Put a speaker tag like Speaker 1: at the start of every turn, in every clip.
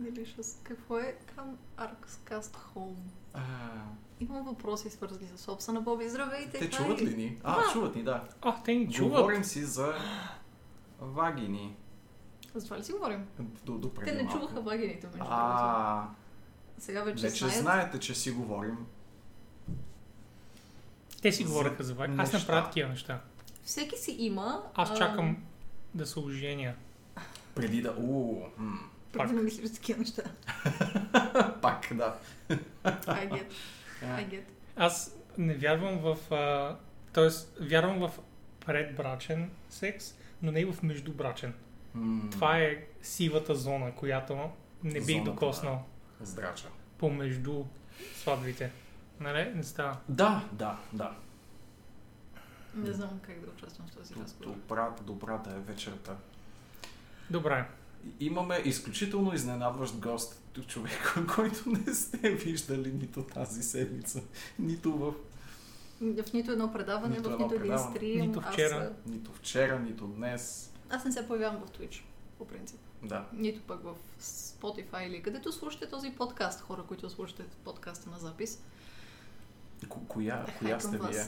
Speaker 1: Delicious. Какво е към Arkscast Home?
Speaker 2: А,
Speaker 1: Имам въпроси, свързани с собствена Боби. Здравейте!
Speaker 2: те
Speaker 1: хай!
Speaker 2: чуват ли ни? А,
Speaker 1: Да.
Speaker 2: чуват ни, да.
Speaker 3: О, те ни чуват.
Speaker 2: Говорим си за вагини.
Speaker 1: За това ли си говорим?
Speaker 2: До, до преди
Speaker 1: Те не
Speaker 2: малко.
Speaker 1: чуваха вагините, между другото.
Speaker 2: А,
Speaker 1: Сега вече
Speaker 2: вече
Speaker 1: знаят.
Speaker 2: знаете, че си говорим.
Speaker 3: Те си
Speaker 2: За
Speaker 3: говореха за вак. Аз
Speaker 2: неща.
Speaker 3: не правя такива неща.
Speaker 1: Всеки си има.
Speaker 3: Аз
Speaker 1: а,
Speaker 3: чакам да се оженя.
Speaker 2: Преди да... У, м,
Speaker 1: преди
Speaker 3: пак.
Speaker 1: да мислиш за такива неща.
Speaker 2: пак, да.
Speaker 1: I get.
Speaker 2: Е.
Speaker 1: I get.
Speaker 3: Аз не вярвам в... А, тоест, вярвам в предбрачен секс, но не и в междубрачен.
Speaker 2: М,
Speaker 3: Това е сивата зона, която не бих
Speaker 2: Зоната,
Speaker 3: докоснал
Speaker 2: Здрача.
Speaker 3: помежду сватбите. Нали? Не става.
Speaker 2: Да, да, да.
Speaker 1: Не знам как да участвам в този разговор.
Speaker 2: Добра, добрата е вечерта.
Speaker 3: Добре.
Speaker 2: И- Имаме изключително изненадващ гост, човек, който не сте виждали нито тази седмица, нито в
Speaker 1: В нито едно предаване,
Speaker 2: Нито
Speaker 1: в
Speaker 2: едно
Speaker 1: нито един
Speaker 2: предаване.
Speaker 1: стрим.
Speaker 3: Нито вчера.
Speaker 2: Нито вчера, нито днес.
Speaker 1: Аз, аз не се появявам в Twitch, по принцип.
Speaker 2: Да.
Speaker 1: Нито пък в Spotify или където слушате този подкаст, хора, които слушате подкаста на запис.
Speaker 2: Ко- коя
Speaker 1: Хай
Speaker 2: коя
Speaker 1: към
Speaker 2: сте
Speaker 1: вас.
Speaker 2: вие?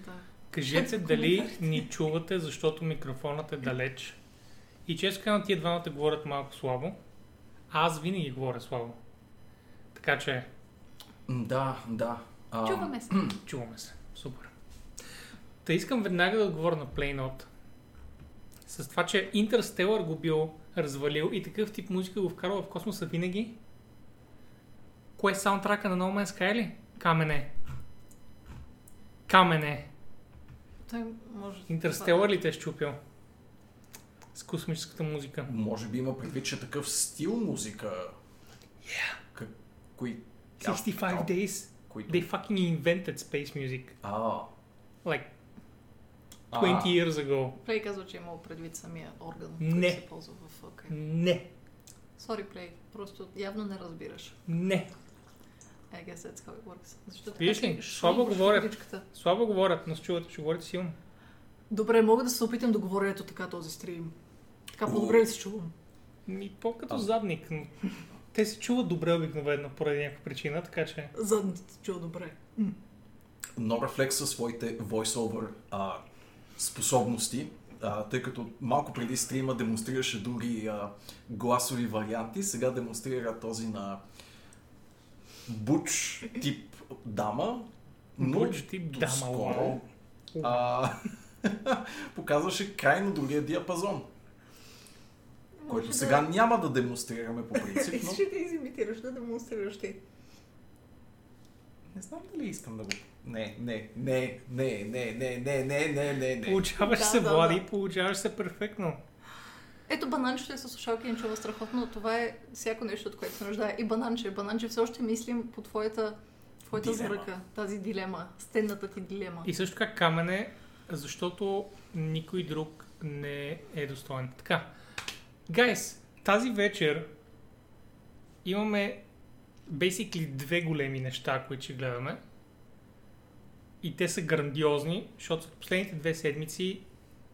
Speaker 1: Да.
Speaker 3: Кажете
Speaker 1: Чакам
Speaker 3: дали
Speaker 1: коментарите.
Speaker 3: ни чувате, защото микрофонът е далеч. И често казвам, тия двамата говорят малко слабо. А аз винаги говоря слабо. Така че,
Speaker 2: М, Да, да. А,
Speaker 1: Чуваме се.
Speaker 3: чуваме се. Супер. Та искам веднага да отговоря на Playnot. С това, че Interstellar го бил развалил и такъв тип музика го вкарал в космоса винаги. Кое е саундтрака на No Man's Sky ли? Камене. Камене.
Speaker 1: Той може.
Speaker 3: Интерстелър ли те е щупил? С космическата музика.
Speaker 2: Може би има предвид, че такъв стил музика. Yeah. Как, кои... аз-
Speaker 3: 65 days.
Speaker 2: Които...
Speaker 3: They fucking invented space music.
Speaker 2: А,
Speaker 3: Like 20
Speaker 2: а,
Speaker 3: years ago.
Speaker 1: Плей казва, че е имал предвид самия орган,
Speaker 3: Не.
Speaker 1: който се ползва в ОК.
Speaker 3: Не.
Speaker 1: Сори, Плей, просто явно не разбираш.
Speaker 3: Не.
Speaker 1: I guess that's how it works. Защо
Speaker 3: Виж
Speaker 1: така
Speaker 3: ли,
Speaker 1: ти
Speaker 3: слабо
Speaker 1: шибаш
Speaker 3: говоря.
Speaker 1: въдичката?
Speaker 3: Слабо говорят, но се чуват, ще говорят силно.
Speaker 1: Добре, мога да се опитам да говоря ето така този стрим. Така
Speaker 2: Уу.
Speaker 1: по-добре ли се чувам?
Speaker 3: Ми по-като
Speaker 2: А.
Speaker 3: задник, но те се чуват добре обикновено поради някаква причина, така че...
Speaker 1: Задницата се чува добре. М.
Speaker 2: Нора Флекс със своите voice-over а, способности, а, тъй като малко преди стрима демонстрираше други а, гласови варианти, сега демонстрира този на буч тип дама, но
Speaker 3: Буч тип дама,
Speaker 2: доскоро
Speaker 3: уау.
Speaker 2: а, показваше крайно другия диапазон,
Speaker 1: Може
Speaker 2: който
Speaker 1: да- е.
Speaker 2: сега няма да демонстрираме по принцип, но
Speaker 1: Искаш ли да изимитираш, да демонстрираш ти.
Speaker 2: не знам дали искам да го... Не, не, не, не, не, не, не, не, не, не, не.
Speaker 3: Получаваш
Speaker 1: Да,
Speaker 3: се,
Speaker 1: да,
Speaker 3: Влади,
Speaker 1: да.
Speaker 3: получаваш се перфектно.
Speaker 1: Ето бананчето е с слушалки и не чува страхотно. Това е всяко нещо, от което се нуждае. И бананче, бананче, все още мислим по твоята, твоята
Speaker 2: Дилема.
Speaker 1: зръка. е Тази дилема, стенната ти дилема.
Speaker 3: И също така камене, защото никой друг не е достоен. Така. Гайс, тази вечер имаме basically две големи неща, които ще гледаме. И те са грандиозни, защото са последните две седмици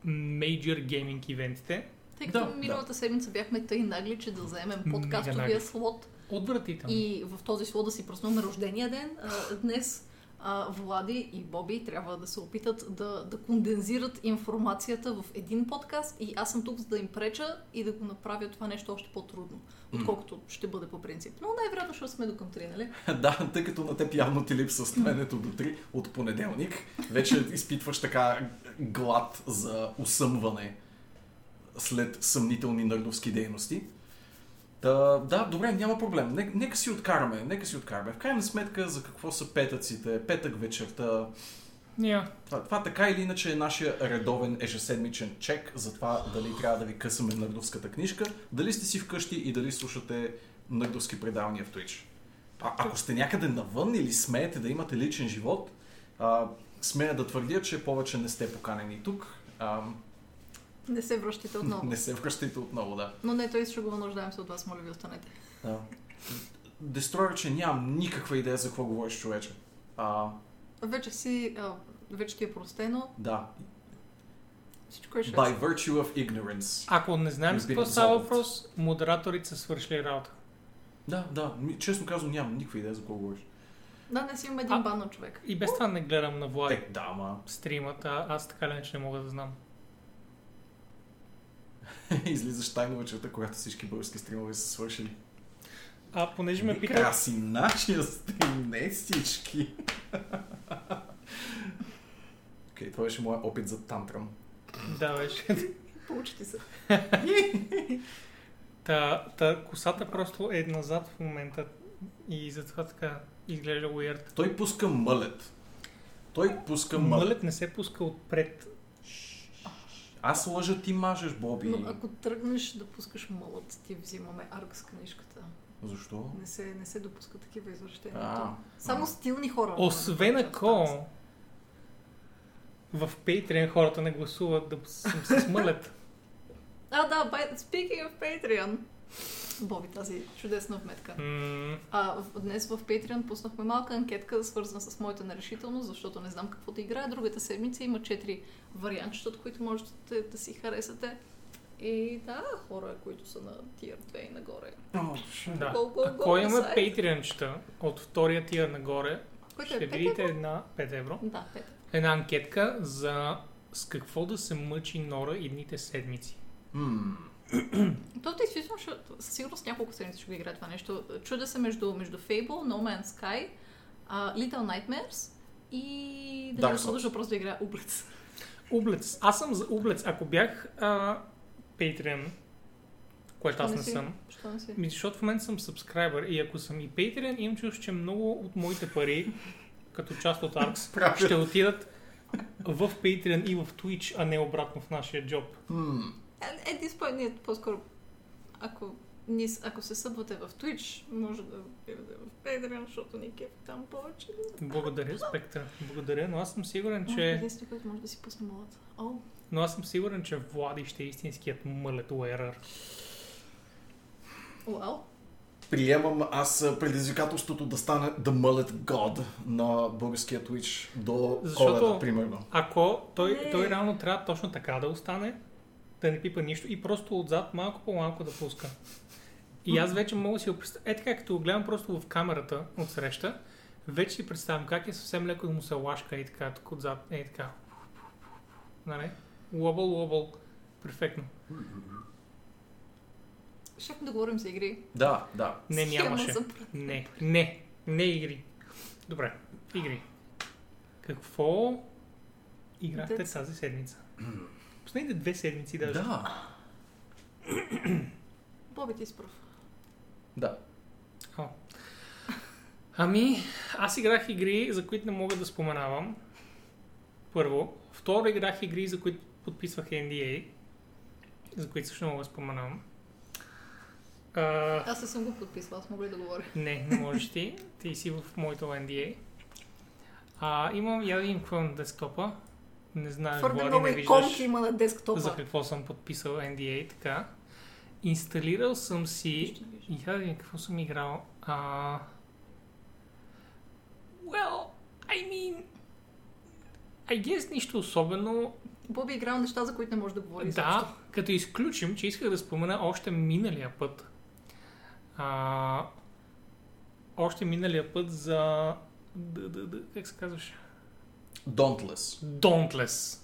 Speaker 3: major gaming ивентите.
Speaker 1: Тъй като
Speaker 2: Да,
Speaker 1: миналата седмица бяхме тъй нагли, че да вземем
Speaker 3: Мега
Speaker 1: подкастовия
Speaker 3: нагли.
Speaker 1: слот
Speaker 3: Отвратително.
Speaker 1: и в този слот да си празнуваме рождения ден, а, днес а, Влади и Боби трябва да се опитат да, да кондензират информацията в един подкаст и аз съм тук за да им преча и да го направя това нещо още по-трудно, отколкото ще бъде по принцип. Но най-вероятно ще сме до към 3, нали?
Speaker 2: Да, тъй като на теб явно ти липсва стоенето до 3 от понеделник, вече изпитваш така глад за усъмване след съмнителни нърдовски дейности. Та, да, добре, няма проблем. Нека, нека си откараме, нека си откараме. В крайна сметка за какво са петъците, петък вечерта.
Speaker 3: Yeah.
Speaker 2: Това, това така или иначе е нашия редовен ежеседмичен чек за това дали трябва да ви късаме нърдовската книжка, дали сте си вкъщи и дали слушате нърдовски предавания в Twitch. А, ако сте някъде навън или смеете да имате личен живот, а, смея да твърдя, че повече не сте поканени тук. А,
Speaker 1: Не се връщате отново.
Speaker 2: не се връщайте отново, да.
Speaker 1: Но не, той ще го нуждаем се от вас, моля ви, останете.
Speaker 2: да. Дестройер, че нямам никаква идея за какво говориш, човече. А,
Speaker 1: Вече си, а, вече ти е простено,
Speaker 2: да.
Speaker 1: всичко е шест.
Speaker 2: By virtue of ignorance.
Speaker 3: Ако не знаем
Speaker 2: Разбирам
Speaker 3: за какво става
Speaker 2: залът.
Speaker 3: въпрос, модераторите са свършили работа.
Speaker 2: Да, да. Ми- Честно казвам, нямам никаква идея за кого говориш.
Speaker 1: Да, не си имам
Speaker 3: А-
Speaker 1: един бан на човек.
Speaker 3: И без това не гледам на Влади
Speaker 2: Е, да, ама.
Speaker 3: стримата, аз така ли не мога да знам.
Speaker 2: Излизаш тайно вечерта, когато всички български стримове са свършили.
Speaker 3: А понеже ме
Speaker 2: Вика,
Speaker 3: пита,
Speaker 2: Аз си нашия стрим, не всички. Окей, това беше моят опит за тантрам.
Speaker 3: да беше.
Speaker 1: Получи ти се. Е,
Speaker 3: Та, та, косата просто е назад в момента и затова така изглежда уерд.
Speaker 2: Той пуска мълет. Той пуска мълет.
Speaker 3: Мълет не се пуска отпред.
Speaker 2: Аз лъжа, ти мажеш, Боби.
Speaker 1: Но ако тръгнеш да пускаш мълът, ти взимаме арк с книжката.
Speaker 2: Защо?
Speaker 1: Не се, не се допуска такива извращения.
Speaker 2: А,
Speaker 1: тук. Само стилни хора.
Speaker 3: Освен
Speaker 1: могат да участват.
Speaker 3: ако в Patreon хората не гласуват да съм с мълет.
Speaker 1: А, да, by, speaking of Patreon. Боби, тази чудесна вметка.
Speaker 3: М,
Speaker 1: А, в- днес в Patreon пуснахме малка анкетка, свързана с моята нерешителност, защото не знам какво да играя. Другата седмица има четири вариантчета, от които можете да, да си харесате. И да, хора, които са на Tier 2 и нагоре.
Speaker 2: О, ше.
Speaker 3: Да.
Speaker 1: Go, go, go,
Speaker 3: Ако имаме
Speaker 1: сайт.
Speaker 3: Patreon-чета от втория тия нагоре,
Speaker 1: Което
Speaker 3: ще
Speaker 1: е 5
Speaker 3: видите
Speaker 1: евро.
Speaker 3: една 5 евро.
Speaker 1: Да, 5
Speaker 3: Една анкетка за с какво да се мъчи Нора едните седмици.
Speaker 2: М.
Speaker 1: То действително ще, със сигурност няколко седмици ще го играе това нещо. Чудя се между, между Fable, No Man's Sky, а, Little Nightmares и да
Speaker 2: Dark
Speaker 1: не
Speaker 2: Souls.
Speaker 1: продължа просто да играя Облец.
Speaker 3: Облец. Аз съм за Облец. Ако бях а, Patreon, което
Speaker 1: Що
Speaker 3: аз
Speaker 1: не
Speaker 3: не
Speaker 1: си?
Speaker 3: съм,
Speaker 1: Що не си?
Speaker 3: ми, защото в момента съм субскрайбър и ако съм и Patreon, имам чувство, че много от моите пари, като част от ARX,
Speaker 2: Правят.
Speaker 3: ще отидат в Patreon и в Twitch, а не обратно в нашия джоб.
Speaker 2: М.
Speaker 1: Е, Един спой, ние по-скоро, ако, ние, с- ако се събвате в Twitch, може да отидете в Patreon, защото ни кеф там повече.
Speaker 3: Благодаря, Спектър. Благодаря, но аз съм сигурен,
Speaker 1: Може би
Speaker 3: че...
Speaker 1: единствено, който може да си пусне молата. О,
Speaker 3: Но аз съм сигурен, че Влади ще е истинският мълет уерър.
Speaker 1: уау.
Speaker 2: Приемам аз а, предизвикателството да стане The Mullet God на българския Twitch до
Speaker 3: Защото-
Speaker 2: Защото... коледа, примерно.
Speaker 3: Ако той,
Speaker 1: Не.
Speaker 3: той реално трябва точно така да остане, да не пипа нищо и просто отзад малко по-малко да пуска. И аз вече мога да си го представя. Е така, като го гледам просто в камерата отсреща, вече си представям как е съвсем леко да му се лашка и така, тук отзад, е така. Нали? Лобъл, лобъл. Перфектно.
Speaker 1: Щяхме да говорим за игри.
Speaker 2: Да, да.
Speaker 3: Не,
Speaker 1: Схема
Speaker 3: нямаше.
Speaker 1: за-
Speaker 3: Не, не, не игри. Добре, игри. Какво играхте
Speaker 1: Деца.
Speaker 3: тази седмица? Последните две седмици даже.
Speaker 2: Да,
Speaker 1: Боби, ти си прав.
Speaker 2: да.
Speaker 3: О. Ами, аз играх игри, за които не мога да споменавам. Първо. Второ, играх игри, за които подписвах NDA. За които също не мога да споменавам. А,
Speaker 1: Аз не съм го подписвала, аз мога ли да говоря?
Speaker 3: Не, не можеш ти. Ти си в моето NDA. А, имам я да видим какво е на десктопа. Не знаеш,
Speaker 1: Твърде
Speaker 3: Влади,
Speaker 1: много
Speaker 3: не виждаш
Speaker 1: иконки има на десктопа.
Speaker 3: за какво съм подписал NDA, така. Инсталирал съм си...
Speaker 1: Нищо не виждам.
Speaker 3: Я да видим какво съм играл. А... Well, I mean... I guess нищо особено,
Speaker 1: Боби е играл неща, за които не може да говори. изобщо.
Speaker 3: да, като изключим, че исках да спомена още миналия път. А, още миналия път за... Да, да, да, как се казваш?
Speaker 2: Dauntless.
Speaker 3: Dauntless.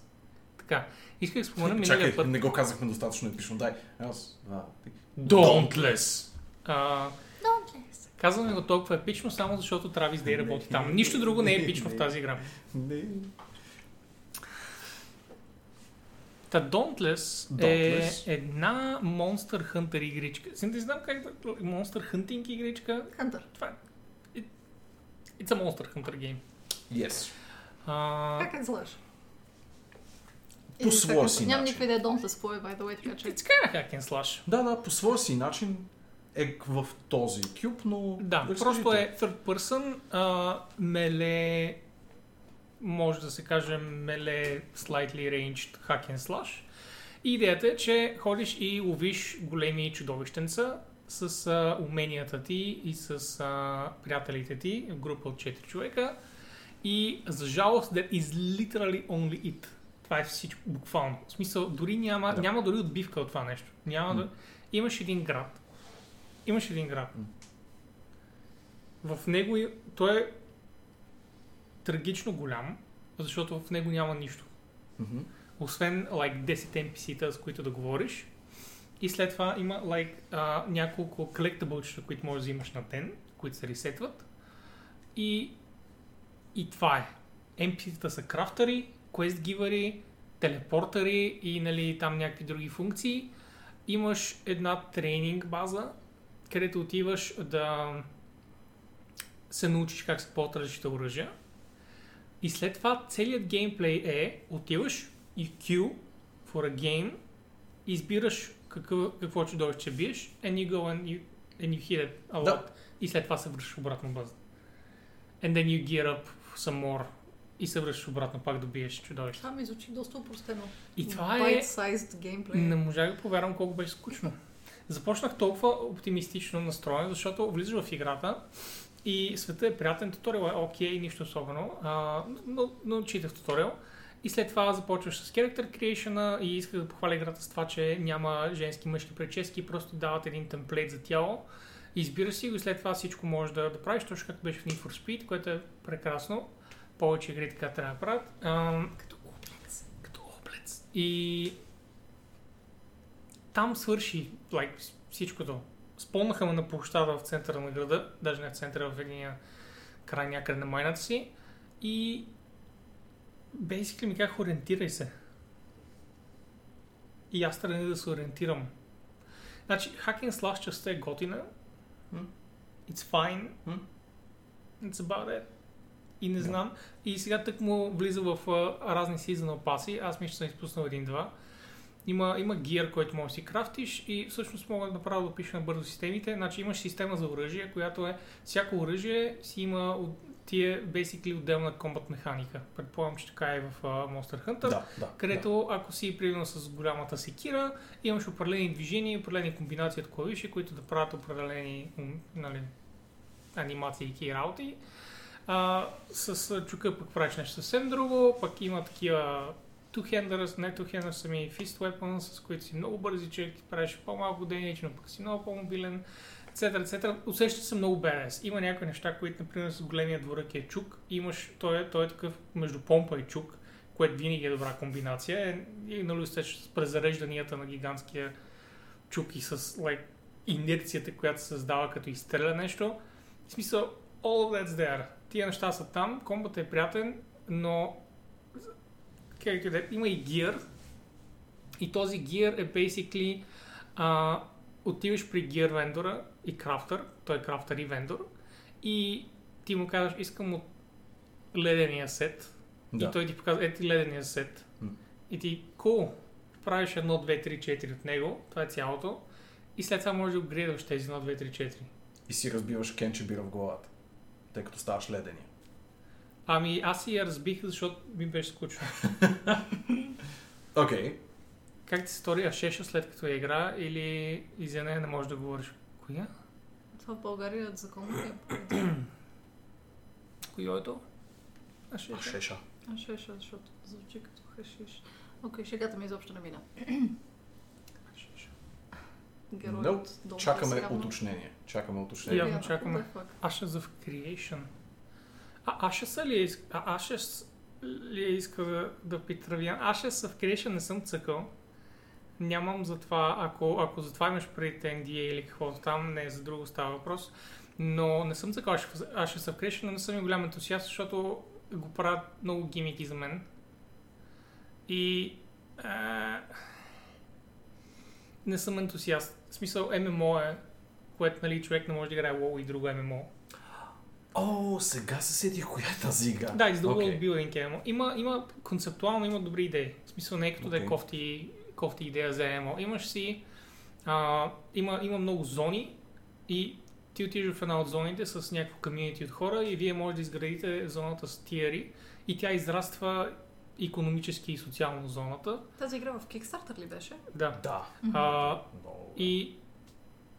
Speaker 3: Така, исках да спомена миналия
Speaker 2: Чакай,
Speaker 3: път.
Speaker 2: не го казахме достатъчно епично. Дай, аз, два, три.
Speaker 3: Dauntless. А,
Speaker 1: Dauntless.
Speaker 3: казваме го толкова епично, само защото Травис Дей работи там. Нищо друго не е епично в тази игра.
Speaker 2: Не.
Speaker 3: Та Dauntless,
Speaker 2: Dauntless.
Speaker 3: е една Monster Hunter игричка. Сега не знам как да... Monster Hunting игричка.
Speaker 1: Хантър.
Speaker 3: Това е... it- It's a Monster Hunter game.
Speaker 2: Yes.
Speaker 3: А,
Speaker 1: Как е как злъж?
Speaker 2: По своя си
Speaker 1: Нямам
Speaker 2: начин.
Speaker 1: никаква идея Don't Spoil, by the way, така че...
Speaker 3: It's kind of hack and slash.
Speaker 2: Да, да, по своя си начин е в този кюб, но...
Speaker 3: Да,
Speaker 2: Разкажи
Speaker 3: просто
Speaker 2: ти.
Speaker 3: е third person, а, меле, може да се каже меле slightly ranged hack and slash. И идеята е, че ходиш и ловиш големи чудовищенца с а, уменията ти и с а, приятелите ти, в група от 4 човека. И за жалост, that is literally only it. Това е всичко, буквално. В смисъл, дори няма,
Speaker 2: Да.
Speaker 3: няма дори отбивка от това нещо. Няма да... Имаш един град. Имаш един град. В него и- той е трагично голям, защото в него няма нищо.
Speaker 2: Мгм.
Speaker 3: Освен like 10 NPC-та, с които да говориш. И след това има like, а, няколко collectible които можеш да взимаш на ден, които се ресетват. И, и това е. NPC-та са крафтъри, квестгивъри, телепортъри и нали, там някакви други функции. Имаш една тренинг база, където отиваш да се научиш как се ползват различните оръжия. И след това целият геймплей е отиваш и Q for a game, избираш какво, какво чудовище ще биеш, and you go and you, and you hit it a lot.
Speaker 2: Да.
Speaker 3: И след това се връщаш обратно в базата. And then you gear up some more. И се връщаш обратно пак да биеш чудовище.
Speaker 1: Това ми звучи доста упростено.
Speaker 3: И това е...
Speaker 1: Bite-sized геймплей.
Speaker 3: Не можах да повярвам колко беше скучно. Започнах толкова оптимистично настроен, защото влизаш в играта и света е приятен, туториал е окей, нищо особено, а, но, но читах туториал. И след това започваш с Character Creation и исках да похваля играта с това, че няма женски мъжки прически, просто дават един темплейт за тяло. Избира си го и след това всичко можеш да, да правиш, точно както беше в Need for Speed, което е прекрасно. Повече игри така трябва да правят. Ам, като облец. Като облец. И там свърши like, с- всичкото. Спомнаха ме на площада в центъра на града, даже не в центъра, в единия край някъде на майната си. И basically ми казах, ориентирай се. И аз тръгнах да се ориентирам. Значи, Hacking Slash частта е готина.
Speaker 2: М.
Speaker 3: It's fine.
Speaker 2: М.
Speaker 3: It's about it. И не знам. И сега тък му влиза в а, разни seasonal паси. Аз мисля, че съм изпуснал един-два. Има, има гир, който можеш да си крафтиш и всъщност мога да направя да пиша на бързо системите. Значи имаш система за оръжие, която е всяко оръжие си има от тия basically отделна комбат механика. Предполагам, че така е в а, Monster Hunter.
Speaker 2: Да, да.
Speaker 3: Където, ако си примерно с голямата секира, имаш определени движения, определени комбинации от клавиши, които да правят определени м, нали, анимации и работи. А, с а, чука пък правиш нещо съвсем друго, пък има такива two-handers, не two-handers, сами fist weapons, с които си много бързичък, правиш по-малко денеж, но пък си много по-мобилен, etc. etc. Усеща се много бедес. Има някои неща, които, например, с големия дворък е чук, имаш, той, е, той е такъв между помпа и чук, което винаги е добра комбинация. Е, и, нали, усещаш с презарежданията на гигантския чук и с like, инерцията, която се създава като изстреля нещо. В смисъл, all of that's there. Тия неща са там, комбата е приятен, но как да е, има и гир. И този гир е basically а, отиваш при гир вендора и крафтър, той е крафтър и вендор, и ти му казваш, искам от ледения сет,
Speaker 2: Да.
Speaker 3: и той ти показва, е ти ледения сет.
Speaker 2: М.
Speaker 3: И ти, кул, правиш 1, 2, 3, 4 от него, това е цялото. И след това можеш да апгрейдваш тези 1, 2, 3, 4.
Speaker 2: И си разбиваш кенче бира в главата, тъй като ставаш ледения.
Speaker 3: Ами аз си я разбих, защото ми беше скучно.
Speaker 2: Окей.
Speaker 3: Как ти се стори Ашеша след като я игра или и за нея не можеш да говориш? Коя?
Speaker 1: Това в България е закон ли е
Speaker 3: Коя е то? Ашеша.
Speaker 2: Шеша.
Speaker 1: А шеш, защото звучи като хашиш. Окей, шегата ми изобщо не мина. Героят
Speaker 2: No.
Speaker 1: долу
Speaker 2: Чакаме
Speaker 1: срамно.
Speaker 2: уточнение. Чакаме уточнение.
Speaker 3: Явно
Speaker 1: Явно,
Speaker 3: чакаме.
Speaker 1: what the fuck.
Speaker 3: Ashes of Creation. А Ashes ли е иск- а, Ashes ли е иска да, да питравя? Ashes of Creation не съм цъкал. Нямам за това, ако, ако за това имаш преди NDA или каквото там, не за друго става въпрос. Но не съм цъкал Ashes of- Ashes of Creation, но не съм и голям ентусиаст, защото го правят много гимики за мен. И... А... Не съм ентусиаст. В смисъл, ММО е, което нали, човек не може да играе WoW и друго ММО.
Speaker 2: О, сега се сетих коя е тази игра.
Speaker 3: Да, и за
Speaker 2: Окей.
Speaker 3: okay. билдинг е емо. Има, има, концептуално има добри идеи. В смисъл не е като okay. да е
Speaker 2: Окей.
Speaker 3: кофти, кофти идея за емо. Имаш си, а, има, има много зони и ти отиваш в една от зоните с някакво комьюнити от хора и вие може да изградите зоната с тиери и тя израства икономически и социално зоната.
Speaker 1: Тази игра в Kickstarter ли беше?
Speaker 3: Да.
Speaker 2: Да.
Speaker 3: А,
Speaker 2: Много.
Speaker 3: и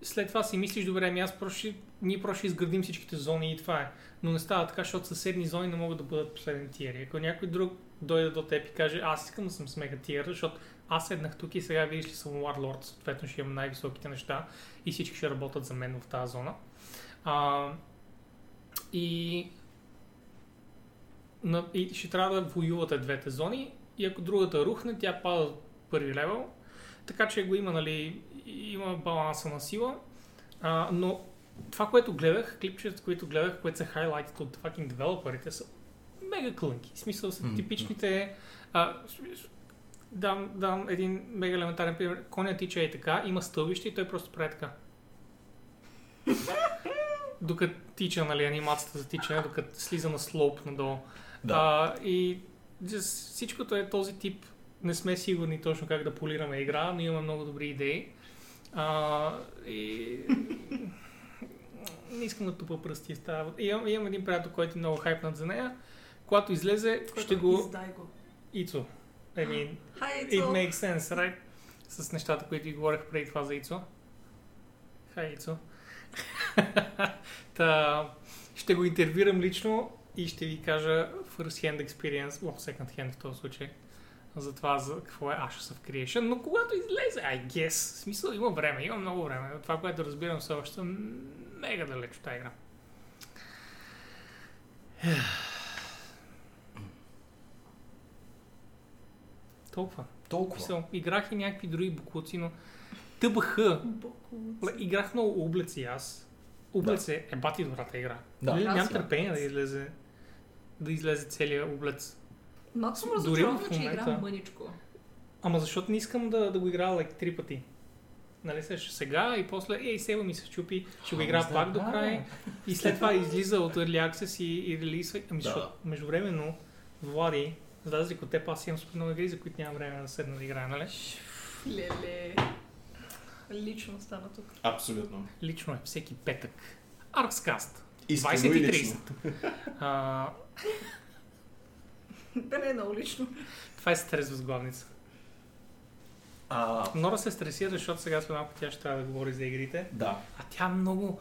Speaker 3: след това си мислиш, добре, ами аз просто ще, ние просто ще изградим всичките зони и това е. Но не става така, защото съседни зони не могат да бъдат последен тиер. Ако някой друг дойде до теб и каже, аз искам да съм с мега тиер, защото аз седнах тук и сега видиш ли съм Warlord, съответно ще имам най-високите неща и всички ще работят за мен в тази зона. А, И, на, и ще трябва да воювате двете зони и ако другата рухне, тя пада от първи левел. Така че го има, нали, има баланса на сила. А, но това, което гледах, клипчета, които гледах, които са хайлайтите от fucking девелоперите, са мега клънки. В смисъл са
Speaker 2: М,
Speaker 3: типичните... А, с- дам, дам един мега елементарен пример. Коня тича е така, има стълбище и той просто прави така. докато тича, нали, анимацията за тичане, докато слиза на слоп надолу.
Speaker 2: Да.
Speaker 3: А, и just всичкото е този тип. Не сме сигурни точно как да полираме игра, но имаме много добри идеи. А, и... не искам да тупа пръсти става. Имам, имам един приятел, който е много хайпнат за нея. Когато излезе, ще го...
Speaker 1: Издай го.
Speaker 3: Ицо. I mean,
Speaker 1: Хай,
Speaker 3: It
Speaker 1: Ицо.
Speaker 3: makes sense, right? С нещата, които ви говорех преди това за Ицо. Хай, Ицо. Та, ще го интервюрам лично и ще ви кажа first-hand experience, well, second-hand в този случай, за това за какво е Ashes of Creation, но когато излезе, I guess, в смисъл има време, има много време. От това, което разбирам все още, е мега далеч от тази игра. Толкова.
Speaker 2: Толкова.
Speaker 3: Смисъл, играх и някакви други буклуци, но тъбаха. Ле, Играх много облеци аз. Облец е, е бати добрата игра.
Speaker 2: Да.
Speaker 3: Нали,
Speaker 1: Аз
Speaker 3: нямам
Speaker 1: имам.
Speaker 3: търпение да излезе да излезе целият облец.
Speaker 1: Малко съм
Speaker 3: Дори в
Speaker 1: разочарована, че
Speaker 3: момента-
Speaker 1: игра мъничко.
Speaker 3: Ама защото не искам да, да го играя лайк три пъти. Нали, сещаш сега и после, ей, сега ми се щупи, ще го
Speaker 2: А,
Speaker 3: игра
Speaker 2: мисля,
Speaker 3: пак до
Speaker 2: да.
Speaker 3: край. И след това излиза от Early Access и, и релизва. Ами,
Speaker 2: Да.
Speaker 3: защото междувременно, Влади, за разлика от теб, аз имам супер много игри, за които нямам време да седна да играя, нали?
Speaker 1: Леле. Лично стана тук.
Speaker 2: Абсолютно.
Speaker 3: Лично е всеки петък. Аркскаст.
Speaker 2: Искрено и лично.
Speaker 3: 20.30. А,
Speaker 1: Да не е много лично.
Speaker 3: това е стрес в главница.
Speaker 2: А,
Speaker 3: Нора се стресира, защото сега след малко тя ще трябва да говори за игрите.
Speaker 2: да.
Speaker 3: А тя много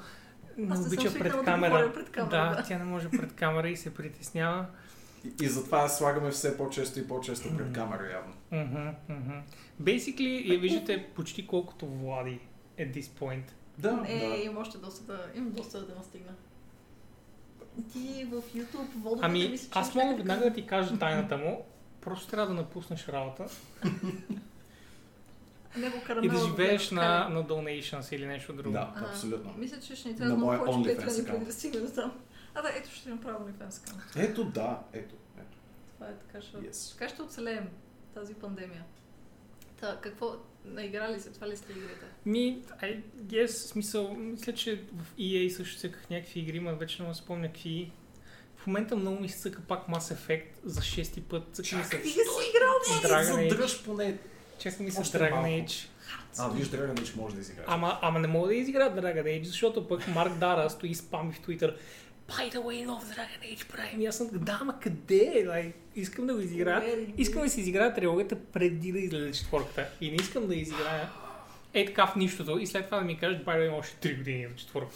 Speaker 3: не
Speaker 1: Аз не съм
Speaker 3: обича
Speaker 1: свикнала да
Speaker 3: пред камера.
Speaker 1: говоря пред камера,
Speaker 3: да,
Speaker 1: да.
Speaker 3: тя не може пред камера и се притеснява.
Speaker 2: И, и затова слагаме все по-често и по-често пред камера, явно.
Speaker 3: Мгм, мгм. Basically, я виждате почти колкото Влади at this point.
Speaker 2: Да,
Speaker 1: Е,
Speaker 2: да.
Speaker 1: имам още доста да, имам доста да настигна. Ти в YouTube водовете
Speaker 3: Ами,
Speaker 1: мисля, че
Speaker 3: аз
Speaker 1: ще
Speaker 3: мога
Speaker 1: така-
Speaker 3: веднага да ти кажа тайната му. Просто трябва да напуснеш работа
Speaker 1: Него карамела
Speaker 3: и да
Speaker 1: го
Speaker 3: живееш
Speaker 1: гледам в
Speaker 3: на,
Speaker 1: кали.
Speaker 3: на donations или нещо друго.
Speaker 2: Да,
Speaker 1: А,
Speaker 2: абсолютно.
Speaker 1: Мисля, че ще ни
Speaker 2: На
Speaker 1: трябва много
Speaker 2: моя
Speaker 1: повече
Speaker 2: OnlyFans
Speaker 1: петрани, преди
Speaker 2: акаунт.
Speaker 1: да стигнем до там. А да, ето ще имам право OnlyFans акаунт.
Speaker 2: Ето да, ето. ето.
Speaker 1: Това е така ще...
Speaker 2: Yes.
Speaker 1: Така ще оцелеем тази пандемия. Та, какво... Наиграли се? Това ли сте игрите?
Speaker 3: Ми, I guess, в смисъл, мисля, че в EA също цъках някакви игри, ма вече не ме спомня какви. В момента много ми се цъка пак Mass Effect за шести път. Цъка ми се...
Speaker 1: Ти си играл!
Speaker 3: Dragon Age.
Speaker 2: Задръж поне.
Speaker 3: Честно ми се
Speaker 2: Още
Speaker 3: Dragon
Speaker 2: малко.
Speaker 3: Age.
Speaker 2: А, виж, Dragon Age може да изиграеш.
Speaker 3: Ама, ама не мога да изигра Dragon Age, защото пък Марк Дара стои и спами в Twitter. By the way, нов Dragon Age правим. И аз съм, да, ама къде? е? Like, искам да го изигра.
Speaker 1: Very good.
Speaker 3: Искам да си изиграя трилогията преди да излезе четвърката. И не искам да изиграя е така в нищото и след това да ми кажат, by the way, има още 3 години до четвърка.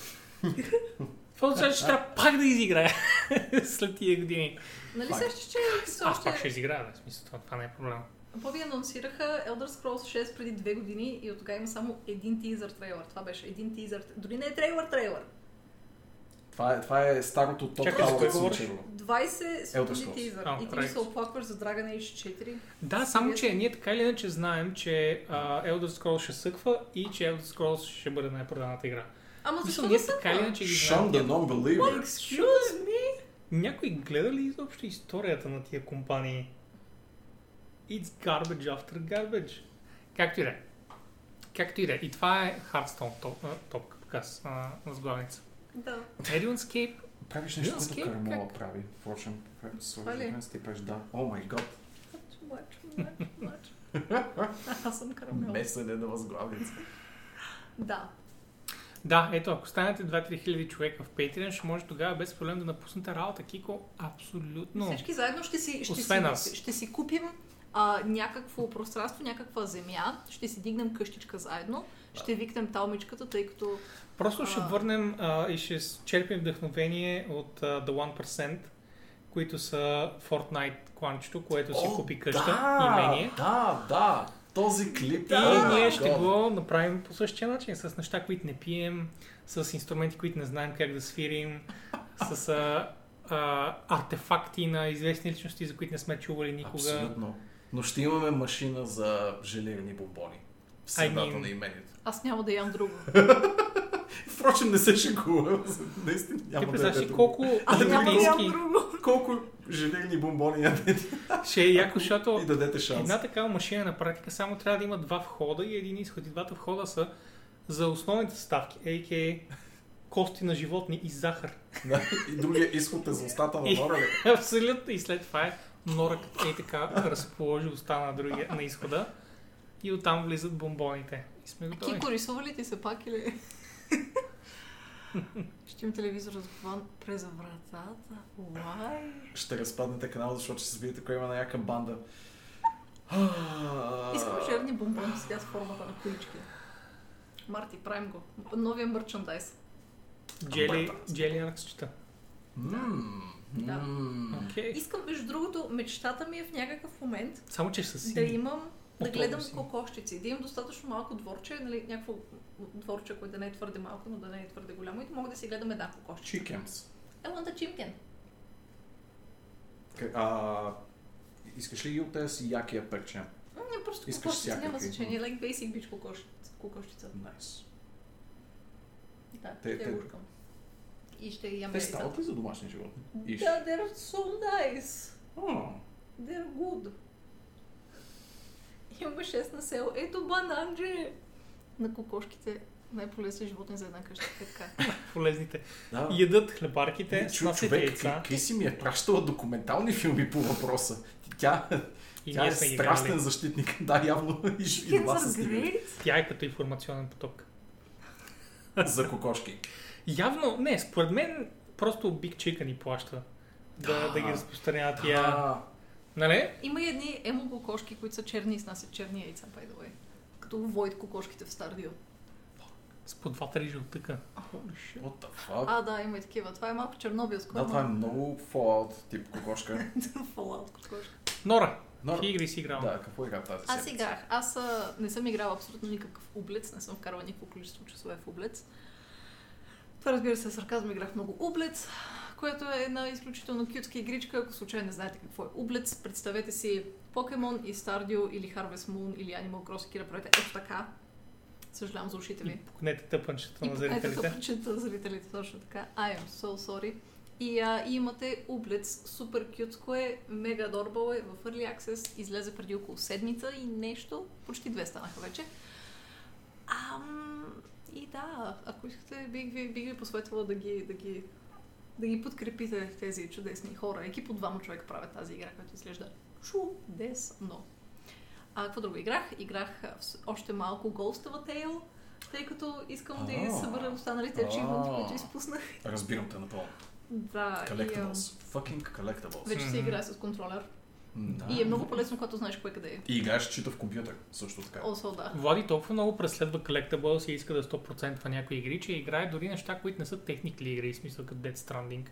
Speaker 3: Това означава, че трябва пак да изиграя след тия години.
Speaker 1: Нали
Speaker 2: Пак.
Speaker 1: сещаш, че все
Speaker 3: Аз пак ще
Speaker 1: още...
Speaker 3: изиграя, в смисъл, това, това не е проблема.
Speaker 1: Боби анонсираха Elder Scrolls 6 преди две години и от тогава има само един тизър трейлър. Това беше един тизър. Дори не е трейлър, трейлър.
Speaker 2: Това е, това е старото топ
Speaker 3: Чакай, за кой
Speaker 2: Tower
Speaker 3: говориш?
Speaker 2: случайно.
Speaker 1: 20 секунди
Speaker 2: Scrolls.
Speaker 1: тизър.
Speaker 3: А,
Speaker 1: и ти ми се
Speaker 3: right.
Speaker 1: оплакваш за Dragon Age 4.
Speaker 3: Да, само че
Speaker 1: Сериозно?
Speaker 3: ние така или иначе знаем, че а, Elder Scrolls ще съква и че Elder Scrolls ще бъде най-проданата игра.
Speaker 1: Ама
Speaker 3: Мисля,
Speaker 1: защо да
Speaker 3: ние
Speaker 1: са
Speaker 3: така или
Speaker 1: това?
Speaker 3: иначе ги
Speaker 2: Шон
Speaker 3: знаем.
Speaker 2: the
Speaker 3: тия-
Speaker 2: Non-Believer.
Speaker 1: Excuse me?
Speaker 3: Някой гледа ли изобщо историята на тия компании? It's garbage after garbage. Както и да е. Както и да е. И това е Hearthstone топ, а, топ каз, а, възглавница.
Speaker 1: Да.
Speaker 3: Alienscape
Speaker 2: Правиш нещо,
Speaker 3: Окей,
Speaker 2: което Карамола
Speaker 3: как?
Speaker 2: прави. Впрочем,
Speaker 1: Това ли?
Speaker 2: сложи ти правиш да. О май гад.
Speaker 1: Too much, too much, too much. Аз съм карамел.
Speaker 2: Месене на възглавница.
Speaker 1: Да.
Speaker 3: Да, ето, ако станете 2-3 хиляди човека в Patreon, ще може тогава без проблем да напуснете работа, Кико. Абсолютно.
Speaker 1: Всички заедно ще си, ще
Speaker 3: Освен
Speaker 1: си,
Speaker 3: аз.
Speaker 1: ще си купим а, някакво пространство, някаква земя, ще си дигнем къщичка заедно, ще викнем талмичката, тъй като
Speaker 3: Просто ще
Speaker 1: А.
Speaker 3: върнем а, и ще с- черпим вдъхновение от а, The 1%, които са Fortnite кланчето, което си
Speaker 2: О,
Speaker 3: купи къща
Speaker 2: да,
Speaker 3: и имение.
Speaker 2: Да, да. Този клип. е
Speaker 3: И
Speaker 2: да,
Speaker 3: ние ще
Speaker 2: гад.
Speaker 3: го направим по същия начин, с неща, които не пием, с инструменти, които не знаем как да свирим, с а, а, артефакти на известни личности, за които не сме чували никога.
Speaker 2: Абсолютно. Но ще имаме машина за желирани бомбони. В
Speaker 3: I
Speaker 2: средата
Speaker 3: mean-
Speaker 2: на имението.
Speaker 1: Аз няма да ям друго.
Speaker 2: Впрочем, не се шегувам. Наистина
Speaker 3: Ти
Speaker 2: няма да
Speaker 3: представяш
Speaker 2: е
Speaker 3: ли колко
Speaker 1: Аз Ами, няма да ям
Speaker 3: английски
Speaker 1: друго.
Speaker 2: Ами, Колко желирани бомбони ядете
Speaker 3: ще е яко, защото
Speaker 2: и дадете шанс.
Speaker 3: Една такава машина на практика само трябва да има два входа и един изход. И двата входа са за основните ставки, а.к.а. кости на животни и захар.
Speaker 2: Да. И другия изход е за устата на
Speaker 3: И-
Speaker 2: Нора ли?
Speaker 3: Абсолютно. И след това е норъкът е така разположи уста на, другия, на изхода и оттам влизат бомбоните. И сме готови.
Speaker 1: Кико, рисува ли ти се пак или... Ще им телевизор разгован през вратата. Why?
Speaker 2: Ще разпаднете канала, защото ще се видите кой има на яка банда. А,
Speaker 1: Искам черни бомбони сега с формата на колички. Марти, правим го. Новия мерчандайз.
Speaker 3: Джели,
Speaker 2: е
Speaker 3: джели анаксчета.
Speaker 2: Мм,
Speaker 1: Да.
Speaker 2: мм.
Speaker 3: Окей.
Speaker 1: Искам, между другото, мечтата ми е в някакъв момент
Speaker 3: Само че са си.
Speaker 1: да имам, да
Speaker 3: Отново
Speaker 1: гледам
Speaker 3: сини.
Speaker 1: кокошчици, да имам достатъчно малко дворче, нали, някакво дворче, което да не е твърде малко, но да не е твърде голямо и да мога да си гледам една кокошче.
Speaker 2: Chickens.
Speaker 1: Елън да чимкен.
Speaker 2: К- А, искаш ли ги от тези си якия перчен?
Speaker 1: Не, просто
Speaker 2: Искаш
Speaker 1: кокошчица, няма
Speaker 2: всякакви.
Speaker 1: значение. Like basic bitch кокошчица. кокошчица.
Speaker 2: Найс.
Speaker 1: Да, те,
Speaker 2: Те-
Speaker 1: те
Speaker 2: те-
Speaker 1: луркам. И ще ям
Speaker 2: Те
Speaker 1: яйцата.
Speaker 2: стават ли за домашни животни? Иш.
Speaker 1: Ами, Да, they're so nice.
Speaker 2: А,
Speaker 1: They're good. Имаме 6 на село. Ето бананже! На кокошките най-полезни животни за една къща. Е, Така.
Speaker 3: Полезните.
Speaker 2: Да.
Speaker 3: Ядат хлебарките,
Speaker 2: Чу,
Speaker 3: снасят
Speaker 2: човек,
Speaker 3: яйца
Speaker 2: Криси ми е пращала документални филми по въпроса. Тя,
Speaker 3: и
Speaker 2: тя
Speaker 3: ние
Speaker 2: е
Speaker 3: сме ги
Speaker 2: страстен
Speaker 3: гледали.
Speaker 2: защитник. Да, явно и ще и
Speaker 1: Chickens
Speaker 2: два са
Speaker 1: are
Speaker 2: стигали.
Speaker 1: great.
Speaker 3: Тя е като информационен поток.
Speaker 2: За кокошки.
Speaker 3: Явно, не, според мен просто Big Chicken ни плаща да,
Speaker 2: Да.
Speaker 3: да, ги разпространява тия.
Speaker 2: А,
Speaker 3: Нали?
Speaker 1: Има и едни емо кокошки, които са черни и снасят черни яйца, by the way. Като Войд кокошките в Стардио.
Speaker 3: С по два-три жълтъка.
Speaker 2: What the fuck?
Speaker 1: А, да, има и такива. Това е малко чернобилско.
Speaker 2: Да, това е много Fallout тип кокошка.
Speaker 1: Fallout кокошка.
Speaker 3: Нора,
Speaker 2: Нора.
Speaker 3: ти игри си играл.
Speaker 2: Да, какво игра тази
Speaker 1: Аз
Speaker 2: седмица?
Speaker 1: играх. Аз а, не съм играла абсолютно никакъв облец, не съм вкарала никакво количество часове в облец. Това разбира се, сарказъм играх много облец, което е една изключително кютска игричка. Ако случайно не знаете какво е облец, представете си Покемон и Стардио или Harvest Moon или Animal Crossing и направете ето така. Съжалявам за ушите ви.
Speaker 3: И покнете тъпънчета на
Speaker 1: Ето
Speaker 3: зрителите.
Speaker 1: тъпчета на зрителите, точно така. I am so sorry. И, а, и имате облец, супер кютско е, мега дорбал е, в Early Access, излезе преди около седмица и нещо, почти две станаха вече. Ам, и да, ако искате, бих ви, бих ви посветвала да ги, да ги да ги подкрепите тези чудесни хора. Екип от двама човека правят тази игра, която изглежда чудесно. А какво друго играх? Играх а, с- още малко Ghost of a Tale, тъй като искам да
Speaker 2: А.
Speaker 1: събера останалите ачивменти, които изпуснах.
Speaker 2: Разбирам те напълно.
Speaker 1: Да, и, ам,
Speaker 2: Collectables. Fucking collectables.
Speaker 1: вече се
Speaker 3: Мгм.
Speaker 1: играе с контролер.
Speaker 2: Да.
Speaker 1: И е много полезно, когато знаеш кое къде е.
Speaker 2: И играеш чита в компютър, също така.
Speaker 1: Осо, да.
Speaker 3: Влади толкова много преследва Collectables и иска да е 100% в някои игри, че играе дори неща, които не са техникли игри, в смисъл като Dead Stranding.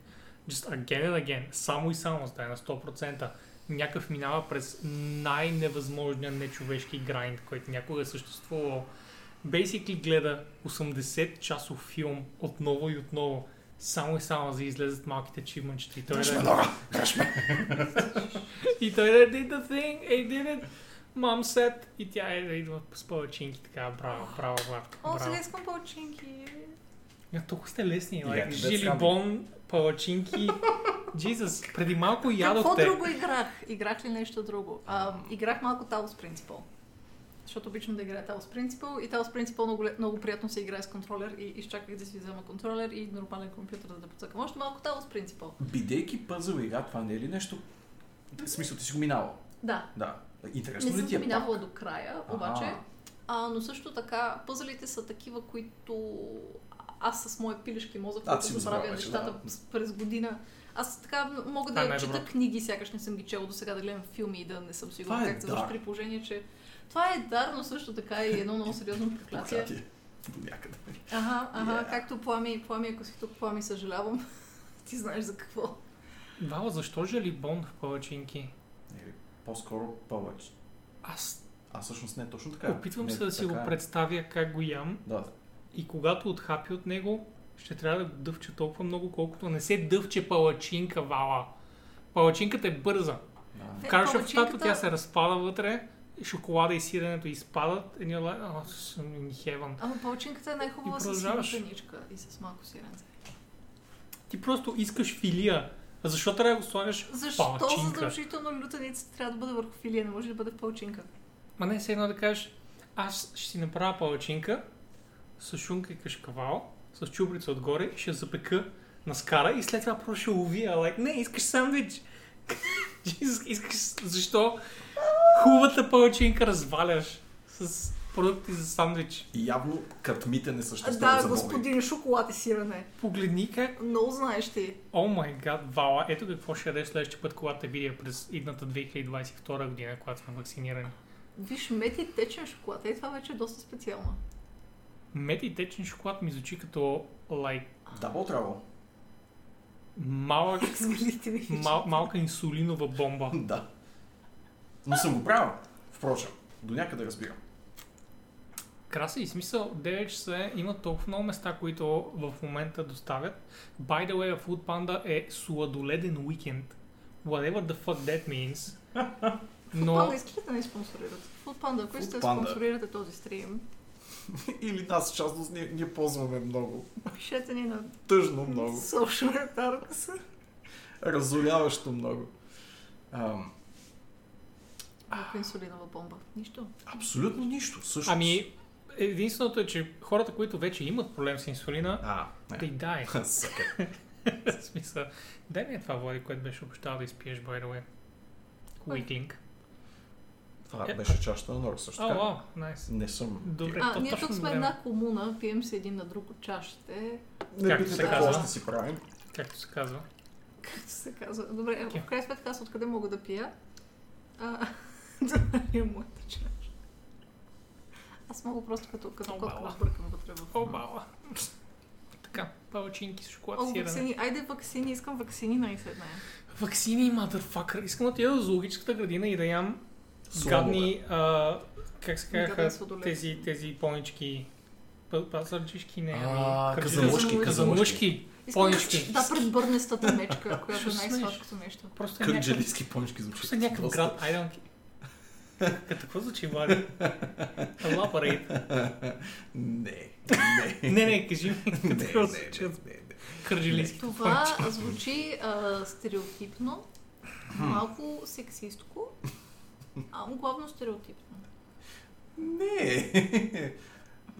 Speaker 3: Just again and again, само и само, за да е на 100%. Някакъв минава през най-невъзможния нечовешки грайнд, който някога е съществувал. Basically гледа 80 часов филм отново и отново, само и само за да излезат малките чимънчета. И той
Speaker 2: Дръж ме,
Speaker 3: да-
Speaker 2: Нора! Дръж ме!
Speaker 3: и той да did the thing, I did it. Mom said. И тя е да идва с повечинки. Така, браво, браво, Владко,
Speaker 1: О,
Speaker 3: браво.
Speaker 1: сега искам палчинки.
Speaker 3: Я, толкова сте лесни, лайк.
Speaker 2: Яки детски
Speaker 3: Жилибон, палачинки. Джизус, преди малко
Speaker 1: Какво
Speaker 3: ядохте.
Speaker 1: друго е? играх? Играх ли нещо друго? А, играх малко Talos Principle. Защото обичам да играя Talos Principle и Talos Principle много, ле- много приятно се играе с контролер и изчаках да си взема контролер и нормален компютър за да поцъкам. Още малко Talos Principle.
Speaker 2: Бидейки пъзъл игра, това не е ли нещо? В смисъл, ти си го минавал.
Speaker 1: Да,
Speaker 2: Да.
Speaker 1: не
Speaker 2: Интересно ли
Speaker 1: съм
Speaker 2: ти
Speaker 1: се
Speaker 2: е пак?
Speaker 1: минавала до края,
Speaker 2: Ага.
Speaker 1: обаче. А, но също така, пъзелите са такива, които аз с моя пилешки мозък,
Speaker 2: А, ти си
Speaker 1: който
Speaker 2: го
Speaker 1: забравя
Speaker 2: забравя вече,
Speaker 1: нещата
Speaker 2: да.
Speaker 1: през година. Аз така м- мога
Speaker 3: Това е
Speaker 1: да
Speaker 3: най-добро.
Speaker 1: чета книги, сякаш не съм ги чела до сега, да гледам филми и да не съм сигурна
Speaker 2: Това е
Speaker 1: как се върши
Speaker 2: дар.
Speaker 1: при положение, че това е дар, но също така е и едно много сериозно проклятие.
Speaker 2: Проклятие. е До някъде.
Speaker 1: Ага, ага,
Speaker 2: Yeah.
Speaker 1: както Плами, Плами, ако си тук, Плами, съжалявам. Ти знаеш за какво.
Speaker 3: Вала, защо жалибон в палачинки?
Speaker 2: Или Нали, по-скоро повече.
Speaker 3: Аз
Speaker 2: А всъщност не е точно така.
Speaker 3: опитвам
Speaker 2: Не,
Speaker 3: се да си го
Speaker 2: така е.
Speaker 3: представя как го ям
Speaker 2: Да,
Speaker 3: и когато отхапя от него, ще трябва да дъвче толкова много, колкото не се дъвче палачинка, вала. Палачинката е бърза.
Speaker 1: Е,
Speaker 3: Вкараш я в тата,
Speaker 1: палачинката-
Speaker 3: тя се разпада вътре, шоколада и сиренето изпадат, едни лай, а, съм in heaven.
Speaker 1: Ама палчинката е най-хубава
Speaker 3: И
Speaker 1: с
Speaker 3: продължаваш.
Speaker 1: сината ничка и с малко сиренце.
Speaker 3: Ти просто искаш филия. А защо трябва да го слагаш в
Speaker 1: Защо
Speaker 3: палачинка?
Speaker 1: задължително лютаницата трябва да бъде върху филия, не може да бъде в палчинка?
Speaker 3: Ма не, все едно да кажеш, аз ще си направя палачинка с шунка и кашкавал, с чубрица отгоре, ще я запека на скара и след това просто ще увия. Like, не, искаш сандвич. Jesus, искаш, защо хубавата палачинка разваляш с продукти за сандвич?
Speaker 2: И явно катмите не съществуват
Speaker 1: Да,
Speaker 2: за Боби.
Speaker 1: господин, шоколад и сирене.
Speaker 3: Погледни как...
Speaker 1: Много знаеш ти.
Speaker 3: О май гад, Вала, ето какво ще ядеш следващия път, когато те видя през идната 2022 година, когато сме вакцинирани.
Speaker 1: Виж, мет и течен шоколад. Е, това вече е доста специално.
Speaker 3: Мед и течен шоколад ми звучи като like,
Speaker 2: Дабл Трабъл.
Speaker 3: малък
Speaker 1: Разгледайте ми.
Speaker 3: Мал, малка инсулинова бомба.
Speaker 2: Да. Но съм го правил. Впрочем, до някъде разбирам.
Speaker 3: Краса и смисъл, 9 часа е, има толкова много места, които в момента доставят. By the way, Food Panda е сладоледен уикенд. Whatever the fuck that means.
Speaker 1: Но...
Speaker 3: Но
Speaker 1: Панда, искате да не спонсорират? Food Panda, ако искате да
Speaker 2: Foodpanda.
Speaker 1: спонсорирате този стрим,
Speaker 2: Или нас частност ние, ние ползваме много.
Speaker 1: пишете ни на
Speaker 2: Тъжно
Speaker 1: social networks.
Speaker 2: Разоряващо много. Ам,
Speaker 1: Малко инсулинова бомба. Нищо.
Speaker 2: абсолютно нищо. Също.
Speaker 3: ами, единственото е, че хората, които вече имат проблем с инсулина,
Speaker 2: А,
Speaker 3: they
Speaker 2: не.
Speaker 3: die.
Speaker 2: Съка.
Speaker 3: В смисъл, дай ми е това, Влади, което беше обещал да изпиеш, by the way. Weakling.
Speaker 2: Това
Speaker 3: Е.
Speaker 2: беше чашата на Нора също
Speaker 3: О,
Speaker 2: така.
Speaker 3: вау, найс.
Speaker 2: Не съм.
Speaker 3: Добре,
Speaker 1: А,
Speaker 3: Е, то
Speaker 1: ние
Speaker 3: точно
Speaker 1: тук сме
Speaker 3: време.
Speaker 1: една комуна, пием се един на друг от чашите,
Speaker 2: Не
Speaker 3: Както
Speaker 2: питайте
Speaker 3: се
Speaker 2: какво
Speaker 1: казва.
Speaker 2: ще си правим.
Speaker 3: Както се казва.
Speaker 1: както се казва. Добре,
Speaker 3: Окей.
Speaker 1: в крайна сметка аз откъде мога да пия? А, да, е моята чаша. Аз мога просто като, като
Speaker 3: О,
Speaker 1: кот
Speaker 3: бала.
Speaker 1: да сбъркам вътре в...
Speaker 3: О, бала. Така, палачинки с шоколад
Speaker 1: О,
Speaker 3: сирене.
Speaker 1: вакцини. Айде вакцини, искам вакцини най-сетне.
Speaker 3: Ваксини, motherfucker. Искам да отида до зоологическата градина и да ям гадни, а, как се
Speaker 1: Гаден
Speaker 3: казаха,
Speaker 1: сладолет.
Speaker 3: тези, тези понички. Па- Пазарджишки, не,
Speaker 2: А,
Speaker 3: ами...
Speaker 2: казанлъшки,
Speaker 3: казамушки.
Speaker 1: Искам
Speaker 3: Понички.
Speaker 1: да, да пред бърнестата мечка, която е
Speaker 3: Ще
Speaker 1: най-сладкото нещо.
Speaker 3: Просто е някакъв,
Speaker 2: Кърджелийски пончки звучи.
Speaker 3: просто е някакъв
Speaker 2: доста.
Speaker 3: град. I don't care. Като какво звучи, Влади? Elaborate.
Speaker 2: Не. Не.
Speaker 3: Не, не, кажи ми.
Speaker 2: Не,
Speaker 3: Какво
Speaker 2: не,
Speaker 3: звучи?
Speaker 2: не, не, не.
Speaker 3: Кърджилийски.
Speaker 1: Е, Това звучи а, стереотипно, малко сексистко, а главно стереотипно.
Speaker 2: Не.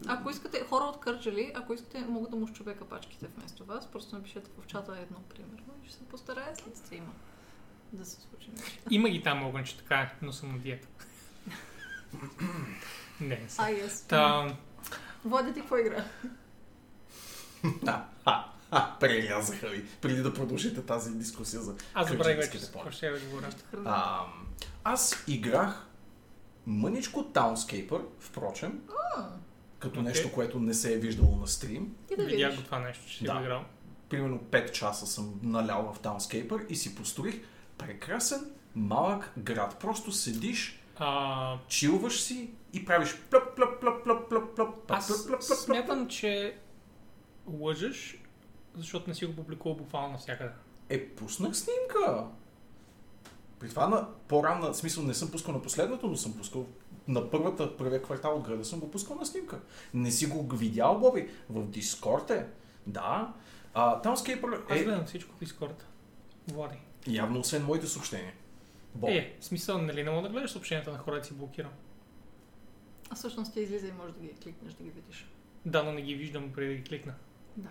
Speaker 1: Ако искате, хора от Кърджали, ако искате, мога да му щубя капачките вместо вас. Просто напишете в чата едно, примерно, и ще се постарая след стрима да се случи нещо.
Speaker 3: Има ги там огънче, така е, но съм на диета. Не, не съм.
Speaker 1: А, yes.
Speaker 3: Та,
Speaker 1: Влади, ти какво игра?
Speaker 2: А, а, а, прелязаха ви, преди да продължите тази дискусия за...
Speaker 3: аз забравих вече
Speaker 2: Кърджалийските
Speaker 3: за
Speaker 2: пончи.
Speaker 3: какво ще я да говоря.
Speaker 1: Храна.
Speaker 2: Ам, аз играх мъничко Townscaper, впрочем, като
Speaker 3: Окей.
Speaker 2: нещо, което не се е виждало на стрим.
Speaker 1: Ти да
Speaker 3: Видях го
Speaker 1: видиш.
Speaker 3: това нещо, че си
Speaker 2: Да.
Speaker 3: го играл.
Speaker 2: Примерно 5 часа съм налял в Townscaper и си построих прекрасен малък град. Просто седиш,
Speaker 3: А,
Speaker 2: чилваш си и правиш плъп, плъп, плъп, плъп, плъп, плъп,
Speaker 3: аз
Speaker 2: плъп, плъп, плъп, плъп.
Speaker 3: смятам, че лъжеш, защото не си го публикувал буквално навсякъде.
Speaker 2: Е, пуснах снимка. При това на по-ранна, в смисъл не съм пускал на последното, но съм пускал на първата, първия квартал от града съм го пускал на снимка. Не си го видял, Боби. В Дискорд е. Да. А, Townscaper
Speaker 3: Аз
Speaker 2: е
Speaker 3: гледам всичко в Дискорд. Влади.
Speaker 2: явно освен моите съобщения. Боб.
Speaker 3: Е, в смисъл, нали не мога да гледаш съобщенията на хората, си блокирам.
Speaker 1: А всъщност ти излиза и може да ги кликнеш, да ги видиш.
Speaker 3: Да, но не ги виждам преди да ги кликна.
Speaker 1: Да.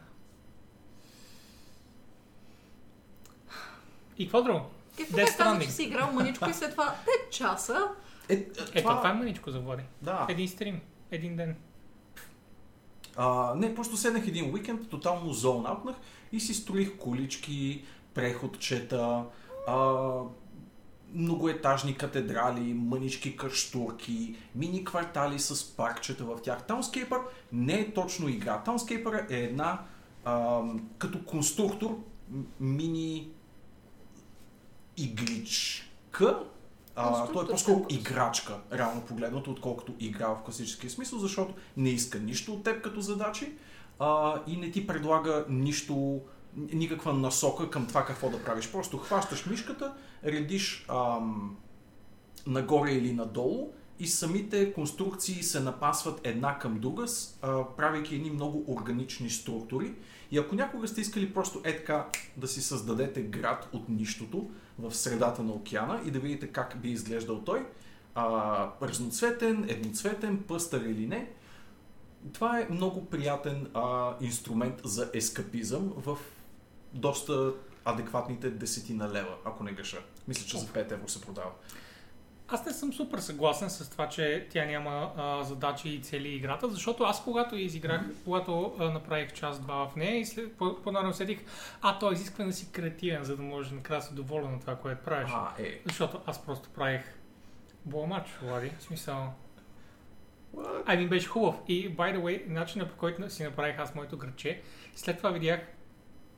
Speaker 3: И какво друго?
Speaker 1: Ти
Speaker 3: Death
Speaker 1: така каза,
Speaker 3: Stranding.
Speaker 1: е че си играл мъничко и след това 5 часа.
Speaker 2: Е, е,
Speaker 3: Ето, това е
Speaker 2: това...
Speaker 3: мъничко за Влади.
Speaker 2: Да.
Speaker 3: Един стрим. Един ден.
Speaker 2: А, не, просто седнах един уикенд, тотално зонаутнах и си строих колички, преходчета, а, многоетажни катедрали, мънички къщурки, мини квартали с паркчета в тях. Таунскейпър не е точно игра. Таунскейпър е една а, като конструктор м- мини игричка. А, той е
Speaker 1: Конструктор,
Speaker 2: по-скоро
Speaker 1: конкурс.
Speaker 2: играчка, реално погледнато, отколкото игра в класическия смисъл, защото не иска нищо от теб като задачи. А, а, и не ти предлага нищо, никаква насока към това какво да правиш. Просто хващаш мишката, редиш ам, нагоре или надолу и самите конструкции се напасват една към друга, с, а, правейки едни много органични структури. И ако някога сте искали просто е така да си създадете град от нищото в средата на океана и да видите как би изглеждал той, а, разноцветен, едноцветен, пъстър или не, това е много приятен а, инструмент за ескапизъм в доста адекватните десетина лева, ако не греша. Мисля, че за 5 евро се продава.
Speaker 3: Аз не съм супер съгласен с това, че тя няма а, задачи и цели играта, защото аз когато я изиграх, mm-hmm. когато а, направих час-два в нея и след, по-нарно усетих, а той изисква да си креативен, за да можеш накрая да си доволен от това, което правиш.
Speaker 2: А, е.
Speaker 3: Защото аз просто правих Бламач, Влади. В смисъл. Ами беше хубав. И, by the way, начинът по който си направих аз моето градче, след това видях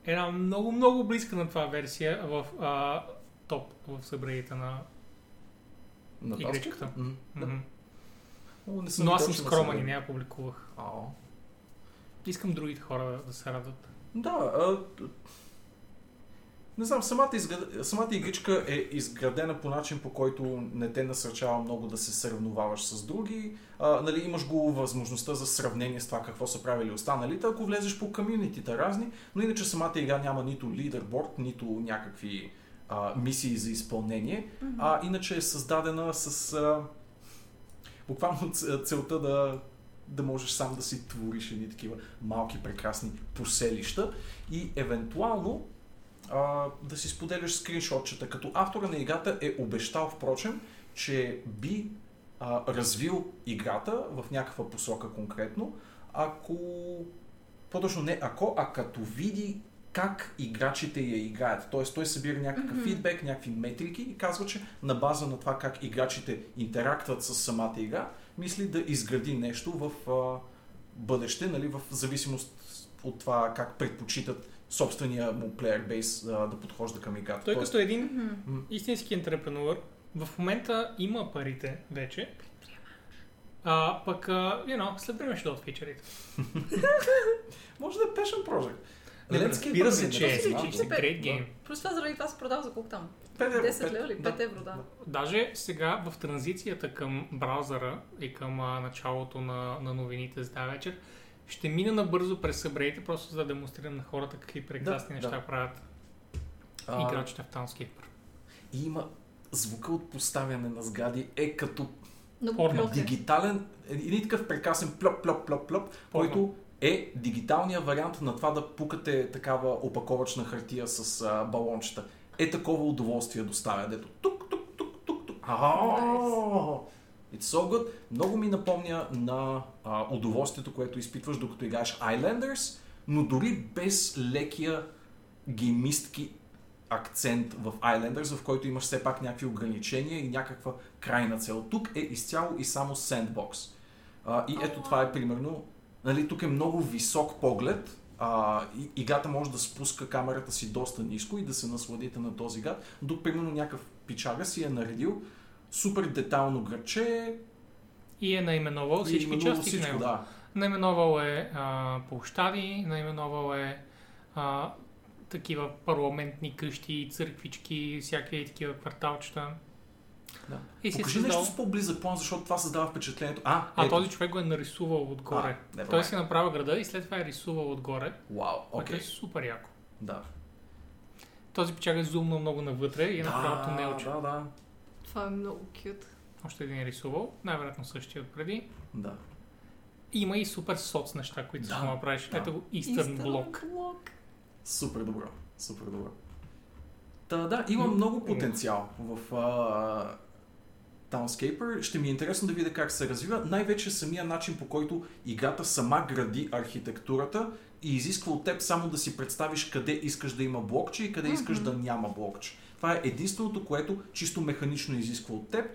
Speaker 3: една много, много близка на това версия в а, топ, в събрейта на
Speaker 2: На
Speaker 3: игричката.
Speaker 2: М, да.
Speaker 3: Мгм.
Speaker 2: О, не
Speaker 3: Но аз
Speaker 2: точно
Speaker 3: съм скромен и
Speaker 2: сигурен.
Speaker 3: не я публикувах.
Speaker 2: Ао.
Speaker 3: Искам другите хора да, да се радват.
Speaker 2: Да, а, т- не знам, самата, изград... самата игричка е изградена по начин, по който не те насърчава много да се съревноваваш с други. А, нали, имаш го възможността за сравнение с това какво са правили останалите, ако влезеш по комюнитите разни, но иначе самата игра няма нито лидерборд, нито някакви а, мисии за изпълнение, а иначе е създадена с а, буквално ц- целта да, да можеш сам да си твориш едни такива малки прекрасни поселища и евентуално а, да си споделяш скриншотчета. Като автора на играта е обещал, впрочем, че би а, развил играта в някаква посока конкретно, ако... По-точно не ако, а като види как играчите я играят. Тоест той събира някакъв
Speaker 1: Мгм.
Speaker 2: фидбек, някакви метрики и казва, че на база на това как играчите интерактват с самата игра, мисли да изгради нещо в а, бъдеще, нали, в зависимост от това как предпочитат собствения му плеер бейс а, да подхожда към играта.
Speaker 3: Той е
Speaker 2: Тоест,
Speaker 3: като един
Speaker 1: Мгм.
Speaker 3: истински ентрепренуър, в момента има парите вече. А, пък, а, you know, след време ще дойдат фичерите.
Speaker 2: Може да е пешен прожект.
Speaker 3: Разбира се, че е.
Speaker 1: да, да,
Speaker 3: It's a
Speaker 1: да.
Speaker 3: great game.
Speaker 1: Просто това заради това се продава за колко там?
Speaker 2: 5
Speaker 1: 10 лева ли? 5 нали, евро,
Speaker 2: да.
Speaker 1: да.
Speaker 3: Даже сега в транзицията към браузъра и към а, началото на, на новините за тази вечер, ще мина набързо през събреите, просто за да демонстрирам на хората какви прекрасни
Speaker 2: Да,
Speaker 3: неща
Speaker 2: да.
Speaker 3: правят
Speaker 2: А,
Speaker 3: играчите в Townscaper.
Speaker 2: И има звука от поставяне на сгради е като
Speaker 1: Много е.
Speaker 3: Порно.
Speaker 1: плотен.
Speaker 2: Е, дигитален, един такъв прекрасен плоп, плоп, плоп, плоп, който е дигиталният вариант на това да пукате такава опаковачна хартия с а, балончета. Е такова удоволствие доставя, дето тук, тук, тук, тук, тук. Nice. It's so good. Много ми напомня на а, удоволствието, което изпитваш докато играеш Islanders, но дори без лекия геймистки акцент в Islanders, в който имаш все пак някакви ограничения и някаква крайна цел. Тук е изцяло и само сендбокс. А, и ето това е примерно, нали, тук е много висок поглед, а, и, играта може да спуска камерата си доста ниско и да се насладите на този град, докато примерно някакъв пичага си е наредил супер детайлно градче,
Speaker 3: И е наименовал
Speaker 2: и
Speaker 3: всички
Speaker 2: именувал
Speaker 3: части в него.
Speaker 2: да.
Speaker 3: Наименовал е а, площади, наименовал е а, такива парламентни къщи, църквички, всякакви такива кварталчета.
Speaker 2: Да.
Speaker 3: И си е
Speaker 2: Покажи
Speaker 3: създал...
Speaker 2: нещо с по-близък план, защото това създава впечатлението. А,
Speaker 3: А
Speaker 2: ето.
Speaker 3: този човек го е нарисувал отгоре.
Speaker 2: А, never
Speaker 3: Той
Speaker 2: mind.
Speaker 3: си е направил града и след това е рисувал отгоре.
Speaker 2: Вау,
Speaker 3: Което
Speaker 2: окей.
Speaker 3: е супер яко.
Speaker 2: Да.
Speaker 3: Този печага е зумнал много навътре и е направил тунелче.
Speaker 2: да, да,
Speaker 1: Това е много кют.
Speaker 3: Още един е рисувал, най-вероятно същия от преди.
Speaker 2: да.
Speaker 3: Има и супер соц неща, които
Speaker 2: Да,
Speaker 3: да, да правиш.
Speaker 2: да.
Speaker 3: Ето го Eastern Block.
Speaker 1: блок.
Speaker 2: Супер добро. Супер добро. е. Та, да, има
Speaker 3: М,
Speaker 2: много
Speaker 3: м.
Speaker 2: потенциал в а, Townscaper. Ще ми е интересно да видя как се развива. Най-вече самия начин по който играта сама гради архитектурата и изисква от теб само да си представиш къде искаш да има блокче и къде искаш да няма блокче. Това е единственото, което чисто механично изисква от теб.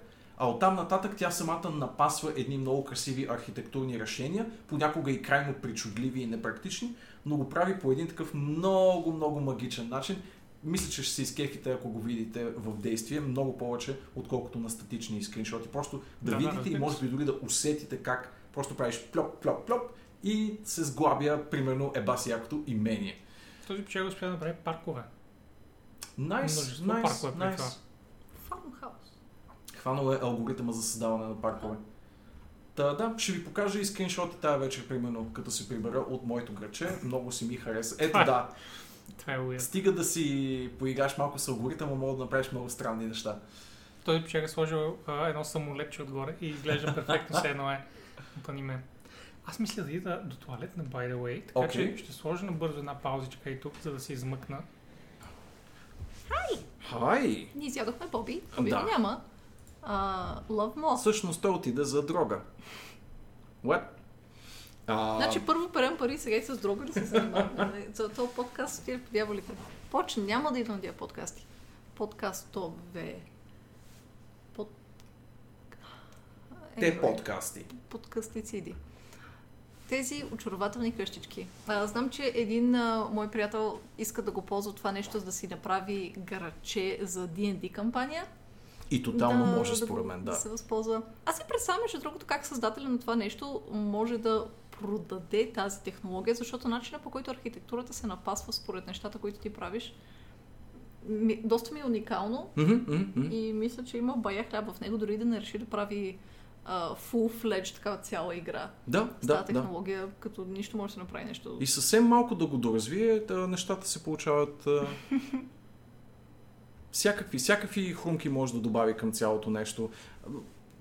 Speaker 2: А оттам нататък тя самата напасва едни много красиви архитектурни решения, понякога и крайно причудливи и непрактични, но го прави по един такъв много, много магичен начин. Мисля, че ще се изкефите, ако го видите в действие, много повече, отколкото на статични скриншоти. Просто да,
Speaker 3: Да, да,
Speaker 2: видите и
Speaker 3: разбира се.
Speaker 2: може би дори да усетите как просто правиш плоп, плоп, плоп и се сглабя, примерно, еба си якото имение.
Speaker 3: Този печага успя да направи паркове.
Speaker 2: Найс,
Speaker 3: Множество
Speaker 2: найс,
Speaker 3: паркове при това.
Speaker 2: найс.
Speaker 1: Фармхаус.
Speaker 2: Хванал е алгоритъма за създаване на паркове. Та, да, ще ви покажа и скриншоти тая вечер, примерно, като се прибера от моето граче. Много си ми хареса. Ето
Speaker 3: Ха.
Speaker 2: да,
Speaker 3: Това е weird.
Speaker 2: стига да си поиграш малко с алгоритъма, мога да направиш много странни неща.
Speaker 3: Този печага е сложил а, едно самолетче отгоре и изглежда перфектно, все едно е от аниме. Аз мисля да ида до туалетна, by the way, така
Speaker 2: Окей.
Speaker 3: че ще сложа набързо една паузичка и тук, за да се измъкна.
Speaker 2: Хай!
Speaker 1: Ние изядохме Боби, Боби
Speaker 2: Да.
Speaker 1: да. няма. А, Love Moss.
Speaker 2: Всъщност той отида за дрога. What? А,
Speaker 1: Значи първо перем пари, сега и с друга да се занимаваме. Нали, За този подкаст ще подявалите. Почне, няма да идвам на тия подкасти. Подкастове. Под... е,
Speaker 2: те подкасти.
Speaker 1: Подкастици иди. Тези очарователни къщички. А, знам, че един а, мой приятел иска да го ползва това нещо, за да си направи гараче за D&D кампания.
Speaker 2: И тотално
Speaker 1: Да,
Speaker 2: може,
Speaker 1: да
Speaker 2: според
Speaker 1: го-
Speaker 2: мен,
Speaker 1: Да
Speaker 2: да.
Speaker 1: се възползва. Аз си представям, между другото, как създателя на това нещо може да продаде тази технология, защото начинът по който архитектурата се напасва според нещата, които ти правиш, ми, доста ми е уникално
Speaker 2: Мгм, мгм, мгм.
Speaker 1: и мисля, че има бая хляб в него, дори да не реши да прави а, full-fledged такава цяла игра
Speaker 2: Да,
Speaker 1: с
Speaker 2: да,
Speaker 1: тази
Speaker 2: да.
Speaker 1: технология, като нищо може да се направи нещо.
Speaker 2: И съвсем малко да го доразвие, да, нещата се получават... А... всякакви, всякакви хрумки може да добави към цялото нещо.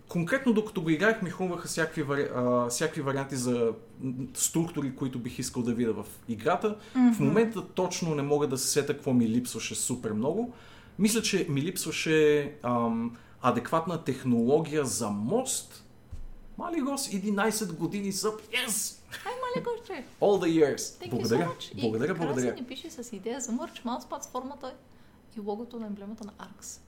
Speaker 2: Конкретно докато го играех ми хрумваха всякакви, вари... а, всякакви варианти за м, структури, които бих искал да видя в играта.
Speaker 1: Мгм.
Speaker 2: В момента точно не мога да се сета какво ми липсваше супер много. Мисля, че ми липсваше ам, адекватна технология за мост. Мали гос, 11 години са. Yes!
Speaker 1: Мале горче!
Speaker 2: All the years!
Speaker 1: Thank
Speaker 2: благодаря,
Speaker 1: you so much.
Speaker 2: благодаря,
Speaker 1: и
Speaker 2: благодаря.
Speaker 1: Краси ни пише с идея за мърч, маунспад с формата и логото на емблемата на Аркс.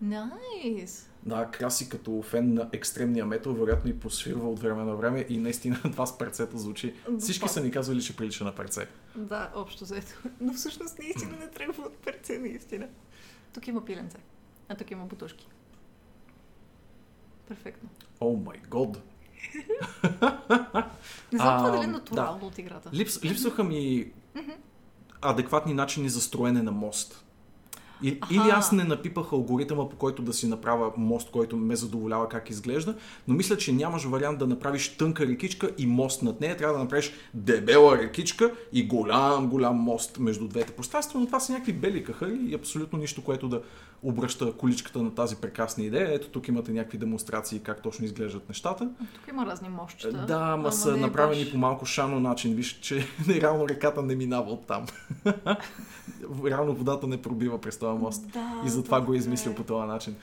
Speaker 1: Найс!
Speaker 2: Да, Краси като фен на екстремния метал, вероятно и посвирва от време на време и наистина това с парцето звучи. Всички са ни казвали, че прилича на парце.
Speaker 1: Да, общо заето. Но всъщност наистина не трябва от перце, наистина. Тук има пиленце, а тук има бутушки. Перфектно.
Speaker 2: О май год!
Speaker 1: Не знам това
Speaker 2: Ам,
Speaker 1: дали е натурално от играта.
Speaker 2: Липс, липсваха ми адекватни начини за строене на мост. И, или
Speaker 1: Аха.
Speaker 2: аз не напипах алгоритъма, по който да си направя мост, който ме задоволява как изглежда, но мисля, че нямаш вариант да направиш тънка рекичка и мост над нея. Трябва да направиш дебела рекичка и голям-голям мост между двете пространства, но това са някакви бели кахари и абсолютно нищо, което да обръща количката на тази прекрасна идея. Ето тук имате някакви демонстрации как точно изглеждат нещата.
Speaker 1: Тук има разни мощчета.
Speaker 2: Да, ама са
Speaker 1: не е
Speaker 2: направени
Speaker 1: баш-
Speaker 2: по малко шано начин. Виж, че реално реката не минава от там. реално водата не пробива през този мост.
Speaker 1: Да,
Speaker 2: И затова го е
Speaker 1: добре.
Speaker 2: измислил по този начин.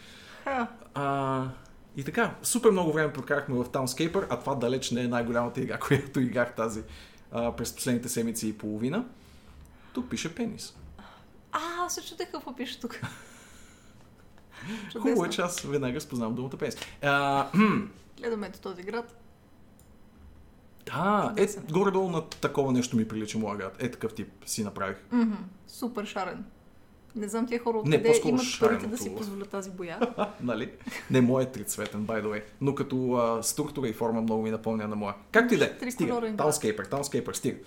Speaker 1: Ха.
Speaker 2: А, и така, супер много време прокарахме в Townscaper, а това далеч не е най-голямата игра, която играх тази а, през последните седмици и половина. Тук пише пенис.
Speaker 1: А, аз се чудех какво пише тук.
Speaker 2: Хубаво е,
Speaker 1: Чудесно.
Speaker 2: че аз веднага спознавам думата пенис. А, хм,
Speaker 1: Гледаме ето този град.
Speaker 2: да, е,
Speaker 1: Чудесен е.
Speaker 2: горе-долу на такова нещо ми прилича моя град. Е такъв тип си направих.
Speaker 1: Мгм, Супер шарен. Не знам тия хора
Speaker 2: Не,
Speaker 1: откъде
Speaker 2: по-скоро
Speaker 1: имат парите да
Speaker 2: шареното.
Speaker 1: си позволят тази боя.
Speaker 2: нали? Не моят трицветен, by the way. Но като а, структура и форма много ми напомня на моя. Както и да е. Стига.
Speaker 1: Триколорен, да.
Speaker 2: Townscaper, Townscaper, стига.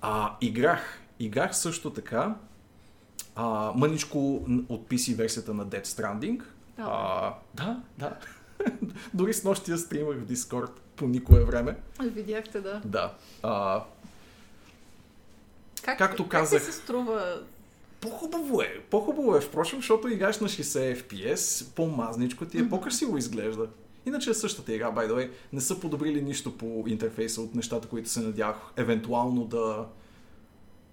Speaker 2: А, играх. Играх също така а, мъничко н- отписи версията на Dead Stranding.
Speaker 1: Да,
Speaker 2: а, да, да. Дори с нощи я стримах в Discord по никое време.
Speaker 1: Видяхте, да.
Speaker 2: Да. А,
Speaker 1: Как,
Speaker 2: Както
Speaker 1: как
Speaker 2: казах.
Speaker 1: ти се струва?
Speaker 2: По-хубаво е. По-хубаво е, впрочем, защото играеш на 60 FPS, по-мазничко ти е,
Speaker 1: Мгм.
Speaker 2: по-красиво изглежда. Иначе е същата игра, by the way. Не са подобрили нищо по интерфейса от нещата, които се надявах евентуално да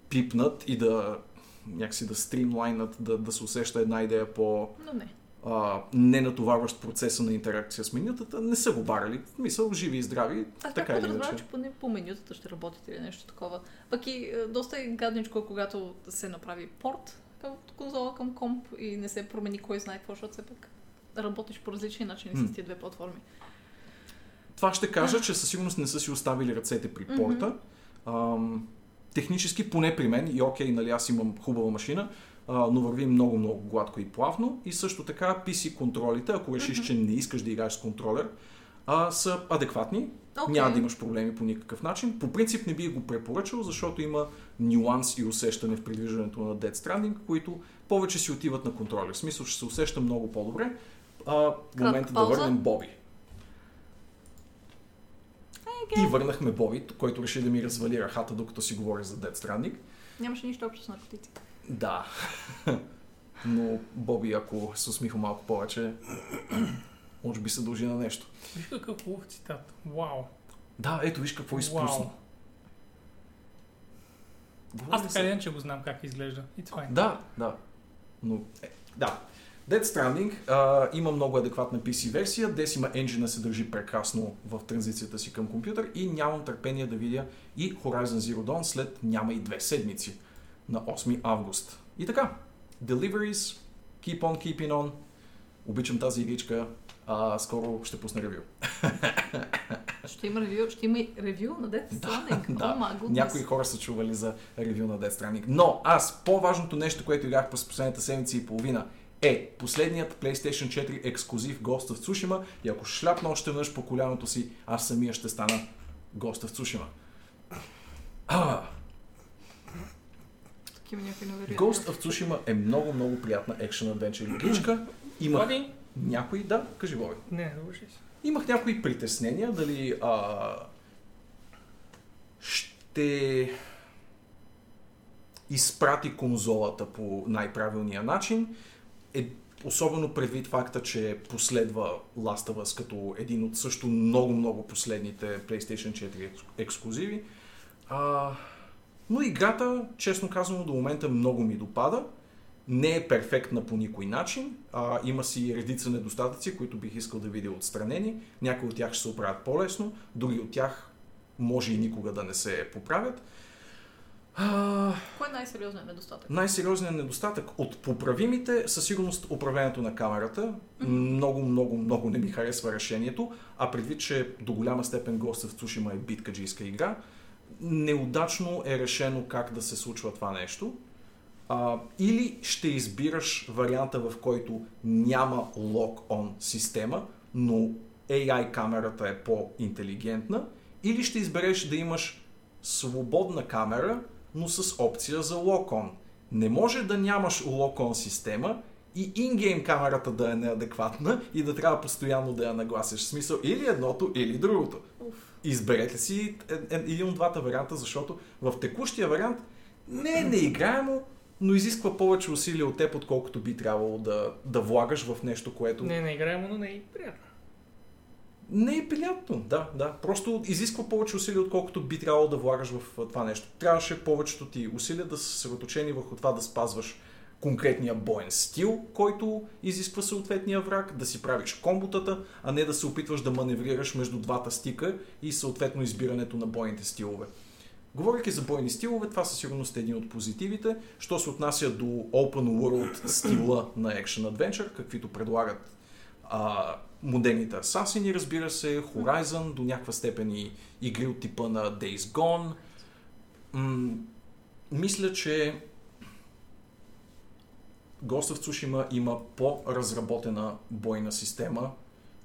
Speaker 2: пипнат и да някакси да стримлайнат, да, да се усеща една идея по
Speaker 1: Но не.
Speaker 2: а, ненатоварващ процеса на интеракция с менютата. Не са го барали. В Мисъл, живи и здрави.
Speaker 1: Аз така
Speaker 2: така или иначе.
Speaker 1: подразбирам, че поне по менютата ще работите или нещо такова. Пък и е, доста е гадничко, когато се направи порт към конзола към комп и не се промени кой знае какво, защото все пак работиш по различни начини
Speaker 2: М.
Speaker 1: с тия две платформи.
Speaker 2: Това ще кажа, че със сигурност не са си оставили ръцете при порта. Ам, технически, поне при мен, и окей, нали, аз имам хубава машина, а, но върви много, много гладко и плавно. И също така, PC контролите, ако решиш, че не искаш да играеш с контролер, а, са адекватни. Okay.
Speaker 1: Окей.
Speaker 2: Няма да имаш проблеми по никакъв начин. По принцип не би го препоръчал, защото има нюанс и усещане в придвижването на Dead Stranding, които повече си отиват на контролер. В смисъл ще се усеща много по-добре. А, в момента да
Speaker 1: пауза.
Speaker 2: върнем Боби. И върнахме Боби, който реши да ми развали рахата, докато си говори за Dead Stranding.
Speaker 1: Нямаше нищо общо с наркотици.
Speaker 2: Да. Но Боби, ако се усмиха малко повече, може би се дължи на нещо.
Speaker 3: Виж какъв хубав цитат. Вау.
Speaker 2: Да, ето виж какво е изпусна.
Speaker 3: Вау. Аз така или иначе го знам как изглежда. е. It's fine.
Speaker 2: Да, да. Но, е, да. Dead Stranding а, има много адекватна PC версия. Decima Engine се държи прекрасно в транзицията си към компютър и нямам търпение да видя и Horizon Zero Dawn след няма и две седмици на 8 август. И така, Deliveries, Keep on Keeping on. Обичам тази игричка. А, скоро ще пусна ревю.
Speaker 1: Ще има ревю, ще има и ревю на Death Stranding.
Speaker 2: да.
Speaker 1: О, ма, goodness.
Speaker 2: Някои хора са чували за ревю на Death Stranding. Но аз, по-важното нещо, което играх през последната седмица и половина, е последният PlayStation 4 ексклюзив Ghost of Tsushima и ако шляпна още веднъж по коляното си, аз самия ще стана Ghost of Tsushima. А,
Speaker 1: Такива някои невероятни.
Speaker 2: Ghost of Tsushima е много, много приятна екшен adventure игричка. Имах
Speaker 3: Влади?
Speaker 2: някои, да, кажи Боби.
Speaker 3: Не, завърши се.
Speaker 2: Имах някои притеснения, дали а, ще изпрати конзолата по най-правилния начин. Е, особено предвид факта, че последва Last of Us като един от също много-много последните PlayStation 4 екск- ексклюзиви. А, но играта, честно казано, до момента много ми допада. Не е перфектна по никой начин. А, има си редица недостатъци, които бих искал да видя отстранени. Някои от тях ще се оправят по-лесно, други от тях може и никога да не се поправят. А,
Speaker 1: Кой е най-сериозният недостатък?
Speaker 2: най-сериозният недостатък от поправимите със сигурност управлението на камерата. Много, много, много не ми харесва решението, а предвид, че до голяма степен Ghost of Tsushima е биткаджийска игра, неудачно е решено как да се случва това нещо. А, или ще избираш варианта, в който няма лок-он система, но AI камерата е по-интелигентна, или ще избереш да имаш свободна камера, но с опция за лок-он. Не може да нямаш лок-он система и ингейм камерата да е неадекватна и да трябва постоянно да я нагласиш. В смисъл или едното, или другото.
Speaker 1: Уф.
Speaker 2: Изберете си е- е- един от двата варианта, защото в текущия вариант не е неиграемо, но изисква повече усилия от теб, отколкото би трябвало да, да влагаш в нещо, което
Speaker 3: Не, не играем, но не е и приятно.
Speaker 2: не е приятно, да, да. Просто изисква повече усилия, отколкото би трябвало да влагаш в а, това нещо. Трябваше повечето ти усилия да са съсредоточени върху това да спазваш конкретния боен стил, който изисква съответния враг, да си правиш комботата, а не да се опитваш да маневрираш между двата стика и съответно избирането на бойните стилове. Говорейки за бойни стилове, това със сигурност е един от позитивите. Що се отнася до Open World стила на Action Adventure, каквито предлагат а, модерните Асасини, разбира се, Horizon, до някаква степен и игри от типа на Days Gone. М- мисля, че Ghost of Tsushima има по-разработена бойна система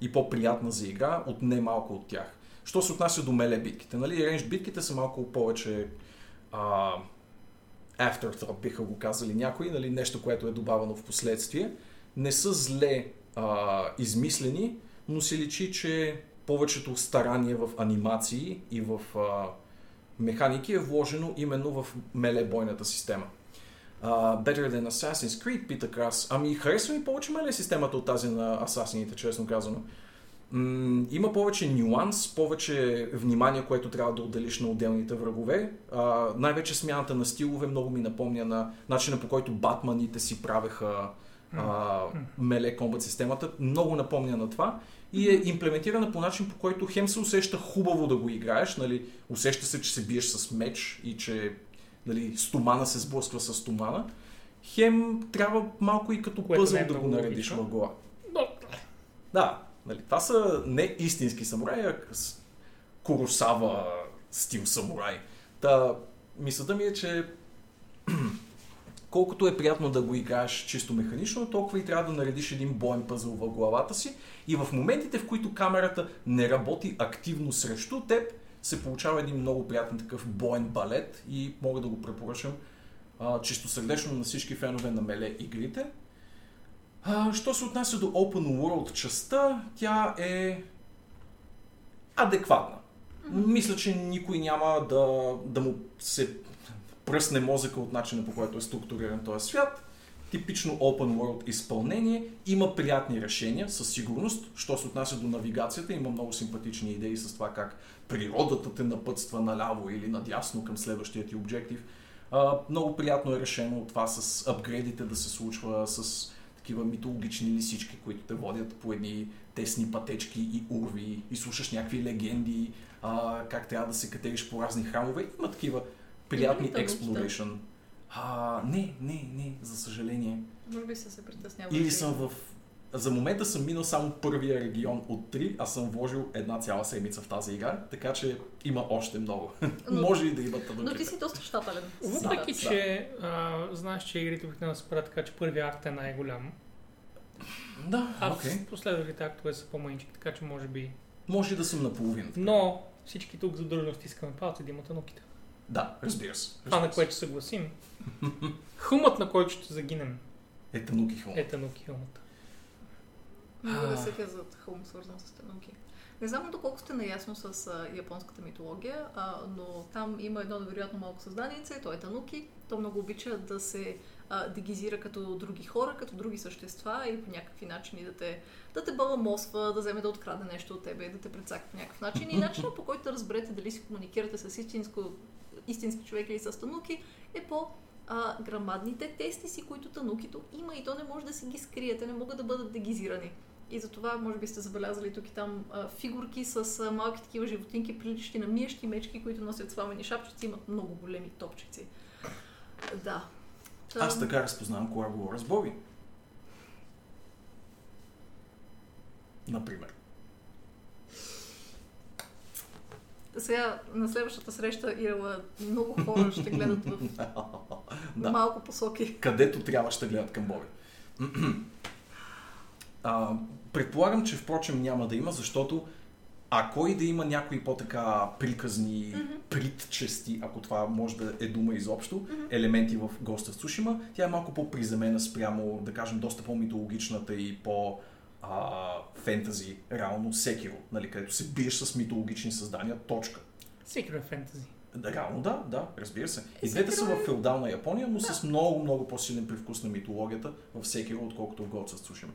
Speaker 2: и по-приятна за игра от немалко от тях. Що се отнася до меле битките? Нали? Рейндж битките са малко повече а, afterthought, биха го казали някои, нали? нещо, което е добавено в последствие. Не са зле а, измислени, но се личи, че повечето старание в анимации и в а, механики е вложено именно в меле бойната система. Uh, Better Than Assassin's Creed, питах аз. Ами, харесва ми повече меле системата от тази на Асасините, честно казано. М, има повече нюанс, повече внимание, което трябва да отделиш на отделните врагове. А, най-вече смяната на стилове много ми напомня на начина по който батманите си правеха а, меле комбат системата. Много напомня на това и е имплементирана по начин, по който хем се усеща хубаво да го играеш, нали? усеща се, че се биеш с меч и че нали, стомана се сблъсква с стомана. Хем трябва малко и като
Speaker 3: Което
Speaker 2: пъзъл
Speaker 3: не е
Speaker 2: да го
Speaker 3: много
Speaker 2: наредиш
Speaker 3: логично.
Speaker 2: в глава. Да, нали, това са не истински самураи, а с- Куросава стил самурай. Та, мисълта ми е, че колкото е приятно да го играеш чисто механично, толкова и трябва да наредиш един боен пъзъл в главата си. И в моментите, в които камерата не работи активно срещу теб, се получава един много приятен такъв боен балет и мога да го препоръчам а, чистосърдечно на всички фенове на меле игрите. А, що се отнася до Open World частта, тя е адекватна. Мисля, че никой няма да, да му се пръсне мозъка от начина по който е структуриран този свят. Типично open world изпълнение, има приятни решения със сигурност, що се отнася до навигацията, има много симпатични идеи с това как природата те напътства наляво или надясно към следващия ти обжектив. А, много приятно е решено това с апгрейдите да се случва с такива митологични лисички, които те водят по едни тесни пътечки и урви и слушаш някакви легенди, а, как трябва да се катериш по разни храмове. Има такива приятни
Speaker 1: Има ли табличка?
Speaker 2: exploration. А, не, не, не, за съжаление.
Speaker 1: Може би се се притеснявал.
Speaker 2: Или съм в... За момента съм минал само първия регион от 3, а съм вложил една цяла седмица в тази игра, така че има още много.
Speaker 1: Но-
Speaker 2: Може и да има тъдъките.
Speaker 1: Но ти си доста щателен.
Speaker 3: Въпреки,
Speaker 1: Да.
Speaker 3: че а, знаеш, че игрите обикновено се правят така, че първият акт е най-голям, а
Speaker 2: Да, окей.
Speaker 3: okay. последвалите актове са по-манички, така че може би...
Speaker 2: Може и да съм наполовина.
Speaker 3: Но всички тук задържано стискаме палци да имат ноките.
Speaker 2: Да, разбира се.
Speaker 3: Това, на
Speaker 2: разбира се.
Speaker 3: което ще съгласим. Хумът, на който ще загинем,
Speaker 2: Е Тануки Хълм.
Speaker 3: е тануки хумът.
Speaker 1: Мога
Speaker 2: А.
Speaker 1: да се кажа за хълм, свързан с тануки. Не знам доколко сте наясно с а, японската митология, а, но там има едно невероятно малко създаниеце, то е тануки. То много обича да се а, дегизира като други хора, като други същества и по някакви начини да те, да те баламосва, да вземе да откраде нещо от тебе, да те предсака по някакъв начин. И начинът по който да разберете дали си комуникирате с истинско, истински човек или с тануки е по а, грамадните тестиси, които танукито има и то не може да си ги скриете, не могат да бъдат дегизирани. И затова, може би сте забелязали тук и там а, фигурки с а, малки такива животинки, приличащи на миещи мечки, които носят сламени шапчици, имат много големи топчици. Да. Та-
Speaker 2: Аз така разпознавам кога говоря с Боби. Например.
Speaker 1: Сега на следващата среща Ирела много хора ще гледат в
Speaker 2: да.
Speaker 1: малко посоки.
Speaker 2: където трябва ще гледат към Боби. а, предполагам, че впрочем няма да има, защото ако и да има някои по-така приказни, mm-hmm. притчести, ако това може да е дума изобщо, mm-hmm. елементи в Госта в Сушима, тя е малко по-приземена спрямо, да кажем, доста по-митологичната и по- а, фентази, реално Секиро, нали, където се биеш с митологични създания, точка.
Speaker 3: Всеки е фентази.
Speaker 2: Да, реално да, да, разбира се. И
Speaker 1: Е,
Speaker 2: двете са
Speaker 1: Sekiro
Speaker 2: в
Speaker 1: е-
Speaker 2: феодална Япония, но с много, много по-силен привкус на митологията във всеки род, отколкото в Ghost of Tsushima.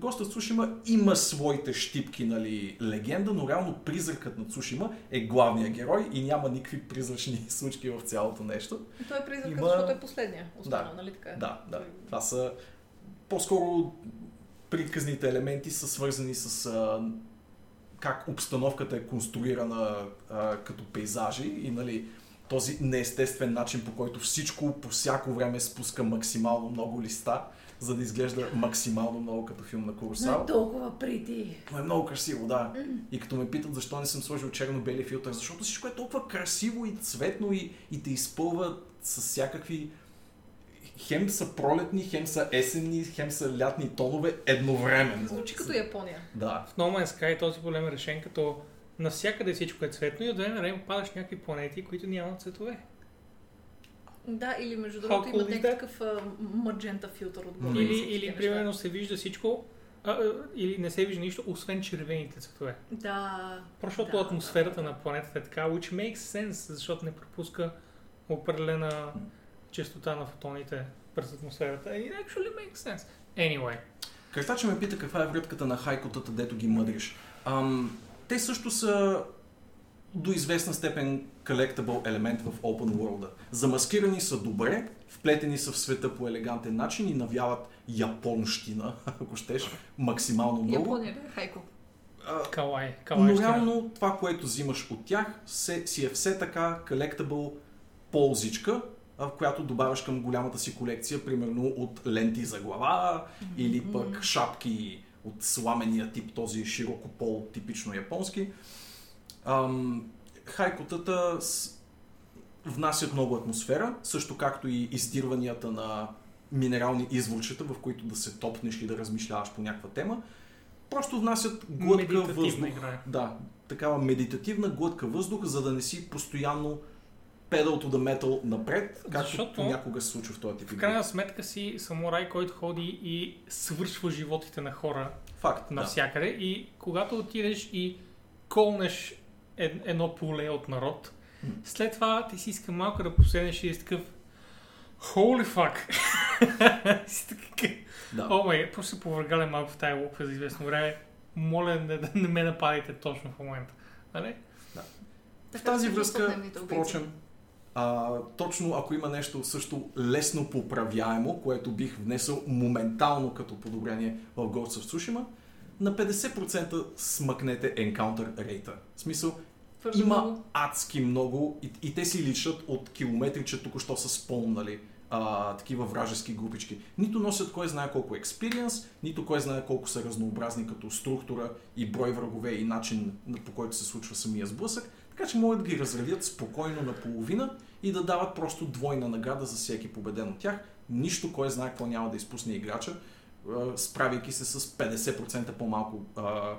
Speaker 2: Ghost of Tsushima има своите щипки, нали, легенда, но реално призракът на Цушима е главният герой и няма никакви призрачни случки в цялото нещо.
Speaker 1: И Той е призрак,
Speaker 2: Има-
Speaker 1: защото е последния. Останал,
Speaker 2: Да.
Speaker 1: нали така?
Speaker 2: Да, да.
Speaker 1: Той-
Speaker 2: Това са по-скоро приказните елементи са свързани с а, как обстановката е конструирана а, като пейзажи и нали, този неестествен начин, по който всичко по всяко време спуска максимално много листа, за да изглежда максимално много като филм на Курсал.
Speaker 1: Но е толкова прити.
Speaker 2: Но е много красиво, да. И като ме питат защо не съм сложил черно-бели филтър, защото всичко е толкова красиво и цветно и, и те изпълва с всякакви хем са пролетни, хем са есенни, хем са лятни тонове едновременно.
Speaker 1: Звучи като Япония.
Speaker 2: Да.
Speaker 3: В No Man's Sky този проблем е решен като навсякъде всичко е цветно и от време на време падаш някакви планети, които нямат цветове.
Speaker 1: Да, или между
Speaker 3: How
Speaker 1: другото
Speaker 3: cool
Speaker 1: имат
Speaker 3: is that?
Speaker 1: някакъв а, маджента филтър отгоре.
Speaker 2: Ами,
Speaker 1: за
Speaker 3: Или,
Speaker 1: всички
Speaker 3: или
Speaker 1: неща.
Speaker 3: примерно се вижда всичко, а, а, или не се вижда нищо, освен червените цветове.
Speaker 1: Да.
Speaker 3: Просто защото
Speaker 1: да,
Speaker 3: атмосферата
Speaker 1: да, да.
Speaker 3: на планетата е така, which makes sense, защото не пропуска определена частота на фотоните през атмосферата. And it actually makes sense. Anyway,
Speaker 2: Картача ме пита каква е врътката на хайкотата, дето ги мъдриш. Ам, те също са до известна степен collectible елемент в Open World. Замаскирани са добре, вплетени са в света по елегантен начин и навяват японщина, ако щеш, максимално много.
Speaker 1: Япония ли? е? Хайко.
Speaker 2: А,
Speaker 3: калай, калай
Speaker 2: но реално това, което взимаш от тях, се, си е все така collectible ползичка, а, в която добавяш към голямата си колекция, примерно от ленти за глава или пък шапки от сламения тип, този широко пол, типично японски. Ам, хайкотата с... внасят много атмосфера, също както и издирванията на минерални изворчета, в които да се топнеш и да размишляваш по някаква тема. Просто внасят глътка
Speaker 3: Медитативна
Speaker 2: въздух.
Speaker 3: игра.
Speaker 2: Да, такава медитативна глътка въздух, за да не си постоянно pedal to the metal напред, както
Speaker 3: Защото-
Speaker 2: понякога се случва в този тип
Speaker 3: В
Speaker 2: игри.
Speaker 3: крайна сметка си самурай, който ходи и свършва животите на хора
Speaker 2: Факт, да.
Speaker 3: навсякъде. И когато отидеш и колнеш ед, едно поле от народ, след това ти си иска малко да поседнеш и си такъв Holy fuck! си такъв.
Speaker 2: да.
Speaker 3: О, май, просто се повъргаля малко в тая лупа за известно време. Моля не, да не ме нападите точно в момента. Нали?
Speaker 2: В тази
Speaker 1: се чувстват
Speaker 2: връзка,
Speaker 1: дневните убийци.
Speaker 2: впрочем, а, точно ако има нещо също лесно поправяемо, което бих внесъл моментално като подобрение в Ghost of Tsushima, на 50% смъкнете Encounter Rate. В смисъл,
Speaker 1: Твърде
Speaker 2: има
Speaker 1: много.
Speaker 2: адски много и, и те си личат от километри, че току-що са спомнали а, такива вражески групички. Нито носят кой знае колко експириенс, нито кой знае колко са разнообразни като структура и брой врагове и начин на- по който се случва самия сблъсък, така че могат да ги разредят спокойно наполовина и да дават просто двойна награда за всеки победен от тях. Нищо кой знае какво няма да изпусне играча, а, справяйки се с 50% по-малко а,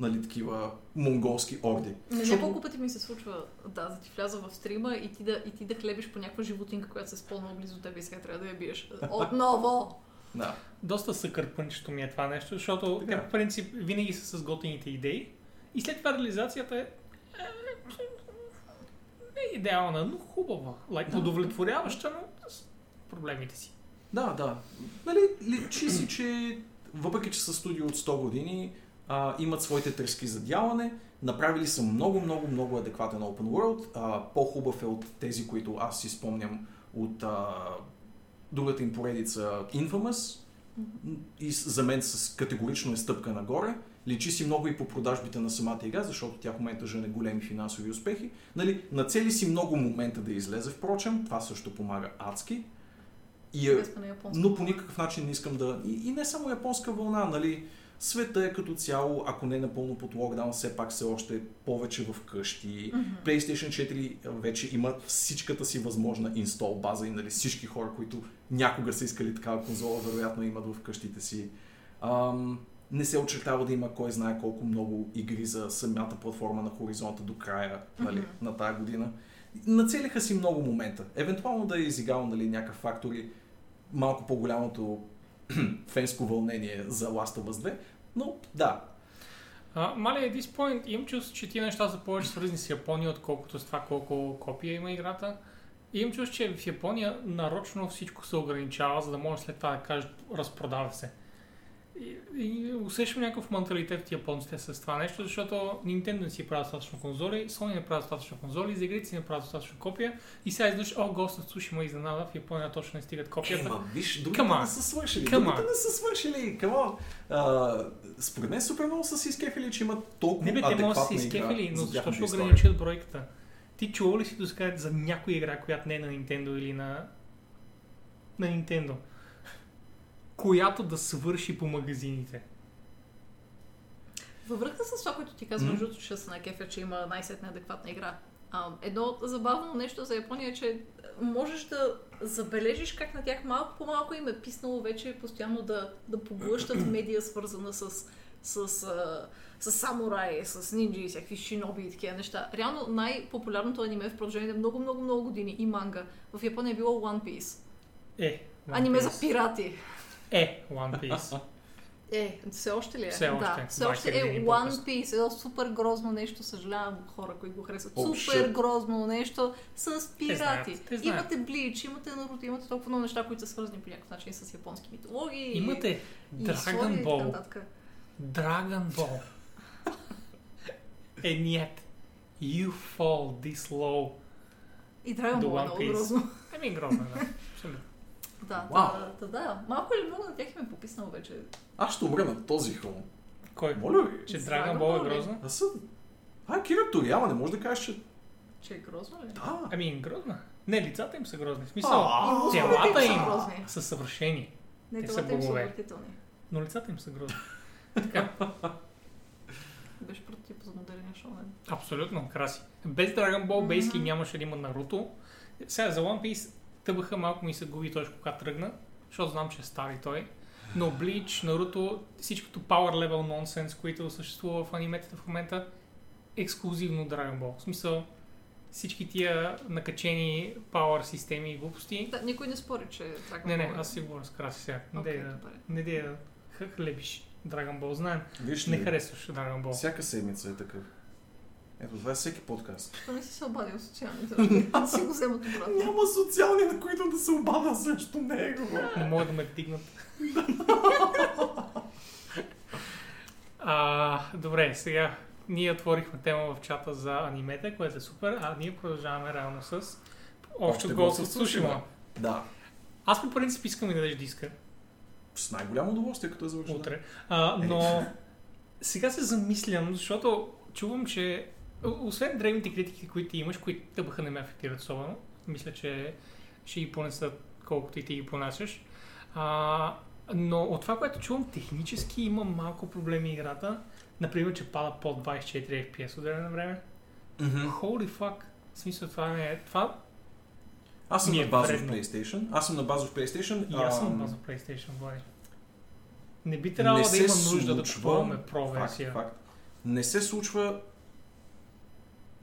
Speaker 2: нали, такива монголски орди.
Speaker 1: Не,
Speaker 2: Защото-
Speaker 1: Няколко пъти ми се случва да, да ти вляза в стрима и ти да, и ти да хлебиш по някаква животинка, която се спълна близо до теб и сега трябва да я биеш. Отново!
Speaker 2: Да.
Speaker 3: Доста съкърпънчето ми е това нещо, защото
Speaker 2: Така.
Speaker 3: те по принцип винаги са с готините идеи. И след това реализацията е... е, Не е идеална, но хубава. Like, удовлетворяваща, но с проблемите си.
Speaker 2: Да, да. Нали, личи си, че въпреки, че са студио от 100 години, а, имат своите трески за дялане, направили са много, много, много адекватен Open World. А, по-хубав е от тези, които аз си спомням от а, другата им поредица Infamous. И с- за мен с категорично е стъпка нагоре. Личи си много и по продажбите на самата игра, защото тя в момента жене големи финансови успехи. Нали, нацели си много момента да излезе, впрочем. Това също помага адски. И е
Speaker 1: Сега сме на японско.
Speaker 2: но по никакъв начин не искам да... И, и не само японска вълна, нали? Света е като цяло, ако не е напълно под локдаун, все пак все още е повече в къщи.
Speaker 1: Мгм.
Speaker 2: PlayStation 4 вече има всичката си възможна инстол база и нали, всички хора, които някога са искали такава конзола, вероятно имат в къщите си. Ам, не се очертава да има кой знае колко много игри за самата платформа на хоризонта до края нали,
Speaker 1: Мгм.
Speaker 2: на тази година. Нацелиха си много момента. Евентуално да е изиграл нали, някакъв фактор и малко по-голямото фенско вълнение за Last of Us 2, но да,
Speaker 3: А, мале, at this point имам чувство, че тия неща са повече свързани с Япония, отколкото с това колко копия има играта. И имам чувство, че в Япония нарочно всичко се ограничава, за да може след това да кажат разпродава се. И, и усещам някакъв менталитет от японците с това нещо, защото Nintendo не си правят достатъчно конзоли, Sony не правят достатъчно конзоли, за игрите си не правят достатъчно копия и сега издъж, о, Ghost of Tsushima изненада, в Япония точно не стигат копията.
Speaker 2: Ема, виж, другите
Speaker 3: Come on.
Speaker 2: не са свършили.
Speaker 3: Come
Speaker 2: Другите
Speaker 3: on.
Speaker 2: не са свършили. Камо. А, според мен супер много са си изкефили, че имат толкова
Speaker 3: Не бе, те
Speaker 2: адекватна
Speaker 3: може да си
Speaker 2: игра
Speaker 3: изкефили, но
Speaker 2: за
Speaker 3: защо ще
Speaker 2: тяхната история.
Speaker 3: ограничат бройката? Ти чувал ли си до сега за някоя игра, която не е на Nintendo или на... на Nintendo? Която да свърши по магазините.
Speaker 1: Във връзка с това, което ти казвам,
Speaker 2: Мгм.
Speaker 1: между другото, ще се накефя, че има най-сетна адекватна игра. А, едно забавно нещо за Япония е, че можеш да забележиш как на тях малко по малко им е писнало вече постоянно да, да поглъщат медия, свързана с, с, а, с самураи, с нинджи и всякакви шиноби и такива неща. Реално най-популярното аниме в продължение на много, много, много години и манга в Япония е било One Piece.
Speaker 3: Е, One
Speaker 1: аниме
Speaker 3: Piece.
Speaker 1: за пирати.
Speaker 3: Е, One Piece.
Speaker 1: Е, все още ли е?
Speaker 3: Все още.
Speaker 1: Да, все още
Speaker 3: Двадесет
Speaker 1: е
Speaker 3: години
Speaker 1: One
Speaker 3: по-късно.
Speaker 1: Piece. Едно супер грозно нещо, съжалявам хора, които го харесват.
Speaker 2: Oh,
Speaker 1: супер
Speaker 2: shit.
Speaker 1: грозно нещо с пирати.
Speaker 3: знаят, те знаят.
Speaker 1: имате Блич, имате Наруто, имате толкова много неща, които са свързани по някакъв начин с японски митологии.
Speaker 3: Имате
Speaker 1: и слои и
Speaker 3: Dragon
Speaker 1: така
Speaker 3: Ball.
Speaker 1: нататък.
Speaker 3: Dragon Ball. And yet, you fall this low.
Speaker 1: И Dragon
Speaker 3: До
Speaker 1: Ball е
Speaker 3: One
Speaker 1: много
Speaker 3: Piece.
Speaker 1: грозно.
Speaker 3: Ами, грозно, да. Абсолютно.
Speaker 1: Да,
Speaker 2: Вау.
Speaker 1: да, да, да. Малко или много на тях им е пописано вече.
Speaker 2: Аз ще умра на този хрон.
Speaker 3: Кой?
Speaker 2: Моля ви.
Speaker 3: Че
Speaker 1: Dragon
Speaker 3: Dragon Ball
Speaker 1: Ball
Speaker 3: е
Speaker 1: ли?
Speaker 3: грозно?
Speaker 2: Аз съм... А, Кира Торияма, не може да кажеш, че...
Speaker 1: Че е грозно ли?
Speaker 2: Да.
Speaker 3: Ами, грозна. Не, лицата им са грозни. В смисъл,
Speaker 2: А,
Speaker 1: мускулите
Speaker 3: телата
Speaker 1: им са
Speaker 3: им
Speaker 1: грозни.
Speaker 3: са съвършени,
Speaker 1: Не,
Speaker 3: Те са
Speaker 1: телата им са
Speaker 3: богове.
Speaker 1: отвратителни.
Speaker 3: но лицата им са грозни.
Speaker 1: Беше прототип за модерния шоумен.
Speaker 3: Абсолютно, краси. Без Dragon Ball,
Speaker 1: Мгм.
Speaker 3: Бейски нямаше да има Наруто, Сега за One Piece тъбаха малко ми се губи точно кога тръгна, защото знам, че е стар и той. Но Bleach, Naruto, всичкото power level нонсенс, които съществува в аниметата в момента, ексклюзивно Dragon Ball. В смисъл, всички тия накачени power системи и глупости.
Speaker 1: Да, никой не спори, че е Dragon
Speaker 3: Не, не,
Speaker 1: Ball.
Speaker 3: аз си говоря с краси сега. Не
Speaker 1: Окей,
Speaker 3: дей да,
Speaker 1: добре.
Speaker 3: не дей да х- хлебиш Dragon Ball. Знаем,
Speaker 2: Виж
Speaker 3: не
Speaker 2: ли,
Speaker 3: харесваш Dragon Ball.
Speaker 2: всяка седмица е такъв. Ето, това е всеки подкаст.
Speaker 1: Защо не си се обадил социалните мрежи? Да си го вземат обратно.
Speaker 2: Няма социални, на които да се обадя срещу него.
Speaker 3: Не могат да ме вдигнат. а, добре, сега ние отворихме тема в чата за анимета, което е супер, а ние продължаваме реално с
Speaker 2: Още
Speaker 3: общо
Speaker 2: Ghost
Speaker 3: Ghost
Speaker 2: of
Speaker 3: of
Speaker 2: Tsushima.
Speaker 3: Сушима.
Speaker 2: Да,
Speaker 3: Аз по принцип искам и да дадеш диска.
Speaker 2: с най-голямо удоволствие, като е завършено.
Speaker 3: утре. А,
Speaker 2: Е.
Speaker 3: но сега се замислям, защото чувам, че о- освен древните критики, които имаш, които тъбаха не ме афектират особено, мисля, че ще ги понесат колкото и ти ги понасяш. А, но от това, което чувам, технически има малко проблеми играта. Например, че пада под 24 FPS от време на време.
Speaker 2: Мгм.
Speaker 3: Holy fuck! В смисъл, това не е... Това
Speaker 2: Аз съм
Speaker 3: Ми е
Speaker 2: на базов
Speaker 3: вредно.
Speaker 2: PlayStation. Аз съм на базов PlayStation.
Speaker 3: и аз съм
Speaker 2: Ам,
Speaker 3: база PlayStation Boy. Не би трябвало
Speaker 2: не
Speaker 3: да
Speaker 2: се
Speaker 3: има нужда да
Speaker 2: случва.
Speaker 3: купуваме Pro
Speaker 2: Факт,
Speaker 3: версия.
Speaker 2: факт. Не се случва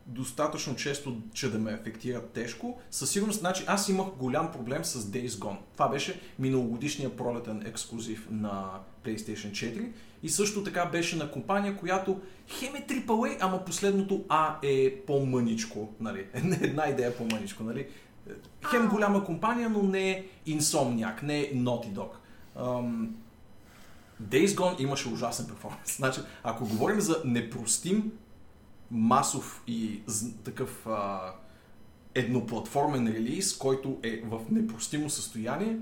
Speaker 2: достатъчно често, че да ме афектира тежко. Със сигурност, значи аз имах голям проблем с Days Gone. Това беше миналогодишния пролетен ексклюзив на PlayStation 4. И също така беше на компания, която хем е AAA, ама последното А е по-мъничко. Нали? Една идея е по-мъничко. Нали? Хем голяма компания, но не е Insomniac, не е Naughty Dog. Ам, Days Gone имаше ужасен перформанс. Значи, ако говорим за непростим, масов и з- такъв а, едноплатформен релиз, който е в непростимо състояние,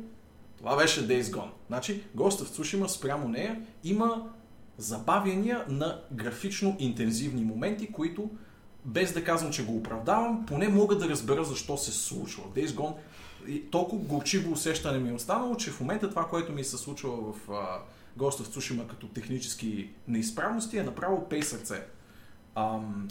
Speaker 2: това беше Days Gone. Значи, Ghost of Tsushima спрямо нея има забавяния на графично интензивни моменти, които без да казвам, че го оправдавам, поне мога да разбера защо се случва. Days Gone и толкова горчиво усещане ми е останало, че в момента това, което ми се случва в а, Ghost of Tsushima като технически неизправности е направо пей сърце. Ам,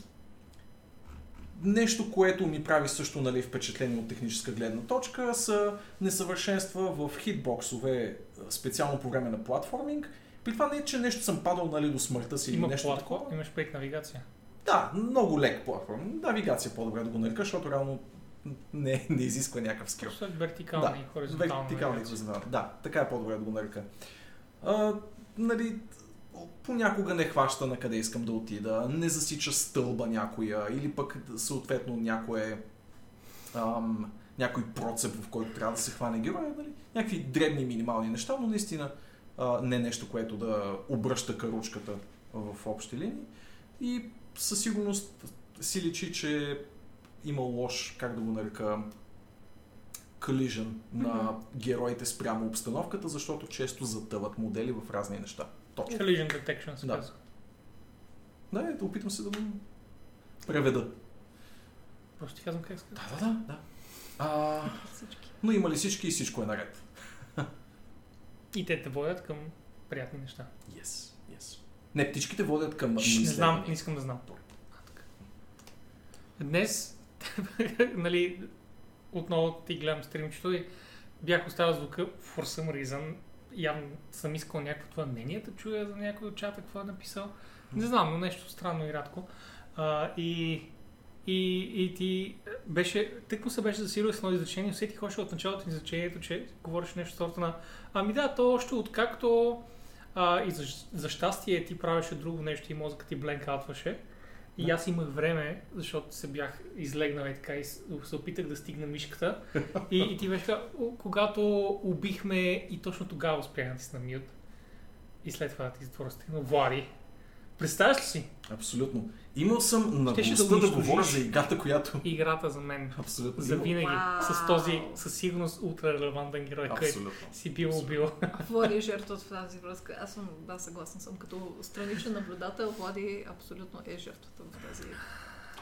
Speaker 2: нещо, което ми прави също нали, впечатление от техническа гледна точка са несъвършенства в хитбоксове, специално по време на платформинг. При това не е, че нещо съм падал нали, до смъртта си или
Speaker 3: Има
Speaker 2: нещо такова.
Speaker 3: платко, имаш пейт навигация.
Speaker 2: Да, много лек платформ. Навигация по-добре да го нарека, защото реално не, не изисква някакъв скил.
Speaker 3: Просто е вертикална и нали, хоризонтална.
Speaker 2: Вертикална и
Speaker 3: навигация.
Speaker 2: хоризонтална. Да, така е по-добре да го нарека. А, нали, понякога не хваща на къде искам да отида, не засича стълба някоя или пък съответно някое, ам, някой процеп, в който трябва да се хване героя. Нали? Някакви дребни минимални неща, но наистина а, не нещо, което да обръща каручката в общи линии. И със сигурност си личи, че има лош, как да го нарека, collision на героите спрямо обстановката, защото често затъват модели в разни неща. Точно.
Speaker 3: Collision Detection се
Speaker 2: Да.
Speaker 3: казва.
Speaker 2: Да, ето, опитам се да го преведа.
Speaker 3: Просто ти казвам как се казва.
Speaker 2: Да, да, да. да. А,
Speaker 1: Всички.
Speaker 2: но има ли всички и всичко е наред?
Speaker 3: И те те водят към приятни неща.
Speaker 2: Yes, yes. Не, птичките водят към
Speaker 3: Ш, не знам, не
Speaker 2: изследвания.
Speaker 3: искам да знам. А, така. Днес, нали, отново ти гледам стримчето и бях оставил звука for some reason. Явно съм искал някакво твое мнение да чуя за някой от чата, какво е написал. Не знам, но нещо странно и рядко. А, и, и, и ти беше, тък му се беше засилил с едно изречение, усетих още от началото на изречението, че говориш нещо от сорта на Ами да, то още откакто а, и за, за щастие ти правеше друго нещо и мозъкът ти бленкаутваше. И аз имах време, защото се бях излегнал и така и с- се опитах да стигна мишката. И, и ти беше така, «О, когато убихме и точно тогава успях да ти си на мют. И след това да ти затворя стигна. Влади, представяш ли си
Speaker 2: Абсолютно. Имал съм
Speaker 3: Щеше да
Speaker 2: наглостта да, да
Speaker 3: унищожиш.
Speaker 2: говоря за играта, която...
Speaker 3: играта за мен?
Speaker 2: Абсолютно.
Speaker 3: За
Speaker 2: имал.
Speaker 3: винаги.
Speaker 1: Вау.
Speaker 3: С този със сигурност ултра релевантен герой, който
Speaker 2: Абсолютно.
Speaker 3: си бил убил.
Speaker 1: Влади е жертва в тази връзка. Аз съм, да, съгласна съм. Като страничен наблюдател, Влади абсолютно е жертвата в тази.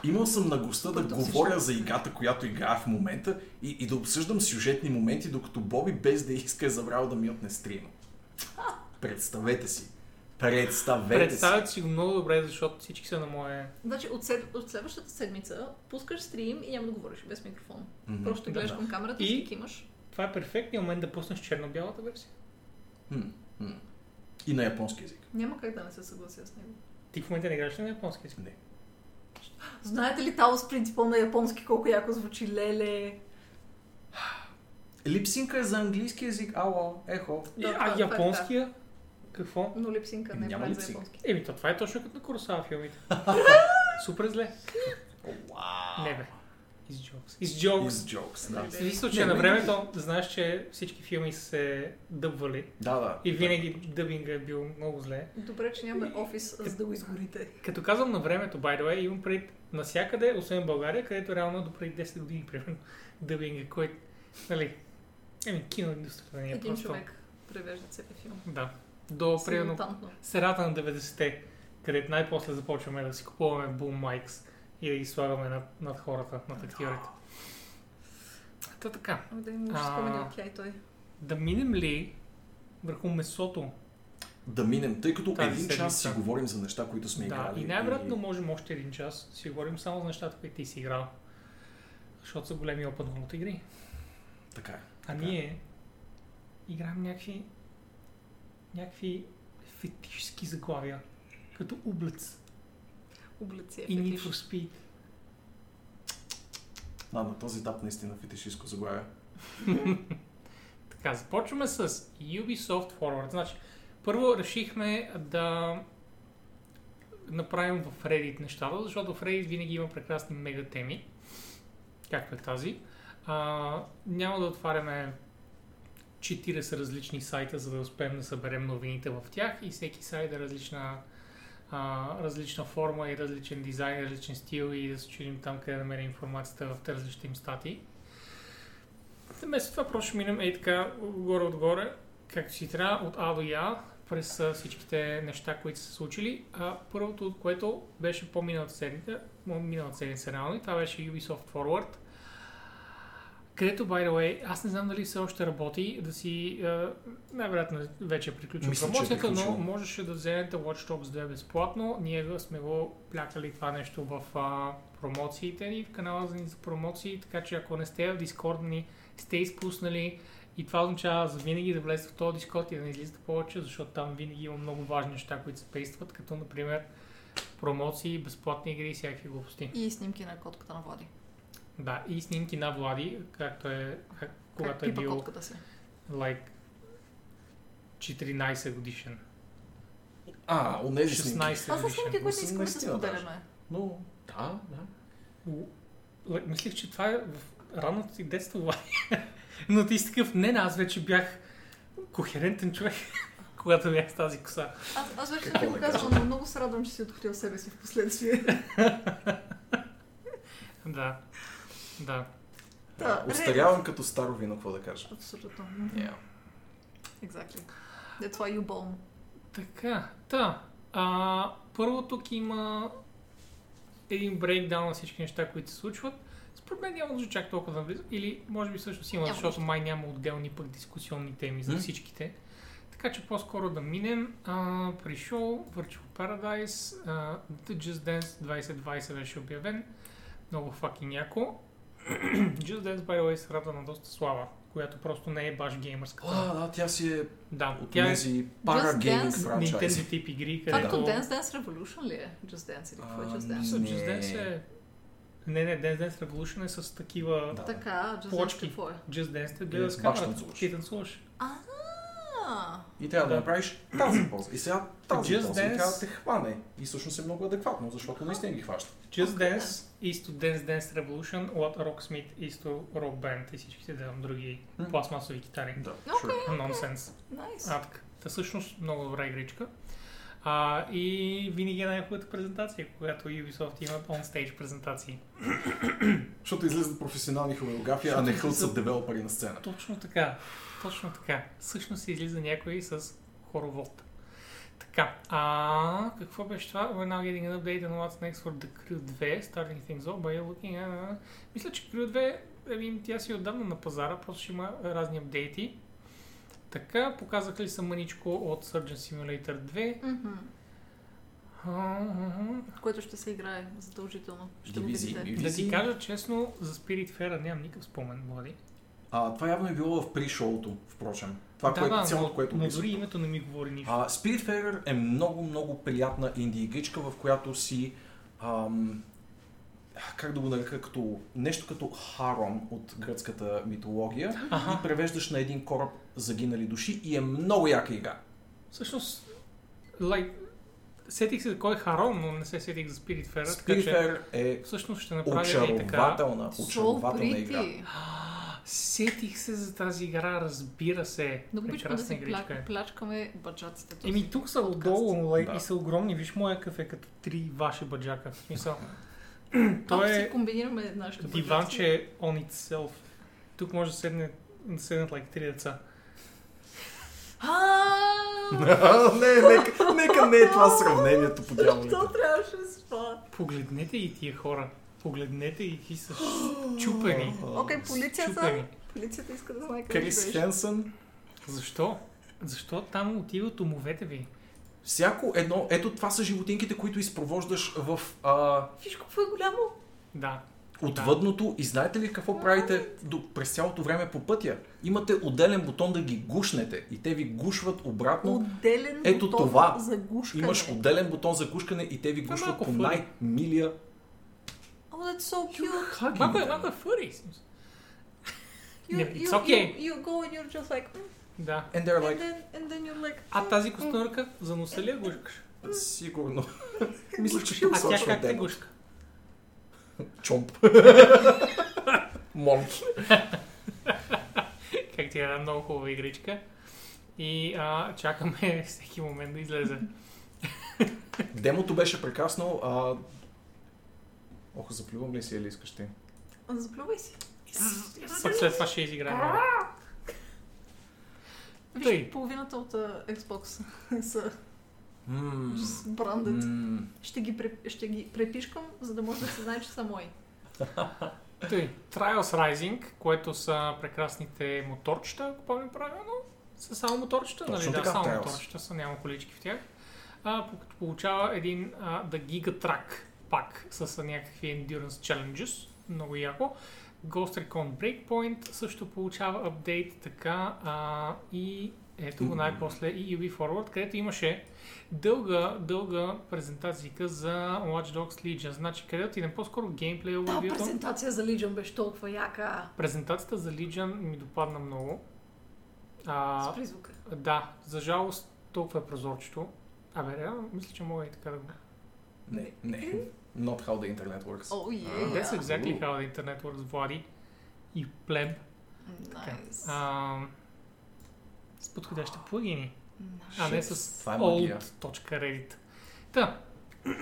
Speaker 2: Имал съм наглостта да
Speaker 1: Който всички-
Speaker 2: говоря за играта, която играя в момента и, и да обсъждам сюжетни моменти, докато Боби без да иска е забрал да ми отне стрима. Представете си. Представете
Speaker 3: Представят си го много добре, защото всички са на мое...
Speaker 1: Значи от, след... от следващата седмица пускаш стрим и няма да говориш без микрофон.
Speaker 2: си. Мгм.
Speaker 1: Просто гледаш
Speaker 3: Да.
Speaker 1: към камерата
Speaker 3: И-
Speaker 1: и си кимаш.
Speaker 3: Това е перфектният момент да пуснеш черно-бялата версия.
Speaker 2: М, м. И на японски язик.
Speaker 1: Няма как да не се съглася с него.
Speaker 3: Ти в момента не играеш ли на японски език?
Speaker 2: Не.
Speaker 1: Знаете ли Таос принципа на японски колко яко звучи леле?
Speaker 2: Липсинка е за английски язик. Ало, ехо.
Speaker 3: И-
Speaker 1: Да, това е
Speaker 3: а
Speaker 1: факт,
Speaker 3: японския? Какво?
Speaker 1: Но липсинка не е
Speaker 2: Няма
Speaker 1: прави за
Speaker 2: липсинк.
Speaker 1: японски.
Speaker 3: Еми, то това е точно като на Куросава филмите. Супер зле.
Speaker 2: Вау.
Speaker 3: Не бе. Из jokes.
Speaker 1: Е,
Speaker 3: Из jokes.
Speaker 2: Is jokes, нали? да.
Speaker 1: Is-
Speaker 3: Смисъл, че
Speaker 2: Не,
Speaker 3: на
Speaker 2: не,
Speaker 3: времето знаеш, че всички филми са се дъбвали
Speaker 2: Да, да.
Speaker 3: и винаги дъбинга е бил много зле.
Speaker 1: Добре, че нямаме офис, за да го изгорите.
Speaker 3: Като казвам на времето, by the way, имам пред насякъде, освен България, където реално е до преди 10 години, примерно, дъбинга, който, нали, еми, киноиндустрията не е
Speaker 1: Един
Speaker 3: просто.
Speaker 1: човек превежда всеки филм.
Speaker 3: Да. До, примерно,
Speaker 1: Симултантно.
Speaker 3: средата на 90-те, където най-после започваме да си купуваме бум майкс и да ги слагаме над, над хората, над актьорите. Та така,
Speaker 1: Ами да не ще
Speaker 3: А.
Speaker 1: спомени от тя и той.
Speaker 3: да минем ли върху месото?
Speaker 2: Да минем, тъй като
Speaker 3: Тази
Speaker 2: един час си
Speaker 3: седмица.
Speaker 2: говорим за неща, които сме
Speaker 3: Да,
Speaker 2: играли.
Speaker 3: и най-вероятно можем още един час да си говорим само за нещата, които ти си играл. Защото са големи open world игри.
Speaker 2: Така е.
Speaker 3: А
Speaker 2: Така.
Speaker 3: ние играем някакви някакви фетишски заглавия. Като Облец
Speaker 1: Облици е
Speaker 3: и Need
Speaker 1: фетиш.
Speaker 3: for Speed.
Speaker 2: Да, на този етап наистина фетишистко заглавие.
Speaker 3: Така, започваме с Ubisoft Forward. Значи, първо решихме да направим в Reddit нещата, защото в Reddit винаги има прекрасни мега теми, както е тази. А, няма да отваряме 40 различни сайта, за да успеем да съберем новините в тях и всеки сайт е различна, а, различна форма и различен дизайн, различен стил и да се чудим там къде да намерим информацията в тези различни им статии. Вместо това просто ще минем ей така, горе-отгоре, както си трябва, от А до Я, през а, всичките неща, които са се случили. А, първото от което беше по-миналата седмица, м- миналата седмица реално, и това беше Ubisoft Forward. Където, by the way, аз не знам дали все още работи, да си... а, най-вероятно вече е приключил
Speaker 2: Мисля, че е
Speaker 3: промоцията, но
Speaker 2: приключил.
Speaker 3: можеше да вземете Watch Dogs 2 безплатно. Ние го сме го плякали това нещо в а, промоциите ни, в канала за ни за промоции, така че ако не сте в Discord ни, сте изпуснали и това означава за винаги да влезете в този Discord и да не излизате повече, защото там винаги има много важни неща, които се пействат, като например промоции, безплатни игри и всякакви глупости.
Speaker 1: И снимки на котката на Влади.
Speaker 3: Да, и снимки на Влади, както е, как,
Speaker 1: Как
Speaker 3: когато е
Speaker 1: пипа
Speaker 3: бил
Speaker 1: котката си.
Speaker 3: like 14 годишен.
Speaker 2: А, онези снимки.
Speaker 3: 16
Speaker 1: Това са снимки,
Speaker 3: годишен.
Speaker 1: които не искаме да
Speaker 2: 18 даже.
Speaker 1: споделяме.
Speaker 2: Но, да, да.
Speaker 3: Л- л- Мислих, че това е в ранното ти детство, Влади. Но ти си такъв, не, не, аз вече бях кохерентен човек, когато бях с тази коса.
Speaker 1: Аз, аз вече
Speaker 2: Какво
Speaker 1: не ти го
Speaker 2: да
Speaker 1: казвам, но много се радвам, че си открил себе си в последствие.
Speaker 3: Да. Да.
Speaker 1: Да,
Speaker 2: Остарявам като старо вино, какво да кажа.
Speaker 1: Абсолютно.
Speaker 2: Yeah.
Speaker 1: Exactly. е That's why you bomb.
Speaker 3: Така, та. А, първо тук има един брейкдаун на всички неща, които се случват. Според мен няма нужда чак толкова да влизам. Или може би всъщност има,
Speaker 1: Няма
Speaker 3: защото май няма отделни пък дискусионни теми за
Speaker 2: М.
Speaker 3: всичките. Така че по-скоро да минем. А, при шоу Virtual Paradise, а, The Just Dance 2020 беше обявен. Много факин яко. Just Dance, by the way, се радва на доста слава, която просто не е баш геймърската.
Speaker 2: А, да, тя си е
Speaker 3: да,
Speaker 2: от
Speaker 3: тя е
Speaker 2: тези
Speaker 1: Just
Speaker 2: парагейминг
Speaker 1: Dance.
Speaker 2: франчайзи.
Speaker 3: Nintendo тип игри,
Speaker 1: Това
Speaker 3: където...
Speaker 1: като Dance Dance Revolution ли е? Just Dance или какво е
Speaker 2: А,
Speaker 1: Just
Speaker 2: не.
Speaker 1: Dance?
Speaker 3: Мисля, Just Dance е... Не, не, Dance Dance Revolution е с такива...
Speaker 2: Да.
Speaker 1: Така, Just Dance
Speaker 3: Плочки.
Speaker 1: какво е?
Speaker 3: Just Dance те
Speaker 2: Е,
Speaker 3: гледа с
Speaker 2: баш
Speaker 3: камерата.
Speaker 2: танцуваш.
Speaker 3: Ти танцуваш.
Speaker 1: А,
Speaker 2: И трябва да,
Speaker 3: Да.
Speaker 2: направиш тази поза. И сега тази
Speaker 3: Just
Speaker 2: поза.
Speaker 3: Dance.
Speaker 2: И трябва да те хване. И всъщност е много адекватно, защото наистина ги хваща.
Speaker 3: Just
Speaker 1: Окей, да.
Speaker 3: Dance, East to Dance Dance Revolution, от Rocksmith, East to Rock Band и всичките да, други
Speaker 2: М.
Speaker 3: пластмасови китари.
Speaker 2: Да,
Speaker 1: Окей.
Speaker 2: sure.
Speaker 3: Нонсенс.
Speaker 1: найс.
Speaker 3: А, така. Та всъщност много добра игричка. А, и винаги е най-хубавата презентация, когато Ubisoft имат on-stage презентации.
Speaker 2: Защото излизат професионални хореографии, а не
Speaker 3: Защото
Speaker 2: хълцат
Speaker 3: излизат-
Speaker 2: девелопери на сцена.
Speaker 3: Точно така. Точно така. Всъщност излиза някой с хоровод. Така, а какво беше това? We're now getting an update on what's next for the Crew 2, starting things off by looking at... uh, Мисля, че Crew 2, ами, тя си е отдавна на пазара, просто ще има разни апдейти. Така, показах ли са мъничко от Surgeon Simulator 2?
Speaker 1: Мгм.
Speaker 3: А-а-а.
Speaker 1: Което ще се играе задължително. Ще го
Speaker 2: Дивизии,
Speaker 1: видите.
Speaker 2: дивизии.
Speaker 3: Да ти кажа честно, за Spirit Fair нямам никакъв спомен, Влади.
Speaker 2: А, това явно е било в пришоуто, впрочем. Това, да, което, цялото,
Speaker 3: но-
Speaker 2: което
Speaker 3: но
Speaker 2: описах.
Speaker 3: дори името не ми говори нищо.
Speaker 2: А, Spiritfarer е много, много приятна инди игричка, в която си ам, как да го нарека, като, нещо като харом от гръцката митология
Speaker 3: Аха.
Speaker 2: и превеждаш на един кораб загинали души и е много яка игра.
Speaker 3: Всъщност, like, сетих се за кой е Харон, но не се сетих за Spirit Fair, така че
Speaker 2: Spiritfarer е
Speaker 3: всъщност ще направя ей така.
Speaker 2: очарователна,
Speaker 1: So
Speaker 2: очарователна игра.
Speaker 1: pretty.
Speaker 3: Сетих се за тази игра, разбира се.
Speaker 1: Много обичам да
Speaker 3: Прекрасна
Speaker 1: си
Speaker 3: игричка е.
Speaker 1: пля- плячкаме баджаците. този
Speaker 3: Еми тук са
Speaker 1: подкаст.
Speaker 3: отдолу лай,
Speaker 2: Да.
Speaker 3: и са огромни. Виж моя кафе е като три ваши баджака. В смисъл,
Speaker 1: Ако
Speaker 3: той
Speaker 1: си
Speaker 3: е
Speaker 1: комбинираме нашите баджаци.
Speaker 3: диванче on itself. Тук може да седне да седнат like, три деца.
Speaker 1: А,
Speaker 2: не, нека, нека не е това сравнението по
Speaker 1: Защо
Speaker 2: дяволите.
Speaker 1: трябваше да се това?
Speaker 3: Погледнете и тия хора. Погледнете и ти са чупени.
Speaker 1: Окей,
Speaker 3: Чупени.
Speaker 1: полицията. Полицията иска да знае къде
Speaker 2: Крис
Speaker 1: живееш.
Speaker 2: Хенсън
Speaker 3: Защо? Защо там отиват умовете ви?
Speaker 2: Всяко едно, ето това са животинките, които изпровождаш в а,
Speaker 1: Виж какво е голямо.
Speaker 3: Да.
Speaker 2: отвъдното и знаете ли какво правите до, през цялото време по пътя? Имате отделен бутон да ги гушнете и те ви гушват обратно.
Speaker 1: Отделен
Speaker 2: Ето
Speaker 1: бутон
Speaker 2: това.
Speaker 1: за гушкане.
Speaker 2: Имаш отделен бутон за гушкане и те ви
Speaker 3: Това е
Speaker 2: гушват
Speaker 3: малко
Speaker 2: по
Speaker 3: фъни.
Speaker 2: най-милия
Speaker 1: Oh, that's so cute.
Speaker 2: хагин.
Speaker 3: Малко е, малко е фъри.
Speaker 1: You,
Speaker 3: Не,
Speaker 1: you,
Speaker 3: it's okay.
Speaker 1: you, you go and you're just like... mm,
Speaker 3: Да.
Speaker 2: And they're
Speaker 1: And
Speaker 2: like,
Speaker 1: then, and then you're like...
Speaker 3: А
Speaker 1: mm,
Speaker 3: тази
Speaker 1: mm.
Speaker 3: костенурка за носа ли я гушкаш?
Speaker 2: сигурно. Мисля, че ще
Speaker 3: А тя
Speaker 2: посочва
Speaker 3: как те
Speaker 2: ден.
Speaker 3: гушка?
Speaker 2: Чомп. Монки.
Speaker 3: Как ти е една много хубава игричка. И а, чакаме всеки момент да излезе.
Speaker 2: Демото беше прекрасно. А... Ох, заплювам ли си или искаш ти?
Speaker 1: Заплювай си.
Speaker 3: Пък след това ще изиграем.
Speaker 1: Виж,
Speaker 3: Тъй.
Speaker 1: половината от а, Xbox са
Speaker 2: Ммм.
Speaker 1: с брандът. Ще ги, пре- ще ги препишкам, за да може да се знае, че са мои.
Speaker 3: Тъй, Trials Rising, което са прекрасните моторчета, ако помня правилно. Са само моторчета,
Speaker 2: Точно
Speaker 3: нали? Да,
Speaker 2: така,
Speaker 3: само
Speaker 2: Trials.
Speaker 3: моторчета, са няма колички в тях. А, по- като получава един а, The Giga Track пак с някакви Endurance Challenges, много яко. Ghost Recon Breakpoint също получава апдейт, така а, и ето го най-после и UB Forward, където имаше дълга, дълга презентацийка за Watch Dogs Legion, значи където и на по-скоро геймплей
Speaker 1: Та
Speaker 3: overview-то.
Speaker 1: презентация за Legion беше толкова яка.
Speaker 3: Презентацията за Legion ми допадна много. А,
Speaker 1: С призвука.
Speaker 3: да, за жалост толкова е прозорчето. Абе, реално, мисля, че мога и така да го...
Speaker 2: Не, не.
Speaker 3: Е?
Speaker 2: Not how the internet works.
Speaker 1: О, е.
Speaker 2: А,
Speaker 3: That's exactly how the internet works, Влади. И плеб.
Speaker 1: Найс.
Speaker 3: А, с подходящи плагини,
Speaker 1: Найс.
Speaker 3: а не
Speaker 2: Shit,
Speaker 3: с
Speaker 2: това е магия.
Speaker 3: old.reddit. Та,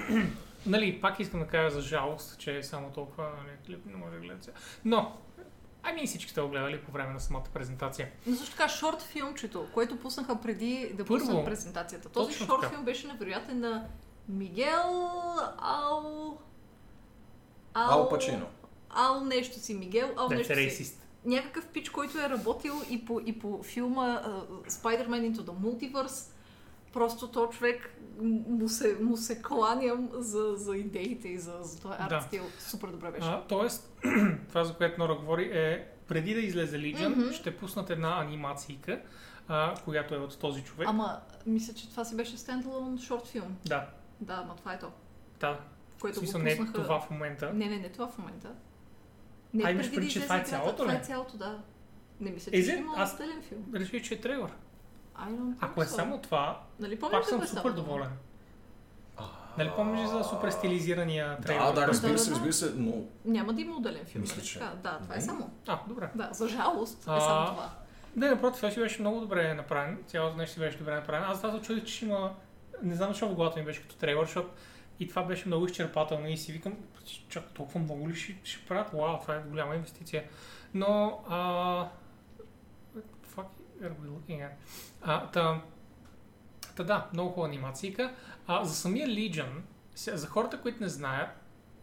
Speaker 3: нали, пак искам да кажа за жалост, че е само толкова нали, клип не може да гледа. Но, ами всички сте го гледали по време на самата презентация.
Speaker 1: Но също така, шорт филмчето, което пуснаха преди да
Speaker 3: Първо.
Speaker 1: пуснат презентацията. Този
Speaker 3: Точно
Speaker 1: шорт
Speaker 3: така.
Speaker 1: филм беше невероятен на Мигел Ал...
Speaker 2: Ал Пачино.
Speaker 1: Ал нещо си, Мигел Ал
Speaker 3: Да,
Speaker 1: нещо
Speaker 3: се
Speaker 1: си.
Speaker 3: е рейсист.
Speaker 1: Някакъв пич, който е работил и по, и по филма uh, Spider-Man Into the Multiverse. Просто то човек м- му се, му се кланям за, за идеите и за, за този арт
Speaker 3: Да.
Speaker 1: стил. Супер добре беше.
Speaker 3: А, тоест, това за което Нора говори е, преди да излезе Legion,
Speaker 1: Мгм.
Speaker 3: ще пуснат една анимацийка, а, която е от този човек.
Speaker 1: Ама, мисля, че това си беше стендалон шорт филм.
Speaker 3: Да,
Speaker 1: Да, ама това е то.
Speaker 3: да. В
Speaker 1: Което го
Speaker 3: смисъл
Speaker 1: пуснаха...
Speaker 3: не е това в момента.
Speaker 1: Не, не, не това в момента.
Speaker 3: А, имаш
Speaker 1: преди
Speaker 3: предвид, че
Speaker 1: излезе
Speaker 3: това е
Speaker 1: играта.
Speaker 3: цялото
Speaker 1: Това
Speaker 3: ли?
Speaker 1: е цялото, да. Не мисля,
Speaker 3: Is
Speaker 1: че ще
Speaker 3: it?
Speaker 1: има
Speaker 3: Аз-
Speaker 1: отделен филм.
Speaker 3: Реши, че е трейлор.
Speaker 1: I don't
Speaker 3: Ако е
Speaker 1: think so.
Speaker 3: само това,
Speaker 1: Нали помниш
Speaker 3: пак
Speaker 1: какво
Speaker 3: съм
Speaker 1: е
Speaker 3: супер
Speaker 1: само?
Speaker 3: доволен. Нали помниш за супер стилизирания
Speaker 2: Да,
Speaker 3: трейлор?
Speaker 2: да, разбира
Speaker 1: Да,
Speaker 2: се,
Speaker 1: да, да.
Speaker 2: разбира се, но
Speaker 1: Няма да има отделен филм.
Speaker 2: Мисля,
Speaker 1: нали
Speaker 2: че-
Speaker 1: така? Да, това е
Speaker 2: Не.
Speaker 1: само.
Speaker 3: А, добре.
Speaker 1: Да, за жалост е
Speaker 3: А,
Speaker 1: само това.
Speaker 3: Не, напротив, това си беше много добре направен. Цялото нещо си беше добре направено. Аз това се очудих, че ще има... Не знам защо в главата ми беше като трейлър, защото и това беше много изчерпателно и си викам, чак толкова много ли ще, ще правят? Вау, това е голяма инвестиция. Но... А... what the Fuck, are we looking at? А, та... Та да, много хубава анимацийка. А, за самия Legion, се- за хората, които не знаят,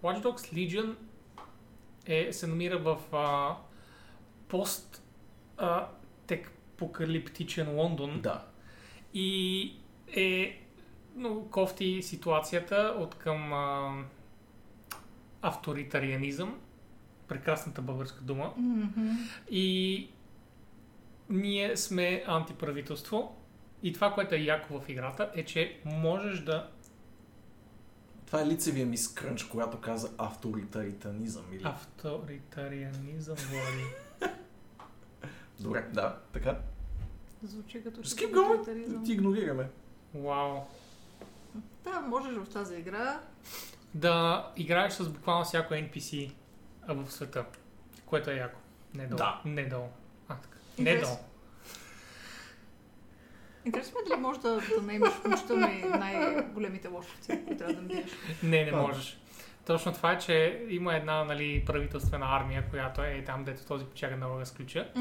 Speaker 3: Watch Dogs Legion е, се намира в а, пост а, тек постапокалиптичен Лондон.
Speaker 2: Да.
Speaker 3: И е ну, кофти ситуацията от към а, авторитарианизъм, прекрасната българска дума.
Speaker 1: Мгм.
Speaker 3: И ние сме антиправителство. И това, което е яко в играта, е, че можеш да...
Speaker 2: Това е лицевия ми скрънч, когато каза авторитаританизъм. Или...
Speaker 3: Авторитарианизъм, Влади.
Speaker 2: Добре, да, така.
Speaker 1: Звучи като
Speaker 2: Skip
Speaker 1: тоталитаризъм.
Speaker 2: Ти игнорираме.
Speaker 3: Вау.
Speaker 1: Да, можеш в тази игра.
Speaker 3: Да играеш с буквално всяко NPC в света, което е яко. Не долу.
Speaker 2: Да.
Speaker 3: Не е долу. А, така. Не е
Speaker 1: Интерес-
Speaker 3: долу.
Speaker 1: Интересно ми е дали може да, да наемеш включително и най-големите лошовци, които трябва да биеш.
Speaker 3: Не, не
Speaker 2: А.
Speaker 3: можеш. Точно това е, че има една нали, правителствена армия, която е там, дето този печага на рога с ключа.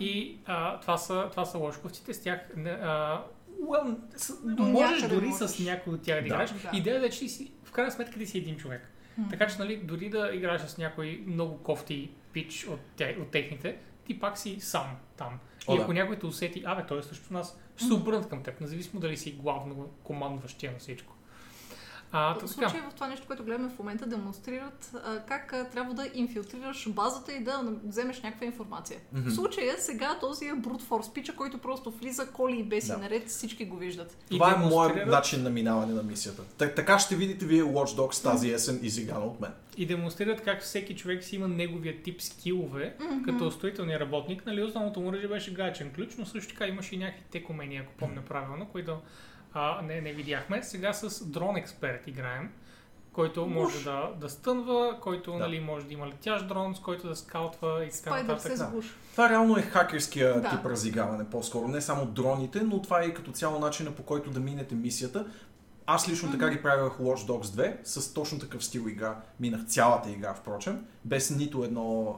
Speaker 3: И а, това, са, това са лошковците, с тях... не, А, well, с,
Speaker 1: До
Speaker 3: можеш
Speaker 1: някъде
Speaker 3: дори
Speaker 1: можеш.
Speaker 3: с някой от тях да,
Speaker 2: Да.
Speaker 3: играеш.
Speaker 1: Да.
Speaker 3: Идеята е, че ти си, в крайна сметка ти си един човек. Така че, нали, дори да играеш с някой много кофти пич от, те, от техните, ти пак си сам там.
Speaker 2: О,
Speaker 3: и
Speaker 2: да.
Speaker 3: ако някой те усети, абе, той е също нас, ще се обърнат към теб, независимо дали си главно командващия на всичко. А,
Speaker 1: В
Speaker 3: та така.
Speaker 1: случай в това нещо, което гледаме в момента, демонстрират а, как а, трябва да инфилтрираш базата и да на- вземеш някаква информация.
Speaker 2: Мгм.
Speaker 1: В случая сега този е Brute Force пича, който просто влиза коли и беси
Speaker 2: Да.
Speaker 1: наред, всички го виждат.
Speaker 3: И
Speaker 2: Това е моят
Speaker 3: демонстрират-
Speaker 2: начин на минаване на мисията. Та- така ще видите вие Watch Dogs тази есен изиграна от мен.
Speaker 3: И демонстрират как всеки човек си има неговия тип скилове,
Speaker 1: Мгм.
Speaker 3: като строителния работник. Нали, основното му оръжие беше гачен ключ, но също така имаше и някакви текомени, ако помня правилно, които а, не, не видяхме. Сега с дрон експерт играем, който може да, да стънва, който
Speaker 2: Да.
Speaker 3: нали, може да има летящ дрон, с който да скаутва и така
Speaker 1: Спайдър
Speaker 3: нататък.
Speaker 1: се
Speaker 2: да.
Speaker 1: сгуш.
Speaker 2: Това реално е хакерския
Speaker 1: Да.
Speaker 2: тип разиграване по-скоро. Не само дроните, но това е и като цяло начина по който да минете мисията. Аз лично така ги правях в Watch Dogs 2 с точно такъв стил игра. Минах цялата игра, впрочем, без нито едно...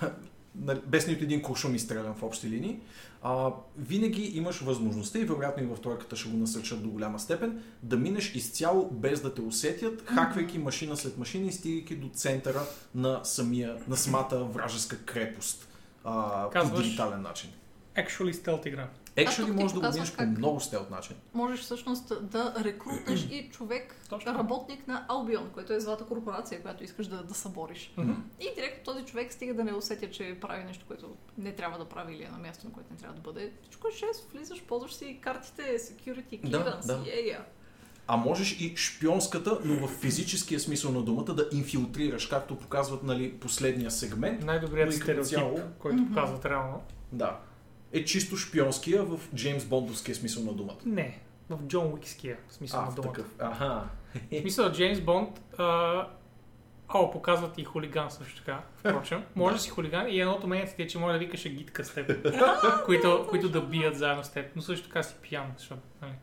Speaker 2: А, нали, без нито един куршум изстрелян в общи линии. А, винаги имаш възможността и вероятно и в тройката ще го насърчат до голяма степен, да минеш изцяло без да те усетят, хаквайки машина след машина и стигайки до центъра на, самия, на самата вражеска крепост а, по
Speaker 3: Казваш-
Speaker 2: дигитален начин.
Speaker 3: Actually stealth игра.
Speaker 1: тук
Speaker 2: Actually
Speaker 1: ти
Speaker 2: може да го
Speaker 1: показваш
Speaker 2: минеш по
Speaker 1: как-
Speaker 2: много стелт начин.
Speaker 1: Можеш всъщност да рекрутнеш и човек,
Speaker 3: Точно.
Speaker 1: работник на Албион, което е злата корпорация, която искаш да, да събориш.
Speaker 2: Мгм.
Speaker 1: И директно този човек стига да не усетя, че прави нещо, което не трябва да прави или е на място, на което не трябва да бъде. Всичко е 6, влизаш, ползваш си картите, security,
Speaker 2: Да,
Speaker 1: clearance,
Speaker 2: да.
Speaker 1: да, yeah,
Speaker 2: А можеш и шпионската, но в физическия смисъл на думата да инфилтрираш, както показват нали, последния сегмент.
Speaker 3: Най-добрият
Speaker 2: Но и като
Speaker 3: стереотип,
Speaker 2: цяло-
Speaker 3: който показват реално.
Speaker 2: Да. Е чисто шпионския в Джеймс Бондовския смисъл на думата.
Speaker 3: Не, в Джон Уикския смисъл
Speaker 2: А,
Speaker 3: на
Speaker 2: в
Speaker 3: думата.
Speaker 2: такъв. Аха.
Speaker 3: В смисъл, Джеймс Бонд, а, о, показват и хулиган също така, впрочем. Може да си хулиган и едното умението ти е, че може да викаш гитка с теб, които, които да бият заедно с теб, но също така си пиян, защото, нали,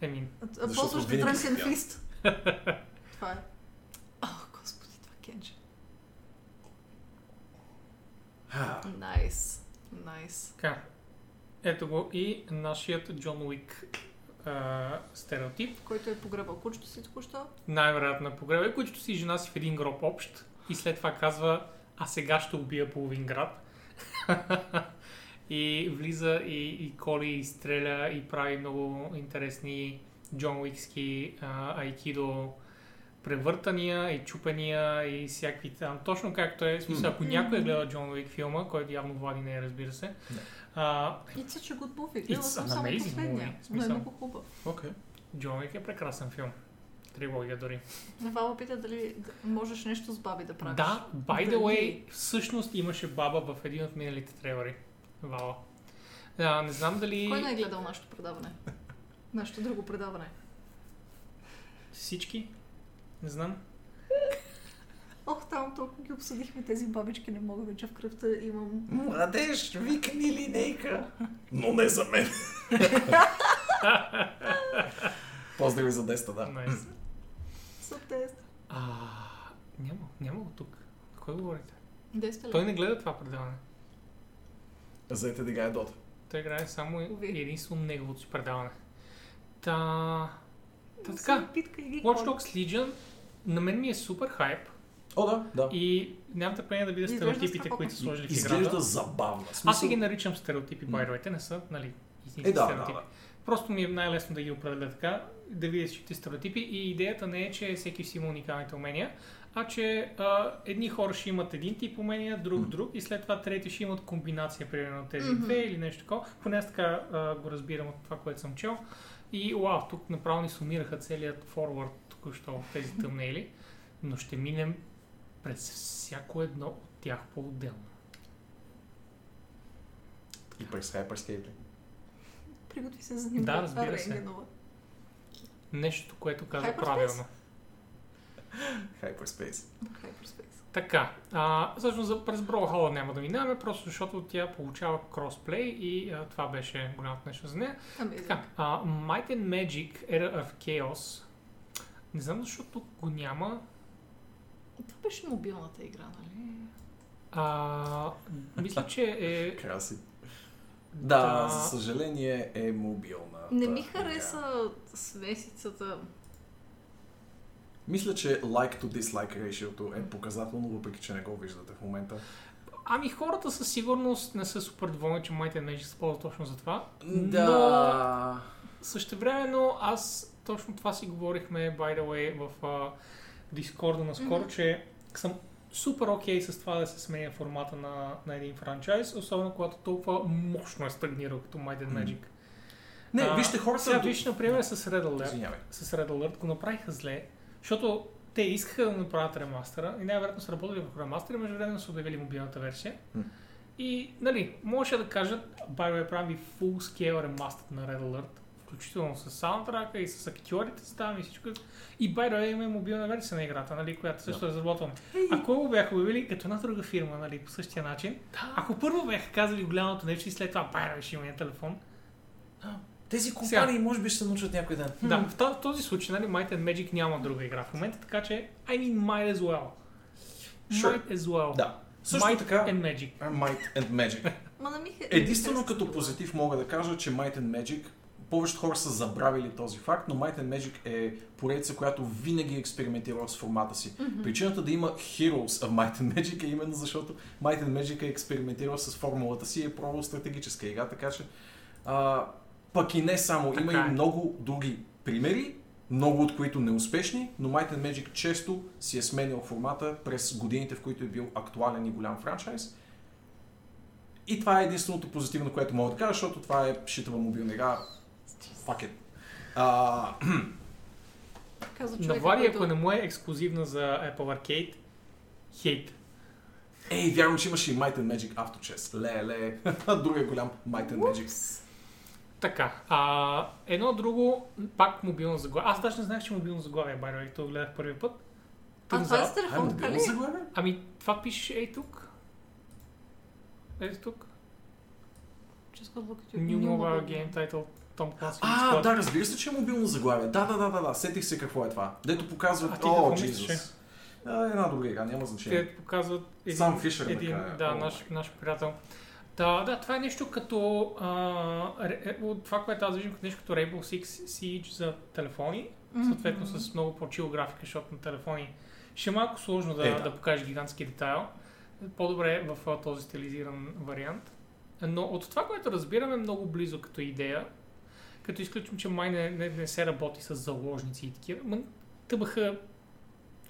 Speaker 3: Емин.
Speaker 1: yeah.
Speaker 2: Защото
Speaker 1: Ползваш
Speaker 2: винаги си
Speaker 1: Drunken
Speaker 2: пиян.
Speaker 1: Fist. Това е. О, господи, това кенджа.
Speaker 2: А,
Speaker 1: Найс. Найс.
Speaker 3: Така, ето го и нашият Джон Уик а, стереотип.
Speaker 1: Който е погребал кучето си току-що.
Speaker 3: Най-вероятно е погреба, които си и жена си в един гроб общ и след това казва, а сега ще убия половин град. и влиза и, и коли, и стреля, и прави много интересни Джон Уикски а, айкидо превъртания и чупения и всякакви там. Точно както е. В смисъл, ако някой е гледал Джон Уик филма, който явно Влади не е, разбира се,
Speaker 2: Не.
Speaker 3: а,
Speaker 1: It's such a good movie.
Speaker 3: It's
Speaker 1: Гледала съм
Speaker 3: an
Speaker 1: само
Speaker 3: amazing
Speaker 1: последния. Но
Speaker 3: movie.
Speaker 1: е
Speaker 3: Смисъл.
Speaker 1: много хубав.
Speaker 2: Окей.
Speaker 3: Джон Уик е прекрасен филм. Трилогия дори.
Speaker 1: Невала пита дали д- можеш нещо с баби да правиш.
Speaker 3: Да, by the
Speaker 1: Дали-
Speaker 3: way, всъщност имаше баба в един от миналите трейлери. Вала. Да, не знам дали
Speaker 1: Кой не е гледал нашето предаване? Нашето друго предаване.
Speaker 3: всички. Не знам.
Speaker 1: Ох, там толкова ги обсъдихме тези бабички, не мога вече в кръвта имам.
Speaker 2: Младеж, викни линейка. Но не за мен. Поздрави за Деста, да.
Speaker 3: Nice.
Speaker 1: Съптест.
Speaker 3: А, няма, няма го тук. Кой говорите?
Speaker 1: Десте
Speaker 3: Той
Speaker 1: ли?
Speaker 3: не гледа това предаване.
Speaker 2: Заете да играе Дота.
Speaker 3: Той играе само
Speaker 1: Уви.
Speaker 3: и единствено неговото си предаване. Та... Та така.
Speaker 1: Питка и ги
Speaker 3: Watch
Speaker 1: ходи.
Speaker 3: Dogs Legion на мен ми е супер хайп.
Speaker 2: О, да, да.
Speaker 3: И нямам търпение да видя
Speaker 1: Изглежда
Speaker 3: стереотипите,
Speaker 1: страхотно.
Speaker 3: които са сложили в
Speaker 2: Изглежда
Speaker 3: играта.
Speaker 2: забавно. В
Speaker 3: Аз си
Speaker 2: Смисъл...
Speaker 3: ги наричам стереотипи, by the way. Те не са, нали, истински
Speaker 2: Е, да, да,
Speaker 3: стереотипи.
Speaker 2: да.
Speaker 3: Просто ми е най-лесно да ги определя така, да видя всичките стереотипи и идеята не е, че всеки си има уникалните умения, а че а, едни хора ще имат един тип умения, друг
Speaker 2: Мгм.
Speaker 3: друг и след това трети ще имат комбинация, примерно от тези
Speaker 1: Мгм.
Speaker 3: две или нещо такова. Поне аз така а, го разбирам от това, което съм чел. И вау, тук направо ни сумираха целият форвард току-що в тези тъмнели, но ще минем през всяко едно от тях по-отделно.
Speaker 2: И през Hyperscape.
Speaker 1: Приготви се за нимба.
Speaker 3: Да, разбира се. Нещо, което каза
Speaker 1: Hyperspace?
Speaker 3: правилно.
Speaker 2: Hyperspace.
Speaker 1: Hyperspace.
Speaker 3: Така, а, всъщност за- през Brawlhalla няма да минаваме, просто защото тя получава кросплей и а, това беше голямото нещо за нея.
Speaker 1: Amazing.
Speaker 3: Така, а, Might and Magic Era of Chaos. Не знам защо тук го няма.
Speaker 1: Това беше мобилната игра, нали?
Speaker 3: А, мисля, че е...
Speaker 2: Краси. Да, за съжаление е мобилна.
Speaker 1: Не
Speaker 2: та
Speaker 1: ми
Speaker 2: игра.
Speaker 1: хареса смесицата.
Speaker 2: Мисля, че like to dislike ratio е показателно, въпреки че не го виждате в момента.
Speaker 3: Ами хората със сигурност не са супер доволни, че Might and Magic се ползва точно за това.
Speaker 2: Да.
Speaker 3: Същевременно аз точно това си говорихме, by the way, в а, Дискорда наскоро,
Speaker 1: Мгм.
Speaker 3: че съм супер окей с това да се сменя формата на, на един франчайз, особено когато толкова мощно е стагнирал като Might and
Speaker 2: Мгм.
Speaker 3: Magic.
Speaker 2: Не,
Speaker 3: А,
Speaker 2: вижте хората...
Speaker 3: Сега виж, например, с Red Alert.
Speaker 2: Извинявай.
Speaker 3: С Red Alert го направиха зле, защото те искаха да направят ремастера и най-вероятно са работили върху ремастера, между време са обявили мобилната версия.
Speaker 2: М.
Speaker 3: И, нали, можеше да кажат, by the way, правим ви full scale ремастер на Red Alert, включително с саундтрака и с актьорите си там и всичко. И by the way, има и мобилна версия на играта, нали, която също е разработвана. Ако го бяха обявили като една друга фирма, нали, по същия начин, ако първо бяха казали голямото нещо и след това, by the way, ще има един телефон,
Speaker 2: Тези компании
Speaker 3: компании
Speaker 2: може би ще се научат някой ден.
Speaker 3: Да, в този, този случай, нали, Might and Magic няма друга игра в момента, така че, I mean, might as well.
Speaker 2: Sure.
Speaker 3: Might as well.
Speaker 2: Да. Също
Speaker 3: might
Speaker 2: така...
Speaker 3: and Magic.
Speaker 2: А, Might and Magic.
Speaker 1: Ма не ми хар- не ми
Speaker 2: Единствено
Speaker 1: хареса
Speaker 2: като
Speaker 1: това.
Speaker 2: позитив мога да кажа, че Might and Magic повечето хора са забравили този факт, но Might and Magic е поредица, която винаги е експериментирала с формата си. Причината да има Heroes of Might and Magic е именно защото Might and Magic е експериментирал с формулата си и е пробвал стратегическа игра, така че а, пък и не само, има
Speaker 3: Така
Speaker 2: и
Speaker 3: е.
Speaker 2: много други примери, много от които неуспешни, но Might and Magic често си е сменял формата през годините, в които е бил актуален и голям франчайз. И това е единственото позитивно, което мога да кажа, защото това е шитова мобилна игра. Fuck it. А,
Speaker 1: Каза
Speaker 3: На
Speaker 1: човека,
Speaker 3: Вари,
Speaker 1: който-
Speaker 3: ако не му е ексклюзивна за Apple Arcade, хейт.
Speaker 2: Ей, вярвам, че имаше и Might and Magic авточес. Ле-ле. Другия голям Might and Magic.
Speaker 1: Упс.
Speaker 3: Така, а, едно друго, пак мобилно заглавие. Аз даже не знаех, че е мобилно заглавие, by the way, като го гледах първия път.
Speaker 1: А
Speaker 3: Turns
Speaker 1: това е
Speaker 3: out-
Speaker 1: с
Speaker 2: А,
Speaker 1: телефон, така
Speaker 2: мобилно
Speaker 1: ли?
Speaker 2: заглавие?
Speaker 3: Ами, това пише ей тук. Ето тук.
Speaker 1: Just go look at your
Speaker 3: New Mobile
Speaker 1: mobile
Speaker 3: Game Title Tom Clancy's
Speaker 2: А,
Speaker 3: Squad.
Speaker 2: да, разбира се, че е мобилно заглавие. Да, да, да, да, да. Сетих се какво е това. Дето
Speaker 3: А
Speaker 2: показват...
Speaker 3: ти
Speaker 2: О,
Speaker 3: какво мислиш,
Speaker 2: Джизус. А, Една друга игра, няма значение.
Speaker 3: Те показват един,
Speaker 2: Сам Фишер
Speaker 3: един
Speaker 2: накрая.
Speaker 3: да,
Speaker 2: О,
Speaker 3: наш,
Speaker 2: май.
Speaker 3: наш приятел. Да, да, това е нещо като... А, ре- е, от това, което аз виждам, като нещо като Rainbow Six Siege за телефони,
Speaker 1: Мгм.
Speaker 3: съответно с много по-чил графика, защото на телефони ще е малко сложно да,
Speaker 2: Е, да.
Speaker 3: да. покажеш гигантски детайл. По-добре е в а, този стилизиран вариант. Но от това, което разбираме, е много близо като идея, като изключим, че май не, не, не се работи с заложници и такива, ма тъбаха,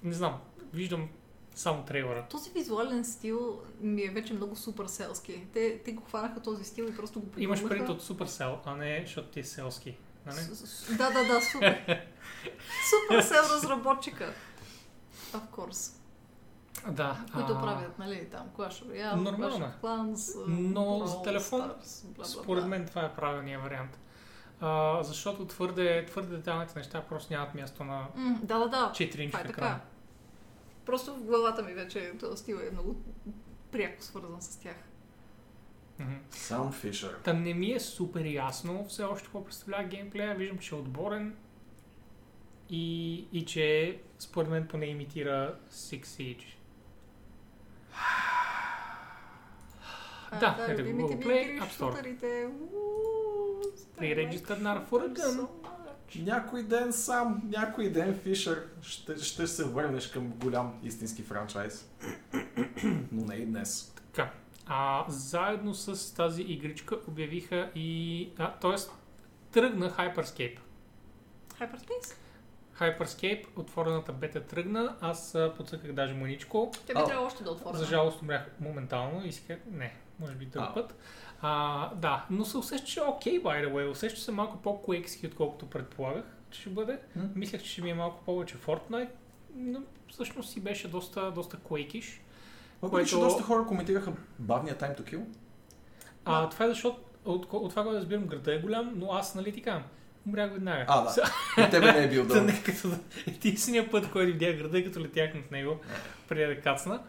Speaker 3: не знам, виждам само трейлера.
Speaker 1: Този визуален стил ми е вече много супер селски. Те, те го хванаха този стил и просто го придумаха.
Speaker 3: Имаш предвид от Supercell, а не защото ти е селски. Нали?
Speaker 1: С- с- Да, да, да, супер. супер сел разработчика. Of course.
Speaker 3: Да.
Speaker 1: Които
Speaker 3: а,
Speaker 1: правят, нали, там, Clash Royale,
Speaker 3: Нормално е.
Speaker 1: Clash of Clans,
Speaker 3: Но
Speaker 1: Brawl
Speaker 3: за телефон,
Speaker 1: Stars, бла, бла,
Speaker 3: Според
Speaker 1: бла.
Speaker 3: мен това е правилният вариант. А, защото твърде, твърде деталните неща просто нямат място на
Speaker 1: М, Да, да, да.
Speaker 3: 4
Speaker 1: Това е
Speaker 3: инчов екран.
Speaker 1: така. Просто в главата ми вече този стил е много пряко свързан с тях.
Speaker 3: Мгм.
Speaker 2: Сам Фишер.
Speaker 3: Та не ми е супер ясно все още какво представлява геймплея. Виждам, че е отборен и, и че според мен поне имитира Six Siege.
Speaker 1: А,
Speaker 3: Да, ето го,
Speaker 1: любимите ми
Speaker 3: Google Play,
Speaker 1: игри,
Speaker 3: App Store.
Speaker 1: шутърите. Уу,
Speaker 3: Pre-registered на Фурган.
Speaker 1: so much.
Speaker 2: Някой ден сам, някой ден Фишер ще, ще се върнеш към голям истински франчайз. Но не и днес.
Speaker 3: Така. А заедно с тази игричка обявиха и... А, тоест, тръгна Hyperscape.
Speaker 1: Hyperspace?
Speaker 3: Hyperscape, отворената бета тръгна. Аз а, подсъках даже маничко.
Speaker 1: Те би
Speaker 2: А.
Speaker 1: трябва още да отворят.
Speaker 3: За жалост умрях моментално и сега... Не, може би друг
Speaker 2: А.
Speaker 3: път. А, да, но се усещаше окей, okay, by the way. Усеща се малко по-куекски, отколкото предполагах, че ще бъде.
Speaker 2: М.
Speaker 3: Мислех, че ще ми е малко повече Fortnite, но всъщност си беше доста, доста куекиш.
Speaker 2: Въпреки, че
Speaker 3: Което-
Speaker 2: доста хора коментираха бавния Time to Kill.
Speaker 3: А, това е защото от, ко- от това, което разбирам, града е голям, но аз, нали ти казвам, умрях веднага.
Speaker 2: А, да. И тебе не е бил
Speaker 3: Да,
Speaker 2: дълъг.
Speaker 3: не, като да- единствения път, който видях града, е като летях над него, преди да кацна.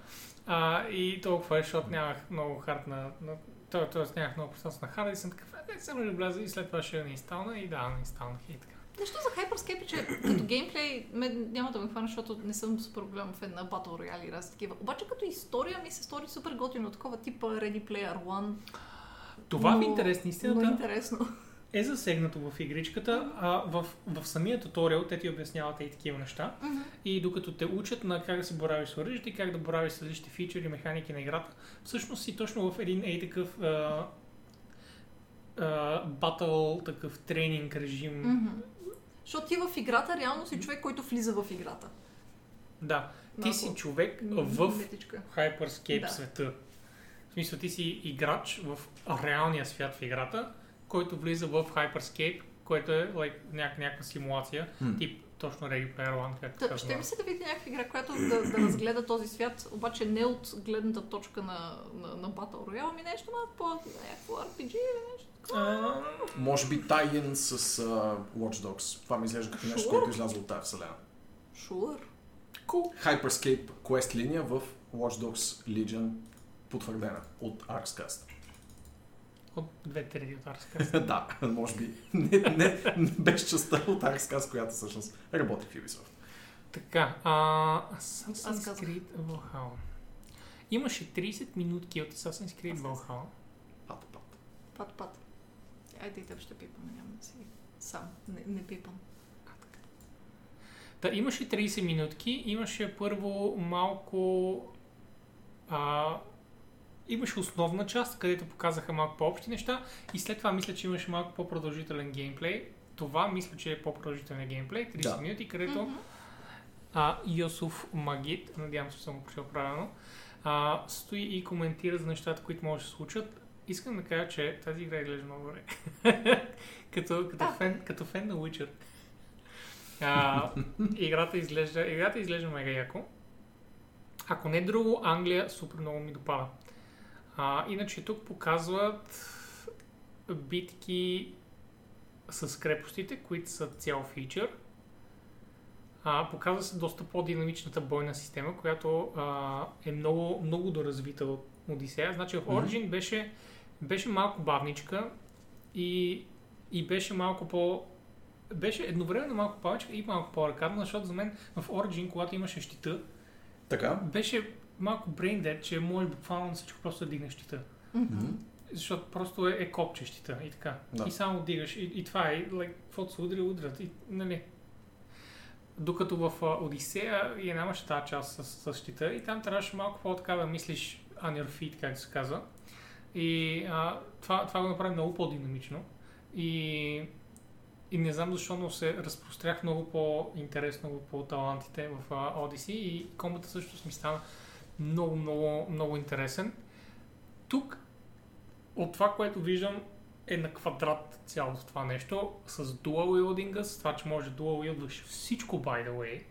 Speaker 3: А, и толкова е, защото нямах много хард на... на т.е. т.е. нямах много пространство на харда и съм такъв, «Е, не съм ли вляза и след това ще я неинстална и да, неинсталнах и така.
Speaker 1: Нещо за Hyperscape, е, че като геймплей мен няма да ме хване, защото не съм супер голям фен на Battle Royale и раз такива. Обаче като история ми се стори супер готино, такова типа Ready Player One.
Speaker 3: Това в
Speaker 1: Но-
Speaker 3: интерес на
Speaker 1: Но
Speaker 3: истината
Speaker 1: интересно.
Speaker 3: е засегнато в игричката, а в, в самия туториал те ти обясняват и такива неща.
Speaker 1: Мгм.
Speaker 3: И докато те учат на как да се боравиш с оръжията и как да боравиш с различните фичери, механики на играта, всъщност си точно в един ей такъв а, а, батъл, такъв тренинг режим.
Speaker 1: Мгм. Защото ти в играта реално си човек, който влиза в играта.
Speaker 3: Да, ти
Speaker 1: Малко
Speaker 3: си човек
Speaker 1: м-
Speaker 3: в
Speaker 1: летичка.
Speaker 3: Hyperscape
Speaker 1: Да.
Speaker 3: света. В смисъл ти си играч в реалния свят в играта, който влиза в Hyperscape, което е like, няк- някаква симулация,
Speaker 2: Хм.
Speaker 3: тип точно Ready Player One, както
Speaker 1: Та, ще
Speaker 3: казвам.
Speaker 1: ми се да видя някаква игра, която да, да разгледа този свят, обаче не от гледната точка на, на, на Battle Royale, ами нещо малко по някакво RPG или нещо.
Speaker 3: А,
Speaker 2: Може би тайен с uh, Watch Dogs. Това ми изглежда като нещо,
Speaker 1: Sure.
Speaker 2: което излязло от тази вселена.
Speaker 1: Sure.
Speaker 3: cool.
Speaker 2: Hyperscape quest линия в Watch Dogs Legion потвърдена от Arxcast.
Speaker 3: От две трети от Арска.
Speaker 2: да, може би. Не, не, не без частта от Arxcast, която всъщност работи в Ubisoft.
Speaker 3: Така, а, Assassin's
Speaker 1: Аз казах.
Speaker 3: Creed Valhalla. Имаше 30 минутки от Assassin's Creed
Speaker 1: Аз казах.
Speaker 3: Valhalla.
Speaker 2: Пат, пат.
Speaker 1: Пат, пат. Айде и теб ще пипаме, няма да си сам. Не, не пипам.
Speaker 3: Та, имаше 30 минутки, имаше първо малко... А, имаше основна част, където показаха малко по-общи неща и след това мисля, че имаше малко по-продължителен геймплей. Това мисля, че е по-продължителен геймплей, 30
Speaker 2: Да.
Speaker 3: минути, където
Speaker 1: Мгм.
Speaker 3: а, Йосиф Магит, надявам се, че съм го прочел правилно, а, стои и коментира за нещата, които може да се случат. Искам да кажа, че тази игра изглежда много добре. като, като,
Speaker 1: Да.
Speaker 3: фен, като фен на Witcher. А, играта, изглежда, играта изглежда мега яко. Ако не друго, Англия супер много ми допада. А, иначе тук показват битки с крепостите, които са цял фичър. А, показва се доста по-динамичната бойна система, която а, е много, много доразвита в Одисея. Значи в
Speaker 2: Мгм.
Speaker 3: Origin беше, беше малко бавничка и, и беше малко по... Беше едновременно малко повече и малко по-аркадна, защото за мен в Origin, когато имаше щита,
Speaker 2: Така.
Speaker 3: беше малко brain dead, че можеш буквално всичко просто да дигнеш щита.
Speaker 1: Мгм.
Speaker 3: Защото просто е, е копче щита и така.
Speaker 2: Да.
Speaker 3: И само дигаш. И, и това е, like, каквото се удря, удрят. И, нали. Докато в а, Одисея я нямаше тази част с, с щита и там трябваше малко по-така да мислиш on your feet, както се казва. И а, това, това го направи много по-динамично. И, и не знам защо, но се разпрострях много по-интересно по талантите в а, Odyssey и комбата също ми стана много, много, много интересен. Тук, от това, което виждам, е на квадрат цялото това нещо с dual wielding, с това, че може да dual wieldваш всичко, by the way.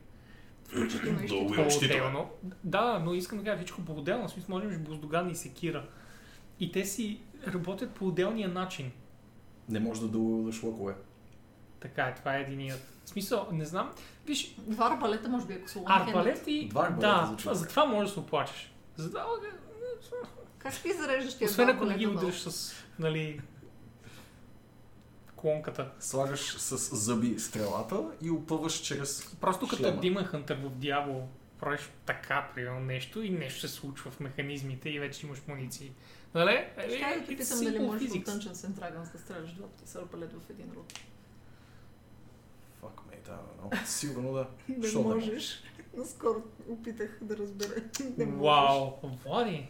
Speaker 1: Включително и щит.
Speaker 2: Добре. Wieldваш щитове.
Speaker 3: По-отделно. Да, но искам да кажа всичко по-отделно. В смисъл, можем да Буздоган и Секира. И те си работят по отделния начин.
Speaker 2: Не може да долъваш лъкове.
Speaker 3: Така е, това е единият. В смисъл, не знам. Виж,
Speaker 1: Два арбалета, може би, ако са лонхендът.
Speaker 3: арбалет и...
Speaker 2: Два арбалета
Speaker 3: да,
Speaker 2: звучи
Speaker 3: това, за това можеш да се оплачеш. За да,
Speaker 1: Как ти зареждаш тия
Speaker 3: освен
Speaker 1: два
Speaker 3: ако не е ги
Speaker 1: арбалета,
Speaker 3: удриш с, нали, клонката.
Speaker 2: Слагаш с зъби стрелата и опъваш чрез...
Speaker 3: Просто като
Speaker 2: Шлема.
Speaker 3: Demon Hunter в Diablo правиш така, примерно нещо и нещо се случва в механизмите и вече имаш муниции. Нали?
Speaker 1: Бал? Ще кажа да
Speaker 3: It's
Speaker 1: те питам дали
Speaker 3: simple
Speaker 1: можеш от
Speaker 3: physics.
Speaker 1: Dungeons and Dragons да стреляш два пъти с арбалет в един род.
Speaker 2: fuck, mate, I don't know. Сигурно да.
Speaker 1: Не
Speaker 2: Що да не
Speaker 1: можеш. Наскоро опитах да разбера. Не можеш.
Speaker 3: Вау, Влади!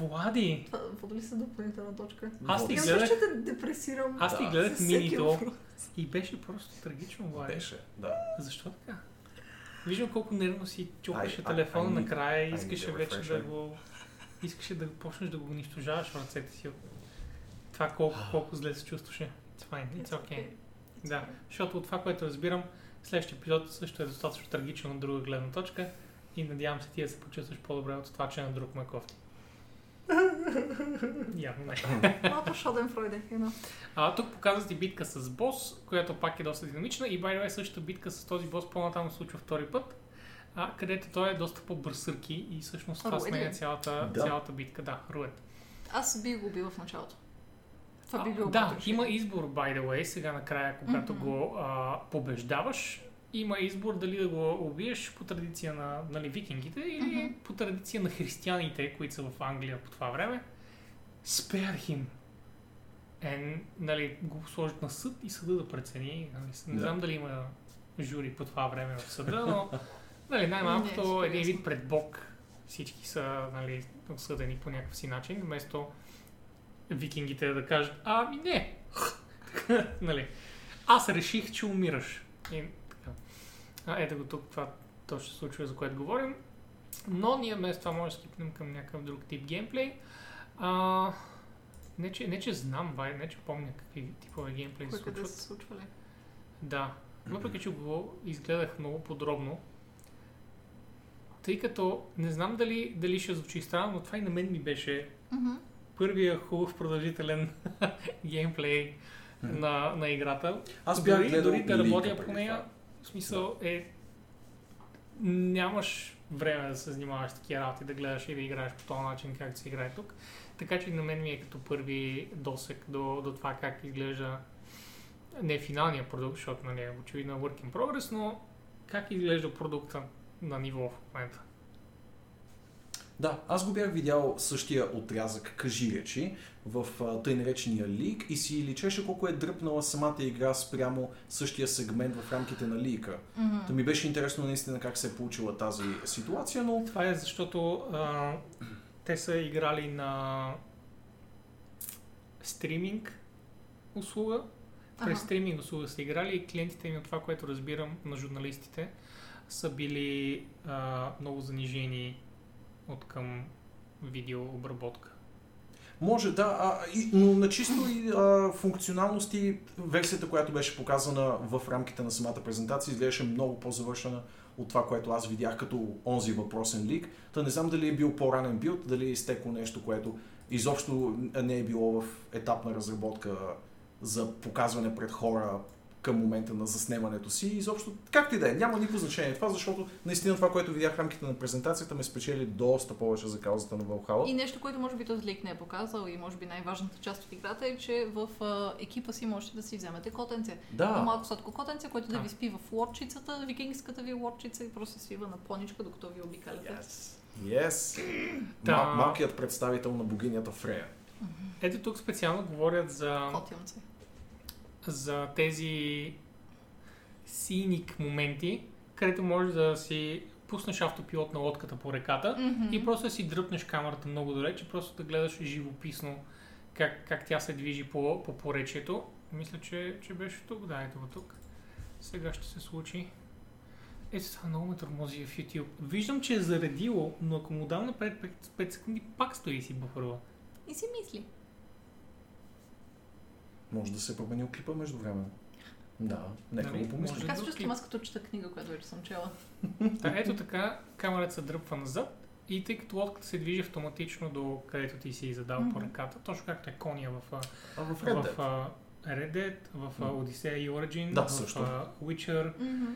Speaker 3: Води!
Speaker 1: Това води ли се допълнителна точка?
Speaker 3: Аз ти
Speaker 1: Имам
Speaker 3: гледах-
Speaker 1: чувство, че те депресирам.
Speaker 3: Аз ти
Speaker 2: Да.
Speaker 3: гледах
Speaker 1: с всеки
Speaker 3: минито
Speaker 1: въпрос.
Speaker 3: и беше просто трагично, Влади.
Speaker 2: Беше, да.
Speaker 3: Защо така? Виждам колко нервно си чупеше
Speaker 2: I- I-
Speaker 3: телефона
Speaker 2: I need-
Speaker 3: накрая
Speaker 2: I
Speaker 3: и
Speaker 2: need
Speaker 3: искаше
Speaker 2: a
Speaker 3: вече да
Speaker 2: refresher.
Speaker 3: го... Искаше да го почнеш да го унищожаваш в ръцете си от това колко, колко зле се чувстваше. It's fine, it's okay. Да, защото от това, което разбирам, следващия епизод също е достатъчно трагичен от друга гледна точка и надявам се ти да се почувстваш по-добре от това, че е на друг макофти. Явно не.
Speaker 1: Малко шоден Фройде. Едно.
Speaker 3: А, тук показват и битка с бос, която пак е доста динамична и by the way същата битка с този бос по-натам се случва втори път, а, където той е доста по-бърсърки и всъщност това
Speaker 1: Руед ли?
Speaker 3: сменя цялата,
Speaker 2: Да.
Speaker 3: цялата битка. Да, руед.
Speaker 1: Аз би го била в началото. Това би
Speaker 3: А,
Speaker 1: било
Speaker 3: да,
Speaker 1: по-точно.
Speaker 3: има избор by the way, сега накрая, когато
Speaker 1: Мгм.
Speaker 3: го а, побеждаваш, има избор дали да го убиеш по традиция на нали, викингите или
Speaker 1: Мгм.
Speaker 3: по традиция на християните, които са в Англия по това време. Spare him! Е, нали, го сложат на съд и съда да прецени. Нали, с- не
Speaker 2: Да.
Speaker 3: знам дали има жури по това време в съда, но нали, най-малкото
Speaker 1: Не,
Speaker 3: един
Speaker 1: ясно.
Speaker 3: вид пред Бог всички са нали, осъдени по някакъв си начин, вместо викингите да кажат, ами не, нали, аз реших, че умираш. И, така. А, ето го тук, това точно се случва, за което говорим. Но ние вместо това може да скипнем към някакъв друг тип геймплей. А, не, че, не, че знам, бай, не, че помня какви типове геймплей се
Speaker 1: Кой къде
Speaker 3: случват.
Speaker 1: се случва ли?
Speaker 3: Да, въпреки че го изгледах много подробно, тъй като не знам дали, дали ще звучи странно, но това и на мен ми беше
Speaker 1: Мгм.
Speaker 3: първия хубав продължителен геймплей на, на играта.
Speaker 2: Аз бях
Speaker 3: дори,
Speaker 2: гледал
Speaker 3: дори да
Speaker 2: Лийка
Speaker 3: работя
Speaker 2: преди
Speaker 3: по нея,
Speaker 2: това.
Speaker 3: в смисъл е нямаш време да се занимаваш с такива работи, да гледаш и да играеш по този начин, както се играе тук. Така че на мен ми е като първи досек до, до това как изглежда не финалния продукт, защото нали, е очевидно е work in progress, но как изглежда продукта на ниво в момента.
Speaker 2: Да, аз го бях видял същия отрязък, кажи речи, в а, тъй наречения лик и си личеше колко е дръпнала самата игра спрямо същия сегмент в рамките на лика.
Speaker 1: Мгм.
Speaker 2: Та ми беше интересно наистина как се е получила тази ситуация, но
Speaker 3: Това е защото а, те са играли на стриминг услуга. През
Speaker 1: Ага.
Speaker 3: стриминг услуга са играли и клиентите им от това, което разбирам на журналистите, са били а, много занижени от към видеообработка.
Speaker 2: Може, да, а, и, но на чисто и а, функционалности версията, която беше показана в рамките на самата презентация, изглеждаше много по-завършена от това, което аз видях като онзи въпросен лик. Та не знам дали е бил по-ранен билд, дали е изтекло нещо, което изобщо не е било в етап на разработка за показване пред хора към момента на заснемането си. Изобщо, както и да е, няма никакво значение това, защото наистина това, което видях в рамките на презентацията, ме спечели доста повече за каузата на Valhalla.
Speaker 1: И нещо, което може би този лик не е показал и може би най-важната част от играта е, че в а, екипа си можете да си вземете котенце.
Speaker 2: Да.
Speaker 1: Малко сладко котенце, което да
Speaker 3: Да.
Speaker 1: ви спи в лодчицата, викингската ви лодчица и просто се свива на поничка, докато ви обикаляте.
Speaker 2: Yes.
Speaker 3: Да.
Speaker 2: Мал- малкият представител на богинята Фрея.
Speaker 3: Ето тук специално говорят за...
Speaker 1: Котенце.
Speaker 3: за тези синик моменти, където можеш да си пуснеш автопилот на лодката по реката
Speaker 1: Мгм.
Speaker 3: и просто да си дръпнеш камерата много далеч и просто да гледаш живописно как, как тя се движи по, по поречието. Мисля, че, че беше тук. Да, ето го тук. Сега ще се случи. Ето това много ме тормози в YouTube. Виждам, че е заредило, но ако му дам напред 5, 5 секунди, пак стои и си буфърва.
Speaker 1: И си мисли.
Speaker 2: Може да се е променил клипа между време. Да, нека
Speaker 3: Нали?
Speaker 2: го помислим.
Speaker 3: Може
Speaker 1: Така
Speaker 3: друг
Speaker 1: се чувствам
Speaker 3: клип.
Speaker 1: аз като чета книга, която вече съм чела.
Speaker 3: Та, ето така, камерата се дръпва назад и тъй като лодката се движи автоматично до където ти си задал
Speaker 1: Мгм.
Speaker 3: по ръката, точно както е кония в, а,
Speaker 2: А в
Speaker 3: в,
Speaker 2: Red Dead.
Speaker 3: а, Red Dead, в а, Odyssey и Origin,
Speaker 2: Да,
Speaker 3: в
Speaker 2: също.
Speaker 3: а, Witcher.
Speaker 1: Мгм.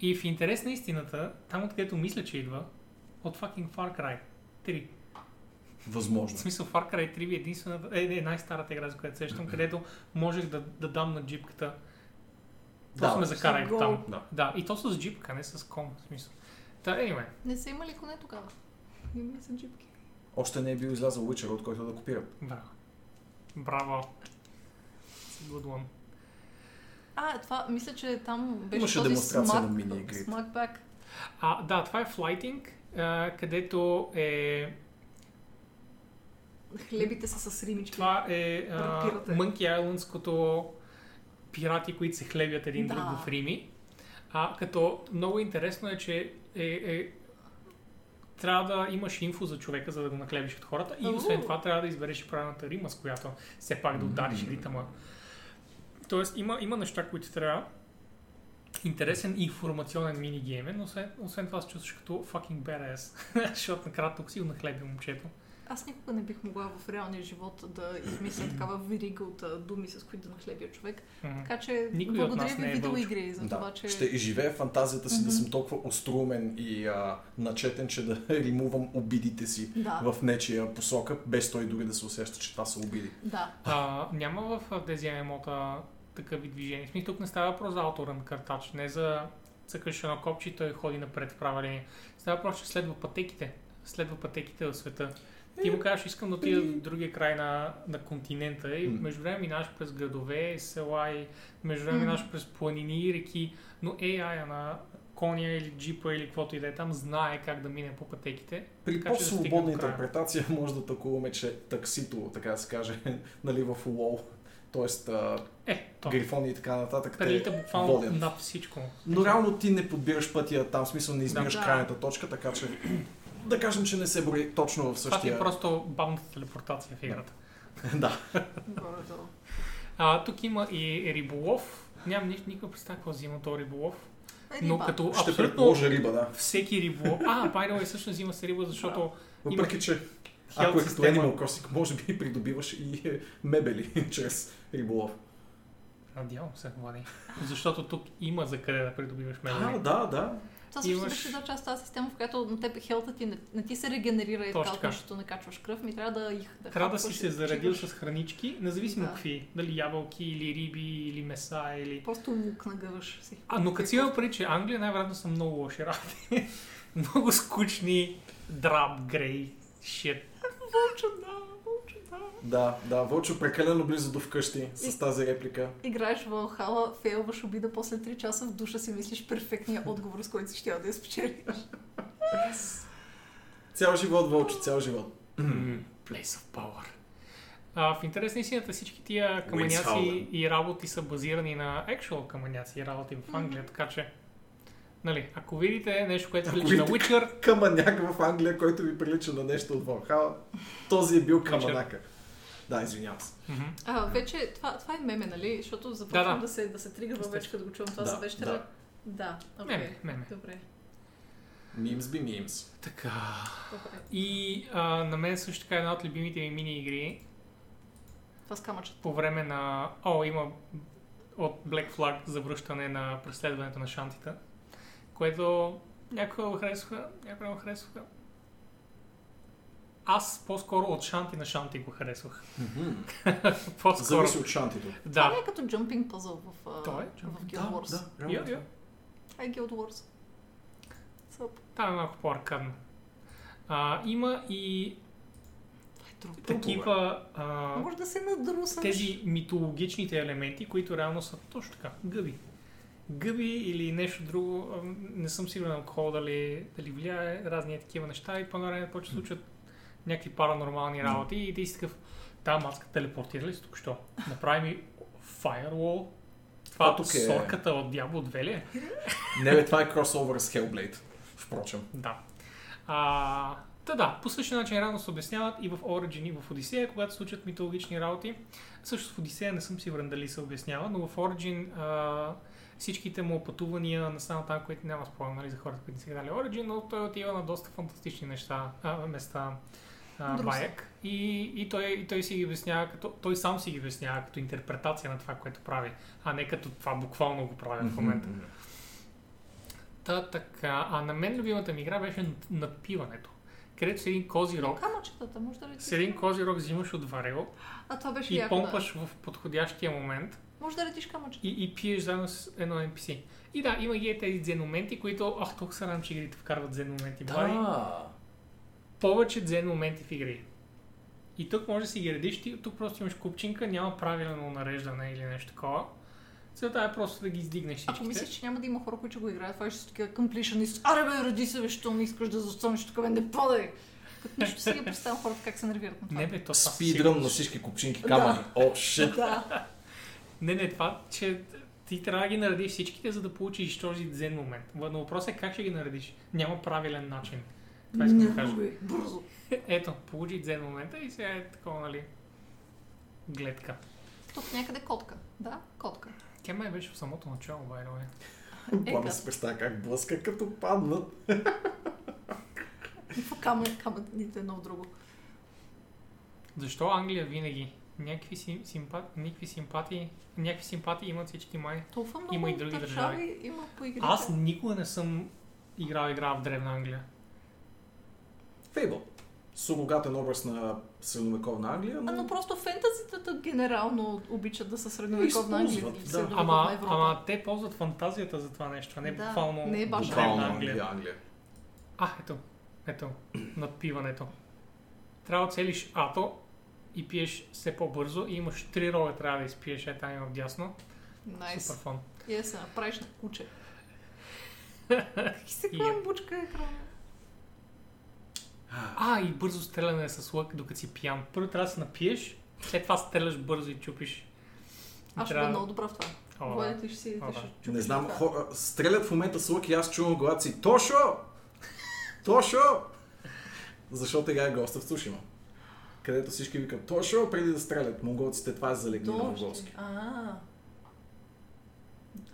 Speaker 3: И в интерес на истината, там откъдето мисля, че идва, от fucking Far Cry 3. В
Speaker 2: Възможно.
Speaker 3: смисъл Far Cry 3 е единствената, е, е най-старата игра, за която сещам, където можех да, да дам на джипката. Просто
Speaker 2: Да.
Speaker 3: ме закарай
Speaker 1: Гол.
Speaker 3: там.
Speaker 2: Да.
Speaker 3: Да, и то с джипка, не с ком, в смисъл. Та, anyway.
Speaker 1: Не са имали коне тогава. Имали са джипки.
Speaker 2: Още не е бил излязъл Witcher, от който да копират.
Speaker 3: Браво. Браво. It's a Good one.
Speaker 1: А, това, мисля, че там беше
Speaker 2: Имаше
Speaker 1: този
Speaker 2: демонстрация на
Speaker 1: смак-
Speaker 2: мини-игрите.
Speaker 1: смакбак.
Speaker 3: А, да, това е Flighting, а, където е...
Speaker 1: Хлебите са с римички.
Speaker 3: Това е а,
Speaker 1: Рапирате.
Speaker 3: Monkey Islands-кото пирати, които се хлебят един друг
Speaker 1: Да.
Speaker 3: в Рими. А, като много интересно е, че е, е, трябва да имаш инфо за човека, за да го наклебиш от хората. И освен
Speaker 1: Уу.
Speaker 3: това трябва да избереш и правилната рима, с която все пак да удариш ритъма. Тоест има, има неща, които трябва. Интересен и информационен минигейм, е, но освен, освен това се чувстваш като fucking badass, защото накрая тук си го нахлеби момчето.
Speaker 1: Аз никога не бих могла в реалния живот да измисля такава верига от а, думи, с които да нахлебя човек.
Speaker 3: Мгм.
Speaker 1: Така че
Speaker 3: Никой от
Speaker 1: благодаря
Speaker 3: нас
Speaker 1: ви
Speaker 3: не е
Speaker 1: видеоигри за
Speaker 2: Да.
Speaker 1: това, че...
Speaker 2: Ще изживея фантазията си да съм толкова острумен и а, начетен, че да римувам обидите си
Speaker 1: Да.
Speaker 2: в нечия посока, без той дори да се усеща, че това са обиди.
Speaker 1: Да.
Speaker 3: А, няма в а, тези емота такъв вид движение. В смисъл, тук не става въпрос за авторен картач, не за цъкаш едно копче и той ходи напред в права линия. Става въпрос, че следва пътеките. Следва пътеките в света. Ти му кажеш, искам да отида до другия край на, на континента и
Speaker 2: М.
Speaker 3: между време минаваш през градове, села и между време
Speaker 1: М.
Speaker 3: минаваш през планини и реки, но AI на коня или джипа или каквото и да е там знае как да мине по пътеките.
Speaker 2: При
Speaker 3: така че да стигне
Speaker 2: по-свободна
Speaker 3: до края.
Speaker 2: интерпретация може да тълкуваме, че таксито, така да се каже, нали, в лол, т.е.
Speaker 3: Е, то.
Speaker 2: грифони и така нататък,
Speaker 3: Прелита
Speaker 2: те
Speaker 3: буквално
Speaker 2: водят.
Speaker 3: над всичко.
Speaker 2: Но реално ти не подбираш пътя там, в смисъл не избираш
Speaker 1: Да.
Speaker 2: крайната точка, така че да кажем, че не се брои точно в
Speaker 3: Това ти е
Speaker 2: същия...
Speaker 3: просто бавната телепортация в играта.
Speaker 2: да.
Speaker 1: Горе долу.
Speaker 3: А, тук има и риболов. Нямам ни, никаква представа какво взима то риболов. Но
Speaker 1: Е, Риба.
Speaker 3: като
Speaker 2: Ще
Speaker 3: абсолютно
Speaker 2: предположа риба, да.
Speaker 3: всеки риболов... А, by the way, всъщност взима се риба, защото
Speaker 2: Въпреки, че
Speaker 3: хелт
Speaker 2: ако е като
Speaker 3: система...
Speaker 2: Animal Crossing, може би придобиваш и е, мебели чрез риболов.
Speaker 3: Надявам се, Влади. Защото тук има за къде да придобиваш
Speaker 2: А,
Speaker 3: мебели.
Speaker 2: да, да.
Speaker 1: Това също
Speaker 3: имаш-
Speaker 1: беше една част от тази система, в която на теб хелта ти не, не ти се регенерира и
Speaker 3: Точно
Speaker 1: така,
Speaker 3: така.
Speaker 1: защото накачваш кръв, ми трябва да их да
Speaker 3: Трябва да си
Speaker 1: хапваш
Speaker 3: се
Speaker 1: и
Speaker 3: заредил
Speaker 1: почиваш.
Speaker 3: с хранички, независимо
Speaker 1: Да.
Speaker 3: какви. Дали ябълки, или риби, или меса, или...
Speaker 1: Просто лук нагъваш си. Е,
Speaker 3: А, но като си има преди, че Англия най-вероятно са много лоши работи. много скучни, драб, грей, shit. Вълчо, да, вълчо, да.
Speaker 2: Да, да, Вълчо прекалено близо до вкъщи с тази реплика.
Speaker 1: Играеш в Алхала, фейлваш обида, после 3 часа в душа си мислиш перфектния отговор, с който си ще да я спечелиш.
Speaker 2: Цял живот, Вълчо, цял живот.
Speaker 3: Place of power. А, в интерес на истината всички тия камъняци
Speaker 2: Windshausen.
Speaker 3: и работи са базирани на actual камъняци и работи в Англия, така че нали, ако видите нещо, което
Speaker 2: Ако
Speaker 3: прилича на
Speaker 2: видите-
Speaker 3: Witcher,
Speaker 2: Каманяк в Англия, който ви прилича на нещо от Валхала, този е бил каманака. Да, извинявам се.
Speaker 3: мгм,
Speaker 1: А, вече това, това е меме, нали? Защото започвам да,
Speaker 3: Да, да.
Speaker 1: се, да се тригърва вече, като го чувам това
Speaker 2: Да,
Speaker 1: за вечера.
Speaker 2: да.
Speaker 1: Да, да окей.
Speaker 3: меме, меме.
Speaker 1: Добре,
Speaker 2: Мимс би мимс.
Speaker 3: Така.
Speaker 1: добре.
Speaker 3: И а, на мен също така е една от любимите ми мини-игри
Speaker 1: Това с камъчета.
Speaker 3: по време на... О, има от Black Flag за връщане на преследването на шантита, което някои го харесваха, някои не го харесваха. Аз по-скоро от шанти на шанти го харесвах. по-скоро.
Speaker 2: Зависи от шантито.
Speaker 1: Това
Speaker 3: Да.
Speaker 1: не е като джампинг пъзъл в, а,
Speaker 3: Той е
Speaker 1: в
Speaker 3: jumping.
Speaker 1: Guild Wars.
Speaker 2: да,
Speaker 3: Йо, йо.
Speaker 2: реално.
Speaker 1: Това е Guild Wars. Съп.
Speaker 3: Там е малко по-аркадно. А, има и
Speaker 1: Това е друг.
Speaker 3: такива а,
Speaker 1: Може да се надрусаш.
Speaker 3: тези митологичните елементи, които реално са точно така. Гъби. Гъби или нещо друго, а, не съм сигурен алкохол дали, дали влияе, разни е такива неща и по-наредно почва да случват някакви паранормални работи и ти си такъв, да, маска телепортира ли се тук що? Направи ми firewall.
Speaker 2: Това
Speaker 3: Това тук
Speaker 2: тук
Speaker 3: е...
Speaker 2: е-
Speaker 3: сорката от Diablo 2 ли е?
Speaker 2: Не, бе, това е кросовър с Hellblade. Впрочем.
Speaker 3: Да. А, та да, по същия начин рано се обясняват и в Origin, и в Одисея, когато се случат митологични работи. Също в Одисея не съм сигурен дали се обяснява, но в Origin а, всичките му пътувания на само там, които няма спомена нали, за хората, които не са играли Origin, но той отива на доста фантастични неща, а, места. А,
Speaker 1: Друг
Speaker 3: Баек. И, и, той, и той си ги обяснява, като, той сам си ги обяснява като интерпретация на това, което прави, а не като това буквално го прави в момента.
Speaker 2: Мгм.
Speaker 3: Та така, а на мен любимата ми игра беше над- надпиването. Където с един кози рог,
Speaker 1: Камъчетата, може да ли
Speaker 3: с един кози рог взимаш от варел
Speaker 1: А това беше
Speaker 3: и
Speaker 1: яко, да.
Speaker 3: помпаш в подходящия момент
Speaker 1: Може да летиш камъчета.
Speaker 3: и, и пиеш заедно с едно NPC. И да, има ги е тези дзен моменти, които... Ах, тук се радвам, че игрите вкарват дзен моменти. Да.
Speaker 2: Да.
Speaker 3: Повече дзен моменти в игри. И тук може да си ги редиш, ти тук просто имаш купчинка, няма правилно нареждане или нещо такова. Целта е просто да ги издигнеш всичките.
Speaker 1: Ако мислиш, че няма да има хора, които го играят, това ще са такива completionist. Аре бе, ради се, бе, що не искаш да застанеш тук, бе, не падай! Като нищо си ги представям хората как се нервират на това.
Speaker 3: Не бе, то това със
Speaker 2: Спидръм на
Speaker 3: сигурност-
Speaker 2: всички купчинки камъни. О, шит.
Speaker 1: Да.
Speaker 3: Не, не, това, че ти трябва да ги наредиш всичките, за да получиш този дзен момент. Но въпросът е как ще ги наредиш. Няма правилен начин. Това искам да
Speaker 1: Не,
Speaker 3: кажа.
Speaker 1: бе, бързо.
Speaker 3: Ето, получи дзен момента и сега е такова, нали, гледка.
Speaker 1: Тук някъде котка. Да, котка.
Speaker 3: Тя май беше в самото начало, by the way.
Speaker 2: Пламен се представя как блъска, като падна.
Speaker 1: Камън, камъните едно в друго.
Speaker 3: Защо Англия винаги? Някакви, сим, симпат, някакви симпатии, някакви симпатии имат всички май.
Speaker 1: Толкова много
Speaker 3: Има
Speaker 1: има
Speaker 3: и други
Speaker 1: държави има по игрите.
Speaker 3: Аз никога не съм играл игра в Древна Англия.
Speaker 2: Фейбъл. Сурогатен образ на средновековна Англия,
Speaker 1: А, но
Speaker 2: но...
Speaker 1: просто фентазитата генерално обичат да са средновековна Англия.
Speaker 2: Използват, да.
Speaker 1: Да.
Speaker 3: Ама, ама те ползват фантазията за това нещо, а не
Speaker 1: Да,
Speaker 3: буквално
Speaker 1: не е баш
Speaker 2: Буквално
Speaker 3: Древна Англия.
Speaker 2: Англия, Англия.
Speaker 3: А, ето. Ето. Надпиването. Трябва да целиш ато и пиеш все по-бързо и имаш три роля трябва да изпиеш е там и вдясно.
Speaker 1: Найс.
Speaker 3: Супер фон.
Speaker 1: И да се направиш на куче. И
Speaker 3: И-
Speaker 1: сега бучка екрана.
Speaker 3: А, и бързо стреляне е с лък, докато си пиян. Първо трябва да се напиеш, след това стреляш бързо и чупиш. И
Speaker 1: Аз ще бъда
Speaker 3: трябва-
Speaker 1: много добра в това.
Speaker 3: О, да.
Speaker 1: Влади, ти ще си...
Speaker 3: О,
Speaker 1: ти
Speaker 3: да.
Speaker 1: ще чупиш
Speaker 2: Не знам,
Speaker 1: това.
Speaker 2: хора, стрелят в момента с лък и аз чувам глад си. Тошо! Тошо! Защото играе госта в Сушима. Където всички викат Тошо, преди да стрелят. Монголците това е залегнало на монголски.
Speaker 1: Дожди. А.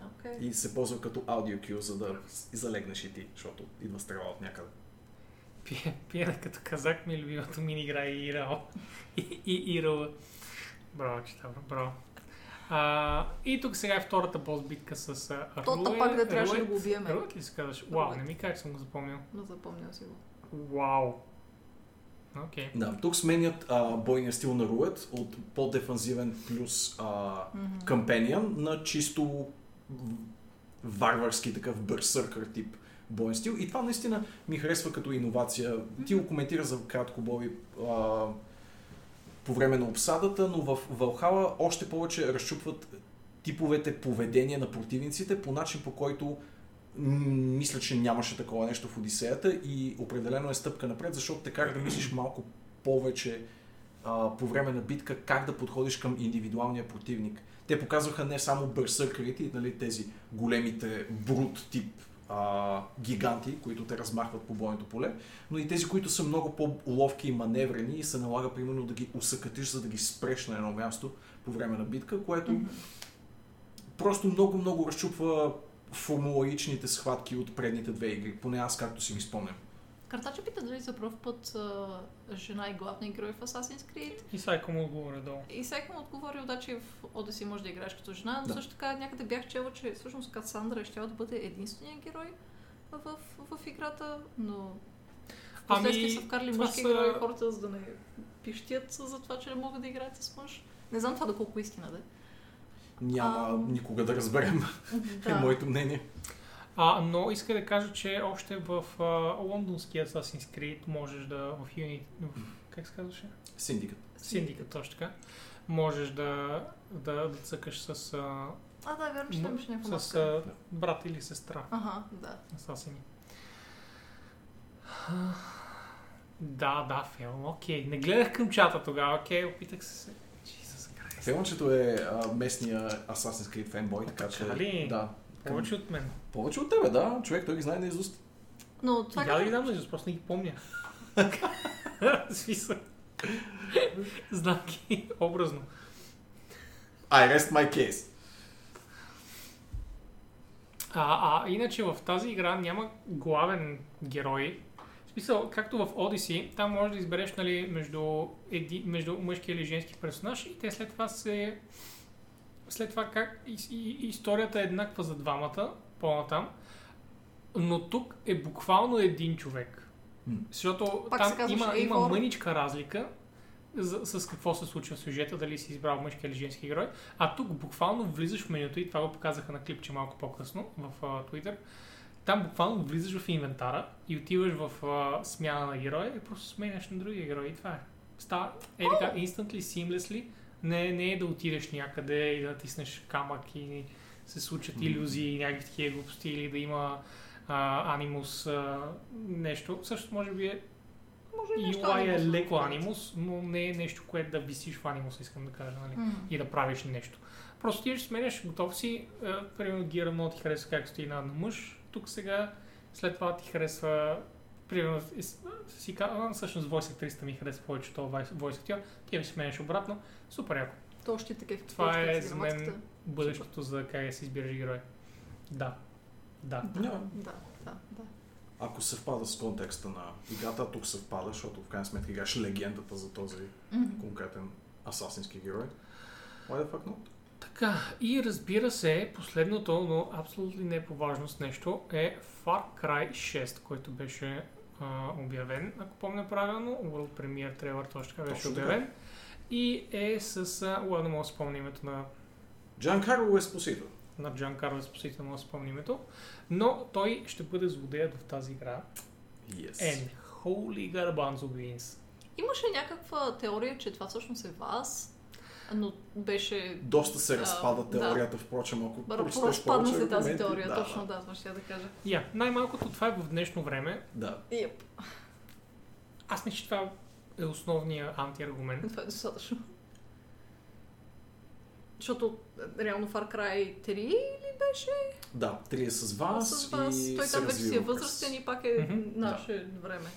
Speaker 1: Окей.
Speaker 2: И се ползва като аудио кю, за да с- залегнеш и ти, защото идва стрела от някъде.
Speaker 3: Пие, пиена като казак ми е любимото мини игра и Ирал. И, и Ирала. Браво, чета, браво. А, и тук сега е втората бос битка с а,
Speaker 1: То
Speaker 3: Руе-
Speaker 1: пак да трябваше
Speaker 3: Руе-
Speaker 1: да го убиеме.
Speaker 3: Рует ли се казваш? Вау,
Speaker 1: Рует.
Speaker 3: не ми кажа, че съм го запомнил.
Speaker 1: Но запомням си го.
Speaker 3: Вау. Окей.
Speaker 2: Да, тук сменят а, бойния стил на Рует от по-дефанзивен плюс а,
Speaker 1: Мгм.
Speaker 2: Companion на чисто варварски такъв бърсъркър тип боен стил. И това наистина ми харесва като иновация. Ти го коментира за кратко Боби а, по време на обсадата, но в Валхала още повече разчупват типовете поведение на противниците по начин по който м, мисля, че нямаше такова нещо в Одисеята и определено е стъпка напред, защото те кара да мислиш малко повече а, по време на битка как да подходиш към индивидуалния противник. Те показваха не само бърсъркарите, нали, тези големите брут тип а, гиганти, които те размахват по бойното поле, но и тези, които са много по-ловки и маневрени и се налага примерно да ги усъкатиш, за да ги спреш на едно място по време на битка, което просто много-много разчупва формулаичните схватки от предните две игри, поне аз както си ги спомням.
Speaker 1: Картача пита дали за първ път а, жена е главна герой в Assassin's Creed.
Speaker 3: И сега му отговоря долу.
Speaker 1: И всеки му отговори, че в Odyssey може да играеш като жена, но
Speaker 2: Да.
Speaker 1: също така някъде бях чела, че всъщност Касандра ще да бъде единствения герой в, в, в играта, но в последствие
Speaker 3: Ами,
Speaker 1: са вкарали
Speaker 3: това
Speaker 1: мъжки
Speaker 3: са-
Speaker 1: герои хората, за да не пищят за това, че не могат да играят с мъж. Не знам това доколко е истина да е.
Speaker 2: Няма
Speaker 1: Ам.
Speaker 2: никога да разберем, да. е
Speaker 1: Да.
Speaker 2: моето мнение.
Speaker 3: А, но иска да кажа, че още в а, лондонския Assassin's Creed можеш да в юни... В, как се казваше?
Speaker 2: Синдикът.
Speaker 3: Синдикът, точно така. Можеш да, да, да цъкаш с, а,
Speaker 1: А, да, вярно, че там беше някаква
Speaker 3: м- с
Speaker 1: маска.
Speaker 3: а, брат или сестра.
Speaker 1: Ага, да.
Speaker 3: Асасини. Да, да, филм, окей. Не гледах към чата тогава, окей, опитах се. Jesus Christ.
Speaker 2: Филмчето е а, местния Assassin's Creed фенбой, така че...
Speaker 3: така ли?
Speaker 2: Да. Към-
Speaker 3: Повече от мен.
Speaker 2: Повече от тебе, да. Човек, той ги знае наизуст.
Speaker 1: Но
Speaker 3: И
Speaker 1: това
Speaker 3: да да
Speaker 1: като-
Speaker 3: ги дам на Исус, просто не ги помня. В Смисъл. Знам ги образно.
Speaker 2: I rest my case.
Speaker 3: А, а иначе в тази игра няма главен герой. В смисъл, както в Odyssey, там можеш да избереш нали, между, еди, между мъжки или женски персонаж и те след това се... След това как и, и, историята е еднаква за двамата, по-натам. Но тук е буквално един човек.
Speaker 2: М.
Speaker 3: Защото
Speaker 1: Пак се
Speaker 3: там
Speaker 1: казваше
Speaker 3: има, има
Speaker 1: Eivor.
Speaker 3: мъничка разлика за, с какво се случва в сюжета, дали си избрал мъжки или женски герой. А тук буквално влизаш в менюто и това го показаха на клипче малко по-късно в а, Twitter. Там буквално влизаш в инвентара и отиваш в а, смяна на героя и просто сменяш на другия герой и това е. Става е така, instantly, seamlessly. Не, не е да отидеш някъде и да натиснеш камък и се случат иллюзии, някакви такива глупости, или да има а, анимус а, нещо. Също може би е
Speaker 1: Може и нещо
Speaker 3: UI е
Speaker 1: анимусно.
Speaker 3: леко анимус, но не е нещо, което да висиш в анимус, искам да кажа, нали?
Speaker 1: М.
Speaker 3: И да правиш нещо. Просто ти ще сменяш, готов си, а, примерно Гира много ти харесва как стои на на мъж, тук сега, след това ти харесва, примерно и с- е, си казвам, всъщност Voice Actress ми харесва повече това Voice Voice Actor, ти я сменяш обратно, супер яко.
Speaker 1: То още така е в
Speaker 3: Това
Speaker 1: точка
Speaker 3: е
Speaker 1: с
Speaker 3: за мен
Speaker 1: граматиката.
Speaker 3: бъдещето за как да си избираш герой. Да. Да.
Speaker 2: Да.
Speaker 1: Да, да, да.
Speaker 2: Ако съвпада с контекста на играта, а тук съвпада, защото в крайна сметка играеш легендата за този
Speaker 1: Мгм.
Speaker 2: конкретен асасински герой. Why the fuck not?
Speaker 3: Така, и разбира се, последното, но абсолютно не по важност нещо е Far Cry 6, който беше а, обявен, ако помня правилно. World Premiere трейлър точно така беше
Speaker 2: Точно така.
Speaker 3: обявен. И е с... А, уа, не мога да спомня името на
Speaker 2: Джан Карло Еспосито.
Speaker 3: на Джан Карло Еспосито, не мога да спомня името. Но той ще бъде злодеят в тази игра.
Speaker 2: Yes.
Speaker 3: And holy garbanzo beans.
Speaker 1: Имаше някаква теория, че това всъщност е вас, но беше...
Speaker 2: Доста се
Speaker 1: А,
Speaker 2: разпада
Speaker 1: да.
Speaker 2: теорията, впрочем, ако прочетеш
Speaker 1: Разпадна
Speaker 2: повече
Speaker 1: се тази
Speaker 2: аргументи,
Speaker 1: теория,
Speaker 2: да,
Speaker 1: точно да, това ще я да кажа.
Speaker 3: Я, най-малкото това е в днешно време.
Speaker 2: Да.
Speaker 1: Йеп,
Speaker 3: Аз мисля, че това е основният антиаргумент.
Speaker 1: това е достатъчно. Защото е, реално Far Cry 3 или беше?
Speaker 2: Да, три е с вас,
Speaker 1: с вас.
Speaker 2: и
Speaker 1: Той
Speaker 2: се
Speaker 1: там вече си е
Speaker 2: развива през-
Speaker 1: възрастен и пак е
Speaker 3: Мгм,
Speaker 1: наше време.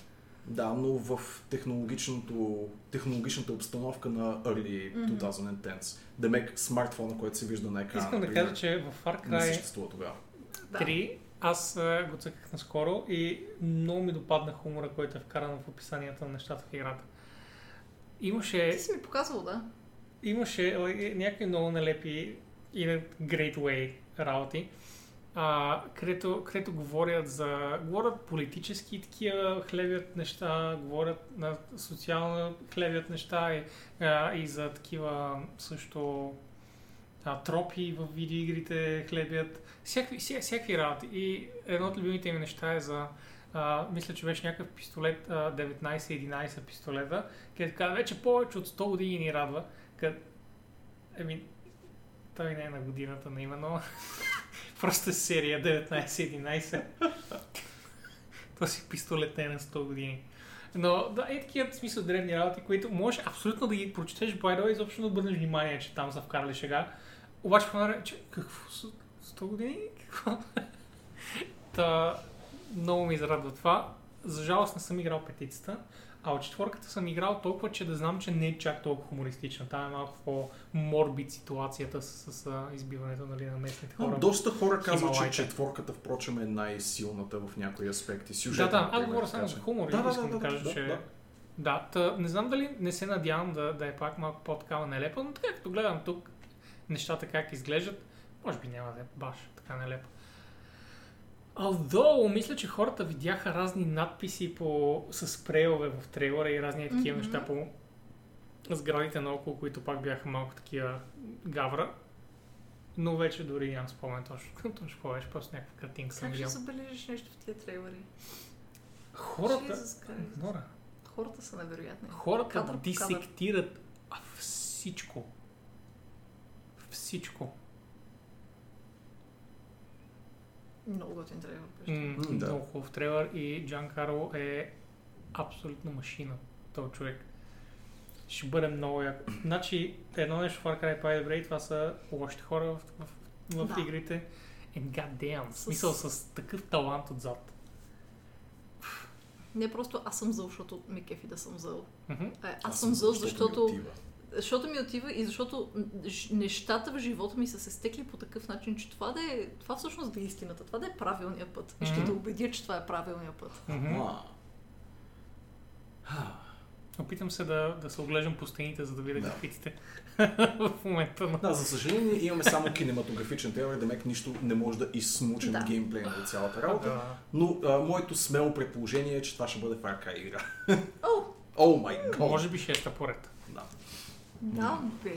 Speaker 2: Да, но в технологичното, технологичната обстановка на Early
Speaker 1: Мгм.
Speaker 2: 2010s. Демек смартфона, който се вижда на екрана,
Speaker 3: Искам да
Speaker 2: например,
Speaker 3: кажа, че е в Far
Speaker 2: не
Speaker 3: Cry
Speaker 2: съществува тогава.
Speaker 1: Да.
Speaker 3: 3 аз а, го цъках наскоро и много ми допадна хумора, който е вкаран в описанията на нещата в играта. Имаше,
Speaker 1: Ти си ми показвал, да?
Speaker 3: имаше а, някакви много налепи и на Great Way работи, а, където, където говорят за... Говорят политически такива хлебят неща, говорят на социална хлебят неща и, а, и за такива също а, тропи в видеоигрите хлебят. Всякакви, вся, всякакви работи. И едно от любимите ми неща е за... А, мисля, че беше някакъв пистолет, а, 19-11 пистолета, където казва, вече повече от 100 години ни радва. Къд... Еми, той не е на годината на именно. Просто е серия 19-11. Този пистолет не е на 100 години. Но да, е такива в смисъл древни работи, които можеш абсолютно да ги прочетеш, by the way, изобщо не обърнеш внимание, че там са вкарали шега. Обаче, по едно време, че какво са 100 години? Какво? Та, много ми зарадва това. За жалост не съм играл петицата, а от четворката съм играл толкова, че да знам, че не е чак толкова хумористична. Там е малко по-морбид ситуацията с, с, а, избиването нали, на местните
Speaker 2: Но
Speaker 3: хора.
Speaker 2: доста хора казват, че
Speaker 3: Хималайка.
Speaker 2: четворката, впрочем, е най-силната в някои аспекти.
Speaker 3: Да,
Speaker 2: Сюжетът,
Speaker 3: да, аз
Speaker 2: например,
Speaker 3: говоря
Speaker 2: така
Speaker 3: само
Speaker 2: че.
Speaker 3: за хумор.
Speaker 2: Да, да,
Speaker 3: искам
Speaker 2: да,
Speaker 3: да,
Speaker 2: да,
Speaker 3: кажа,
Speaker 2: да,
Speaker 3: че...
Speaker 2: да.
Speaker 3: Да, тъ, не знам дали не се надявам да, да е пак малко по-такава нелепа, но така като гледам тук нещата как изглеждат, може би няма да е баш така нелепа. Although, мисля, че хората видяха разни надписи по... с спрейове в трейлера и разни такива
Speaker 1: Мгм.
Speaker 3: неща по сградите наоколо, които пак бяха малко такива гавра. Но вече дори нямам спомен точно, точно какво беше, просто някаква картинка съм
Speaker 1: Как ще
Speaker 3: видял.
Speaker 1: забележиш нещо в тия трейлери?
Speaker 3: Хората...
Speaker 1: Jesus Christ.
Speaker 3: Нора,
Speaker 1: Хората са невероятни.
Speaker 3: Хората
Speaker 1: Кадър по кадър.
Speaker 3: дисектират а, всичко. Всичко.
Speaker 1: Много готин трейлер беше.
Speaker 3: М,
Speaker 2: М, да.
Speaker 3: Много хубав трейлър и Джан Карло е абсолютно машина. Той човек. Ще бъде много яко. Значи, едно нещо в Far Cry Pie добре и това са лошите хора в, в, в,
Speaker 1: Да.
Speaker 3: игрите. And goddamn, в
Speaker 1: С-
Speaker 3: смисъл с такъв талант отзад.
Speaker 1: Не просто аз съм зъл, защото ме кефи да съм зъл.
Speaker 3: Мгм.
Speaker 1: А, аз, съм зъл, защото,
Speaker 2: ми отива.
Speaker 1: защото ми отива и защото м, ж- нещата в живота ми са се стекли по такъв начин, че това, да е, това всъщност да е истината, това да е правилният път. И ще
Speaker 3: Мгм.
Speaker 1: те убедя, че това е правилният път.
Speaker 3: Мгм.
Speaker 2: А. А.
Speaker 3: Опитам се да, да се оглеждам по стените, за да видя
Speaker 2: Да.
Speaker 3: какви сте в момента на
Speaker 2: Да, за съжаление имаме само кинематографичен трейлер, демек нищо не може да изсмучим
Speaker 1: Да.
Speaker 2: да. геймплея на цялата работа. Но а, моето смело предположение е, че това ще бъде Far Cry игра.
Speaker 1: О,
Speaker 2: О май гот!
Speaker 3: Може би шеста поред.
Speaker 2: Да.
Speaker 1: да, бе.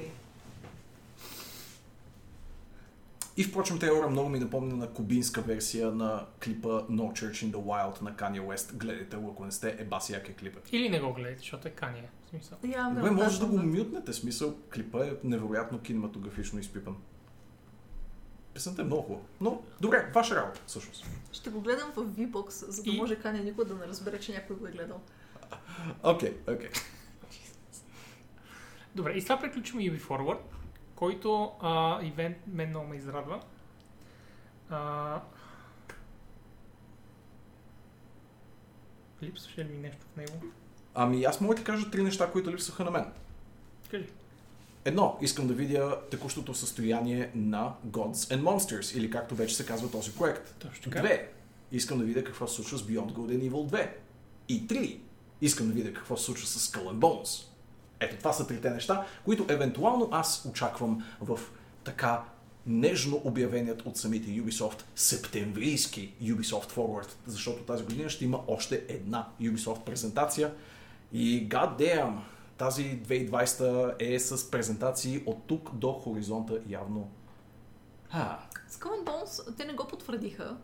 Speaker 2: И впрочем трейлера много ми напомня на кубинска версия на клипа No Church in the Wild на Kanye West. Гледайте го, ако не сте, еба си як е клипа.
Speaker 3: Или не го гледайте, защото е кания. В смисъл.
Speaker 1: Я,
Speaker 2: Добре, може да го мютнете, смисъл клипа е невероятно кинематографично изпипан. Песента е много хубава. Но, добре, ваша работа, всъщност.
Speaker 1: Ще го гледам в V-Box, за да
Speaker 3: И-
Speaker 1: може Каня никога да не разбере, че някой го е гледал.
Speaker 2: Окей, окей.
Speaker 3: Добре, и с това приключваме UB Forward, който а, ивент мен много ме израдва. А... Липсваше ли ми нещо в него?
Speaker 2: Ами аз мога да ти кажа три неща, които липсваха на мен.
Speaker 3: Кажи.
Speaker 2: Едно, искам да видя текущото състояние на Gods and Monsters, или както вече се казва този проект.
Speaker 3: Точно така.
Speaker 2: Две, искам да видя какво се случва с Beyond Good and Evil 2. И три, искам да видя какво се случва с Skull and Bones. Ето това са трите неща, които евентуално аз очаквам в така нежно обявеният от самите Ubisoft септемврийски Ubisoft Forward, защото тази година ще има още една Ubisoft презентация и god damn, тази 2020 е с презентации от тук до хоризонта явно. А,
Speaker 1: Skull and Bones, те не го потвърдиха.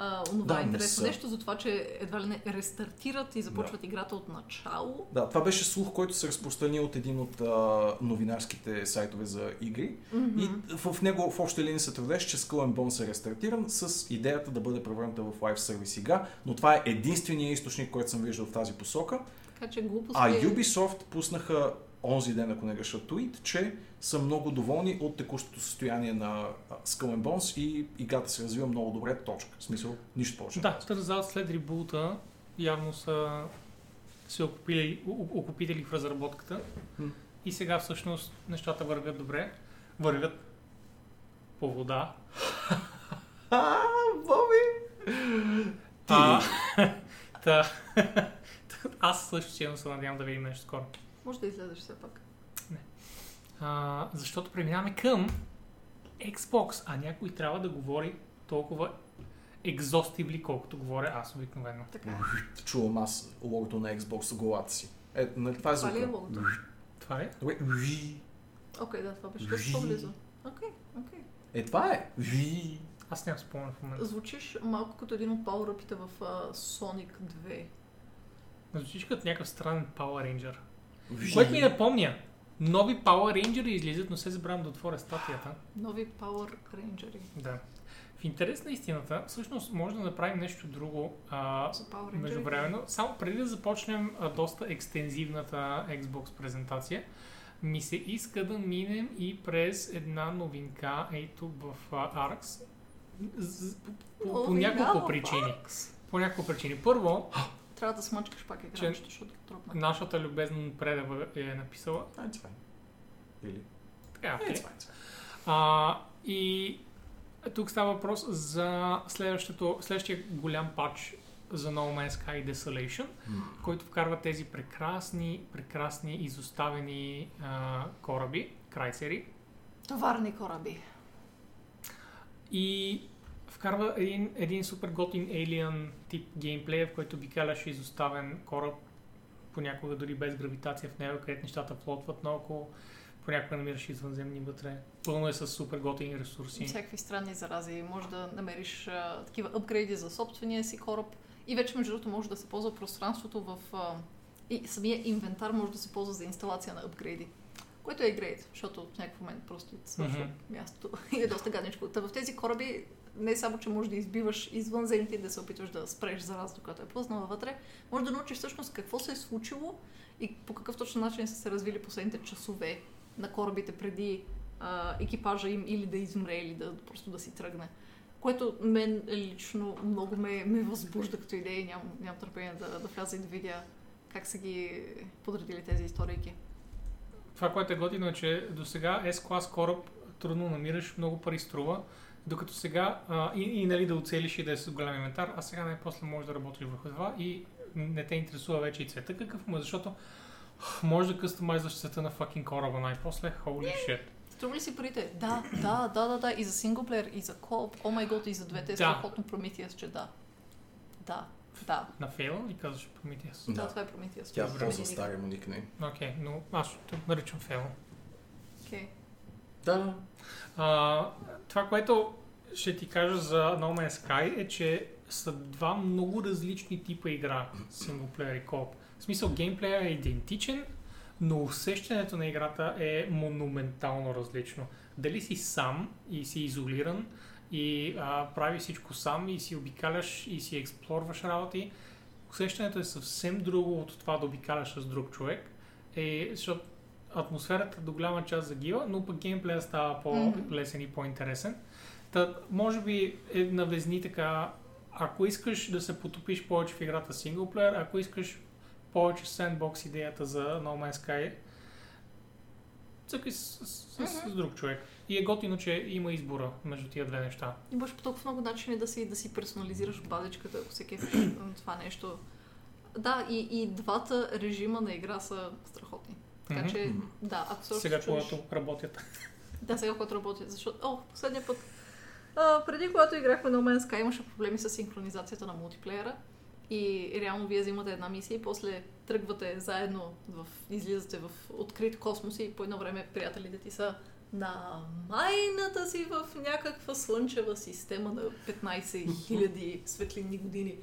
Speaker 1: А, онова
Speaker 2: Да, не
Speaker 1: интересно
Speaker 2: са.
Speaker 1: нещо за това, че едва ли не рестартират и започват играта от начало.
Speaker 2: Да, това беше слух, който се разпространи от един от а, новинарските сайтове за игри. И в, в него в общи линии се твърдеше, че Skull and Bones е рестартиран с идеята да бъде превърната в лайв сервис игра, но това е единствения източник, който съм виждал в тази посока.
Speaker 1: Така че глупост
Speaker 2: А
Speaker 1: е...
Speaker 2: Ubisoft пуснаха онзи ден, ако не греша твит, че са много доволни от текущото състояние на а, Skull and Bones и играта се развива много добре, точка. В смисъл, нищо повече.
Speaker 3: Да, Тързал след ребулта явно са се окупили, о- о- окупители в разработката
Speaker 2: М.
Speaker 3: и сега всъщност нещата вървят добре. Вървят по вода.
Speaker 2: А, Боби! Ти.
Speaker 3: А, та, аз също силно се надявам да видим нещо скоро.
Speaker 1: Може да излезеш все пак.
Speaker 3: А, защото преминаваме към Xbox, а някой трябва да говори толкова екзостивли, колкото говоря аз обикновено.
Speaker 1: Така.
Speaker 2: Чувам аз логото на Xbox в главата си. Е, нали това е
Speaker 1: Това ли е
Speaker 2: звука?
Speaker 1: логото?
Speaker 3: Това е.
Speaker 2: Добре. Ви.
Speaker 1: Окей, да, това беше доста по-близо. Окей, окей.
Speaker 2: Е, това е. Ви.
Speaker 3: Аз нямам спомен в момента.
Speaker 1: Звучиш малко като един от пауъръпите в а, Sonic 2.
Speaker 3: Звучиш като някакъв странен Power Ranger.
Speaker 2: Ви.
Speaker 3: Което ми е напомня, нови Power Ranger излизат, но се забравям да отворя статията.
Speaker 1: Нови Power Rangers.
Speaker 3: Да. В интерес на истината, всъщност може да направим нещо друго а,
Speaker 1: За Power Rangers.
Speaker 3: междувременно. Само преди да започнем а, доста екстензивната Xbox презентация, ми се иска да минем и през една новинка, ей тук в а, ARX, З- по, по, по
Speaker 1: Новина в
Speaker 3: няколко причини.
Speaker 1: Arx.
Speaker 3: По няколко причини. Първо,
Speaker 1: Трябва да смачкаш пак играчето, защото тропна.
Speaker 3: нашата любезна предава е написала.
Speaker 2: А, it's fine. Или. е,
Speaker 3: Така,
Speaker 2: Okay.
Speaker 3: окей.
Speaker 2: It's fine, it's fine.
Speaker 3: А, и тук става въпрос за следващото, следващия голям патч за No Man's Sky Desolation, който вкарва тези прекрасни, прекрасни изоставени а, кораби, крайсери,
Speaker 1: Товарни кораби.
Speaker 3: и вкарва един, един супер готин alien тип геймплея, в който обикаляш изоставен кораб, понякога дори без гравитация в него, където нещата плотват наоколо, понякога намираш извънземни вътре. Пълно е с супер готини ресурси.
Speaker 1: Всякакви странни зарази. Може да намериш а, такива апгрейди за собствения си кораб. И вече, между другото, може да се ползва пространството в... А, и самия инвентар може да се ползва за инсталация на апгрейди. Което е грейд, защото в някакъв момент просто ти свършва
Speaker 3: Мгм.
Speaker 1: мястото и е доста гадничко. Та в тези кораби не само, че можеш да избиваш извънземните и да се опитваш да спреш заразата, която е плъзнала вътре, може да научиш всъщност какво се е случило и по какъв точно начин са се развили последните часове на корабите преди а, екипажа им или да измре, или да просто да си тръгне. Което мен лично много ме, ме възбужда като идея и нямам, нямам търпение да, да вляза и да видя как са ги подредили тези историки.
Speaker 3: Това, което е готино е, че до сега S-клас кораб трудно намираш, много пари струва, докато сега а, и, и нали да оцелиш и да е с голям инвентар, а сега най-после можеш да работиш върху това и не те интересува вече и цвета какъв му е, защото може да къстомайзваш цвета на fucking кораба най-после, holy shit.
Speaker 1: Струва ли си парите? Да, да, да, да, да. И за синглплеер, и за кооп. О май гот, и за двете е
Speaker 3: Да.
Speaker 1: страхотно Prometheus, че да. Да, да,
Speaker 3: На фейла ли казваш Prometheus?
Speaker 1: да,
Speaker 2: Да.
Speaker 1: това е Prometheus.
Speaker 2: Тя
Speaker 3: Добре.
Speaker 2: ползва стария му никнейм.
Speaker 3: Окей, но аз ще наричам фейла.
Speaker 1: Окей.
Speaker 2: Да.
Speaker 3: А, това, което ще ти кажа за No Man's Sky е, че са два много различни типа игра, синглплеер и коп. В смисъл, геймплея е идентичен, но усещането на играта е монументално различно. Дали си сам и си изолиран и а, прави всичко сам и си обикаляш и си експлорваш работи, усещането е съвсем друго от това да обикаляш с друг човек. Е, защото атмосферата до голяма част загива, но пък геймплея става по-лесен и по-интересен. Та, може би е навезни така, ако искаш да се потопиш повече в играта синглплеер, ако искаш повече сендбокс идеята за No Man's Sky, цъкай с, с, с, с друг човек. И е готино, че има избора между тия две неща.
Speaker 1: Имаш по толкова много начини да си, да си персонализираш базичката, ако се кефиш на това нещо. Да, и, и двата режима на игра са страхотни. Така
Speaker 3: Мгм.
Speaker 1: че, да, ако се
Speaker 3: Сега,
Speaker 1: чудиш-
Speaker 3: когато работят.
Speaker 1: Да, сега когато работя, защото... О, последния път. А, преди когато играхме на Man's Sky, имаше проблеми с синхронизацията на мултиплеера. И реално вие взимате една мисия и после тръгвате заедно, в, излизате в открит космос и по едно време приятелите ти са на майната си в някаква слънчева система на 15 000 светлинни години.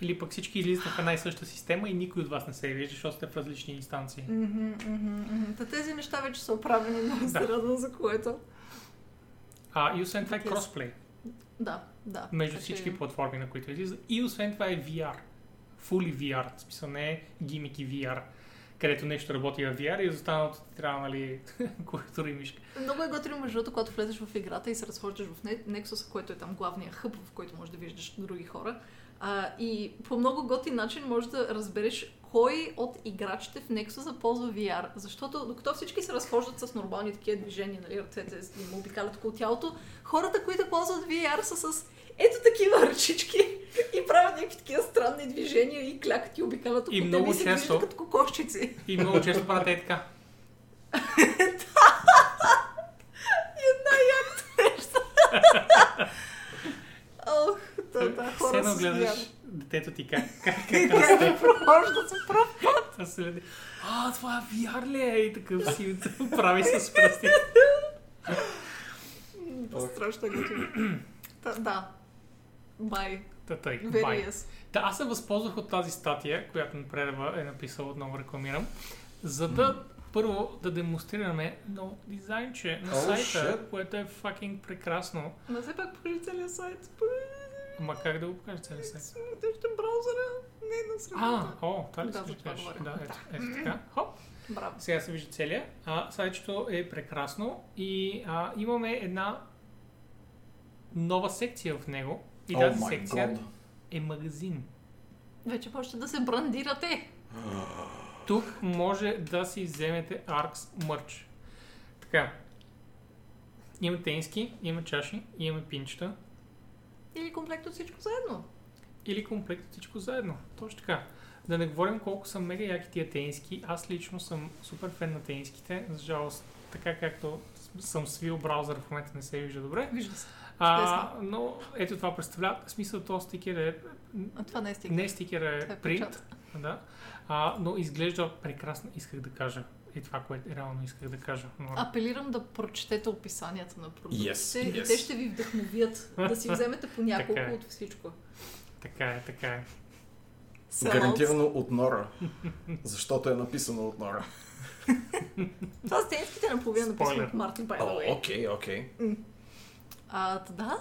Speaker 3: Или пък всички излизат в една и съща система и никой от вас не се вижда, защото сте в различни инстанции.
Speaker 1: Мгм, мгм, мгм. Та тези неща вече са оправени, много се
Speaker 3: Да.
Speaker 1: радвам за което.
Speaker 3: А, и освен това е
Speaker 1: Yes.
Speaker 3: кросплей
Speaker 1: Да, да.
Speaker 3: между
Speaker 1: Така че-
Speaker 3: всички платформи, на които излиза. И освен това е VR. Fully VR. В смисъл не е гимики VR, където нещо работи в VR и останалото ти трябва, нали, коректор и мишка.
Speaker 1: Много е готино между другото, когато влезеш в играта и се разхождаш в Не- Nexus, което е там главния хъб, в който можеш да виждаш други хора. А, и по много готин начин можеш да разбереш кой от играчите в Nexus ползва VR. Защото докато всички се разхождат с нормални такива движения, нали, ръцете им обикалят около тялото, хората, които ползват VR са с ето такива ръчички и правят някакви такива странни движения и клякат и обикалят около
Speaker 3: И
Speaker 1: теб
Speaker 3: много
Speaker 1: се
Speaker 3: често-
Speaker 1: движат като кокошчици.
Speaker 3: И много често правят е така.
Speaker 1: Една як нещо. Ох, да, да,
Speaker 3: Е, Все
Speaker 1: хора Е,
Speaker 3: едно
Speaker 1: се
Speaker 3: гледаш
Speaker 1: смеят.
Speaker 3: детето ти как, как, как, как
Speaker 1: Как се прохожда се прав.
Speaker 3: Аз се следи. А, това е VR ли е? И такъв си прави с пръсти.
Speaker 2: Ох.
Speaker 1: Страшно е готино. Та, Да. Бай.
Speaker 3: Та тъй, бай.
Speaker 1: Very yes.
Speaker 3: Да, аз се възползвах от тази статия, която Пререва е написал, отново рекламирам, за да първо да демонстрираме ново дизайнче на
Speaker 2: Oh,
Speaker 3: сайта,
Speaker 2: shit.
Speaker 3: което е fucking прекрасно.
Speaker 1: Но все пак покажи целият сайт. Е, Покажи
Speaker 3: Ама как да го покажа целия сайт?
Speaker 1: Смутеща браузъра. Не на
Speaker 3: А,
Speaker 1: средата.
Speaker 3: о, това ли
Speaker 1: Да,
Speaker 3: се
Speaker 1: за това
Speaker 3: четеш?
Speaker 1: говоря.
Speaker 3: Да, ето, ето така. Хоп.
Speaker 1: Браво.
Speaker 3: Сега се вижда целия. А, сайтчето е прекрасно и а, имаме една нова секция в него. И
Speaker 2: О,
Speaker 3: тази
Speaker 2: май
Speaker 3: секция
Speaker 2: год.
Speaker 3: е магазин.
Speaker 1: Вече почте да се брандирате.
Speaker 3: Тук може да си вземете ARX мърч. Така. Има тениски, има чаши, има пинчета
Speaker 1: Или комплект от всичко заедно.
Speaker 3: или комплект от всичко заедно. Точно така. Да не говорим колко са мега яки тия тениски. Аз лично съм супер фен на тениските. За жалост, така както с- съм свил браузър, в момента не се вижда добре.
Speaker 1: Вижда се.
Speaker 3: А, но ето това представлява. В смисъл, то стикер е...
Speaker 1: А това не е стигна.
Speaker 3: Не стикер
Speaker 1: Това
Speaker 3: е
Speaker 1: е
Speaker 3: принт.
Speaker 1: печат.
Speaker 3: Да. А, но изглежда прекрасно, исках да кажа. И това, което реално исках да кажа. Но...
Speaker 1: Апелирам да прочетете описанията на продуктите
Speaker 2: Yes,
Speaker 1: и
Speaker 2: yes.
Speaker 1: те ще ви вдъхновят да си вземете по няколко
Speaker 3: Така е.
Speaker 1: от всичко.
Speaker 3: Така е, така е.
Speaker 2: Гарантирано от Нора. Защото е написано от Нора.
Speaker 1: Това с тенските наполовина написано
Speaker 3: Спойлер.
Speaker 1: от Мартин by the
Speaker 2: О,
Speaker 1: way.
Speaker 2: Окей, окей.
Speaker 1: А, та да,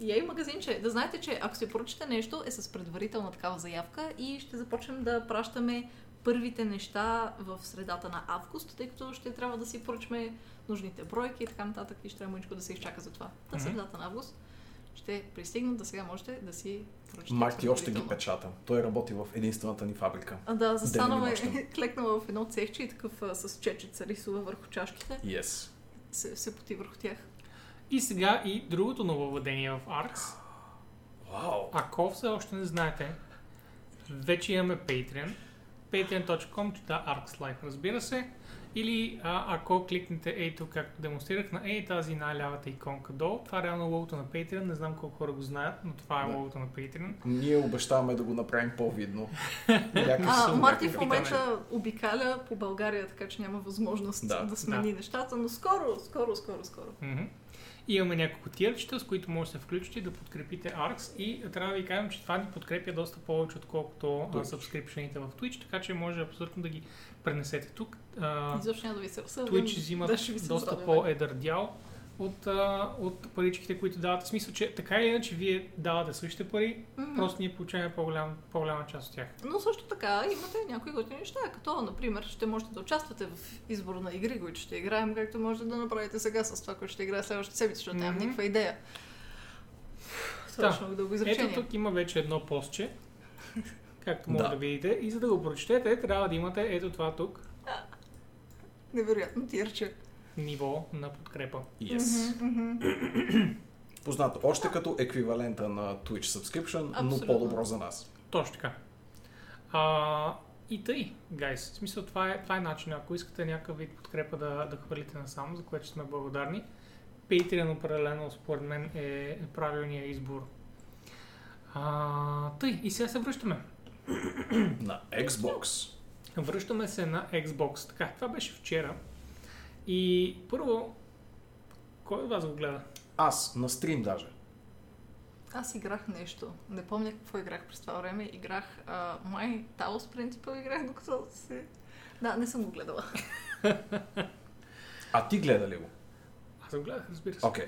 Speaker 1: ей магазинче. Да знаете, че ако се поръчате нещо, е с предварителна такава заявка и ще започнем да пращаме първите неща в средата на август, тъй като ще трябва да си поръчаме нужните бройки и така нататък и ще трябва мъничко да се изчака за това. На
Speaker 3: Мгм.
Speaker 1: средата на август ще пристигнат, да сега можете да си поръчате.
Speaker 2: Марти още ги
Speaker 1: предварително.
Speaker 2: печата. Той работи в единствената ни фабрика.
Speaker 1: А, да, застанала,
Speaker 2: Денем и нощем.
Speaker 1: клекнала в едно цехче и такъв а, с чечеца рисува върху чашките,
Speaker 2: Yes.
Speaker 1: се, се поти върху тях.
Speaker 3: И сега и другото нововведение в ARX.
Speaker 2: Вау.
Speaker 3: Ако все още не знаете, вече имаме Patreon. patreon.com чета ArcsLife, разбира се. Или а, ако кликнете ей тук, както демонстрирах, на ей тази най-лявата иконка долу, това е реално логото на Patreon. Не знам колко хора го знаят, но това е
Speaker 2: Да.
Speaker 3: логото на Patreon.
Speaker 2: Ние обещаваме да го направим по-видно.
Speaker 3: Ами
Speaker 2: Някакси
Speaker 1: А,
Speaker 2: супер.
Speaker 1: Марти в
Speaker 3: някакви
Speaker 1: момента обикаля по България, така че няма възможност
Speaker 2: Да,
Speaker 1: да, смени нещата, но скоро, скоро, скоро, скоро.
Speaker 3: Мгм. Имаме няколко тиерчета, с които може да се включите да подкрепите ARX и трябва да ви кажем, че това ни подкрепя доста повече, отколкото
Speaker 2: Twitch.
Speaker 3: сабскрипшените в Twitch, така че може абсолютно да ги пренесете тук. А,
Speaker 1: Изобщо няма да ви се разсъдвам.
Speaker 3: Twitch взимат
Speaker 1: Даже ви се нали?
Speaker 3: доста
Speaker 1: обадя,
Speaker 3: по-едър дял от, а, от паричките, които давате. В смисъл, че така или иначе вие давате същите пари,
Speaker 1: Мгм.
Speaker 3: просто ние получаваме по-голям, по-голяма част от тях.
Speaker 1: Но също така имате някои готини неща, като например ще можете да участвате в избора на игри, които ще играем, както можете да направите сега с това, което ще играе следващата седмица, защото нямам
Speaker 3: Мгм.
Speaker 1: никаква идея. Точно дълго изречение.
Speaker 3: Ето тук има вече едно постче, както може
Speaker 2: Да.
Speaker 3: да. видите. И за да го прочетете, трябва да имате ето това тук
Speaker 1: Невероятно тирче.
Speaker 3: ниво на подкрепа.
Speaker 2: Yes. Познато още като еквивалента на Twitch subscription,
Speaker 1: Абсолютно.
Speaker 2: но по-добро за нас.
Speaker 3: Точно така. А, и тъй, гайс. В смисъл, това е, това е начинът. Ако искате някакъв вид подкрепа да, да хвърлите насам, за което сме благодарни, Patreon определено, според мен, е правилният избор. А, тъй, и сега се връщаме.
Speaker 2: На Xbox.
Speaker 3: Връщаме се на Xbox. Така, това беше вчера. И първо, кой от вас го гледа?
Speaker 2: Аз, на стрим даже.
Speaker 1: Аз играх нещо. Не помня какво играх през това време. Играх а, май Таос принципа играх, докато се... Да, не съм го гледала.
Speaker 2: А ти гледа ли го?
Speaker 3: Аз го гледах, разбира се.
Speaker 2: Окей.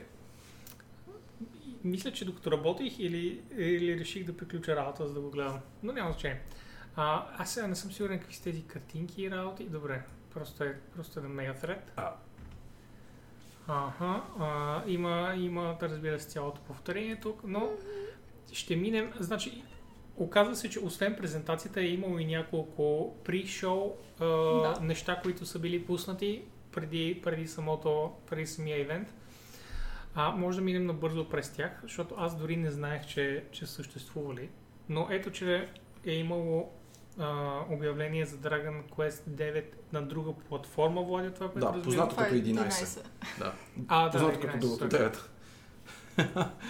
Speaker 3: И Мисля, че докато работих или, или реших да приключа работа, за да го гледам. Но няма значение. А, аз сега не съм сигурен какви са тези картинки и работи. Добре, просто е, просто е на мегатред.
Speaker 2: А.
Speaker 3: Аха, а, има, има, да разбира се, цялото повторение тук, но ще минем. Значи, оказва се, че освен презентацията е имало и няколко при-шоу а,
Speaker 1: Да.
Speaker 3: неща, които са били пуснати преди, преди, самото, преди самия ивент. А, може да минем набързо през тях, защото аз дори не знаех, че, че съществували. Но ето, че е имало а, обявление за Dragon Quest 9 на друга платформа, Влади, това, което
Speaker 2: Да,
Speaker 3: разбирам.
Speaker 2: познато.
Speaker 1: Това е
Speaker 2: 11.
Speaker 1: 11.
Speaker 2: Да.
Speaker 3: А, да,
Speaker 2: Познато
Speaker 3: 11,
Speaker 2: като другото.
Speaker 3: така.
Speaker 2: девет.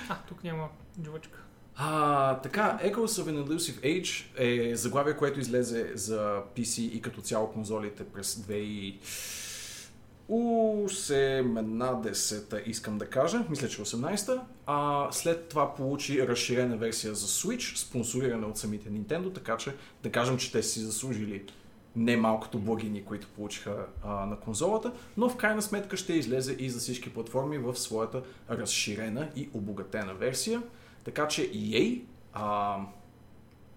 Speaker 3: А, тук няма джувачка.
Speaker 2: А, така, Echoes of an Elusive Age е заглавие, което излезе за PC и като цяло конзолите през 2018-та, искам да кажа, мисля, че 18-та. А, след това получи разширена версия за Switch, спонсорирана от самите Nintendo, така че да кажем, че те са си заслужили не малкото благини, които получиха а, на конзолата, но в крайна сметка ще излезе и за всички платформи в своята разширена и обогатена версия. Така че EA а,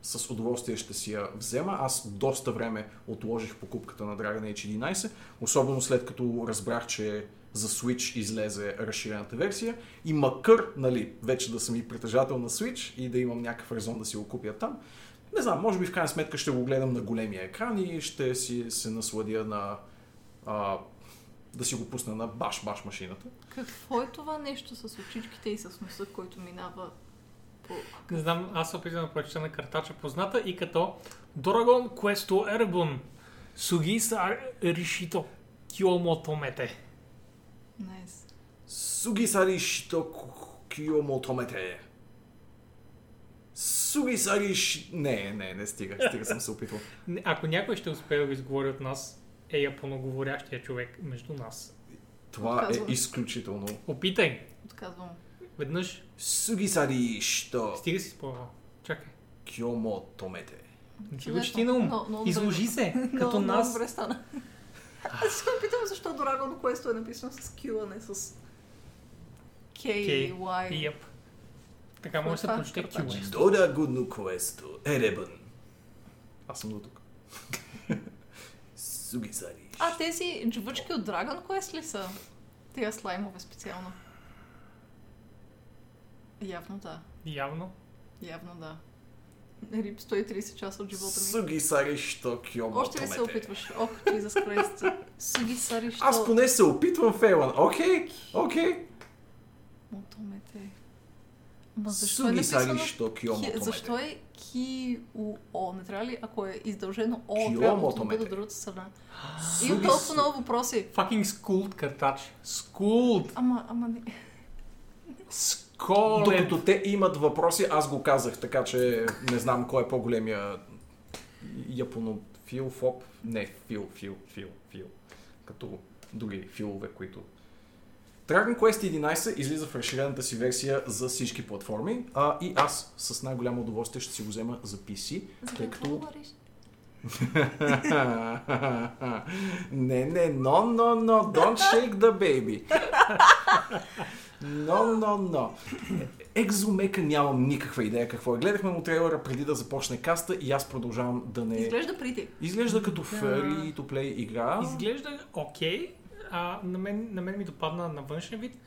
Speaker 2: с удоволствие ще си я взема. Аз доста време отложих покупката на Dragon Age 11, особено след като разбрах, че за Switch излезе разширената версия и макар, нали, вече да съм и притежател на Switch и да имам някакъв резон да си го купя там, не знам, може би в крайна сметка ще го гледам на големия екран и ще си се насладя на а, да си го пусна на баш-баш машината.
Speaker 1: Какво е това нещо с очичките и с носа, който минава по...
Speaker 3: Не знам, аз се опитвам да прочета на картача позната и като Dragon Quest Erebun Sugisa Rishito Kyomotomete.
Speaker 1: Найс.
Speaker 2: Сугисари Шитокио Мотомете. Сугисари Ши... Не, не, не стига, стига съм се опитвал.
Speaker 3: Не, Ако някой ще успее да го изговори от нас, е японоговорящия човек между нас.
Speaker 2: Това е
Speaker 1: Отказвам.
Speaker 2: изключително.
Speaker 3: Опитай!
Speaker 1: Отказвам.
Speaker 3: Веднъж
Speaker 2: Сугисари Шито
Speaker 3: стига си спомня. Чакай.
Speaker 2: Киомо Томете.
Speaker 3: Не си го
Speaker 1: Чудесно.
Speaker 3: чети на ум.
Speaker 1: Но- но-
Speaker 3: е Изложи се, като
Speaker 1: много,
Speaker 3: нас.
Speaker 1: Много добре стана. Аз се питам защо Dragon Quest е написано с Q, а не с K,
Speaker 3: Окей.
Speaker 1: Y.
Speaker 3: Йеп. Така
Speaker 1: Какво е
Speaker 3: може да се
Speaker 1: това?
Speaker 3: прочете
Speaker 1: Картач.
Speaker 3: QS.
Speaker 2: Дода Гудну Куесто Еребън. Аз съм до тук. Сугисари
Speaker 1: А, тези джвъчки от Dragon Quest ли са? Тия слаймове специално. Явно да.
Speaker 3: Явно.
Speaker 1: Явно да. Рип 130 часа от живота ми.
Speaker 2: Сугисари Шито Киомо
Speaker 1: Още ли се
Speaker 2: Томете.
Speaker 1: опитваш? Ох, Jesus Christ. Суги сари, що...
Speaker 2: Аз поне се опитвам, Фейлан. Окей, окей.
Speaker 1: Мотомете. Ма защо е
Speaker 2: Сугисари
Speaker 1: написано...
Speaker 2: Шито Киомо
Speaker 1: Ки...
Speaker 2: Томете.
Speaker 1: Защо е Ки-У-О? Не трябва ли, ако е издължено О,
Speaker 2: Кио
Speaker 1: трябва да
Speaker 2: мотомете.
Speaker 1: бъде от другата страна? Имам толкова много въпроси.
Speaker 3: Fucking schooled картач. Schooled.
Speaker 1: Ама, ама не.
Speaker 3: Schooled.
Speaker 2: Докато те имат въпроси, аз го казах, така че не знам кой е по-големия японофил, фоб, не, фил, фил, фил, фил, като други филове, които Dragon Quest 11 излиза в разширената си версия за всички платформи а, и аз с най-голямо удоволствие ще си го взема за PC,
Speaker 1: За
Speaker 2: тъй
Speaker 1: какво
Speaker 2: като...
Speaker 1: говориш?
Speaker 2: не, не, но, но, но, don't shake the baby. Но, но, но. Екзомека нямам никаква идея какво е. Гледахме му трейлера преди да започне каста и аз продължавам да не...
Speaker 1: Изглежда прити.
Speaker 2: Изглежда като
Speaker 3: Да.
Speaker 2: free to play игра.
Speaker 3: Изглежда окей, а на мен, на мен ми допадна на външен вид,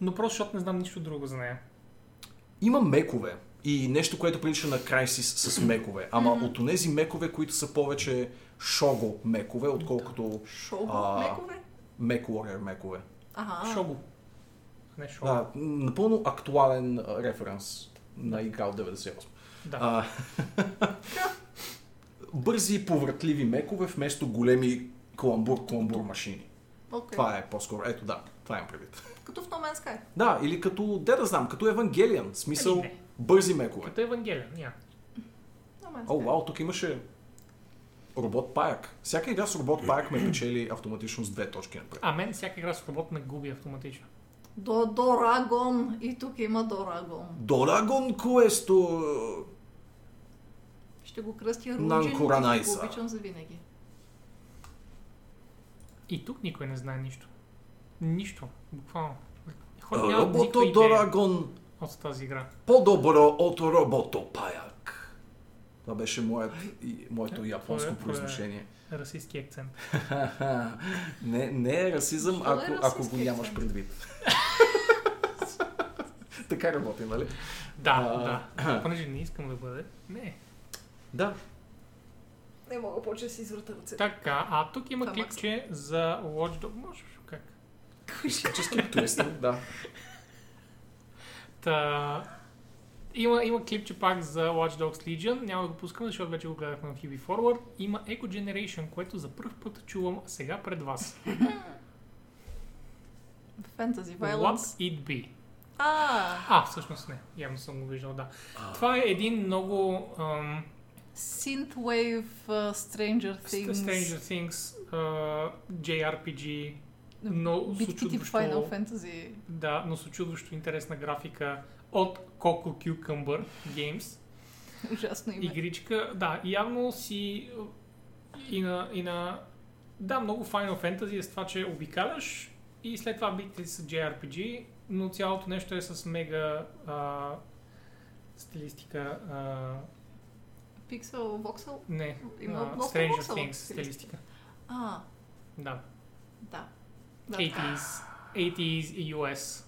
Speaker 3: но просто защото не знам нищо друго за нея.
Speaker 2: Има мекове и нещо, което прилича на Crysis с мекове. Ама от тези мекове, които са повече шого мекове, отколкото
Speaker 1: Шоу
Speaker 2: А.
Speaker 1: мекове.
Speaker 2: MechWarrior мекове.
Speaker 1: Ага.
Speaker 3: Шого. Не шого.
Speaker 2: Да, напълно актуален а, референс на игра от 98.
Speaker 3: да.
Speaker 2: А, бързи и повратливи мекове вместо големи каламбур-каламбур машини.
Speaker 1: Окей.
Speaker 2: Това е по-скоро. Ето да, това имам предвид.
Speaker 1: Като в No Man's Sky.
Speaker 2: Да, или като, де да знам, като Евангелиан. В Смисъл,
Speaker 3: Ами не.
Speaker 2: бързи мекове.
Speaker 3: Като Евангелия, няма.
Speaker 1: No Man's
Speaker 2: О,
Speaker 1: Sky.
Speaker 2: вау, тук имаше робот паяк. Всяка игра с робот паяк ме печели автоматично с две точки напред.
Speaker 3: А мен всяка игра с робот ме губи автоматично.
Speaker 1: До Дорагон. И тук има Дорагон.
Speaker 2: Дорагон Куесто!
Speaker 1: Ще го кръстя
Speaker 2: Нанко
Speaker 1: Руджин. Ще
Speaker 2: Ранайса.
Speaker 1: го обичам за винаги.
Speaker 3: И тук никой не знае нищо. Нищо. Буквално. Хората нямат никаква
Speaker 2: Робото
Speaker 3: идея
Speaker 2: Дорагон
Speaker 3: от тази игра.
Speaker 2: по-добро от робото паяк. Това беше моят, и- моето японско
Speaker 3: това е-
Speaker 2: произношение.
Speaker 3: Расистски акцент.
Speaker 2: Ха-ха. не, не е расизъм,
Speaker 1: Защо да е
Speaker 2: ако, ако го
Speaker 1: расистски
Speaker 2: нямаш
Speaker 1: акцент?
Speaker 2: предвид. така работи, нали?
Speaker 3: Да,
Speaker 2: А,
Speaker 3: да. Понеже не искам да бъде. Не.
Speaker 2: Да.
Speaker 1: Не мога повече да си извърта ръцете.
Speaker 3: Така, а тук има
Speaker 1: Е, Това е максимум.
Speaker 3: клипче за Watch Dogs. Може как?
Speaker 2: Исторически туристър, да.
Speaker 3: Та... Има, има клипче пак за Watch Dogs Legion. Няма да го пускам, защото вече го гледахме в UB Forward. Има Echo Generation, което за първ път чувам сега пред вас.
Speaker 1: Fantasy
Speaker 3: What
Speaker 1: Violence.
Speaker 3: it be?
Speaker 1: А,
Speaker 3: А, всъщност не. Явно съм го виждал, да. Това е един много... Ам,
Speaker 1: Synthwave, uh, Stranger
Speaker 3: St-
Speaker 1: Things.
Speaker 3: Stranger Things, а, JRPG, но с
Speaker 1: битките в
Speaker 3: очудващо-
Speaker 1: Final Fantasy.
Speaker 3: да, но с очудващо интересна графика от Coco Cucumber Games.
Speaker 1: Ужасно име.
Speaker 3: Игричка, да, явно си е, и на, и на... Да, много Final Fantasy е с това, че обикаляш и след това битите с JRPG, но цялото нещо е с мега а, стилистика... А,
Speaker 1: Pixel, Voxel.
Speaker 3: не,
Speaker 1: Има
Speaker 3: а,
Speaker 1: доста
Speaker 3: Stranger
Speaker 1: воксела
Speaker 3: Things
Speaker 1: стилистика.
Speaker 3: стилистика.
Speaker 1: А,
Speaker 3: Да.
Speaker 1: да. Да.
Speaker 3: 80s, 80s US.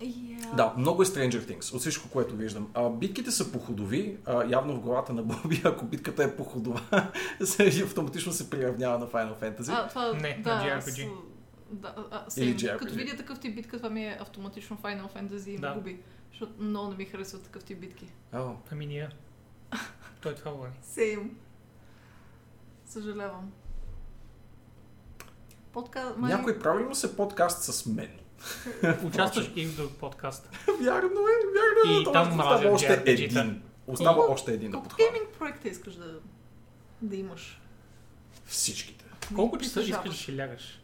Speaker 1: Yeah.
Speaker 2: Да, много е Stranger Things от всичко, което виждам. А, битките са походови, а, явно в главата на Боби, ако битката е походова, се, автоматично се приравнява на Final Fantasy.
Speaker 1: А, това,
Speaker 3: Не, на
Speaker 1: да,
Speaker 3: JRPG.
Speaker 1: С, да, а,
Speaker 2: Или
Speaker 1: Или
Speaker 2: JRPG.
Speaker 1: Като видя такъв тип битка, това ми е автоматично Final Fantasy и ме
Speaker 3: Да.
Speaker 1: губи. Защото много не ми харесват такъв тип битки.
Speaker 2: О,
Speaker 3: Ами ние. Той е това говори.
Speaker 1: Same. Съжалявам. Подка... май-
Speaker 2: Някой прави ли му се подкаст с мен?
Speaker 3: Участваш и в друг подкаст.
Speaker 2: вярно е, вярно е.
Speaker 3: И
Speaker 2: но
Speaker 3: там мразят
Speaker 2: още
Speaker 3: JRPG-та.
Speaker 2: един. Остава още един да
Speaker 1: Колко
Speaker 2: подхвана.
Speaker 1: гейминг проекта искаш да, да имаш?
Speaker 2: Всичките.
Speaker 3: Колко часа
Speaker 1: Притежаваш.
Speaker 3: искаш да си лягаш?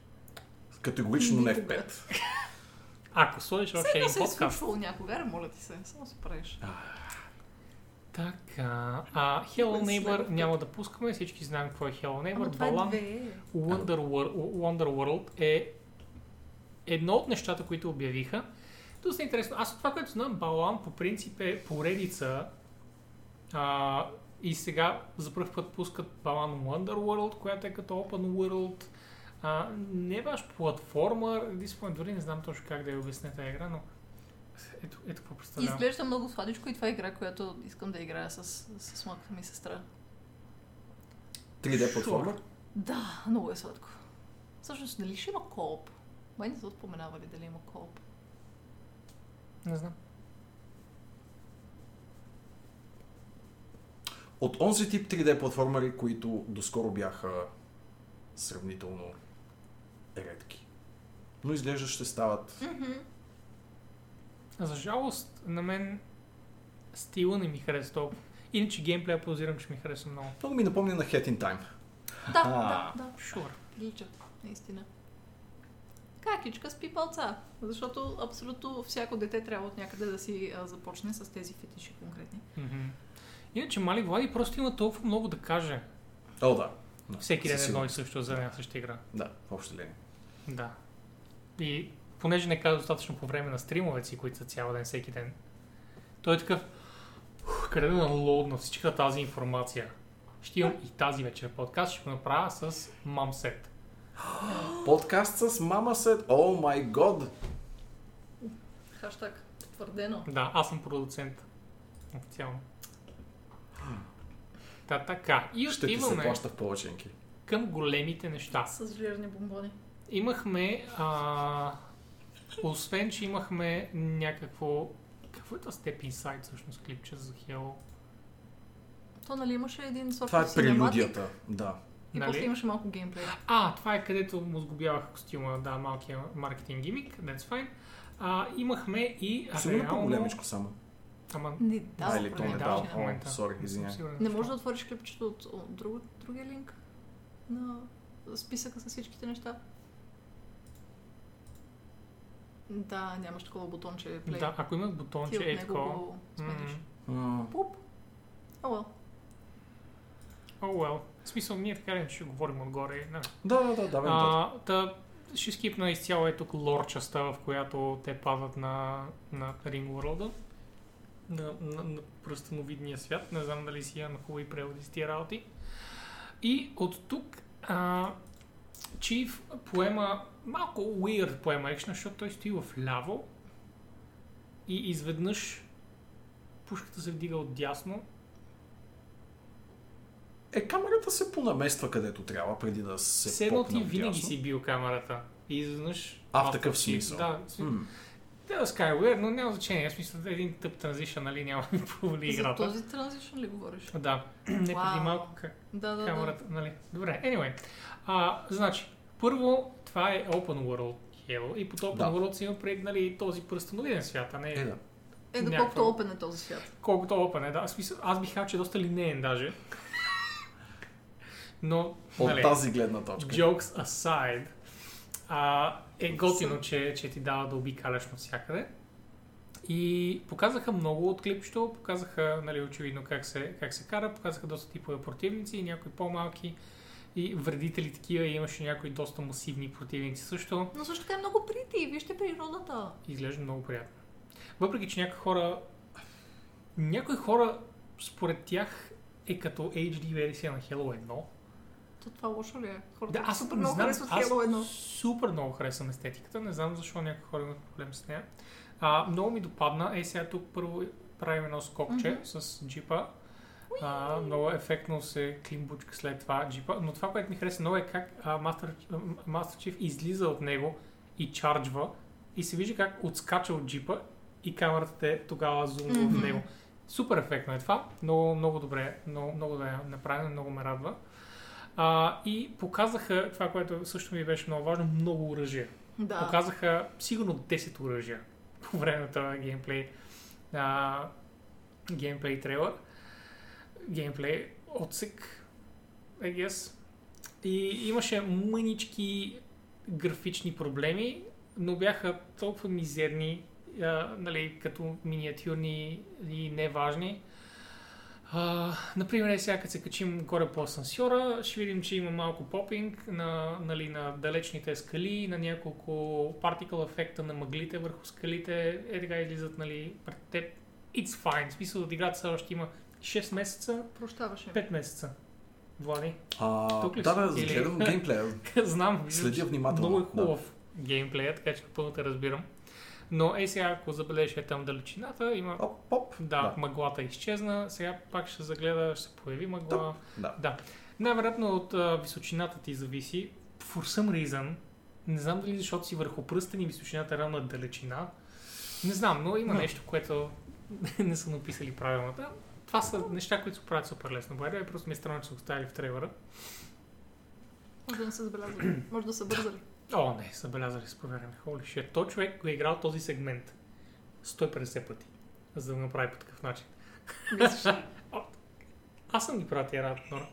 Speaker 2: Категорично не в
Speaker 1: Никога.
Speaker 2: 5.
Speaker 3: Ако сложиш още
Speaker 1: Сега
Speaker 3: един
Speaker 1: се е
Speaker 3: подкаст.
Speaker 1: случвало някога, ре, моля ти се. Само се правиш.
Speaker 3: Така. А, Hello
Speaker 1: Без
Speaker 3: Neighbor
Speaker 1: следващ.
Speaker 3: няма да пускаме. Всички знаем какво е Hello
Speaker 1: Ама
Speaker 3: Neighbor.
Speaker 1: това е
Speaker 3: Балан
Speaker 1: две.
Speaker 3: Wonder World, Wonder World е едно от нещата, които обявиха. Доста интересно. Аз от това, което знам, Балан по принцип е поредица а, и сега за първ път пускат Балан Wonder World, която е като Open World. А, не е баш платформа, дисплей, дори не знам точно как да я обясня тази игра, но ето, ето какво представлява.
Speaker 1: Изглежда много сладичко и това е игра, която искам да играя с, с малката ми сестра.
Speaker 2: 3D платформа.
Speaker 1: Да, много е сладко. Всъщност, дали ще има кооп? Май не са споменавали дали има кооп.
Speaker 3: Не знам.
Speaker 2: От онзи тип 3D платформери, които доскоро бяха сравнително редки. Но изглежда ще стават
Speaker 3: За жалост, на мен стила не ми хареса толкова. Иначе геймплея подозирам, че ми хареса много.
Speaker 2: Много ми напомня на Head in Time.
Speaker 1: Да, да, да.
Speaker 3: Sure.
Speaker 1: Прилича, наистина. какичка с пипалца. Защото абсолютно всяко дете трябва от някъде да си а, започне с тези фетиши конкретни.
Speaker 3: Мгм. Иначе Мали Влади просто има толкова много да каже.
Speaker 2: О, да. Да,
Speaker 3: Всеки ден
Speaker 2: със
Speaker 3: едно и
Speaker 2: сигурност.
Speaker 3: също за една и съща игра.
Speaker 2: Да, в общи линии.
Speaker 3: Да. И понеже не каза достатъчно по време на стримовете си, които са цял ден, всеки ден, той е такъв, «Ух, къде да налодна всичката тази информация. Ще имам и тази вечер подкаст, ще го направя с мамсет.
Speaker 2: Подкаст с мама сет. О май год.
Speaker 1: Хаштаг потвърдено.
Speaker 3: Да, аз съм продуцент. Официално. Та така. И
Speaker 2: Ще ти се
Speaker 3: отиваме
Speaker 2: плаща в повеченки.
Speaker 3: към големите неща.
Speaker 1: С жирни бомбони.
Speaker 3: Имахме, а, освен, че имахме някакво... Какво е това Step Inside всъщност клипче за Halo?
Speaker 1: То нали имаше един сорт
Speaker 2: Това
Speaker 1: на
Speaker 2: е
Speaker 1: синематик
Speaker 2: прелюдията. Да.
Speaker 1: и
Speaker 3: Нали?
Speaker 1: после имаше малко геймплей.
Speaker 3: А, това е където му сгубявах костюма, да, малкия маркетинг гимик, that's fine. А, имахме и а,
Speaker 2: Сигурно по-големичко само.
Speaker 3: Ама,
Speaker 1: Не
Speaker 2: а,
Speaker 1: дава
Speaker 2: или то
Speaker 1: проблем.
Speaker 2: не
Speaker 3: не
Speaker 2: дава.
Speaker 3: даваше в
Speaker 2: О,
Speaker 3: момента.
Speaker 2: сори,
Speaker 3: не съм
Speaker 2: извинявай.
Speaker 3: сигурен.
Speaker 1: Не може да отвориш клипчето от, от друг, другия линк на списъка с всичките неща. Да, нямаш такова бутонче play.
Speaker 3: Да, ако имах
Speaker 1: Ти от
Speaker 3: бутонче, е
Speaker 1: него
Speaker 3: такова.
Speaker 1: го смениш.
Speaker 3: М.
Speaker 2: М,
Speaker 1: Пуп. Ало.
Speaker 3: Oh well. В смисъл, ние така ли ще говорим отгоре. Не.
Speaker 2: Да, да, да, давай нататък.
Speaker 3: А, та, ще скипна изцяло е тук лорчаста, в която те падат на, на Ring World. На, на, на пръстеновидния свят. Не знам дали си имам хубави преводи с тия работи. И от тук а, Чиф поема малко weird поема екшна, защото той стои в ляво и изведнъж пушката се вдига от дясно
Speaker 2: Е, камерата се понамества където трябва, преди да се
Speaker 3: Все едно ти
Speaker 2: попне
Speaker 3: винаги
Speaker 2: отясно.
Speaker 3: си бил камерата. И изведнъж...
Speaker 2: А, в такъв
Speaker 3: ти-
Speaker 2: смисъл.
Speaker 3: Да, в смисъл.
Speaker 2: М,
Speaker 3: Да, Skyware, но няма значение. В смисъл, един тъп транзишън, нали, няма да ми повали
Speaker 1: За
Speaker 3: играта.
Speaker 1: този транзишън ли говориш?
Speaker 3: Да, не преди
Speaker 1: Вау.
Speaker 3: малко как
Speaker 1: Да, да, да.
Speaker 3: камерата, нали. Добре, anyway. А, значи, първо, това е Open World Halo и под Open
Speaker 2: Да.
Speaker 3: World си има пред, нали, този пръстеновиден свят, а не
Speaker 2: Е, да.
Speaker 1: Е,
Speaker 3: Някаква-
Speaker 1: доколкото опен е този свят.
Speaker 3: колкото Open е. Да, в смисъл, аз бих казал, че е доста линеен даже. Но,
Speaker 2: От
Speaker 3: нали,
Speaker 2: тази гледна точка.
Speaker 3: Jokes aside, а, е готино, че, че ти дава да обикаляш навсякъде. И показаха много от клипчето, показаха нали, очевидно как се, как се кара, показаха доста типове противници, някои по-малки и вредители такива, и имаше някои доста масивни противници също.
Speaker 1: Но също така е много прити. Вижте природата.
Speaker 3: Изглежда много приятно. Въпреки, че някои хора, някои хора според тях е като HD версия на Halo 1,
Speaker 1: То това лошо ли е? Хората
Speaker 3: Да, аз
Speaker 1: супер
Speaker 3: не
Speaker 1: много
Speaker 3: знам,
Speaker 1: харесват
Speaker 3: аз
Speaker 1: Halo едно.
Speaker 3: Супер много харесвам естетиката. Не знам защо някои хора имат проблем с нея. А, много ми допадна. Е, сега тук първо правим едно скокче
Speaker 1: Мгм.
Speaker 3: с джипа. А, много ефектно се климбучка след това джипа. Но това, което ми хареса много е как а, Master, а, Master Chief излиза от него и чарджва. И се вижда как отскача от джипа и камерата те тогава зумва в
Speaker 1: Мгм.
Speaker 3: него. Супер ефектно е това. Много, много добре, много, много да е направено, много ме радва. А, и показаха това, което също ми беше много важно, много оръжия.
Speaker 1: Да.
Speaker 3: Показаха сигурно 10 оръжия по време на това геймплей, а, геймплей трейлър, геймплей отсек, I guess. И имаше мънички графични проблеми, но бяха толкова мизерни, а, нали, като миниатюрни и неважни. А, например, е сега като се качим горе по асансьора, ще видим, че има малко попинг на, нали, на далечните скали, на няколко particle ефекта на мъглите върху скалите, е така излизат нали, пред теб. It's fine, в смисъл от играта все още има 6 месеца,
Speaker 1: Прощаваше.
Speaker 3: 5 месеца. Влади,
Speaker 2: А,
Speaker 3: Тук ли
Speaker 2: да,
Speaker 3: си?
Speaker 2: да,
Speaker 3: Или-
Speaker 2: гледам геймплея.
Speaker 3: знам, виждам,
Speaker 2: Следя
Speaker 3: че
Speaker 2: внимателно,
Speaker 3: Много е
Speaker 2: да.
Speaker 3: хубав геймплея, така че напълно те разбирам. Но е сега, ако забележиш е там далечината, има...
Speaker 2: Оп, оп.
Speaker 3: Да, мъглата изчезна, сега пак ще загледа, ще се появи мъгла.
Speaker 2: Да. Да.
Speaker 3: Най-вероятно от а, височината ти зависи. For some reason, не знам дали защото си върху пръстен и височината е равна далечина. Не знам, но има
Speaker 2: Да.
Speaker 3: нещо, което не са написали правилно. Да, Това са неща, които се правят супер лесно. Байдове, просто ми е странно, че са го оставили в трейлера.
Speaker 1: Може да не се забелязали. Може да са бързали.
Speaker 3: О, не, забелязали с проверяме. Холи шит. То човек го е играл този сегмент 150 пъти, за да го направи по такъв начин. О, Аз съм ги правил тия работа, Нора.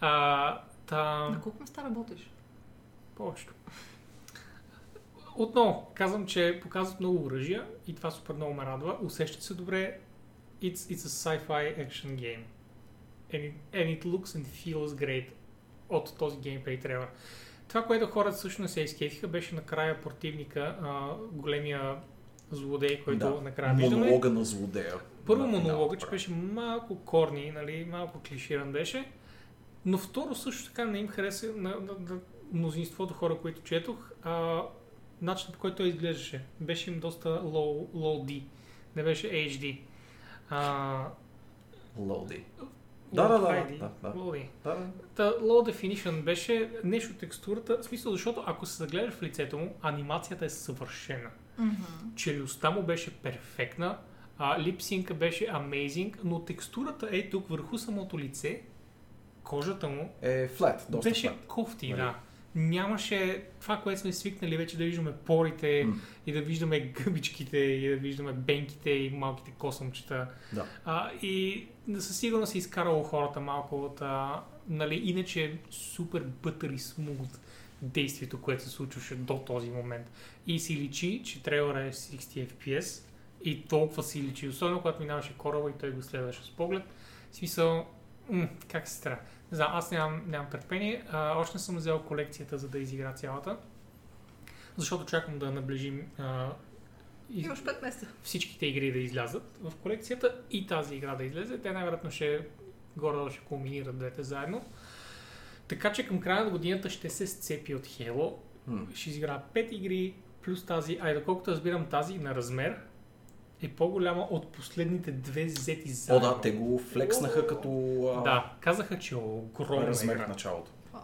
Speaker 3: А, та...
Speaker 1: На колко места работиш?
Speaker 3: Повечето. Отново, казвам, че показват много оръжия и това супер много ме радва. Усещат се добре. It's, it's a sci-fi action game. And it, and it looks and feels great от този геймплей трейлер. Това, което хората всъщност се изкефиха, беше накрая противника, а, големия злодей, който
Speaker 2: Да.
Speaker 3: накрая виждаме.
Speaker 2: Монолога на злодея.
Speaker 3: Първо
Speaker 2: Да,
Speaker 3: монологът,
Speaker 2: да,
Speaker 3: че беше малко корни, нали, малко клиширан беше. Но второ също така не им хареса на, на, на мнозинството хора, които четох, а, начинът по който той изглеждаше. Беше им доста low, low D. Не беше HD. А,
Speaker 2: Лоди. Да, да, да,
Speaker 3: low
Speaker 2: да, да.
Speaker 3: Low D.
Speaker 2: Да, да.
Speaker 3: Та, low definition беше нещо текстурата, в смисъл, защото ако се загледаш в лицето му, анимацията е съвършена
Speaker 1: Мгм.
Speaker 3: челюстта му беше перфектна, а, липсинка беше amazing, но текстурата е тук върху самото лице, кожата му
Speaker 2: Е флет, доста
Speaker 3: беше
Speaker 2: флет.
Speaker 3: кофти,
Speaker 2: Нали?
Speaker 3: да. Нямаше това, което сме свикнали вече да виждаме порите
Speaker 2: М.
Speaker 3: и да виждаме гъбичките и да виждаме бенките и малките косъмчета.
Speaker 2: Да.
Speaker 3: А, и със сигурност е изкарало хората малко от... А, нали, иначе е супер бътър и смут действието, което се случваше до този момент. И си личи, че трейлера е 60 FPS и толкова си личи. Особено когато минаваше кораба и той го следваше с поглед. В смисъл, м- как се трябва. Не знам, аз нямам, нямам търпение. А, още не съм взел колекцията, за да изигра цялата. Защото чакам да наближим а, из-
Speaker 1: И още 5 месеца.
Speaker 3: всичките игри да излязат в колекцията и тази игра да излезе. Те най-вероятно ще горе ще кулминират двете заедно. Така че към края на годината ще се сцепи от Halo.
Speaker 2: М.
Speaker 3: Ще изигра 5 игри, плюс тази, а и доколкото разбирам тази на размер, е по-голяма от последните две взети
Speaker 2: О,
Speaker 3: заедно.
Speaker 2: да, те го флекснаха като а,
Speaker 3: Да, казаха, че е огромна
Speaker 2: размер в
Speaker 3: игра.
Speaker 2: началото.
Speaker 1: Вау.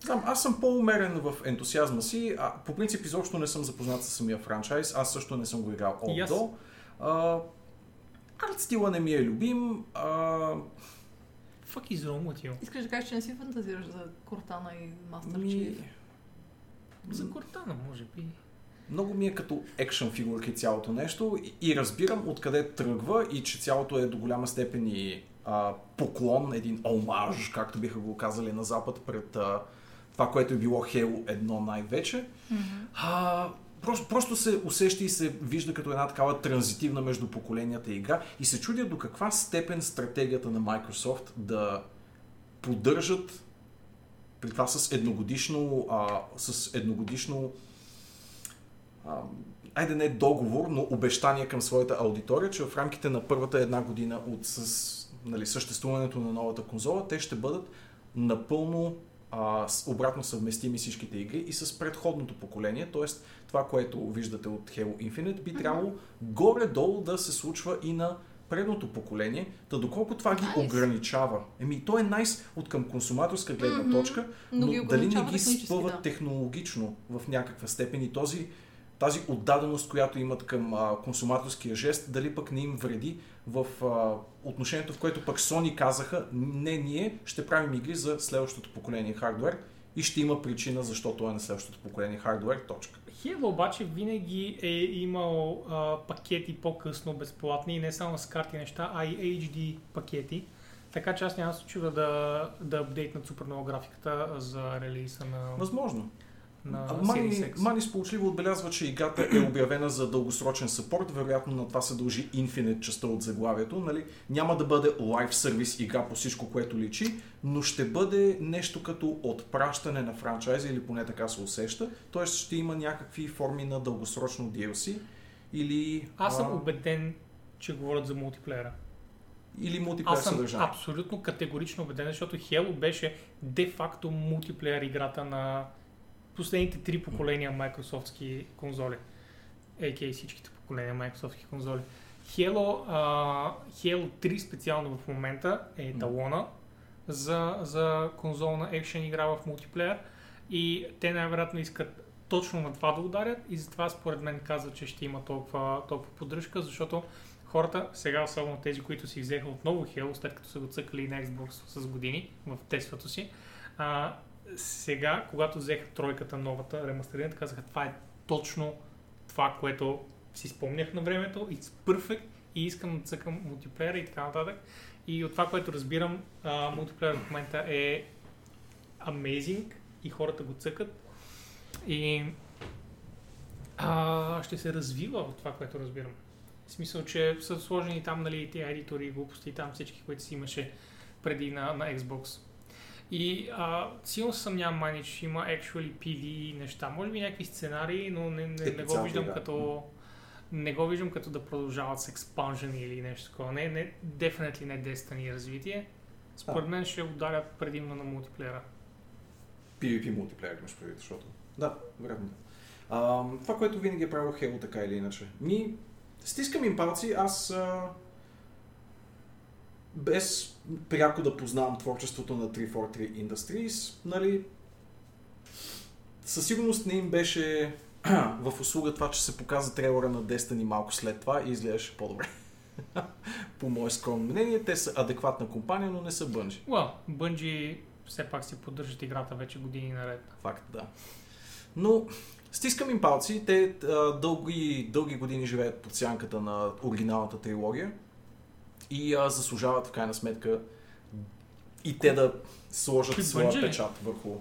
Speaker 2: Знам, аз съм по-умерен в ентусиазма си. А, по принцип изобщо не съм запознат с самия франчайз. Аз също не съм го играл от
Speaker 3: И аз.
Speaker 2: до. А, Арт стила не ми е любим. А,
Speaker 3: Fuck is wrong with you?
Speaker 1: Искаш да кажеш, че не си фантазираш за Кортана и Мастер
Speaker 2: ми,
Speaker 1: Чиф?
Speaker 3: За Кортана, може би.
Speaker 2: много ми е като екшен фигурки цялото нещо и, и разбирам откъде тръгва и че цялото е до голяма степен и а, поклон, един омаж, както биха го казали на Запад пред а, това, което е било Halo 1 най-вече. А, просто, просто се усеща и се вижда като една такава транзитивна между поколенията игра и се чудя до каква степен стратегията на Microsoft да поддържат при това с едногодишно, а, с едногодишно а, айде не договор, но обещание към своята аудитория, че в рамките на първата една година от с, нали, съществуването на новата конзола, те ще бъдат напълно а, с обратно съвместими всичките игри и с предходното поколение, т.е. това, което виждате от Halo Infinite, би трябвало горе-долу да се случва и на предното поколение, да доколко това ги
Speaker 1: Nice.
Speaker 2: ограничава. Еми, то е найс от към консуматорска гледна
Speaker 1: Мгм.
Speaker 2: точка,
Speaker 1: Но
Speaker 2: но,
Speaker 1: ги
Speaker 2: дали не
Speaker 1: ограничава
Speaker 2: ги
Speaker 1: технически,
Speaker 2: спъват
Speaker 1: да.
Speaker 2: технологично в някаква степен и този, тази отдаденост, която имат към а, консуматорския жест, дали пък не им вреди в а, отношението, в което пък Sony казаха, не ние ще правим игри за следващото поколение хардвер и ще има причина защо това е на следващото поколение хардвер, точка.
Speaker 3: Хева обаче винаги е имал а, пакети по-късно безплатни, не само с карти неща, а и HD пакети. Така че аз няма да се чудя да, да апдейтнат супер много графиката за релиза на,
Speaker 2: Възможно.
Speaker 3: на
Speaker 2: А,
Speaker 3: Series
Speaker 2: Мани,
Speaker 3: X.
Speaker 2: Мани сполучливо отбелязва, че играта е обявена за дългосрочен сапорт. Вероятно на това се дължи Infinite частта от заглавието. Нали? Няма да бъде лайв сервис игра по всичко, което личи, но ще бъде нещо като отпращане на франчайза или поне така се усеща. Тоест ще има някакви форми на дългосрочно DLC или,
Speaker 3: Аз
Speaker 2: а,
Speaker 3: съм убеден, че говорят за мултиплеера.
Speaker 2: или мултиплеер
Speaker 3: Аз съм
Speaker 2: съдържание.
Speaker 3: абсолютно категорично убеден, защото Halo беше де-факто мултиплеер играта на последните три поколения майкрософтски конзоли. А.К. всичките поколения майкрософтски конзоли. Halo, а, Halo 3 специално в момента е еталона за, за конзолна екшен игра в мултиплеер и те най-вероятно искат точно на това да ударят и затова според мен казва, че ще има толкова, толкова поддръжка, защото хората, сега особено тези, които си взеха отново Halo, след като са го цъкали на Xbox с години в теството си, а, сега, когато взеха тройката новата, ремастерираната, казаха, това е точно това, което си спомнях на времето, it's perfect и искам да цъкам мултиплеера и така нататък. И от това, което разбирам, а, мултиплеер в момента е amazing, и хората го цъкат. И а, ще се развива от това, което разбирам. В смисъл, че са сложени там нали, тези едитори и глупости, там всички, които си имаше преди на, на Xbox. И а, силно се съмнявам, Мани, че има actually PV и неща. Може би някакви сценарии, но не, не, не го
Speaker 2: Епицата,
Speaker 3: виждам
Speaker 2: да.
Speaker 3: като... Не го виждам като да продължават с expansion или нещо такова. Не, не, definitely не Destiny развитие. Според мен ще ударят предимно на мултиплеера.
Speaker 2: PvP мултиплеер имаш предвид, защото... Да, вероятно. да. А, това, което винаги е правил Halo така или иначе. Ми, стискам им палци, аз а... без пряко да познавам творчеството на 343 Industries, нали, със сигурност не им беше в услуга това, че се показа трейлера на Destiny малко след това и изглеждаше по-добре. По мое скромно мнение, те са адекватна компания, но не са бънжи.
Speaker 3: Well, Bungie все пак си поддържат играта вече години наред.
Speaker 2: Факт, да. Но стискам им палци. Те а, дълги, дълги години живеят под сянката на оригиналната трилогия и а, заслужават в крайна сметка и те да
Speaker 3: При
Speaker 2: сложат своя
Speaker 3: Bungie ли?
Speaker 2: печат върху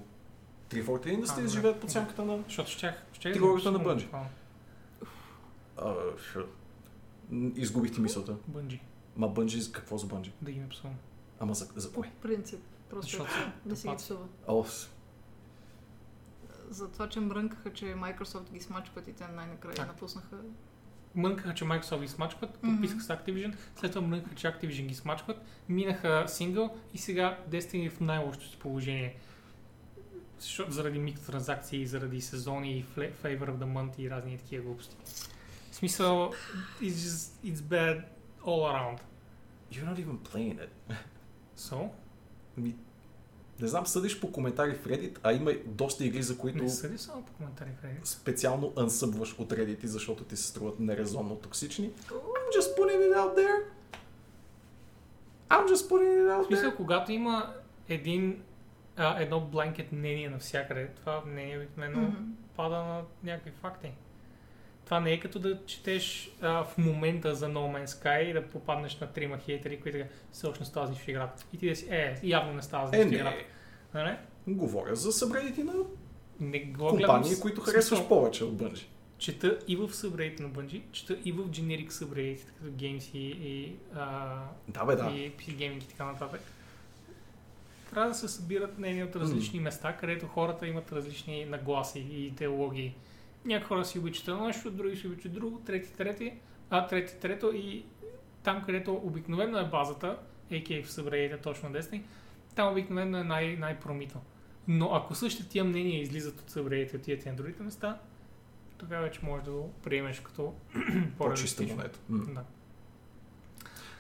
Speaker 2: 343 Industries,
Speaker 3: А, добре.
Speaker 2: живеят под сянката на...
Speaker 3: Защото щях... щях да
Speaker 2: Трилогията
Speaker 3: го
Speaker 2: на
Speaker 3: пусна
Speaker 2: Bungie.
Speaker 3: буквално.
Speaker 2: А, ш- м, Изгубих ти мисълта.
Speaker 3: Bungie.
Speaker 2: Ма Бънджи, какво за Бънджи?
Speaker 3: Да ги напсувам.
Speaker 2: Ама за, за
Speaker 1: По
Speaker 2: кое?
Speaker 1: принцип. Просто
Speaker 3: Защото
Speaker 1: да си ги
Speaker 3: тупаци.
Speaker 1: псува.
Speaker 2: О,
Speaker 1: За това, че мрънкаха, че Microsoft ги смачкват и те най-накрая
Speaker 3: Так.
Speaker 1: напуснаха.
Speaker 3: Мрънкаха, че Microsoft ги смачкват,
Speaker 1: Мгм.
Speaker 3: подписаха с Activision, след това мрънкаха, че Activision ги смачкват, минаха сингъл и сега Destiny е в най-лошото си положение. Защо- заради микротранзакции, заради сезони и фле- Flavor of the Month и разни такива глупости. В смисъл, it's, just, it's bad all around.
Speaker 2: You're not even playing it.
Speaker 3: So,
Speaker 2: Ми, не знам, съдиш по коментари в Reddit, а има доста игри, за които...
Speaker 3: не съди само по коментари, Фреди.
Speaker 2: специално ансъбваш от Reddit, защото ти се струват нерезонно токсични. I'm just putting it out there. I'm just putting it
Speaker 3: В
Speaker 2: out
Speaker 3: смисъл,
Speaker 2: there.
Speaker 3: когато има един, а, едно бланкет мнение навсякъде, това мнение обикновено
Speaker 1: Мгм.
Speaker 3: пада на някакви факти. Това не е като да четеш а, в момента за No Man's Sky и да попаднеш на трима хейтери, които така, всъщност тази ще играта. И ти да си, е, явно не става за
Speaker 2: Е,
Speaker 3: нищо
Speaker 2: не.
Speaker 3: играта. Нали?
Speaker 2: Говоря за събредите на
Speaker 3: Не го гледам.
Speaker 2: компании,
Speaker 3: с-
Speaker 2: които
Speaker 3: в смисъл,
Speaker 2: харесваш повече от Bungie.
Speaker 3: Чета и в събредите на Bungie, чета и в generic събредите, като Games и, и, а,
Speaker 2: Да, бе, да.
Speaker 3: и PC Gaming и така нататък. Трябва да се събират мнения от различни места, където хората имат различни нагласи и идеологии. Някои хора си обичат едно нещо, други си обичат друго, трети, трети, а трети, трето и там, където обикновено е базата, a.k.a. в събраните точно десни, там обикновено е най- най-промито. Но ако същите тия мнения излизат от събраните, отиват и на другите места, тогава вече можеш да го приемеш като
Speaker 2: По-чиста
Speaker 3: по-реалистично.
Speaker 2: монета. М.
Speaker 3: Да.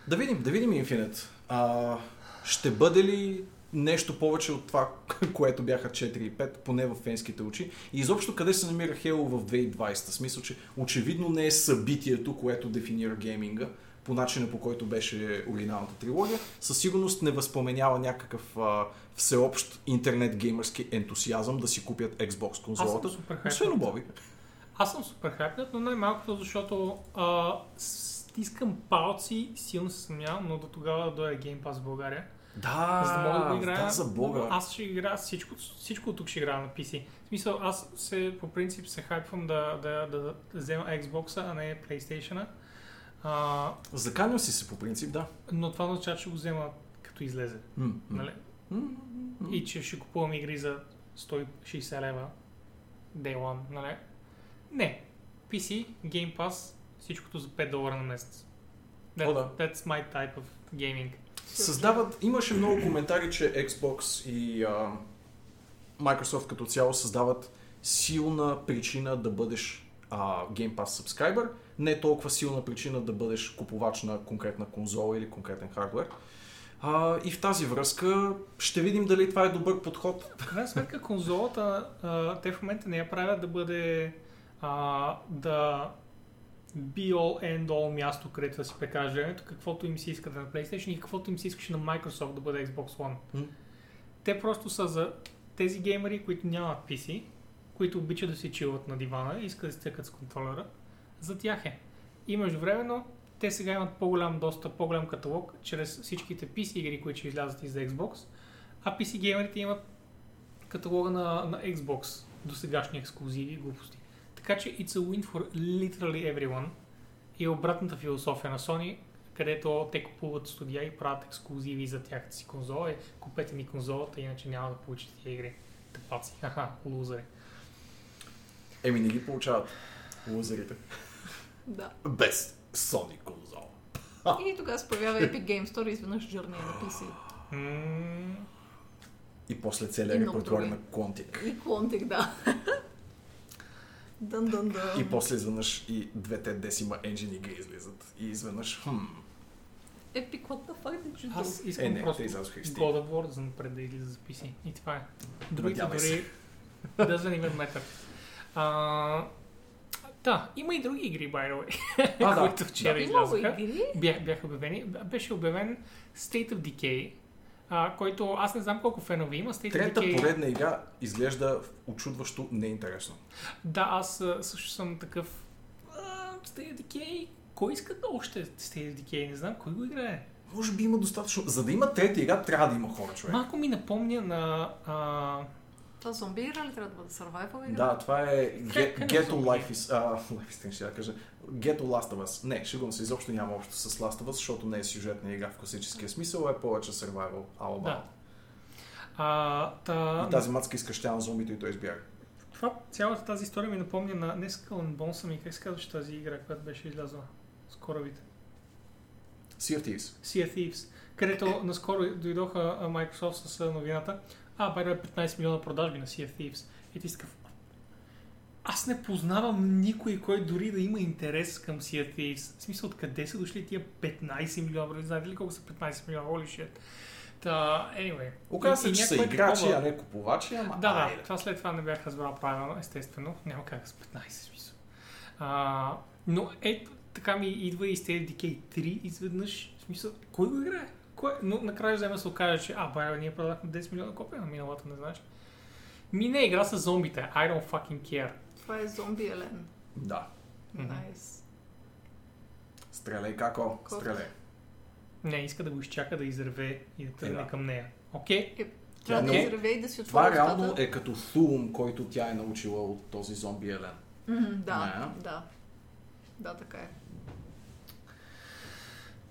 Speaker 2: Да видим, да видим Infinite. А, ще бъде ли нещо повече от това, което бяха 4 и 5, поне в фенските очи? И изобщо къде се намира Halo в 2020? В смисъл, че очевидно не е събитието, което дефинира гейминга по начина по който беше оригиналната трилогия, със сигурност не възпоменява някакъв а, всеобщ интернет геймърски ентусиазъм да си купят Xbox
Speaker 3: Аз съм
Speaker 2: конзолата.
Speaker 3: супер
Speaker 2: Освен
Speaker 3: хайпнат.
Speaker 2: у Боби.
Speaker 3: Аз съм супер хайпнат, но най-малкото, защото а, стискам палци, силно се съмнявам, но до тогава да дойде Game Pass в България.
Speaker 2: Да,
Speaker 3: за да мога да го играя.
Speaker 2: да, за Бога.
Speaker 3: Аз ще играя всичко, всичко от тук ще играя на PC. В смисъл, аз се, по принцип се хайпвам да, да, да, да взема Xbox, а не PlayStation. А,
Speaker 2: Заканил си се по принцип, да.
Speaker 3: но това означава, че ще го взема като излезе.
Speaker 2: М, м.
Speaker 3: Нали?
Speaker 2: М, м, м.
Speaker 3: И че ще купувам игри за 160 лева. Day one, нали? Не. PC, Game Pass, всичкото за 5 долара на месец. That,
Speaker 2: О, да.
Speaker 3: That's my type of gaming.
Speaker 2: Създават, имаше много коментари, че Xbox и а, Microsoft като цяло създават силна причина да бъдеш а, Game Pass subscriber, не толкова силна причина да бъдеш купувач на конкретна конзола или конкретен хардвер. А, и в тази връзка ще видим дали това е добър подход.
Speaker 3: В крайна сметка конзолата, а, те в момента не я правят да бъде а, да be all end all място, където да си прекараш времето, каквото им се иска да на PlayStation и каквото им се искаше на Microsoft да бъде Xbox One.
Speaker 2: М.
Speaker 3: Те просто са за тези геймери, които нямат PC, които обичат да си чилват на дивана и искат да си цъкат с контролера, за тях е. И междувременно те сега имат по-голям достъп, по-голям каталог чрез всичките PC игри, които ще излязат и за Xbox, а PC геймерите имат каталога на, на Xbox до сегашни ексклюзиви и глупости. Така че it's a win for literally everyone. И е обратната философия на Sony, където те купуват студия и правят ексклюзиви за тяхната си конзола. Е, купете ми конзолата, иначе няма да получите тия игри. Тъпаци. Аха, лузери.
Speaker 2: Еми не ги получават лузерите.
Speaker 1: Да.
Speaker 2: Без Sony конзола.
Speaker 1: И тогава се появява Epic Game Store и изведнъж Journey е на PC.
Speaker 3: М,
Speaker 2: И после
Speaker 1: И
Speaker 2: целият
Speaker 1: много
Speaker 2: репертуар
Speaker 1: други.
Speaker 2: на Quantic.
Speaker 1: И Quantic, да. Дън, дън, дън.
Speaker 2: И после изведнъж и двете Decima Engine игри излизат. И изведнъж, хм,
Speaker 1: Epic, what the fuck did you do?
Speaker 3: Аз искам
Speaker 2: е не,
Speaker 3: просто
Speaker 2: те излязоха и в Steam.
Speaker 3: God of War за напред да излиза за PC. И това е. Другите
Speaker 2: Надявай се.
Speaker 3: дори... Doesn't even matter. А, да, има и други игри, by the way,
Speaker 2: А, да.
Speaker 3: които вчера
Speaker 1: Има
Speaker 3: излязоха.
Speaker 1: игри?
Speaker 3: Бях, бяха обявени. Беше обявен State of Decay, а, който аз не знам колко фенове има. State
Speaker 2: Трета
Speaker 3: of Decay...
Speaker 2: поредна игра изглежда очудващо неинтересно.
Speaker 3: Да, аз а, също съм такъв... А, State of Decay... Кой иска още State of Decay? Не знам кой го играе.
Speaker 2: Може би има достатъчно. За да има трета игра, трябва да има хора, човек.
Speaker 3: Малко ми напомня на... А,
Speaker 1: Това зомби игра ли трябва да бъде? Survival игра?
Speaker 2: Да, това е
Speaker 3: Как-
Speaker 2: Ge-
Speaker 3: как
Speaker 2: Ghetto
Speaker 3: зомби?
Speaker 2: Life is... Uh, Life is Strange, ще да кажа. Ghetto Last of Us. Не, шегувам се, изобщо няма общо с Last of Us, защото не е сюжетна игра в класическия смисъл, а е повече survival. Алба.
Speaker 3: да. А, та,
Speaker 2: И тази мацка изкъщя на зомбите и той избяга.
Speaker 3: Това, цялата тази история ми напомня на не Skull and Bones, ами как се казваше тази игра, която беше излязла с корабите?
Speaker 2: Sea of Thieves.
Speaker 3: Sea of Thieves, където наскоро дойдоха а, Microsoft с а, новината. А, байде 15 милиона продажби на Sea of Thieves. И ти си такъв, Аз не познавам никой, кой дори да има интерес към Sea of Thieves. В смисъл, откъде са дошли тия 15 милиона? Вие Знаете ли колко са 15 милиона? Holy shit. Та, anyway.
Speaker 2: Оказва
Speaker 3: И-
Speaker 2: се,
Speaker 3: и
Speaker 2: че са
Speaker 3: някаква
Speaker 2: играчи,
Speaker 3: такова-
Speaker 2: а не купувачи, ама...
Speaker 3: да, да,
Speaker 2: айде.
Speaker 3: това след това не бях разбрал правилно, естествено. Няма как с 15 смисъл. А, но ето, така ми идва и State of Decay 3 изведнъж. В смисъл, кой го играе? Кой? Но накрая взема се окаже, че а, бая, ние продахме 10 милиона копия на миналата, не знаеш. ли? Ми не е игра с зомбите. I don't fucking care.
Speaker 1: Това е зомби Елен.
Speaker 2: Да.
Speaker 3: Мгм.
Speaker 1: Найс.
Speaker 2: Стреляй, како?
Speaker 1: Како?
Speaker 2: Стреляй.
Speaker 3: Не, иска да го изчака да изреве и да тръгне
Speaker 2: да.
Speaker 3: към нея. Окей?
Speaker 1: Трябва да
Speaker 2: Окей.
Speaker 1: изреве и да си отвори
Speaker 2: Това реално
Speaker 1: устата.
Speaker 2: е като Thulum, който тя е научила от този зомби Елен.
Speaker 1: Мгм, Да,
Speaker 2: Не.
Speaker 1: да. Да, така е.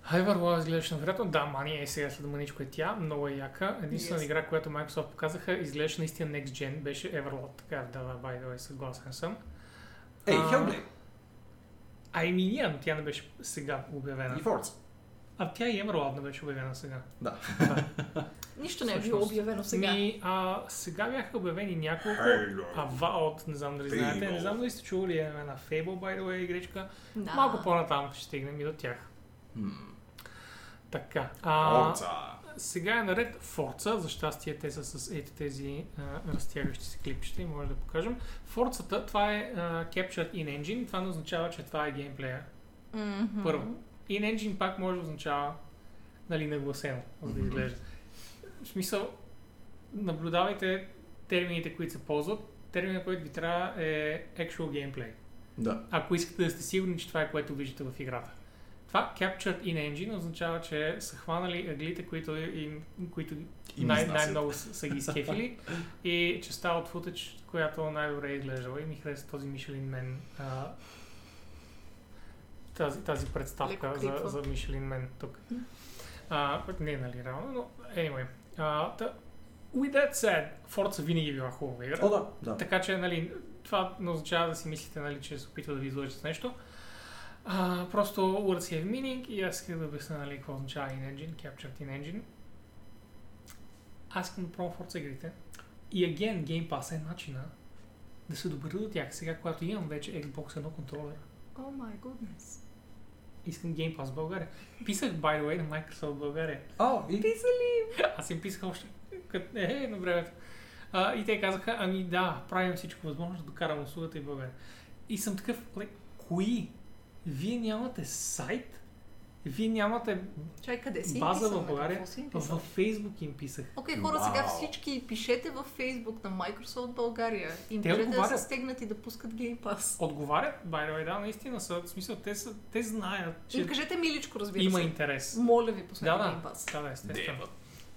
Speaker 3: Хайвер Лоя изглеждаше невероятно. Да, Мани е сега след мъничко е тя. Много е яка. Единствена
Speaker 1: Yes.
Speaker 3: игра, която Microsoft показаха, изглеждаше наистина Next Gen. Беше Everlord. Така, да, да, by the way, съгласен съм.
Speaker 2: Ей,
Speaker 3: А,
Speaker 2: Hellblade
Speaker 3: Ами ние, но тя не беше сега обявена.
Speaker 2: и Forza.
Speaker 3: А тя и Everlord не беше обявена сега.
Speaker 2: Да.
Speaker 1: Нищо не е било
Speaker 3: Всъщност.
Speaker 1: обявено сега.
Speaker 3: Ми, а, сега бяха обявени няколко.
Speaker 2: Halo.
Speaker 3: А Ваот, не знам дали
Speaker 2: Fable.
Speaker 3: знаете, не знам дали сте чували е една Fable, by the way, игричка.
Speaker 1: Да.
Speaker 3: Малко по-натам ще стигнем и до тях.
Speaker 2: М,
Speaker 3: Така. А,
Speaker 2: Forza.
Speaker 3: Сега е наред Форца, за щастие те са с ето тези а, разтягащи се клипчета и може да покажем. Форцата, това е а, Captured in Engine, това не означава, че това е геймплея.
Speaker 1: Мгм.
Speaker 3: Първо. In Engine пак може да означава нали, нагласено, за да
Speaker 2: Мгм.
Speaker 3: изглежда. В смисъл, наблюдавайте термините, които се ползват. Терминът, който ви трябва е actual gameplay.
Speaker 2: Да.
Speaker 3: Ако искате да сте сигурни, че това е което виждате в играта. Това Captured in Engine означава, че са хванали аглите, които, им, които
Speaker 2: Им
Speaker 3: най-
Speaker 2: изнасят.
Speaker 3: най-много са, са ги изкефили и частта от футъч, която най-добре е изглеждала и ми хареса този Мишелин Мен а, тази, тази представка
Speaker 1: Леко
Speaker 3: за,
Speaker 1: кликва.
Speaker 3: за Мишелин Мен тук. А, което не е нали реално, но anyway. А, та, with that said, Forza винаги е била хубава игра.
Speaker 2: О, да, да.
Speaker 3: Така че, нали, това не означава да си мислите, нали, че се опитва да ви излъжи с нещо. А, просто words have meaning и аз исках да обясня, нали, какво означава in engine, captured in engine. Аз искам да пробвам Forza игрите. И again, Game Pass е начина да се добра до тях сега, когато имам вече Xbox 1 контролер.
Speaker 1: О, май гуднес.
Speaker 3: Искам Game Pass в България. Писах, by the way, на Microsoft в България.
Speaker 2: О, и...
Speaker 3: Аз им писах още кът- е, е, на времето. А, и те казаха, ами да, правим всичко възможно да докарам услугата и в България. И съм такъв, like, кои? Вие нямате сайт? Вие нямате
Speaker 1: Чай, къде си?
Speaker 3: база
Speaker 1: написал,
Speaker 3: в
Speaker 1: на
Speaker 3: България?
Speaker 1: какво си написал?
Speaker 3: Във Фейсбук им писах.
Speaker 1: Окей, хора, сега
Speaker 2: Вау.
Speaker 1: всички пишете във Facebook на Microsoft България. Им
Speaker 3: Те
Speaker 1: кажете да са
Speaker 3: отговарят.
Speaker 1: стегнати да пускат Game Pass.
Speaker 3: Отговарят, by the way, да, наистина са, в смисъл, те, са, те знаят, че
Speaker 1: Им кажете миличко, разбира
Speaker 3: има
Speaker 1: се.
Speaker 3: интерес.
Speaker 1: Моля ви, пуснете
Speaker 3: Да,
Speaker 1: Game Pass.
Speaker 3: да, да, естествено.
Speaker 2: Дева.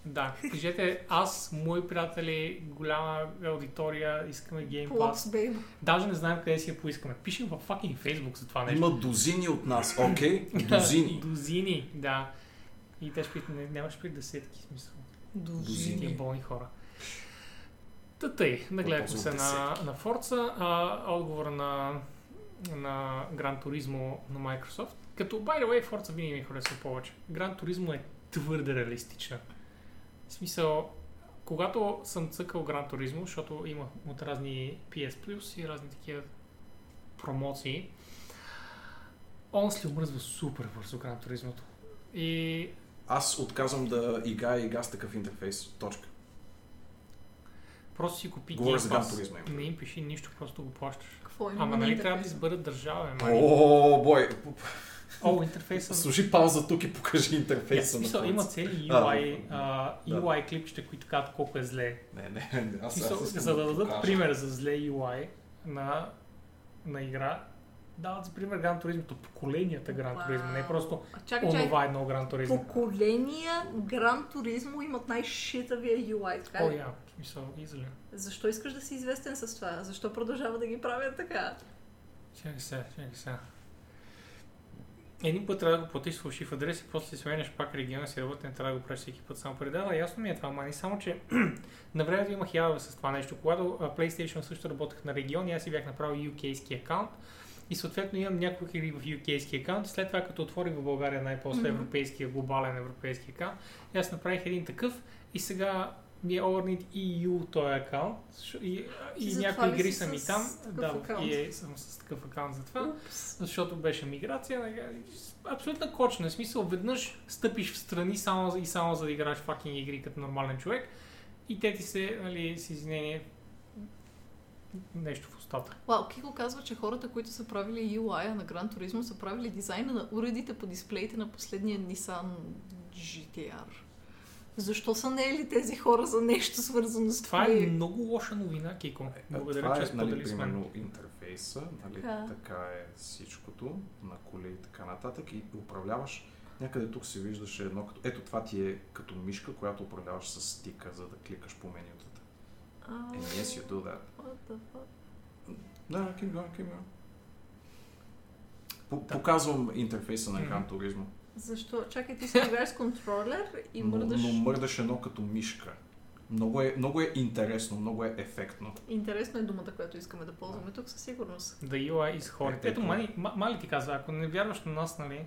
Speaker 3: Да, кажете, аз, мои приятели, голяма аудитория, искаме Game Pass.
Speaker 1: Плопс, бейб.
Speaker 3: Даже не знаем къде си я поискаме. Пишем във fucking Facebook за това нещо.
Speaker 2: Има дозини от нас, окей?
Speaker 3: Да,
Speaker 2: Дозини.
Speaker 3: Дозини, да. И те ще питат, не, нямаш при десетки, в смисъл. Тия
Speaker 2: Дозини.
Speaker 3: болни хора. Та тъй, нагледахме се на, на Forza, а, отговор на, на Gran Turismo на Microsoft. Като, by the way, Forza винаги ми харесва повече. Gran Turismo е твърде реалистична. В смисъл, когато съм цъкал Gran Turismo, защото има от разни PS Plus и разни такива промоции, он се омръзва супер бързо Gran Turismo. И
Speaker 2: Аз отказвам да играя игра с такъв интерфейс. Точка.
Speaker 3: Просто си купи
Speaker 2: Говоря
Speaker 3: Game
Speaker 2: за
Speaker 3: Pass.
Speaker 2: Gran Turismo, имам
Speaker 3: Не им пиши нищо, просто го плащаш.
Speaker 1: Какво Ами има?
Speaker 3: Ама нали
Speaker 1: Интерфейс.
Speaker 3: трябва да изберат държава, е, май.
Speaker 2: О, бой.
Speaker 3: О, интерфейса.
Speaker 2: Служи пауза тук и покажи
Speaker 3: Я,
Speaker 2: интерфейса. на
Speaker 3: смисъл,
Speaker 2: хората.
Speaker 3: има цели
Speaker 2: А,
Speaker 3: UI, а,
Speaker 2: да.
Speaker 3: UI клипчета, които казват колко е зле.
Speaker 2: Не, не, не. Аз,
Speaker 3: Смисъл,
Speaker 2: аз искам
Speaker 3: за да дадат
Speaker 2: покажа.
Speaker 3: пример за зле UI на, на игра, дават за пример Gran Turismo, поколенията Gran Turismo, не
Speaker 1: Вау.
Speaker 3: просто
Speaker 1: А Чакай, чакай.
Speaker 3: онова нали? едно Gran Turismo.
Speaker 1: Поколения Гран Туризмо имат най-шитавия UI. Така
Speaker 3: О,
Speaker 1: ли?
Speaker 3: я, в смисъл, изле.
Speaker 1: Защо искаш да си известен с това? Защо продължава да ги правят така?
Speaker 3: Чакай сега, чакай сега. Един път трябва да го платиш с фалшив адрес и после си сменяш пак региона си работа, не трябва да го правиш всеки път само преди. Да, да, ясно ми е това, мани, само че на времето имах ява с това нещо. Когато а, PlayStation също работех на регион, и аз си бях направил UK-ски аккаунт и съответно имам няколко игри в UK-ски аккаунт. След това, като отворих в България най-после
Speaker 1: Мгм.
Speaker 3: европейския, глобален европейски аккаунт, и аз направих един такъв и сега ми е Ornit EU този аккаунт. защо- И,
Speaker 1: Ти
Speaker 3: и
Speaker 1: затова
Speaker 3: някои
Speaker 1: ли
Speaker 3: игри
Speaker 1: си
Speaker 3: са ми
Speaker 1: с
Speaker 3: там.
Speaker 1: такъв
Speaker 3: Да,
Speaker 1: аккаунт?
Speaker 3: и е, съм с такъв аккаунт за това
Speaker 1: Упс.
Speaker 3: защото беше миграция. нали, Абсолютна кочна. В смисъл, веднъж стъпиш в страни само за- и само за да играеш факинг игри като нормален човек и те ти се, нали, с извинение, нещо в устата.
Speaker 1: Вау, Кико казва, че хората, които са правили UI на Gran Turismo, са правили дизайна на уредите по дисплеите на последния Nissan GTR. Защо са не ли тези хора за нещо свързано с
Speaker 3: Това
Speaker 1: това?
Speaker 3: е много лоша новина, Кико.
Speaker 2: А,
Speaker 3: Благодаря,
Speaker 2: това
Speaker 3: че
Speaker 2: е, нали,
Speaker 3: сподели с мен.
Speaker 2: примерно интерфейса, нали,
Speaker 1: Да.
Speaker 2: така е всичкото на коли и така нататък и управляваш. Някъде тук се виждаше едно като... Ето това ти е като мишка, която управляваш с стика, за да кликаш по Е, менютата.
Speaker 1: А,
Speaker 2: And yes, you do that.
Speaker 1: what the fuck?
Speaker 2: Да, keep going, keep going. По- Показвам интерфейса на Gran Turismo.
Speaker 1: Защо? Чакай, ти си играеш с контролер и
Speaker 2: но,
Speaker 1: мърдаш.
Speaker 2: но мърдаш едно като мишка. Много е, много е интересно, много е ефектно.
Speaker 1: Интересна е думата, която искаме да ползваме тук със сигурност.
Speaker 3: The UI is horrid.
Speaker 2: Е,
Speaker 3: Ето,
Speaker 2: е,
Speaker 3: Мали, Ма- Мали ти каза, ако не вярваш на нас, нали,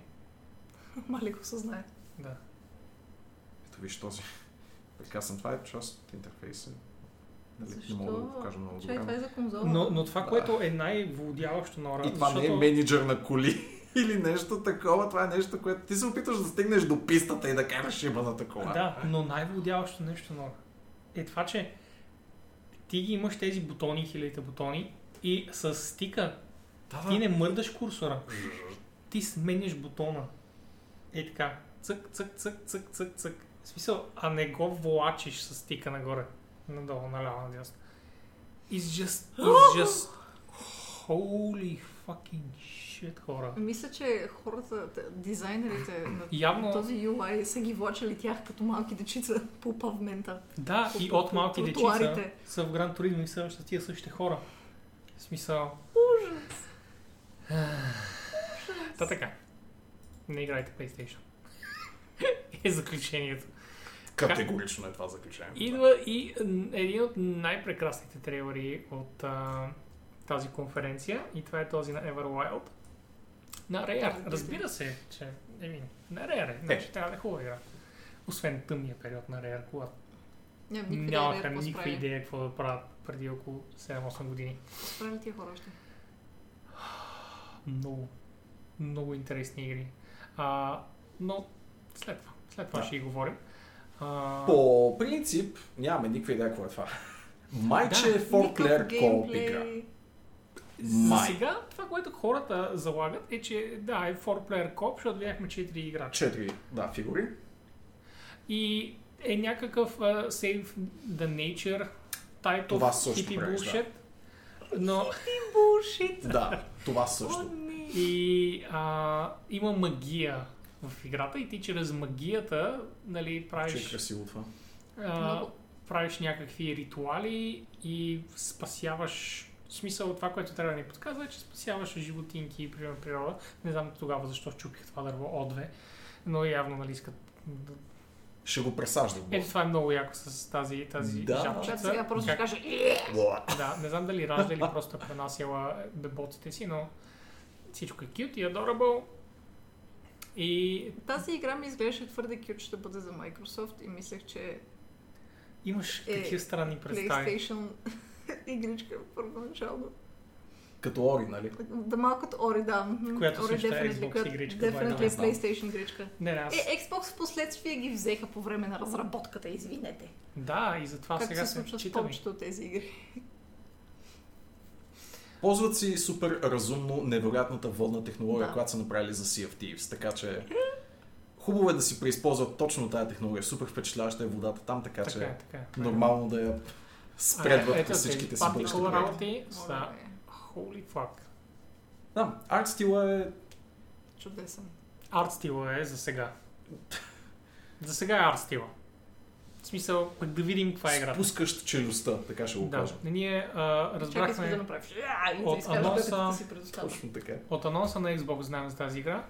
Speaker 1: Мали го съзнае.
Speaker 3: да.
Speaker 2: Ето виж този. Прекрасен. Това е част от интерфейса. Нали, Не мога да го покажа много
Speaker 1: Чай, това
Speaker 2: добре.
Speaker 1: е за конзола.
Speaker 3: Но, но това, което е най-владяващо на Ора,
Speaker 2: И това не е
Speaker 3: защото-
Speaker 2: менеджер на коли или нещо такова. Това е нещо, което ти се опитваш да стигнеш до пистата и да караш шибаната кола.
Speaker 3: Да, но най-владяващото нещо на е това, че ти ги имаш тези бутони, хилядите бутони и с стика
Speaker 2: да,
Speaker 3: ти не мърдаш курсора, ти сменяш бутона. Е така, цък, цък, цък, цък, цък, цък. В смисъл, а не го влачиш с стика нагоре, надолу, наляво, надясно. It's just, it's just holy fucking shit, хора.
Speaker 1: Мисля, че хората, т- дизайнерите на
Speaker 3: Явно-
Speaker 1: този UI са ги влачили тях като малки дечица по павмента.
Speaker 3: Да,
Speaker 1: По-
Speaker 3: и
Speaker 1: по-
Speaker 3: от
Speaker 1: по
Speaker 3: малки дечица
Speaker 1: тротоарите.
Speaker 3: са в Гран Туризмо и са с тия същите хора. В смисъл... Ужас! Та така. Не играйте PlayStation. е заключението.
Speaker 2: Категорично е това заключение.
Speaker 3: Идва и м, един от най-прекрасните трейлери от а, тази конференция и това е този на Everwild. На Rare. Разбира се, че еми, на Rare е. Значи трябва да е хубава игра. Освен тъмния период на Rare, когато
Speaker 1: Нямам никаква идея
Speaker 3: нямаха
Speaker 1: да какво
Speaker 3: никаква
Speaker 1: справили.
Speaker 3: идея какво да правят преди около 7-8 години.
Speaker 1: Справили тия хора още.
Speaker 3: е Много, много интересни игри. А, но след това, след това
Speaker 2: Да.
Speaker 3: ще и говорим. А,
Speaker 2: По принцип, нямаме никаква идея какво е това. Май,
Speaker 3: Да.
Speaker 2: че е 4
Speaker 1: Никакъв
Speaker 2: player co-op
Speaker 1: геймплей.
Speaker 2: игра.
Speaker 3: за
Speaker 2: Май.
Speaker 3: сега това, което хората залагат е, че да, е 4-player коп, защото бяхме 4 играча.
Speaker 2: Четири, да, фигури.
Speaker 3: И е някакъв uh, Save the Nature type
Speaker 2: Това
Speaker 3: of
Speaker 2: също
Speaker 3: хипи
Speaker 2: правиш, да.
Speaker 3: bullshit. Но
Speaker 1: Булшит.
Speaker 2: Да, това
Speaker 1: О,
Speaker 2: също.
Speaker 1: не.
Speaker 3: И а, има магия в играта и ти чрез магията нали,
Speaker 2: Че е
Speaker 3: правиш
Speaker 2: красиво това.
Speaker 3: а,
Speaker 1: Много.
Speaker 3: правиш някакви ритуали и спасяваш в смисъл това, което трябва да ни подсказва е, че спасяваш животинки и примерно природа. Не знам тогава защо чупих това дърво О2, но явно нали искат...
Speaker 2: Ще го пресаждат.
Speaker 3: Ето това е много яко с тази, тази
Speaker 2: Да.
Speaker 1: Чак
Speaker 3: жабчица.
Speaker 1: сега просто ще
Speaker 3: Как-
Speaker 1: кажа
Speaker 3: Да, не знам дали ражда или просто е пренасяла бебоците си, но всичко е cute и adorable. И
Speaker 1: Тази игра ми изглеждаше твърде кют, ще бъде за Microsoft и мислех, че
Speaker 3: имаш
Speaker 1: Е,
Speaker 3: такива странни представи.
Speaker 1: PlayStation игричка е първоначално.
Speaker 2: Като Ори, нали?
Speaker 1: Да малката Ори, да. мгм.
Speaker 3: Която
Speaker 1: Ori
Speaker 3: също е
Speaker 1: definitely
Speaker 3: Xbox
Speaker 1: cut-
Speaker 3: игричка, това е
Speaker 1: Definitely
Speaker 2: много знам.
Speaker 1: PlayStation игричка.
Speaker 3: Не, не, аз...
Speaker 1: Е, Xbox в последствие ги взеха по време на разработката, извинете.
Speaker 3: Да, и затова
Speaker 1: Както се
Speaker 3: сега се
Speaker 1: случва с
Speaker 3: читаме.
Speaker 1: повечето от тези игри.
Speaker 2: Ползват си супер разумно невероятната водна технология,
Speaker 1: Да.
Speaker 2: която са направили за Sea of Thieves, така че хубаво е да си преизползват точно тази технология. Супер впечатляваща е водата там, така,
Speaker 3: Така,
Speaker 2: че
Speaker 3: е, така. е.
Speaker 2: нормално да я спредват
Speaker 3: А,
Speaker 2: по всичките си
Speaker 3: Е, тези
Speaker 2: бъдещи
Speaker 3: particle
Speaker 2: проекти.
Speaker 3: работи
Speaker 1: Моля,
Speaker 3: са...
Speaker 1: бе,
Speaker 3: Holy fuck.
Speaker 2: Да, арт стила е...
Speaker 1: Чудесен.
Speaker 3: Арт стила е за сега. За сега е арт стила. В смисъл, пък да видим каква е играта.
Speaker 2: спускащ челюстта, така ще го
Speaker 3: Да,
Speaker 2: кажа.
Speaker 3: не ние а,
Speaker 1: Чакай искаш да
Speaker 3: разбрахме
Speaker 1: направиш. А, и да
Speaker 3: От
Speaker 1: изкажеш
Speaker 3: анонса-
Speaker 1: бебетата си предоставя.
Speaker 2: Точно така.
Speaker 3: от анонса на Xbox знаем за тази игра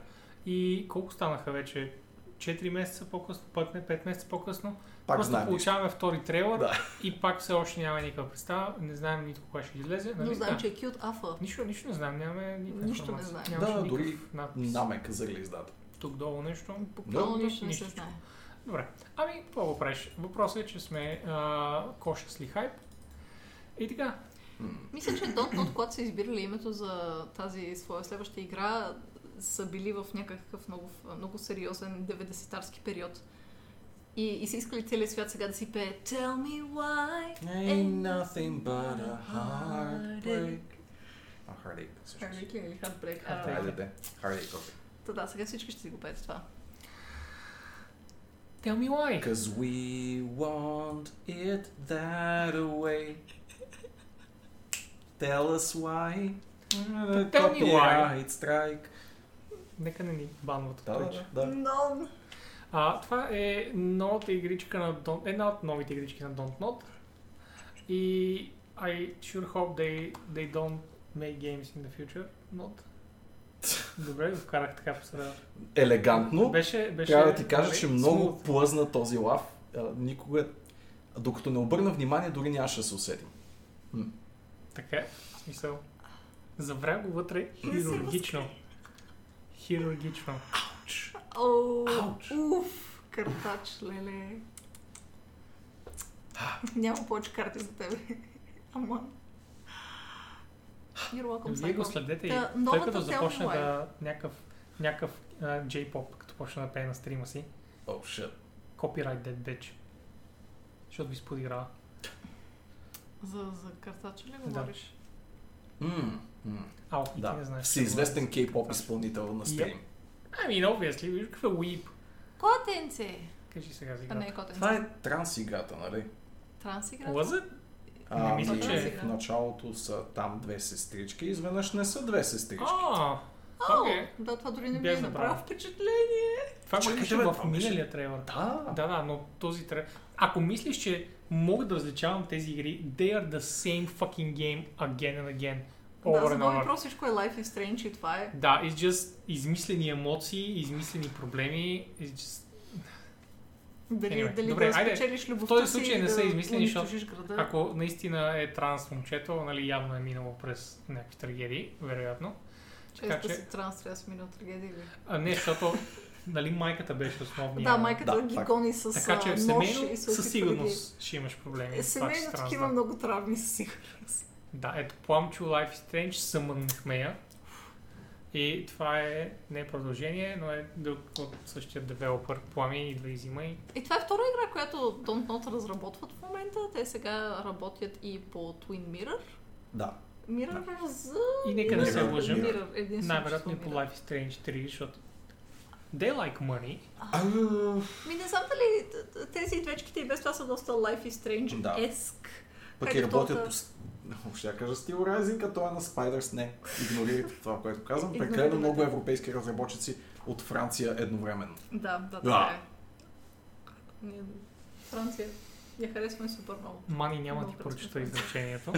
Speaker 3: и колко станаха вече? 4 месеца по-късно, пък не 5 месеца по-късно.
Speaker 2: Пак
Speaker 3: Просто
Speaker 2: знаем.
Speaker 3: получаваме втори трейлър
Speaker 2: Да. и
Speaker 3: и пак все още нямаме никаква представа. Не знаем нито кога ще излезе.
Speaker 1: Но
Speaker 3: нали?
Speaker 1: знам,
Speaker 3: Да.
Speaker 1: че е кют афа.
Speaker 3: Нищо, нищо не знам, нямаме никаква
Speaker 1: Нищо не
Speaker 3: информация.
Speaker 1: знаем.
Speaker 3: Нямаше
Speaker 2: Да,
Speaker 3: никакъв
Speaker 2: дори
Speaker 3: надпис.
Speaker 2: намек за релиз дата.
Speaker 3: Тук долу нещо.
Speaker 1: Буквално
Speaker 3: Да,
Speaker 1: нищо не се
Speaker 3: нищо.
Speaker 1: знае.
Speaker 3: Добре. Ами, какво го правиш? Въпросът е, че сме а, коша с ли хайп. И така.
Speaker 1: Мисля, че Dontnod, когато са избирали името за тази своя следваща игра, са били в някакъв много, много сериозен 90-тарски период. И, и са искали целият свят сега да си пее Tell me why Ain't
Speaker 2: nothing
Speaker 1: but a heartbreak.
Speaker 2: А, heartache. всъщност.
Speaker 1: Heartbreak или Heartbreak.
Speaker 3: Heartbreak.
Speaker 1: А,
Speaker 2: Хайде, де. Heartache, окей.
Speaker 1: Та да, сега всички ще си го пеят това.
Speaker 3: Tell me why.
Speaker 2: Cause we want it that way. Tell us why. Е,
Speaker 3: Tell me why.
Speaker 2: Copyright strike.
Speaker 3: Нека не ни банват от
Speaker 2: Да,
Speaker 3: Twitch.
Speaker 2: да, да.
Speaker 1: No.
Speaker 3: А, това е новата игричка на Don't... Една от новите игрички на Dontnod. И I sure hope they, they don't make games in the future. Not. Добре, го вкарах така по среда.
Speaker 2: Елегантно.
Speaker 3: Беше, беше... нали,
Speaker 2: Трябва да ти кажа, че
Speaker 3: Smooth.
Speaker 2: много плъзна този лав. А, Никога, докато не обърна внимание, дори нямаше да се усетим.
Speaker 3: Така, е, в смисъл. Завря го вътре хирургично. Хирургично.
Speaker 1: О,
Speaker 2: Ауч.
Speaker 1: уф, картач, леле. Няма повече карти за тебе. Ама. You're welcome,
Speaker 3: Вие го
Speaker 1: Psycho.
Speaker 3: следете и
Speaker 1: Та,
Speaker 3: той
Speaker 1: новата е.
Speaker 3: като
Speaker 1: Tell
Speaker 3: започне
Speaker 1: Me Why.
Speaker 3: да някакъв, някакъв а, J-pop, като почне да пее на стрима си,
Speaker 2: О, oh, shit.
Speaker 3: copyright that bitch. Защото ви сподиграва.
Speaker 1: За, за картача ли
Speaker 3: Да.
Speaker 1: говориш?
Speaker 2: М, м,
Speaker 3: Ау, и ти не
Speaker 2: Да,
Speaker 3: знаеш.
Speaker 2: всеизвестен кей-поп
Speaker 3: Да.
Speaker 2: изпълнител на стрим.
Speaker 3: Ами, mean, obviously, виж какъв е Weep.
Speaker 1: Котенце!
Speaker 3: Кажи сега за
Speaker 1: А не
Speaker 3: играта.
Speaker 1: е котенце.
Speaker 2: Това е транс играта, нали?
Speaker 1: транс игра.
Speaker 3: Was it? Не мисля,
Speaker 2: Ами,
Speaker 1: че-
Speaker 2: В началото са там две сестрички, изведнъж не са две сестрички.
Speaker 3: А, е-
Speaker 1: О,
Speaker 3: Окей.
Speaker 1: да, това дори не ми
Speaker 3: Бях
Speaker 1: е
Speaker 3: забравил.
Speaker 1: направо впечатление.
Speaker 3: това го
Speaker 2: Чакай,
Speaker 3: имаше
Speaker 2: бе,
Speaker 3: в
Speaker 2: това беше-
Speaker 3: миналия трейлър.
Speaker 2: Да,
Speaker 3: Да, да, но този трейлер... Ако мислиш, че мога да различавам тези игри, they are the same fucking game again and again.
Speaker 1: Да,
Speaker 3: Over
Speaker 1: за
Speaker 3: and
Speaker 1: Боби
Speaker 3: over.
Speaker 1: просто всичко е Life is Strange и това е.
Speaker 3: Да, it's just измислени емоции, измислени проблеми. It's just...
Speaker 1: Дали,
Speaker 3: Anyway,
Speaker 1: дали
Speaker 3: добре,
Speaker 1: да
Speaker 3: айде.
Speaker 1: спечелиш любовта
Speaker 3: този
Speaker 1: си
Speaker 3: случай
Speaker 1: или
Speaker 3: не
Speaker 1: да
Speaker 3: са измислени,
Speaker 1: унищожиш града.
Speaker 3: Ако наистина е транс момчето, нали, явно е минало през някакви трагедии, вероятно. Така
Speaker 1: Често
Speaker 3: че...
Speaker 1: си транс трябва да си минал трагедия или...
Speaker 3: А, не, защото нали, майката беше основния.
Speaker 1: Ами, Да, майката
Speaker 2: да,
Speaker 1: ги
Speaker 2: пак.
Speaker 1: гони с
Speaker 3: Така че
Speaker 1: а,
Speaker 3: в
Speaker 1: нож
Speaker 3: семейно
Speaker 1: и се
Speaker 3: със
Speaker 1: опитва да ги-
Speaker 3: сигурност ще имаш проблеми.
Speaker 1: Е,
Speaker 3: Това ще
Speaker 1: Семейно
Speaker 3: транс,
Speaker 1: такива
Speaker 3: да.
Speaker 1: много травми със сигурност.
Speaker 3: Да, ето Пламчо Life is Strange съмънахме я. И това е не продължение, но е друг от същия девелопър. Пламя идва и взима и...
Speaker 1: И това е втора игра, която Dontnod разработват в момента. Те сега работят и по Twin Mirror.
Speaker 2: да.
Speaker 1: Mirror за...
Speaker 3: И нека не се
Speaker 2: Mirror,
Speaker 3: лъжем.
Speaker 2: Mirror.
Speaker 1: Mirror, единствено
Speaker 3: Най-вероятно и
Speaker 1: число
Speaker 3: по
Speaker 1: Mirror.
Speaker 3: Life is Strange 3, защото... They like money.
Speaker 2: Ау,
Speaker 1: Ми не знам дали т- т- тези двечките и без това са доста Life is
Speaker 2: Да.
Speaker 1: Strange-esque.
Speaker 2: Пък
Speaker 1: Хайде,
Speaker 2: и работят
Speaker 1: Тота.
Speaker 2: по... с- Ще я кажа Steel Rising, а той е на Spiders. Не, игнорирайте това, което казвам.
Speaker 1: Игнорирайте.
Speaker 2: Прекалено много европейски разработчици от Франция едновременно.
Speaker 1: Да, да,
Speaker 2: Да.
Speaker 1: така е. Ние- е. Франция. Я харесвам супер много.
Speaker 3: Мани няма
Speaker 1: Много
Speaker 3: да ти прочета
Speaker 1: красиво.
Speaker 3: изречението.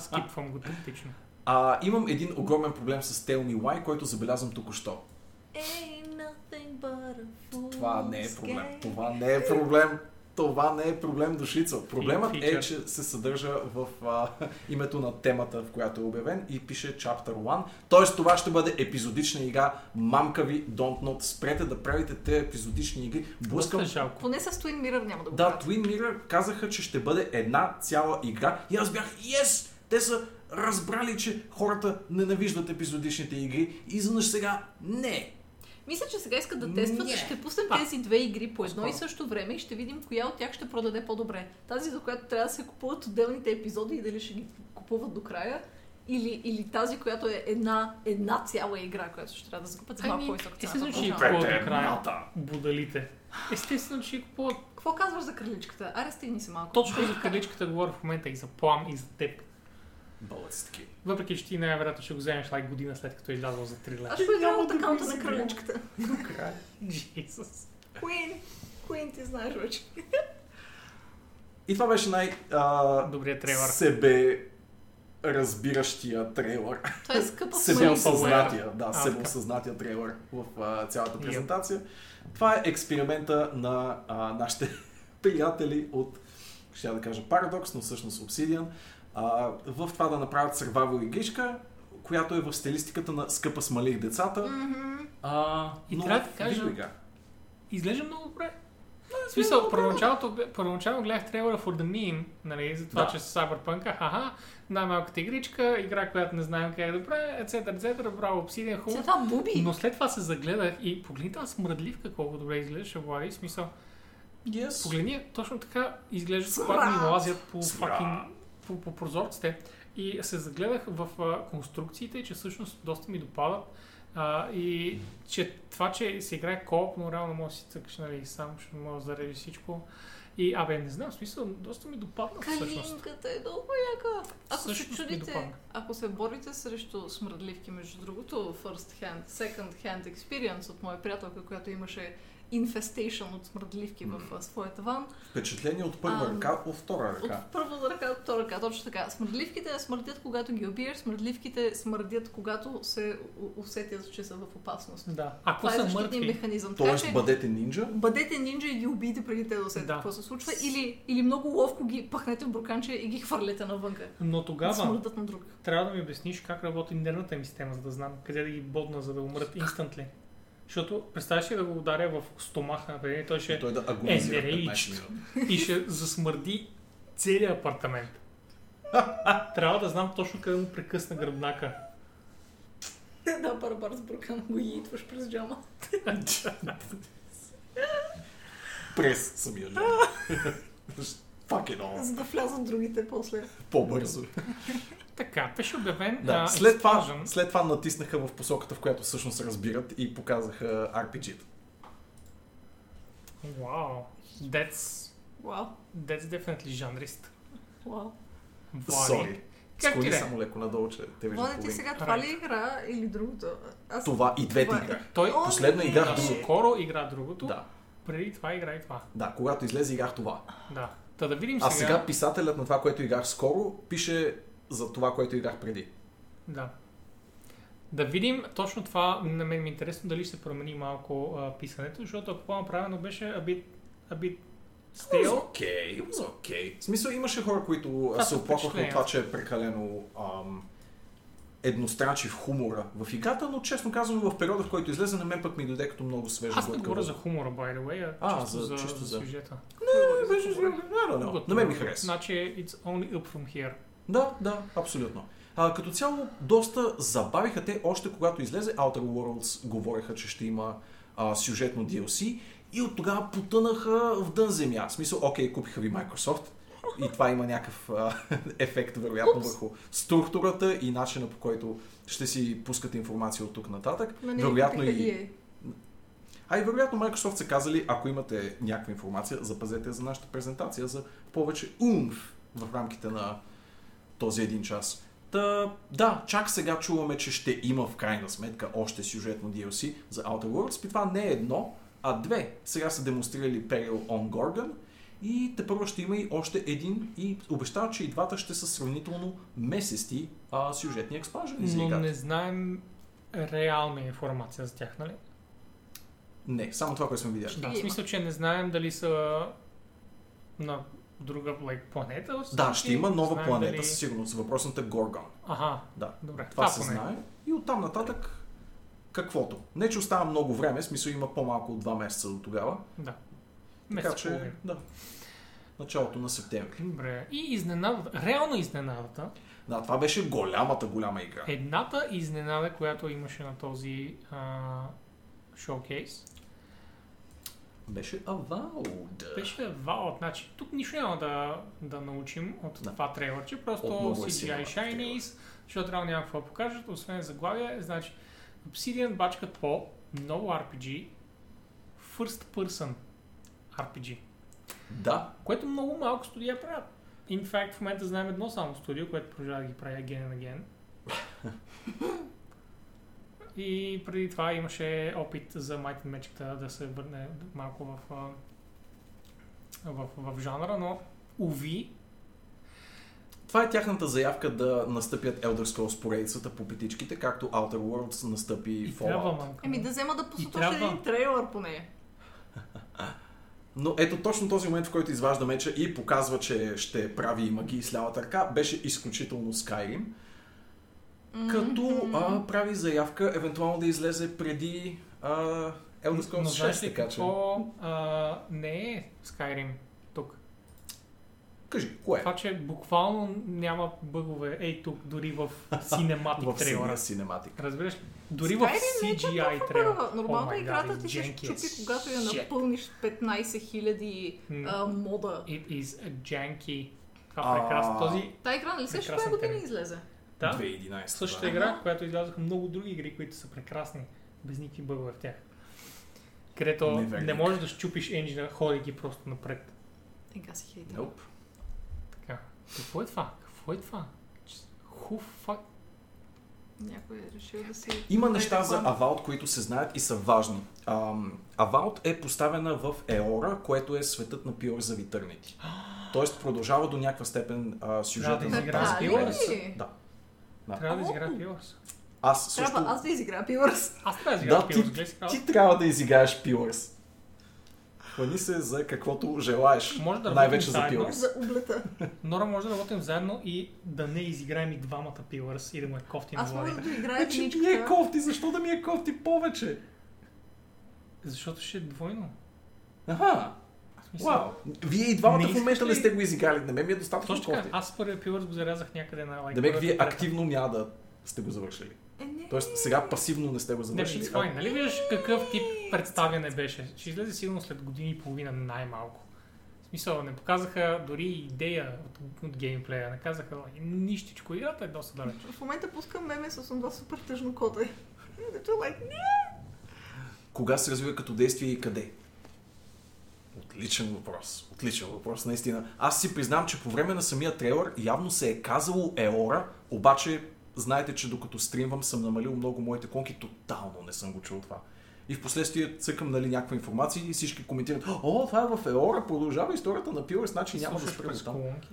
Speaker 3: Скипвам го тактично.
Speaker 2: А, имам един огромен проблем с Tell Me Why, който забелязвам току-що.
Speaker 1: Ain't nothing but a fool's
Speaker 2: Това не е проблем.
Speaker 1: game.
Speaker 2: Това не е проблем. Това не е проблем, душица. Проблемът е,
Speaker 3: Фичър.
Speaker 2: че се съдържа в а, името на темата, в която е обявен и пише Chapter 1. Тоест това ще бъде епизодична игра. Мамка ви, Don't Not. Спрете да правите те епизодични игри.
Speaker 3: Доста
Speaker 2: Блъскам
Speaker 3: жалко.
Speaker 1: Поне с Twin Mirror няма да го
Speaker 2: Да,
Speaker 1: правят.
Speaker 2: Twin Mirror казаха, че ще бъде една цяла игра и аз бях, yes! Те са разбрали, че хората ненавиждат епизодичните игри и изведнъж сега не.
Speaker 1: Мисля, че сега искат да тестват.
Speaker 2: Не.
Speaker 1: Ще пуснем
Speaker 3: А.
Speaker 1: тези две игри по едно
Speaker 3: Скоро.
Speaker 1: и също време и ще видим коя от тях ще продаде по-добре. Тази, за която трябва да се купуват отделните епизоди и дали ще ги купуват до края. Или, или тази, която е една, една цяла игра, която ще трябва да закупят за малко
Speaker 3: Ами,
Speaker 1: по-висока цена.
Speaker 3: естествено, че и
Speaker 1: Започвам.
Speaker 3: купуват
Speaker 2: Купете
Speaker 3: до края.
Speaker 2: едната.
Speaker 3: Будалите. Естествено, че купуват
Speaker 1: Какво казваш за краличката? Аре, стигни се малко.
Speaker 3: точно за каличката говоря в момента и за плам и за теб.
Speaker 2: Бълъци такива.
Speaker 3: Въпреки, че ти най-вероятно ще го вземеш лайк година след като е излязъл за 3 лева.
Speaker 1: Аз ще играя
Speaker 2: Няма
Speaker 1: от
Speaker 2: да
Speaker 1: акаунта
Speaker 2: го
Speaker 1: на
Speaker 2: изиграя.
Speaker 1: краличката.
Speaker 3: Джисус.
Speaker 1: Куин, Куин, ти знаеш вече.
Speaker 2: И това беше най- а,
Speaker 3: Добрият тревър.
Speaker 2: себе разбиращия трейлър.
Speaker 1: Той е скъпа
Speaker 3: Себеосъзнатия.
Speaker 1: смисъл.
Speaker 2: Себеосъзнатия, да,
Speaker 3: А,
Speaker 2: себеосъзнатия трейлър в а, цялата презентация. Това е експеримента на а, нашите приятели от, ще да кажа Paradox, но всъщност Obsidian, а, в това да направят survival игричка, която е в стилистиката на скъпа смалих децата.
Speaker 1: Мгм.
Speaker 2: А,
Speaker 3: И
Speaker 2: но е
Speaker 3: трябва да кажа-
Speaker 2: видеоигра.
Speaker 3: Изглежда много добре. В смисъл, първоначалото, бе- първоначално гледах трейлера for the meme, нали, за това,
Speaker 2: Да.
Speaker 3: че с Cyberpunk, хаха, най-малката игричка, игра, която не знаем как е да прави, etc, etc, браво, Obsidian,
Speaker 1: Сега
Speaker 3: хубаво.
Speaker 1: това буби.
Speaker 3: Но след това се загледах и погледни тази смръдливка, колко добре изглеждаше, Влади, в смисъл,
Speaker 2: Yes.
Speaker 3: погледни, я, точно така изглежда,
Speaker 1: Смрад!
Speaker 3: когато ми лазят по,
Speaker 2: Смрад!
Speaker 3: fucking, по, по прозорците. И се загледах в а, конструкциите, че всъщност доста ми допадат. А, и че това, че се играе кооп, но реално може да си цъкаш, нали, сам ще може да заредиш всичко. И, абе, не знам, в смисъл, доста ми допадна всъщност.
Speaker 1: Калинката е много яка. Ако се
Speaker 3: Всъщност ми
Speaker 1: чудите,
Speaker 3: допадна.
Speaker 1: ако се борите срещу смръдливки, между другото, first hand, second hand experience от моя приятелка, която имаше infestation от смръдливки в а, своята ван.
Speaker 2: Впечатление от първа
Speaker 1: Ам,
Speaker 2: ръка, от втора
Speaker 1: От
Speaker 2: ръка.
Speaker 1: първа ръка до втора ръка, точно така. Смръдливките смърдят, когато ги убиеш, смръдливките смърдят, когато се у- усетят, че са в опасност.
Speaker 3: Да. Ако
Speaker 1: Това е
Speaker 3: са
Speaker 1: защитният
Speaker 3: мъртви,
Speaker 1: механизъм. Така е.
Speaker 2: Тоест
Speaker 1: че-
Speaker 2: бъдете нинджа.
Speaker 1: Бъдете нинджа и ги убийте преди те да усетят
Speaker 3: Да.
Speaker 1: какво се случва. Или, или много ловко ги пъхнете в бурканче и ги хвърлете навънка.
Speaker 3: но
Speaker 1: Да
Speaker 3: тогава
Speaker 1: смърдат на друг.
Speaker 3: трябва да ми обясниш как работи нервната ми система, за да знам къде да ги бодна, за да умрат инстантли. Защото представяш ли да го ударя в стомаха, например, и той ще
Speaker 2: Той да агонизира
Speaker 3: Е, не, не,
Speaker 2: 15 минути.
Speaker 3: и ще засмърди целият апартамент. Трябва да знам точно къде му прекъсна гръбнака.
Speaker 1: Е, Да, барбар с буркан го идваш през джама.
Speaker 2: През самия жен. Fuck it all.
Speaker 1: За да влязат другите после.
Speaker 2: По-бързо.
Speaker 3: Така, беше обявен
Speaker 2: Да.
Speaker 3: а,
Speaker 2: след, това,
Speaker 3: Explosion.
Speaker 2: след това натиснаха в посоката, в която всъщност разбират и показаха RPG-та.
Speaker 3: Вау, that's,
Speaker 1: Вау,
Speaker 3: that's definitely жанрист.
Speaker 1: вау.
Speaker 3: Влади.
Speaker 2: Sorry.
Speaker 3: Как ти
Speaker 2: Склони
Speaker 3: да е?
Speaker 2: само леко надолу, че те виждам
Speaker 1: Води ти сега
Speaker 3: Right.
Speaker 1: това ли е игра или другото? Аз...
Speaker 2: Това и двете
Speaker 1: Това е.
Speaker 2: игра.
Speaker 3: Той
Speaker 1: О,
Speaker 2: последно
Speaker 1: не.
Speaker 2: играх
Speaker 3: а, скоро игра другото,
Speaker 2: Да,
Speaker 3: преди това игра и това.
Speaker 2: да, когато излезе играх това.
Speaker 3: Да. Та да видим
Speaker 2: А
Speaker 3: сега.
Speaker 2: сега писателят на това, което играх скоро, пише за това, което играх преди.
Speaker 3: Да. Да видим точно това. На мен ми е интересно дали ще се промени малко а, писането, защото ако по правилно беше a bit, a bit
Speaker 2: It was
Speaker 3: stale.
Speaker 2: okay, it was okay. В смисъл имаше хора, които а,
Speaker 3: Това
Speaker 2: се
Speaker 3: са
Speaker 2: оплакваха от
Speaker 3: впечатления.
Speaker 2: това, че е прекалено ам, едностранчив хумора в играта, но честно казвам в периода, в който излезе, на мен пък ми дойде като много свежа
Speaker 3: Аз не
Speaker 2: глътка
Speaker 3: говоря за
Speaker 2: въздух.
Speaker 3: хумора, by the way, а,
Speaker 2: А,
Speaker 3: чисто,
Speaker 2: за-
Speaker 3: за,
Speaker 2: чисто за-
Speaker 3: за сюжета.
Speaker 2: Не, беше- I don't know.
Speaker 3: Готово.
Speaker 2: На мен ми хареса.
Speaker 3: Значи it's only up from here.
Speaker 2: Да, да, абсолютно. А, като цяло, доста забавиха те, още когато излезе Outer Worlds, говореха, че ще има а, сюжетно DLC и от тогава потънаха в дън земя. В смисъл, окей, купиха ви Microsoft и това има някакъв а, ефект, вероятно, върху структурата и начина по който ще си пускат информация от тук нататък.
Speaker 1: На нея
Speaker 2: вероятно
Speaker 1: Нали, купиха
Speaker 2: и...
Speaker 1: EA.
Speaker 2: А и вероятно Microsoft са казали, ако имате някаква информация, запазете я за нашата презентация за повече умф в рамките на този един час. Та, да, чак сега чуваме, че ще има в крайна сметка още сюжетно DLC за Outer Worlds. При това не е едно, а две. Сега са демонстрирали Peril on Gorgon И те първо ще има и още един и обещава, че и двата ще са сравнително месести а, сюжетни експанжени за
Speaker 3: Но
Speaker 2: играта.
Speaker 3: не знаем реална информация за тях,
Speaker 2: Е.
Speaker 3: нали?
Speaker 2: Не, само това, което сме видяли.
Speaker 3: Да, в
Speaker 1: има.
Speaker 3: смисъл, че не знаем дали са на друга like, планета.
Speaker 2: Да, ще има нова
Speaker 3: Знаем
Speaker 2: планета
Speaker 3: дали-
Speaker 2: със сигурност, въпросната Горгон.
Speaker 3: Аха,
Speaker 2: Да,
Speaker 3: добре.
Speaker 2: това се
Speaker 3: поне.
Speaker 2: знае. И оттам нататък каквото. Не, че остава много време, в смисъл има по-малко от 2 месеца до тогава.
Speaker 3: Да.
Speaker 2: Така
Speaker 3: Месец
Speaker 2: че,
Speaker 3: че...
Speaker 2: да. Началото на септември.
Speaker 3: Добре. И изненадата, реално изненадата,
Speaker 2: Да, това беше голямата, голяма игра.
Speaker 3: Е. едната изненада, която имаше на този а, шоукейс,
Speaker 2: Беше Avowed.
Speaker 3: беше вау. Значи, тук нищо няма да, да научим от
Speaker 2: Да.
Speaker 3: това трейлърче, просто
Speaker 2: Отново е
Speaker 3: CGI
Speaker 2: синема
Speaker 3: Shinies, защото трябва няма какво да покажат, освен заглавия. Значи, Obsidian бачкат по ново RPG, First Person RPG.
Speaker 2: Да,
Speaker 3: Което много малко студия правят. In fact, в момента знаем едно само студио, което продължава да ги прави again and again. И преди това имаше опит за Might and Magic да се върне малко в, а, в, в жанра, но уви,
Speaker 2: това е тяхната заявка да настъпят Elder Scrolls поредицата по петичките, както Outer Worlds
Speaker 3: и
Speaker 2: настъпи
Speaker 3: трябва
Speaker 2: Fallout.
Speaker 3: мамка.
Speaker 1: Еми Ами да взема да пуснат още
Speaker 3: трябва.
Speaker 1: един трейлър поне.
Speaker 2: Но ето точно този момент, в който изважда меча и показва, че ще прави магии с лявата ръка, беше изключително Skyrim. Като а, прави заявка, евентуално да излезе преди а, Elder Scrolls 6,
Speaker 3: ли
Speaker 2: така че...
Speaker 3: какво а, не е Skyrim тук?
Speaker 2: Кажи, кое?
Speaker 3: Това, че буквално няма бъгове, ей тук, дори в
Speaker 2: В
Speaker 3: cinematic трейлера.
Speaker 2: самия синематик.
Speaker 3: Разбираш? ли? Дори в
Speaker 1: Skyrim не е чак
Speaker 3: CGI
Speaker 1: толкова
Speaker 3: трябва.
Speaker 1: първа. Нормално
Speaker 3: Oh my God,
Speaker 1: играта
Speaker 3: it's
Speaker 1: ти ще
Speaker 3: janky
Speaker 1: щупи,
Speaker 3: as
Speaker 1: когато е я
Speaker 3: е shit.
Speaker 1: напълниш 15 000
Speaker 3: М.
Speaker 1: а, мода.
Speaker 3: It is a janky. Това
Speaker 2: А.
Speaker 3: прекрасно. Този
Speaker 1: Та игра нали след
Speaker 3: Прекрасен
Speaker 1: 6 година
Speaker 3: термин.
Speaker 1: излезе?
Speaker 3: да,
Speaker 2: 2011.
Speaker 3: същата игра, в която излязоха много други игри, които са прекрасни, без никакви бъгове в тях. Където не,
Speaker 2: Неверник.
Speaker 3: можеш да щупиш енджина, ходейки просто напред.
Speaker 1: Ега си хейта.
Speaker 2: Nope.
Speaker 3: Така. Какво е това? Какво е това? Who fuck?
Speaker 1: Някой е решил да си...
Speaker 2: Има
Speaker 1: прави
Speaker 2: неща за
Speaker 1: реклама.
Speaker 2: Авалт, които се знаят и са важни. Ам, Авалт е поставена в Еора, което е светът на Пиор за Витърнити. Тоест продължава до някаква степен а, сюжета
Speaker 3: Да,
Speaker 2: на
Speaker 3: да
Speaker 2: тази
Speaker 1: Така ли?
Speaker 3: игра.
Speaker 2: Да.
Speaker 3: Трябва да
Speaker 1: Ау.
Speaker 3: изигра Пилърс.
Speaker 2: Аз също...
Speaker 1: Трябва аз да изиграя Пилърс.
Speaker 3: Аз трябва да
Speaker 2: Да,
Speaker 3: изигра
Speaker 2: ти,
Speaker 3: Пилърс. гледай сега.
Speaker 2: ти трябва да изиграеш Пилърс. Хвани се за каквото желаеш.
Speaker 3: Може да
Speaker 2: Най-вече
Speaker 3: работим
Speaker 2: за Пилърс.
Speaker 3: заедно.
Speaker 1: За облета.
Speaker 3: Нора може да работим заедно и да не изиграем и двамата Пилърс и да му е кофти на
Speaker 1: Аз мога да
Speaker 3: Влади.
Speaker 1: доиграя
Speaker 2: Вече ми е
Speaker 1: единичката.
Speaker 2: кофти, защо да ми е кофти повече?
Speaker 3: Защото ще е двойно.
Speaker 2: Аха,
Speaker 3: В смисъл,
Speaker 2: вау. Вие и двамата
Speaker 3: Не
Speaker 2: в момента
Speaker 3: искаш
Speaker 2: не
Speaker 3: ли-
Speaker 2: сте го изиграли, на мен ми е достатъчно
Speaker 3: Точно така,
Speaker 2: кофти.
Speaker 3: аз първия пилърс го зарязах някъде на лайк.
Speaker 2: Демек, вие активно няма да сте го завършили.
Speaker 1: Е, не.
Speaker 2: Тоест сега пасивно не сте го
Speaker 3: Не,
Speaker 2: завършили.
Speaker 3: it's fine. Нали виждаш какъв тип представяне беше? Ще излезе сигурно след години и половина най-малко. В смисъл, не показаха дори идея от, от геймплея. Не казаха "Ой, нищичко. Играта е доста далеч.
Speaker 1: В момента пускам меме с това супер тъжно коде. Дето е лайк, не.
Speaker 2: Кога се развива като действие и къде? Отличен въпрос. Отличен въпрос, наистина. Аз си признам, че по време на самия трейлър явно се е казало Еора, обаче знаете, че докато стримвам съм намалил много моите клонки, тотално не съм го чул това. И в последствие цъкам нали, някаква информация и всички коментират, о, това е в Еора, продължава историята на Пилърс, значи няма да
Speaker 3: Слушаш
Speaker 2: спре
Speaker 3: през
Speaker 2: до там.
Speaker 3: колонки.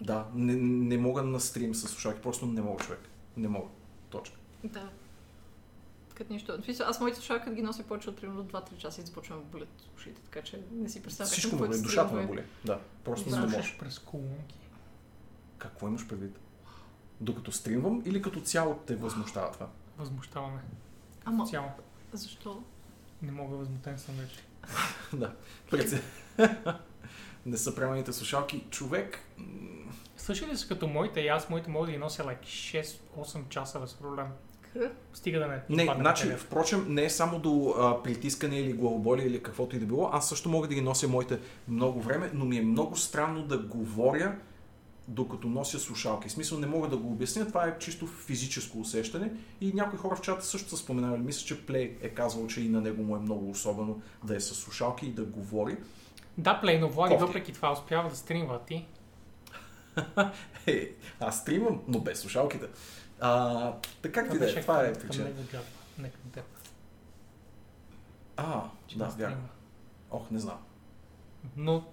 Speaker 2: Да, не, не мога на стрим с слушалки, просто не мога човек. Не мога. Точка.
Speaker 1: Да. Като нищо. В смисъл, аз моите слушалки ги нося повече от примерно 2-3 часа и започвам да болят ушите, така че не си представям.
Speaker 2: Всичко
Speaker 1: какво
Speaker 2: ме
Speaker 1: е
Speaker 2: боли,
Speaker 1: да
Speaker 2: душата
Speaker 1: стримваме.
Speaker 2: ме боли. Да, просто не може.
Speaker 3: Слушаш през колонки.
Speaker 2: Какво имаш предвид? Докато стримвам или като цяло те възмущава това?
Speaker 3: Възмущаваме.
Speaker 1: Ама,
Speaker 3: Цяло.
Speaker 1: защо?
Speaker 3: Не мога, възмутен съм вече.
Speaker 2: да. Преце... не са правилните слушалки. Човек... м,
Speaker 3: Слушали ли са като моите и аз моите мога да ги нося like 6-8 часа без проблем.
Speaker 1: Къ?
Speaker 3: Стига да не.
Speaker 2: Не,
Speaker 3: падне
Speaker 2: значи,
Speaker 3: на
Speaker 2: впрочем, не е само до а, притискане или главоболие или каквото и да било. Аз също мога да ги нося моите много време, но ми е много странно да говоря докато нося слушалки. В смисъл не мога да го обясня, това е чисто физическо усещане и някои хора в чата също са споменавали. Мисля, че Плей е казал, че и на него му е много особено да е с слушалки и да говори.
Speaker 3: Да, плей, но Влади
Speaker 2: Кофти.
Speaker 3: въпреки това успява да стримва а ти.
Speaker 2: Е, аз стримам, но без слушалките. А, така както и да е, това е
Speaker 3: към- към
Speaker 2: причина.
Speaker 3: него джаба, не към теб.
Speaker 2: А,
Speaker 3: че
Speaker 2: да,
Speaker 3: не стрима.
Speaker 2: вярно. Ох, не знам.
Speaker 3: Но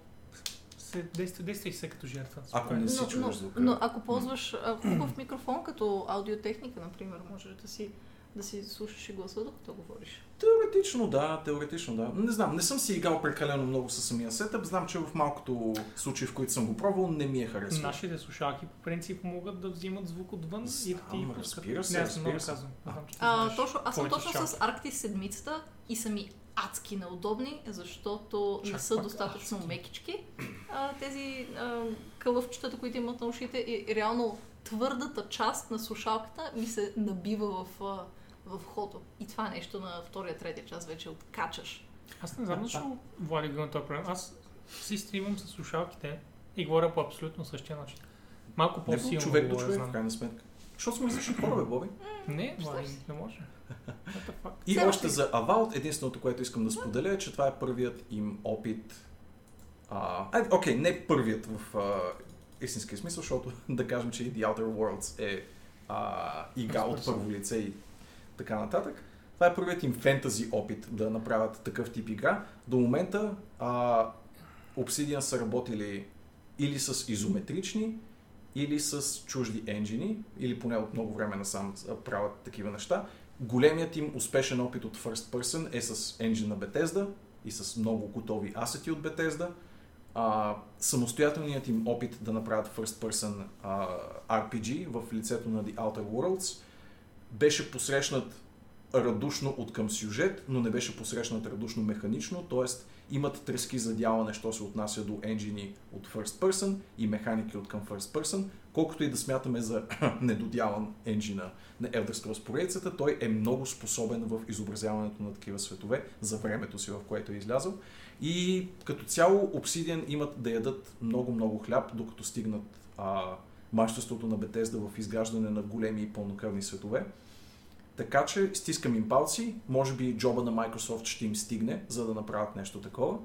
Speaker 3: се, действай, действай се като жертва.
Speaker 2: Ако не
Speaker 1: но,
Speaker 2: си
Speaker 1: но,
Speaker 2: чуваш звука.
Speaker 1: но ако ползваш а, хубав микрофон като аудиотехника, например, можеш да си, да си слушаш и гласа, докато говориш.
Speaker 2: Теоретично да, теоретично да. Не знам, не съм си играл прекалено много със самия сетъп. Знам, че в малкото случаи, в които съм го пробвал, не ми е харесало.
Speaker 3: Нашите слушалки по принцип могат да взимат звук отвън и да ти
Speaker 2: Знам,
Speaker 3: ги пускат.
Speaker 2: разбира се,
Speaker 3: не, аз съм много
Speaker 2: разбира се.
Speaker 3: казвам. Не знам, че ти
Speaker 1: А,
Speaker 3: знаеш
Speaker 1: точно, аз съм
Speaker 3: повече
Speaker 1: точно с
Speaker 3: слушалки.
Speaker 1: Arctis седмицата и са ми адски неудобни, защото не
Speaker 3: Чак
Speaker 1: са
Speaker 3: пак
Speaker 1: достатъчно
Speaker 3: адски.
Speaker 1: мекички. А, тези а, кълъвчетата, които имат на ушите и и реално твърдата част на слушалката ми се набива в, а, в ходо. И това е нещо на втория, третия час вече откачаш.
Speaker 3: Аз не знам защо Влади го на този проблем. Аз си стримам с слушалките и говоря по абсолютно същия начин. Малко
Speaker 2: Не по
Speaker 3: по-силно
Speaker 2: човек до
Speaker 3: говоря,
Speaker 2: човек,
Speaker 3: знам.
Speaker 2: в крайна сметка. Защото сме различни хора, бе, Боби.
Speaker 3: Не,
Speaker 1: Що
Speaker 3: Влади,
Speaker 1: си?
Speaker 3: не може. What the fuck?
Speaker 2: И
Speaker 1: Все още.
Speaker 2: още за Avowed, единственото, което искам да споделя е, че това е първият им опит. А, ай, Окей, не първият в а, истински смисъл, защото да кажем, че и The Outer Worlds е а, игра от първо лице и така нататък. Това е първият им фентази опит да направят такъв тип игра. До момента а, Obsidian са работили или с изометрични, или с чужди енджини, или поне от много време насам а, правят такива неща. Големият им успешен опит от First Person е с енджин на Bethesda и с много готови асети от Bethesda. А, самостоятелният им опит да направят First Person а, RPG в лицето на The Outer Worlds беше посрещнат радушно от към сюжет, но не беше посрещнат радушно механично, т.е. имат трески за дялане, що се отнася до енджини от First Person и механики от към First Person, колкото и да смятаме за недодяван енджина на Elder Scrolls поредицата, той е много способен в изобразяването на такива светове за времето си, в което е излязъл. И като цяло Obsidian имат да ядат много-много хляб, докато стигнат а, майсторството на Бетезда в изграждане на големи и пълнокръвни светове. Така че стискам им палци, може би джоба на Microsoft ще им стигне, за да направят нещо такова.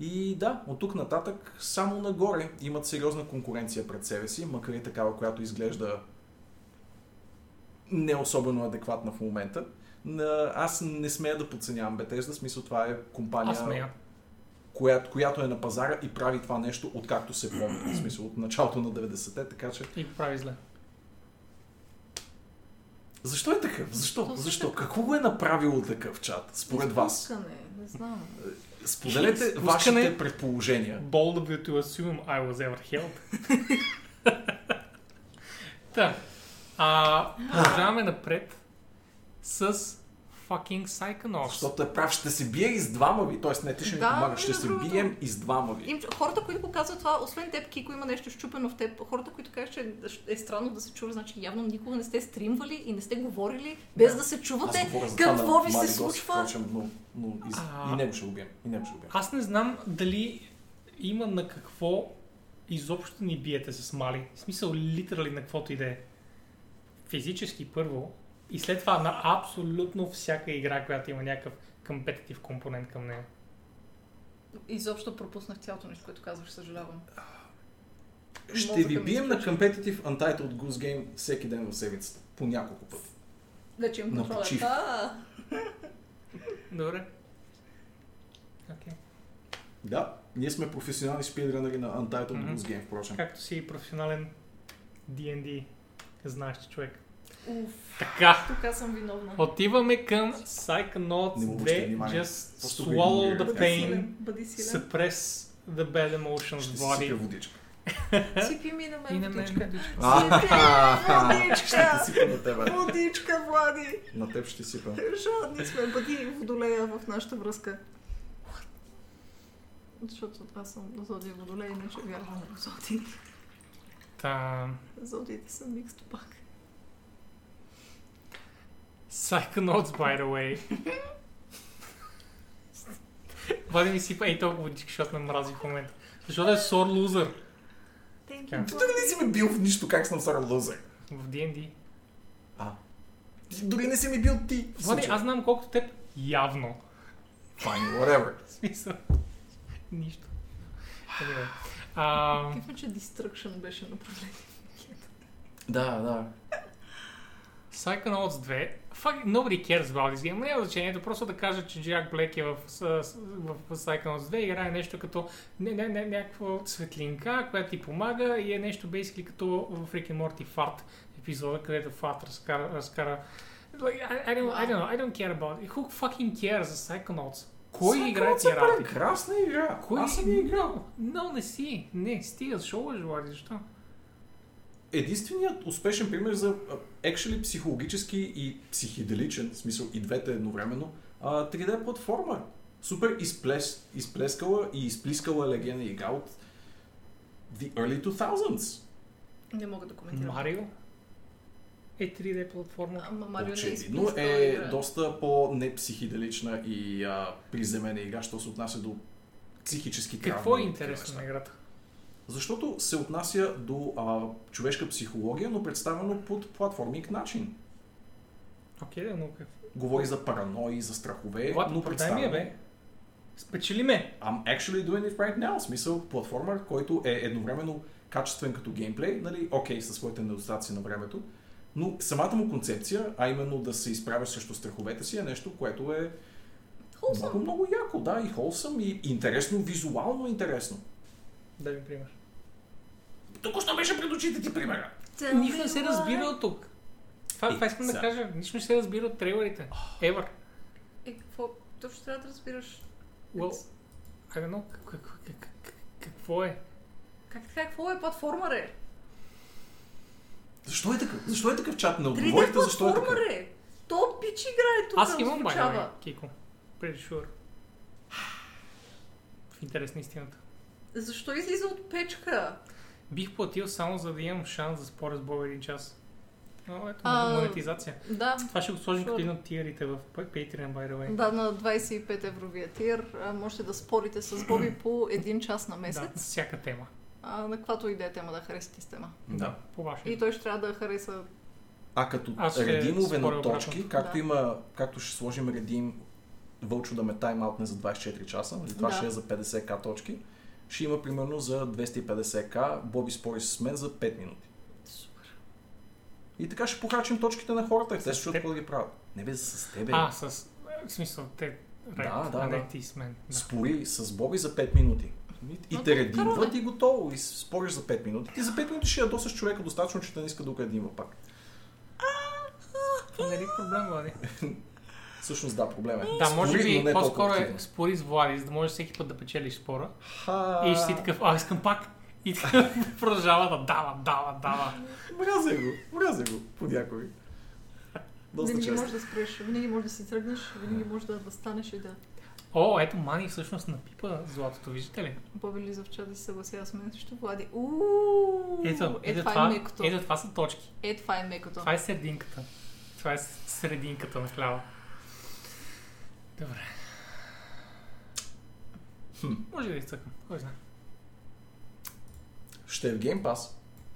Speaker 2: И да, от тук нататък само нагоре имат сериозна конкуренция пред себе си, макар и такава, която изглежда не особено адекватна в момента. На- Аз не смея да подценявам Bethesda, в смисъл това е компания,
Speaker 3: Аз смея.
Speaker 2: която, която е на пазара и прави това нещо откакто се помни, в смисъл от началото на 90-те, така че
Speaker 3: И го прави зле.
Speaker 2: защо е такъв? Защо?
Speaker 1: То си е
Speaker 2: Защо? Какво го е направило такъв чат, според вас?
Speaker 1: Изпускане, не знам.
Speaker 2: Споделете
Speaker 3: Изпускане.
Speaker 2: вашите предположения.
Speaker 3: Bold of you to assume I was ever held. Та. А, продължаваме напред с fucking Psychonauts.
Speaker 2: Защото е прав, ще се бие и с двама ви. Тоест, не ти ще ми
Speaker 1: Да,
Speaker 2: помагаш, ще
Speaker 1: между
Speaker 2: се
Speaker 1: другото.
Speaker 2: бием и с двама ви.
Speaker 1: Им, хората, които го казват това, освен теб, Кико, има нещо щупено в теб. Хората, които кажат, че е странно да се чува, значи явно никога не сте стримвали и не сте говорили, без да, се
Speaker 2: Аз
Speaker 1: чувате
Speaker 2: говоря за това
Speaker 1: какво
Speaker 2: на
Speaker 1: ви
Speaker 2: Мали
Speaker 1: се
Speaker 2: Гос,
Speaker 1: случва.
Speaker 2: Впрочем, но, но и,
Speaker 3: А.
Speaker 2: и него ще убием. И него ще убием.
Speaker 3: Аз не знам дали има на какво изобщо ни биете с Мали. В смисъл, литерали на каквото и да е. Физически първо. И след това на абсолютно всяка игра, която има някакъв компетитив компонент към нея.
Speaker 1: Изобщо пропуснах цялото нещо, което казваш, съжалявам.
Speaker 2: Ще
Speaker 1: мозъка
Speaker 2: ви
Speaker 1: ми
Speaker 2: бием на
Speaker 1: изключи.
Speaker 2: Competitive Untitled Goose Game всеки ден в седмицата. По няколко пъти.
Speaker 1: Вече им
Speaker 2: На
Speaker 1: контроля.
Speaker 2: почивка.
Speaker 1: А,
Speaker 3: Добре. Окей.
Speaker 2: Да, ние сме професионални спидранери на Untitled
Speaker 3: Мгм.
Speaker 2: Goose Game, впрочем.
Speaker 3: Както си професионален D&D знаещ човек.
Speaker 1: Уф,
Speaker 3: Така,
Speaker 1: тук аз съм виновна.
Speaker 3: отиваме към Psychonauts
Speaker 2: Не му обръщай
Speaker 3: 2.
Speaker 2: внимание.
Speaker 3: Just
Speaker 2: Просто го
Speaker 3: swallow
Speaker 2: игнорирай.
Speaker 3: the
Speaker 1: Бъди
Speaker 3: pain,
Speaker 1: силен, бъди силен.
Speaker 3: suppress the bad emotions,
Speaker 2: Ще си сипя
Speaker 3: Влади.
Speaker 2: водичка.
Speaker 1: Сипи ми на
Speaker 3: И
Speaker 1: мен
Speaker 3: на
Speaker 1: водичка.
Speaker 3: мен.
Speaker 2: А, Ще
Speaker 1: Водичка!
Speaker 2: ти сипя на тебе.
Speaker 1: Водичка, Влади!
Speaker 2: На теб ще ти сипя.
Speaker 1: Жадни сме, бъди водолея в нашата връзка. Защото аз съм зодия водолей, иначе вярвам в зодии.
Speaker 3: Та,
Speaker 1: Зодиите са миксто пак.
Speaker 3: Psychonauts, by the way. Влади ми сипа и толкова водички, защото ме мрази в момента. Защото е sore loser
Speaker 1: Thank
Speaker 3: Как?
Speaker 1: you, Влади.
Speaker 2: Ти дори не си ме бил в нищо, как съм сарал лозер.
Speaker 3: в D&D.
Speaker 2: А. Ти Дори не си ми бил ти. в
Speaker 3: Влади,
Speaker 2: случая.
Speaker 3: аз знам колкото теб явно.
Speaker 2: Fine, whatever.
Speaker 3: В смисъл. Нищо. Anyway. А,
Speaker 1: Кифно, че Destruction беше направление.
Speaker 2: Да, да.
Speaker 3: Psychonauts 2, fuck, nobody cares about this game, но няма значението, просто да кажа, че Джак Блек е в, с- с- в, в Psychonauts 2 и играе нещо като не, не, не, някаква светлинка, която ти помага и е нещо basically като в Rick and Morty Fart епизода, където Fart разкара, разкара Like, I, I, don't, I don't know, I don't care about it. Who fucking cares за Psychonauts? Кой
Speaker 2: Psychonauts
Speaker 3: играе тия
Speaker 2: е
Speaker 3: работи?
Speaker 2: прекрасна игра.
Speaker 3: Кой
Speaker 2: Аз съм я играл.
Speaker 3: Но не си. Не, стига, защо лъжи, Влади, защо?
Speaker 2: Единственият успешен пример за а, actually психологически и психиделичен, в смисъл и двете едновременно, а, 3D платформа. Супер изплес, изплескала и изплискала легена игра от the early 2000s.
Speaker 1: Не мога да коментирам.
Speaker 3: Марио? Е 3D платформа.
Speaker 1: Ама Марио не е
Speaker 2: Очевидно
Speaker 1: изписала
Speaker 2: е
Speaker 1: игра.
Speaker 2: доста по-непсихиделична и а, приземена игра, що се отнася до психически травми.
Speaker 3: Какво е
Speaker 2: и такива
Speaker 3: интересно
Speaker 2: неща.
Speaker 3: на играта?
Speaker 2: Защото се отнася до а, човешка психология, но представено под платформик начин.
Speaker 3: Окей, да, но какво?
Speaker 2: Говори за паранои, за страхове,
Speaker 3: Владо,
Speaker 2: но
Speaker 3: продай ми я,
Speaker 2: Е, представено...
Speaker 3: бе. Спечели ме.
Speaker 2: I'm actually doing it right now. В смисъл, платформер, който е едновременно качествен като геймплей, нали, окей, със своите недостатъци на времето, но самата му концепция, а именно да се изправяш срещу страховете си, е нещо, което е
Speaker 1: Wholesome.
Speaker 2: много, много яко, да, и холсъм, и интересно, визуално интересно.
Speaker 3: Дай ми пример.
Speaker 2: Тук що беше пред очите ти примера.
Speaker 1: Tell
Speaker 3: Нищо
Speaker 1: me
Speaker 3: не се
Speaker 1: why.
Speaker 3: разбира от тук. Това,
Speaker 2: Е,
Speaker 3: това искам да
Speaker 2: за-
Speaker 3: кажа. Нищо не се разбира от трейлерите. Ever.
Speaker 1: Е, какво? Точно трябва да разбираш.
Speaker 3: Well, I don't know. Как- как- как- как- Какво е?
Speaker 1: Как така? Какво е платформер е?
Speaker 2: Защо е такъв? Защо е такъв чат? Не
Speaker 1: 3D
Speaker 2: отговорите защо е такъв.
Speaker 1: платформер е. То пич играе тук.
Speaker 3: Аз имам
Speaker 1: звучава.
Speaker 3: байна, Кико. Pretty sure. В интерес на истината.
Speaker 1: Защо излиза от печка?
Speaker 3: Бих платил само за да имам шанс да споря с Боб един час. Но ето,
Speaker 1: А,
Speaker 3: монетизация.
Speaker 1: Да,
Speaker 3: Това ще го сложим като
Speaker 1: sure.
Speaker 3: един от тиерите в Patreon, by the way.
Speaker 1: да, на 25 евровия тир. а, Можете да спорите с Боби по един час на
Speaker 3: Да,
Speaker 1: месец.
Speaker 3: с всяка тема.
Speaker 1: А, на каквато и да е тема да харесате с тема.
Speaker 2: Да.
Speaker 3: По ваше.
Speaker 1: И той ще трябва да хареса
Speaker 2: А като
Speaker 3: Аз ще
Speaker 2: редимове
Speaker 3: споря
Speaker 2: на точки, както
Speaker 1: Да.
Speaker 2: има, както ще сложим редим, Вълчо да ме таймаутне за 24 часа, нали? това
Speaker 1: Да.
Speaker 2: ще е за 50к точки, ще има примерно за 250к, Боби спори с мен за 5 минути.
Speaker 1: супер.
Speaker 2: И така ще похарчим точките на хората, те ще чуят
Speaker 3: теб?
Speaker 2: какво да ги правят. Не бе, с тебе.
Speaker 3: А, с... В смисъл, те...
Speaker 2: Да,
Speaker 3: Right,
Speaker 2: да,
Speaker 3: а
Speaker 2: да.
Speaker 3: не ти с мен. Да.
Speaker 2: Спори с Боби за 5 минути. И
Speaker 1: Но
Speaker 2: те
Speaker 1: то е
Speaker 2: редимват
Speaker 1: каране.
Speaker 2: и готово. И спориш за 5 минути. Ти за 5 минути ще ядосаш човека достатъчно, че да не иска друг редимва пак.
Speaker 3: Това не
Speaker 1: нали,
Speaker 3: е ли проблем, Влади?
Speaker 2: Всъщност да, проблема е.
Speaker 3: Да, може
Speaker 2: Спори, но
Speaker 3: би
Speaker 2: не толкова
Speaker 3: по-скоро е
Speaker 2: активно.
Speaker 3: спори с Влади, за да можеш всеки път да печелиш спора.
Speaker 2: Ха...
Speaker 3: И ще си такъв, а, искам пак. И така продължава да дава, дава, дава.
Speaker 2: Мразя го, мразя го, понякога. Доста
Speaker 1: Винаги
Speaker 2: често.
Speaker 1: можеш да спреш, винаги можеш да си тръгнеш, винаги можеш да, да станеш и да...
Speaker 3: О, ето Мани всъщност напипа златото, виждате ли?
Speaker 1: Боби Лиза в чат да се съгласява с мен срещу Влади. Ууу,
Speaker 3: Ето,
Speaker 1: е,
Speaker 3: ето,
Speaker 1: това е
Speaker 3: това,
Speaker 1: мекото.
Speaker 3: ето това са точки.
Speaker 1: Е, това е мекото.
Speaker 3: Това е срединката. Това е с- срединката на хляба. Добре.
Speaker 2: Хм.
Speaker 3: Може да изтъкам, кой знае.
Speaker 2: Ще е в Game Pass,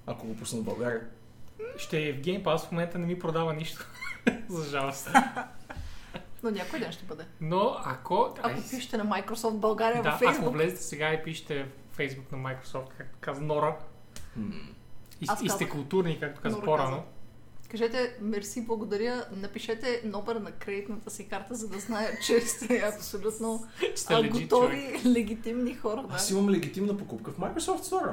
Speaker 2: ако го пусна в България.
Speaker 3: Ще е в Game Pass, в момента не ми продава нищо. За жалост.
Speaker 1: Но някой ден ще бъде.
Speaker 3: Но ако...
Speaker 1: Ако пишете на Microsoft България
Speaker 3: да,
Speaker 1: във
Speaker 3: ако
Speaker 1: Facebook,
Speaker 3: влезете сега и пишете в Facebook на Microsoft, както каза Нора, и,
Speaker 1: Аз
Speaker 3: и сте
Speaker 1: казах.
Speaker 3: културни, както каза
Speaker 1: Нора
Speaker 3: по-рано,
Speaker 1: каза. кажете мерси, благодаря, напишете номер на кредитната си карта, за да зная, че сте абсолютно
Speaker 3: че сте
Speaker 1: а,
Speaker 3: лежит човек.
Speaker 1: готови, легитимни хора.
Speaker 2: Аз
Speaker 1: Да.
Speaker 2: имам легитимна покупка в Microsoft Store.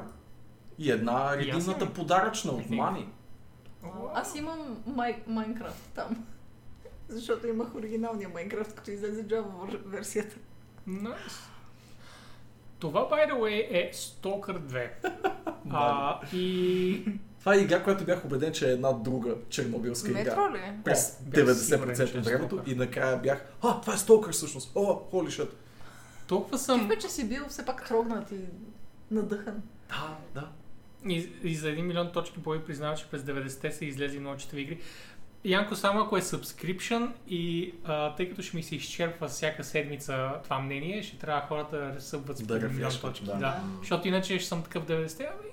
Speaker 2: И една
Speaker 3: И аз
Speaker 2: редимната
Speaker 3: имам.
Speaker 2: подаръчна от
Speaker 3: Редим.
Speaker 2: Мани.
Speaker 1: Аз имам Май- Майнкрафт там. Защото имах оригиналния Майнкрафт, като излезе Java вър- версията.
Speaker 3: Nice. Това, by the way, е Stalker 2. а, и...
Speaker 2: Това е игра, която бях убеден, че е една друга чернобилска игра.
Speaker 1: Метро ли? е?
Speaker 2: През
Speaker 3: О, бях сигурен,
Speaker 2: 90%
Speaker 3: че е
Speaker 2: от времето
Speaker 3: Stalker.
Speaker 2: и накрая бях, а, това е Stalker всъщност. О, holy shit.
Speaker 3: Толкова
Speaker 1: Кеф
Speaker 3: съм...
Speaker 1: бе, че си бил все пак трогнат и надъхан.
Speaker 2: Да, да.
Speaker 3: И, и за 1 милион точки бой признава, че през 90-те са излезли множество игри. Янко, само ако е subscription и а, тъй като ще ми се изчерпва всяка седмица това мнение, ще трябва хората да ресъбват с
Speaker 2: Да
Speaker 3: 1 милион
Speaker 2: рефрешват,
Speaker 3: точки.
Speaker 2: да.
Speaker 3: Да. да. Защото иначе ще съм такъв 90-те. Ами,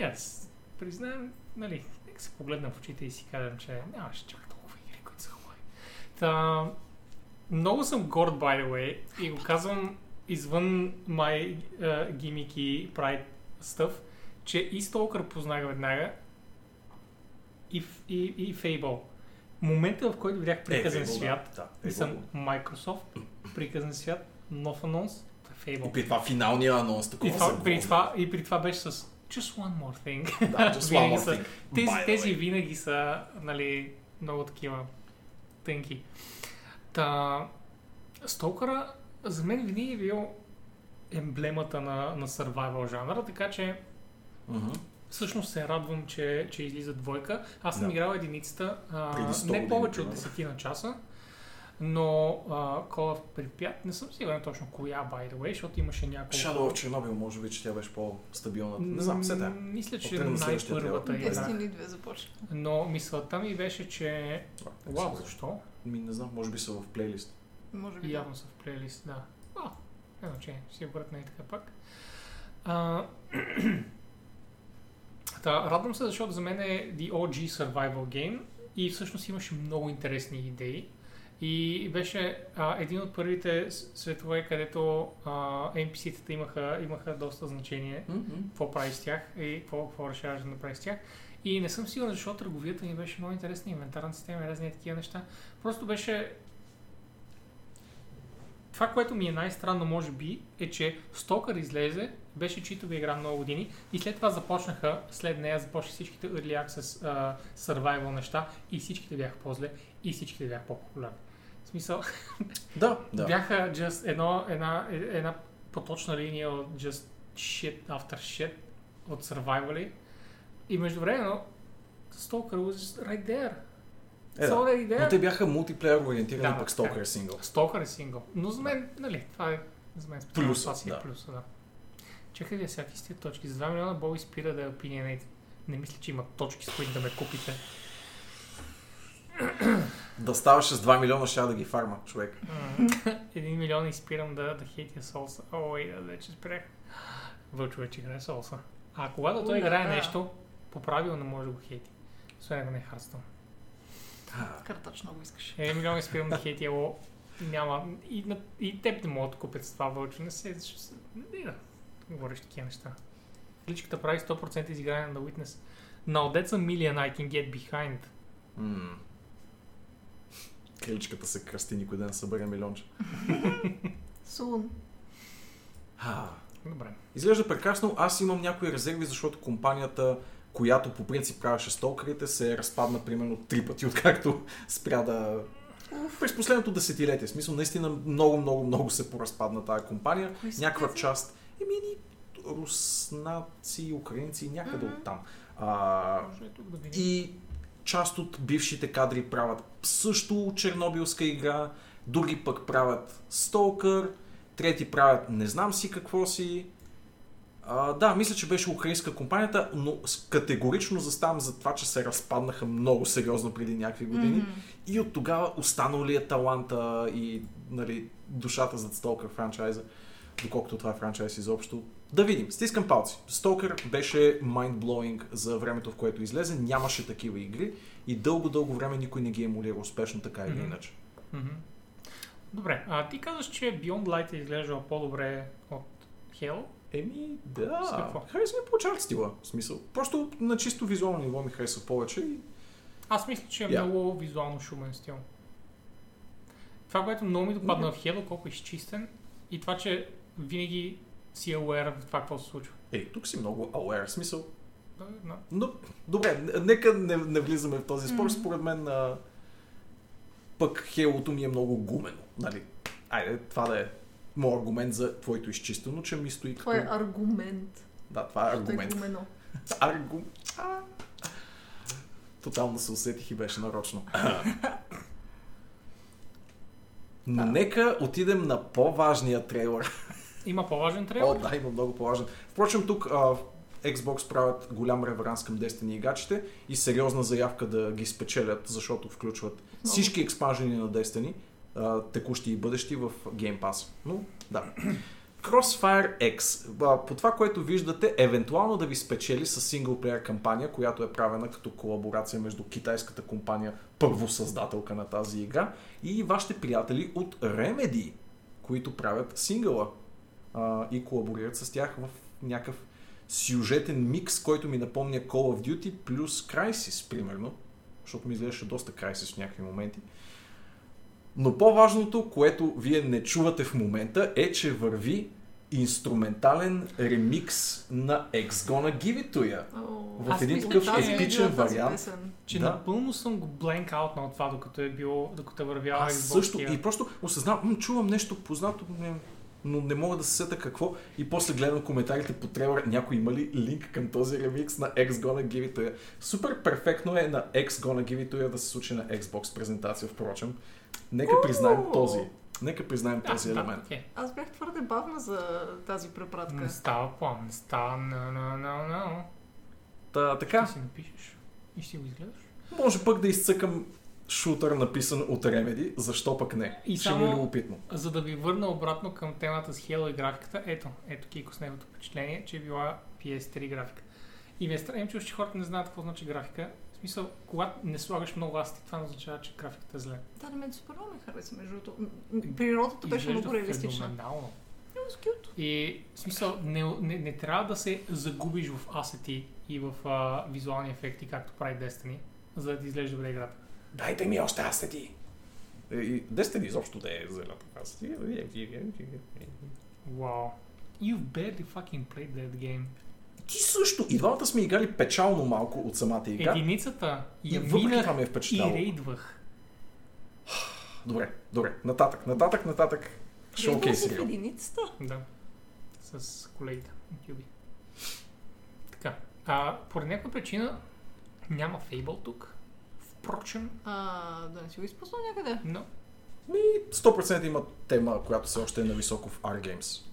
Speaker 3: не, аз признаем, нали, нека се погледна в очите и си кажем, че нямаше чак толкова игри, които са хубави. Та, много съм горд, by the way, и го казвам извън май uh, гимики Pride stuff, че и Stalker познах веднага и, F- и, и Fable. Момента, в който видях приказен
Speaker 2: Е, Fable,
Speaker 3: свят,
Speaker 2: Да, е да,
Speaker 3: и
Speaker 2: Fable.
Speaker 3: съм Microsoft, приказен свят, нов анонс, това е
Speaker 2: И
Speaker 3: Fable.
Speaker 2: при това финалния анонс,
Speaker 3: И,
Speaker 2: такова
Speaker 3: това, при
Speaker 2: загрозно.
Speaker 3: това, и при това беше с Just One More Thing.
Speaker 2: Да, just one
Speaker 3: Винаги
Speaker 2: more
Speaker 3: са-
Speaker 2: thing.
Speaker 3: Тези,
Speaker 2: By the
Speaker 3: тези
Speaker 2: way.
Speaker 3: винаги са нали, много такива тънки. Та, Стокъра за мен винаги е бил емблемата на, на survival жанра, така че
Speaker 2: Мгм.
Speaker 3: Всъщност се радвам, че, че излиза двойка. Аз съм
Speaker 2: Да.
Speaker 3: играл единицата а,
Speaker 2: Преди 100
Speaker 3: не повече от
Speaker 2: години,
Speaker 3: 10 на часа, но а, Call of Pripyat, не съм сигурен точно коя, by the way, защото имаше няколко...
Speaker 2: Shadow of Chernobyl, може би, че тя беше по-стабилна. Не знам, все
Speaker 3: М,
Speaker 2: тая.
Speaker 3: Мисля, че
Speaker 2: Оттръгна следващия
Speaker 3: най-първата
Speaker 2: трябва.
Speaker 3: игра.
Speaker 1: Destiny 2 започна.
Speaker 3: Но мисълта ми беше, че... Вау, защо?
Speaker 2: Ми, не знам, може би са в плейлист.
Speaker 1: Може би. да.
Speaker 3: Явно са в плейлист, да. А, не значи, си обратна и така пак. А, та, радвам се, защото за мен е The OG Survival Game и всъщност имаше много интересни идеи. И беше а, един от първите с- светове, където а, NPC-тата имаха, имаха доста значение какво правиш с тях и какво, какво решаваш да направиш с тях. И не съм сигурен, защото търговията ми беше много интересна, инвентарна система и разни такива неща. Просто беше... Това, което ми е най-странно, може би, е, че Стокър излезе, беше читова игра много години и след това започнаха, след нея започнаха всичките Early Access а, survival неща и всичките бяха по-зле и всичките бяха по-популярни. В смисъл,
Speaker 2: Да,
Speaker 3: да.
Speaker 2: да.
Speaker 3: бяха just едно, една, е- една поточна линия от just shit after shit от survivali. И между времено, Stalker was right there.
Speaker 2: Е,
Speaker 3: It's
Speaker 2: да.
Speaker 3: already there.
Speaker 2: Но те бяха мултиплеер ориентирани,
Speaker 3: Да,
Speaker 2: пък
Speaker 3: да.
Speaker 2: Stalker сингъл.
Speaker 3: Stalker е сингъл. Но за мен, нали, това е за мен специално
Speaker 2: Плюс,
Speaker 3: това си е
Speaker 2: да.
Speaker 3: плюса, да. Чакай да всяки сте точки. За 2 милиона Боби спира да е opinionated. Не мисля, че има точки, с които да ме купите.
Speaker 2: Да ставаше с 2 милиона, ще я да ги фарма, човек.
Speaker 3: Един милион и спирам да, да хейтя Солса. Ой, да, вече спрях. Вълчове, че играе Солса. А когато той
Speaker 1: Ура,
Speaker 3: играе
Speaker 1: да.
Speaker 3: нещо, по правило не може да го хейти. Освен ако не е Хардстон.
Speaker 2: А,
Speaker 1: Картач много искаш.
Speaker 3: Един милион и спирам да хейти, ало, няма. И, на- и теб не могат да купят с това, Вълчо. Не се... ще се- Не да говориш такива неща. Личката прави 100% изиграние на The Witness. Now that's a million I can get behind.
Speaker 2: м. Криличката се кръсти, никой да не събере милионче.
Speaker 1: Сун.
Speaker 2: А,
Speaker 3: Добре.
Speaker 2: Изглежда прекрасно. Аз имам някои резерви, защото компанията, която по принцип правеше столкерите, се е разпадна примерно три пъти, откакто спря да... През последното десетилетие. В смисъл, наистина много, много, много се поразпадна тази компания.
Speaker 1: Кои са
Speaker 2: Някаква
Speaker 1: тези?
Speaker 2: част... Еми, ни руснаци, украинци, някъде
Speaker 1: Мгм.
Speaker 2: от там. А,
Speaker 3: Може ли тук да видим?
Speaker 2: и част от бившите кадри правят също чернобилска игра, други пък правят Столкър, трети правят не знам си какво си. А, да, мисля, че беше украинска компанията, но с- категорично заставам за това, че се разпаднаха много сериозно преди някакви години.
Speaker 1: Мгм.
Speaker 2: И от тогава останал ли е таланта и нали, душата за Stalker франчайза, доколкото това е франчайз изобщо. Да видим, стискам палци. Stalker беше mind-blowing за времето, в което излезе. Нямаше такива игри и дълго-дълго време никой не ги емулира успешно, така или
Speaker 3: Мгм.
Speaker 2: иначе.
Speaker 3: Мгм. Добре, а ти казваш, че Beyond Light е изглеждал по-добре от Halo.
Speaker 2: Еми,
Speaker 3: С
Speaker 2: да.
Speaker 3: какво?
Speaker 2: Хареса ми по стила, в смисъл. Просто на чисто визуално ниво ми харесва повече. И...
Speaker 3: Аз мисля, че е
Speaker 2: Я.
Speaker 3: много визуално шумен стил. Това, което много ми допадна в Halo, колко е изчистен и това, че винаги си е aware в това, какво се случва.
Speaker 2: Е, тук си много aware, в смисъл.
Speaker 3: Да, да.
Speaker 2: Но, добре, н- нека не, не влизаме в този спор.
Speaker 1: Мгм.
Speaker 2: Според мен а, пък хелото ми е много гумено. Нали? Айде, това да е моят аргумент за твоето изчистено, че ми стои
Speaker 1: Това е аргумент.
Speaker 2: Да, това е
Speaker 1: Той е
Speaker 2: аргумент.
Speaker 1: гумено.
Speaker 2: Аргум... А. Тотално се усетих и беше нарочно. Но нека отидем на по-важния трейлър.
Speaker 3: Има по-важен трейлер.
Speaker 2: О, да, има много по-важен. Впрочем, тук а, в Xbox правят голям реверанс към Destiny играчите и сериозна заявка да ги спечелят, защото включват всички експанжени на Destiny, а, текущи и бъдещи в Game Pass. Но, да. Crossfire X. А, по това, което виждате, евентуално да ви спечели с синглплеер кампания, която е правена като колаборация между китайската компания, първо създателка на тази игра, и вашите приятели от Remedy, които правят сингъла а, и колаборират с тях в някакъв сюжетен микс, който ми напомня Call of Duty плюс Crysis, примерно, защото ми изглеждаше доста Crysis в някакви моменти. Но по-важното, което вие не чувате в момента, е, че върви инструментален ремикс на X Gonna Give It To You.
Speaker 1: В
Speaker 2: Аз един мисля, такъв
Speaker 3: тази
Speaker 1: е
Speaker 2: епичен вариант.
Speaker 3: Че
Speaker 2: Да.
Speaker 3: напълно съм го бленк аут на това, докато е било, докато е вървяла
Speaker 2: Аз
Speaker 3: Xbox
Speaker 2: също
Speaker 3: Live.
Speaker 2: и просто осъзнавам, «М, чувам нещо познато, не- но не мога да се сета какво. И после гледам коментарите по трейлера, някой има ли линк към този ремикс на X Gonna Give It To You. Супер перфектно е на X Gonna Give It To You да се случи на Xbox презентация, впрочем. Нека признаем
Speaker 1: Уу!
Speaker 2: този. Нека признаем
Speaker 3: А,
Speaker 2: този
Speaker 3: да,
Speaker 2: елемент.
Speaker 3: окей.
Speaker 1: Аз бях твърде бавна за тази
Speaker 3: Не
Speaker 1: препратка.
Speaker 3: става план, не става, no, no, no, no.
Speaker 2: Та, така,
Speaker 3: Ти си напишеш и ще го изгледаш.
Speaker 2: може пък да изцъкам шутър написан от Remedy, защо пък не?
Speaker 3: И
Speaker 2: Ще
Speaker 3: само-
Speaker 2: ми е любопитно.
Speaker 3: За да ви върна обратно към темата с Halo и графиката, ето, ето Кико с неговото впечатление, че е била PS3 графика. И ми е странно, че още хората не знаят какво значи графика. В смисъл, когато не слагаш много асти, това не означава, че графиката е зле.
Speaker 1: Да, на мен супер много ми хареса, между другото. М, м, Природата беше много реалистична. Е,
Speaker 3: феноменално.
Speaker 1: Много скют.
Speaker 3: И в смисъл, не, не, не трябва да се загубиш в асети и в а, визуални ефекти, както прави Destiny, за да ти изглежда добре играта.
Speaker 2: Дайте ми още асети! Е, И Destiny изобщо да е зелена. Аз...
Speaker 3: Вау. You've barely fucking played that game.
Speaker 2: Ти също. И двамата сме играли печално малко от самата игра.
Speaker 3: Единицата
Speaker 2: И
Speaker 3: я
Speaker 2: въпреки
Speaker 3: минах
Speaker 2: това ме е
Speaker 3: и
Speaker 2: впечатляло.
Speaker 3: рейдвах.
Speaker 2: Добре, добре. Нататък, нататък, нататък. Шоукей
Speaker 1: Шоукейс в
Speaker 2: сега.
Speaker 1: единицата.
Speaker 3: Да. С колегите от Юби. Така. А, поради някаква причина няма фейбъл тук. Впрочем,
Speaker 1: А, да не си го изпуснал някъде.
Speaker 3: но...
Speaker 2: Ми, 100% има тема, която все още е на високо в R-Games.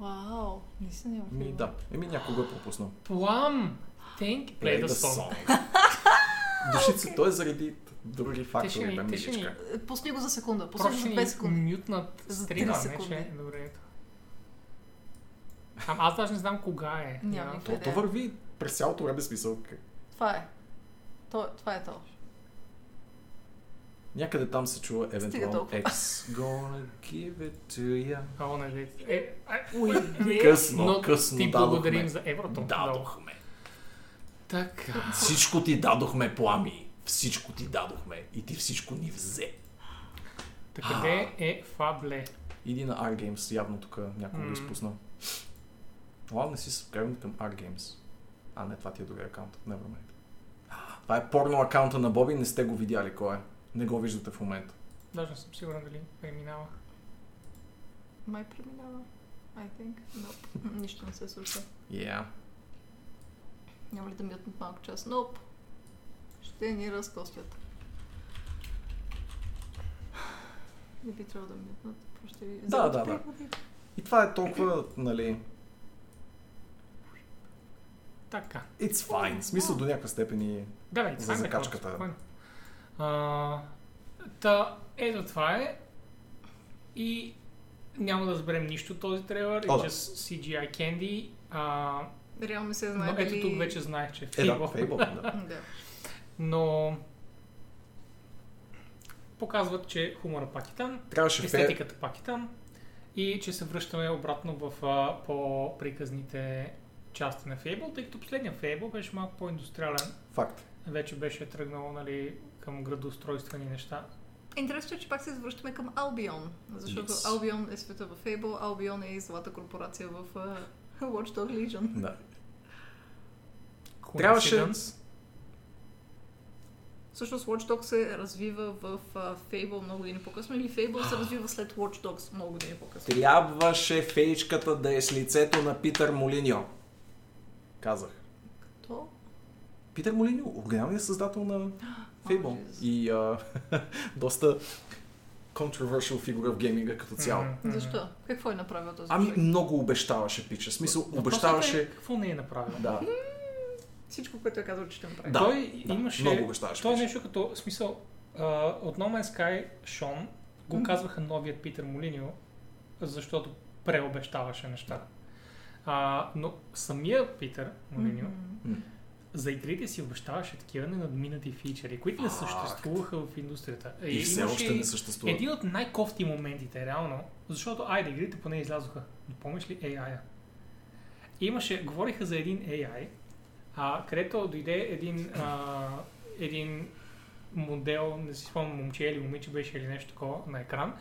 Speaker 1: Вау, не си нямам
Speaker 2: Ми, да. Еми, някога пропуснал.
Speaker 3: Плам! Thank play the song.
Speaker 2: Душица, той е заради други
Speaker 3: ще ни-
Speaker 2: фактори, да,
Speaker 3: те ще ни-
Speaker 2: миличка.
Speaker 1: Е, Пусни го за секунда, пусни го за
Speaker 3: Просто
Speaker 1: 2
Speaker 3: ни
Speaker 1: секунди.
Speaker 3: мютнат
Speaker 1: За три
Speaker 3: стрима, не
Speaker 1: секунди.
Speaker 3: че... е Добре, ето. Ам, аз даже не знам кога е.
Speaker 1: Няма
Speaker 3: Да.
Speaker 1: никаква
Speaker 2: То, то върви през цялото време смисъл. как-
Speaker 1: Това е. То, това е то.
Speaker 2: Някъде там се чува евентуално
Speaker 1: толкова.
Speaker 2: X gonna give it to ya.
Speaker 3: О, не ли? Е, ай, уй, не.
Speaker 2: Късно,
Speaker 3: Но
Speaker 2: късно
Speaker 3: Ти
Speaker 2: дадохме.
Speaker 3: благодарим за еврото.
Speaker 2: Дадохме.
Speaker 3: Така.
Speaker 2: Всичко ти дадохме, плами. Всичко ти дадохме. И ти всичко ни взе.
Speaker 3: Та къде е Фабле?
Speaker 2: Иди на R-Games, явно тук някой го е
Speaker 3: М.
Speaker 2: изпуснал. Ладно, не си събгребен към R-Games. А, не, това ти е другия акаунт. Nevermind. Това е порно акаунта на Боби, не сте го видяли кой е. Не го виждате в момента.
Speaker 3: Даже не съм сигурен дали преминава.
Speaker 1: Май преминава. I think. Nope. Нищо не се случва.
Speaker 2: Yeah.
Speaker 1: Няма ли да ми отнат малко час? Nope. Ще ни разкостят. Не би трябвало да ми отнат. Просто ще ви
Speaker 2: Да,
Speaker 1: вземат
Speaker 2: да, да.
Speaker 1: преводи.
Speaker 2: И това е толкова, нали...
Speaker 3: Така.
Speaker 2: It's fine. В смисъл до някаква степен и...
Speaker 3: Давай,
Speaker 2: За
Speaker 3: това е
Speaker 2: закачката.
Speaker 3: спокойно. А, та, ето това е. И няма да разберем нищо от този трейлер.
Speaker 2: О,
Speaker 3: It's
Speaker 2: да.
Speaker 3: just CGI Candy. А,
Speaker 1: Реално ми се знае
Speaker 3: но ето
Speaker 1: дали-
Speaker 3: тук вече знаех, че е
Speaker 2: Е, да,
Speaker 3: Fable.
Speaker 2: Fable, да.
Speaker 1: Да.
Speaker 3: Но показват, че хумора пак е там,
Speaker 2: Трябваше Fe-
Speaker 3: естетиката пак е там и че се връщаме обратно в а, по-приказните части на Fable, тъй като последния Fable беше малко по-индустриален.
Speaker 2: Факт.
Speaker 3: Вече беше тръгнал нали, към градоустройствени неща.
Speaker 1: Интересно е, че пак се завръщаме към Албион, защото
Speaker 2: Yes.
Speaker 1: Албион е света в Fable, Албион е и злата корпорация в uh, Watch Dog Legion.
Speaker 2: Да. Трябваше...
Speaker 3: Coincidence.
Speaker 1: Всъщност Watch Dogs се развива в uh, Fable много години по-късно или Fable се развива след Watch Dogs много години по-късно.
Speaker 2: Трябваше феичката да е с лицето на Питър Молиньо. Казах.
Speaker 1: То
Speaker 2: Питър Молиньо, оригиналният създател на Фейбъл.
Speaker 1: Jezus.
Speaker 2: И а, доста controversial фигура в гейминга като цяло.
Speaker 3: М, м.
Speaker 1: защо? Какво е направил този
Speaker 2: Ами
Speaker 1: човек?
Speaker 2: много обещаваше, пича. В Смисъл,
Speaker 3: Въпросът е
Speaker 2: обещаваше...
Speaker 3: Какво не е направил?
Speaker 2: Да,
Speaker 1: Всичко, което е казал, че ще направи.
Speaker 2: да.
Speaker 3: Той
Speaker 2: да,
Speaker 3: имаше-
Speaker 2: Много обещаваше,
Speaker 3: То е
Speaker 2: пича.
Speaker 3: нещо като, в смисъл, а, от No Man's Sky, Шон, го
Speaker 1: Мгм.
Speaker 3: казваха новият Питър Молинио, защото преобещаваше неща. А, но самия Питър Молинио
Speaker 1: Мгм.
Speaker 3: за игрите си обещаваше такива ненадминати фичери, които не
Speaker 2: Факт.
Speaker 3: съществуваха в индустрията. Е,
Speaker 2: И все
Speaker 3: имаше
Speaker 2: още не съществува.
Speaker 3: Един от най-кофти моментите, реално, защото айде, игрите поне излязоха. Но помниш ли AI-а? Имаше, говориха за един AI, а, където дойде един, а, един модел, не си спомням момче или момиче беше или нещо такова на екран.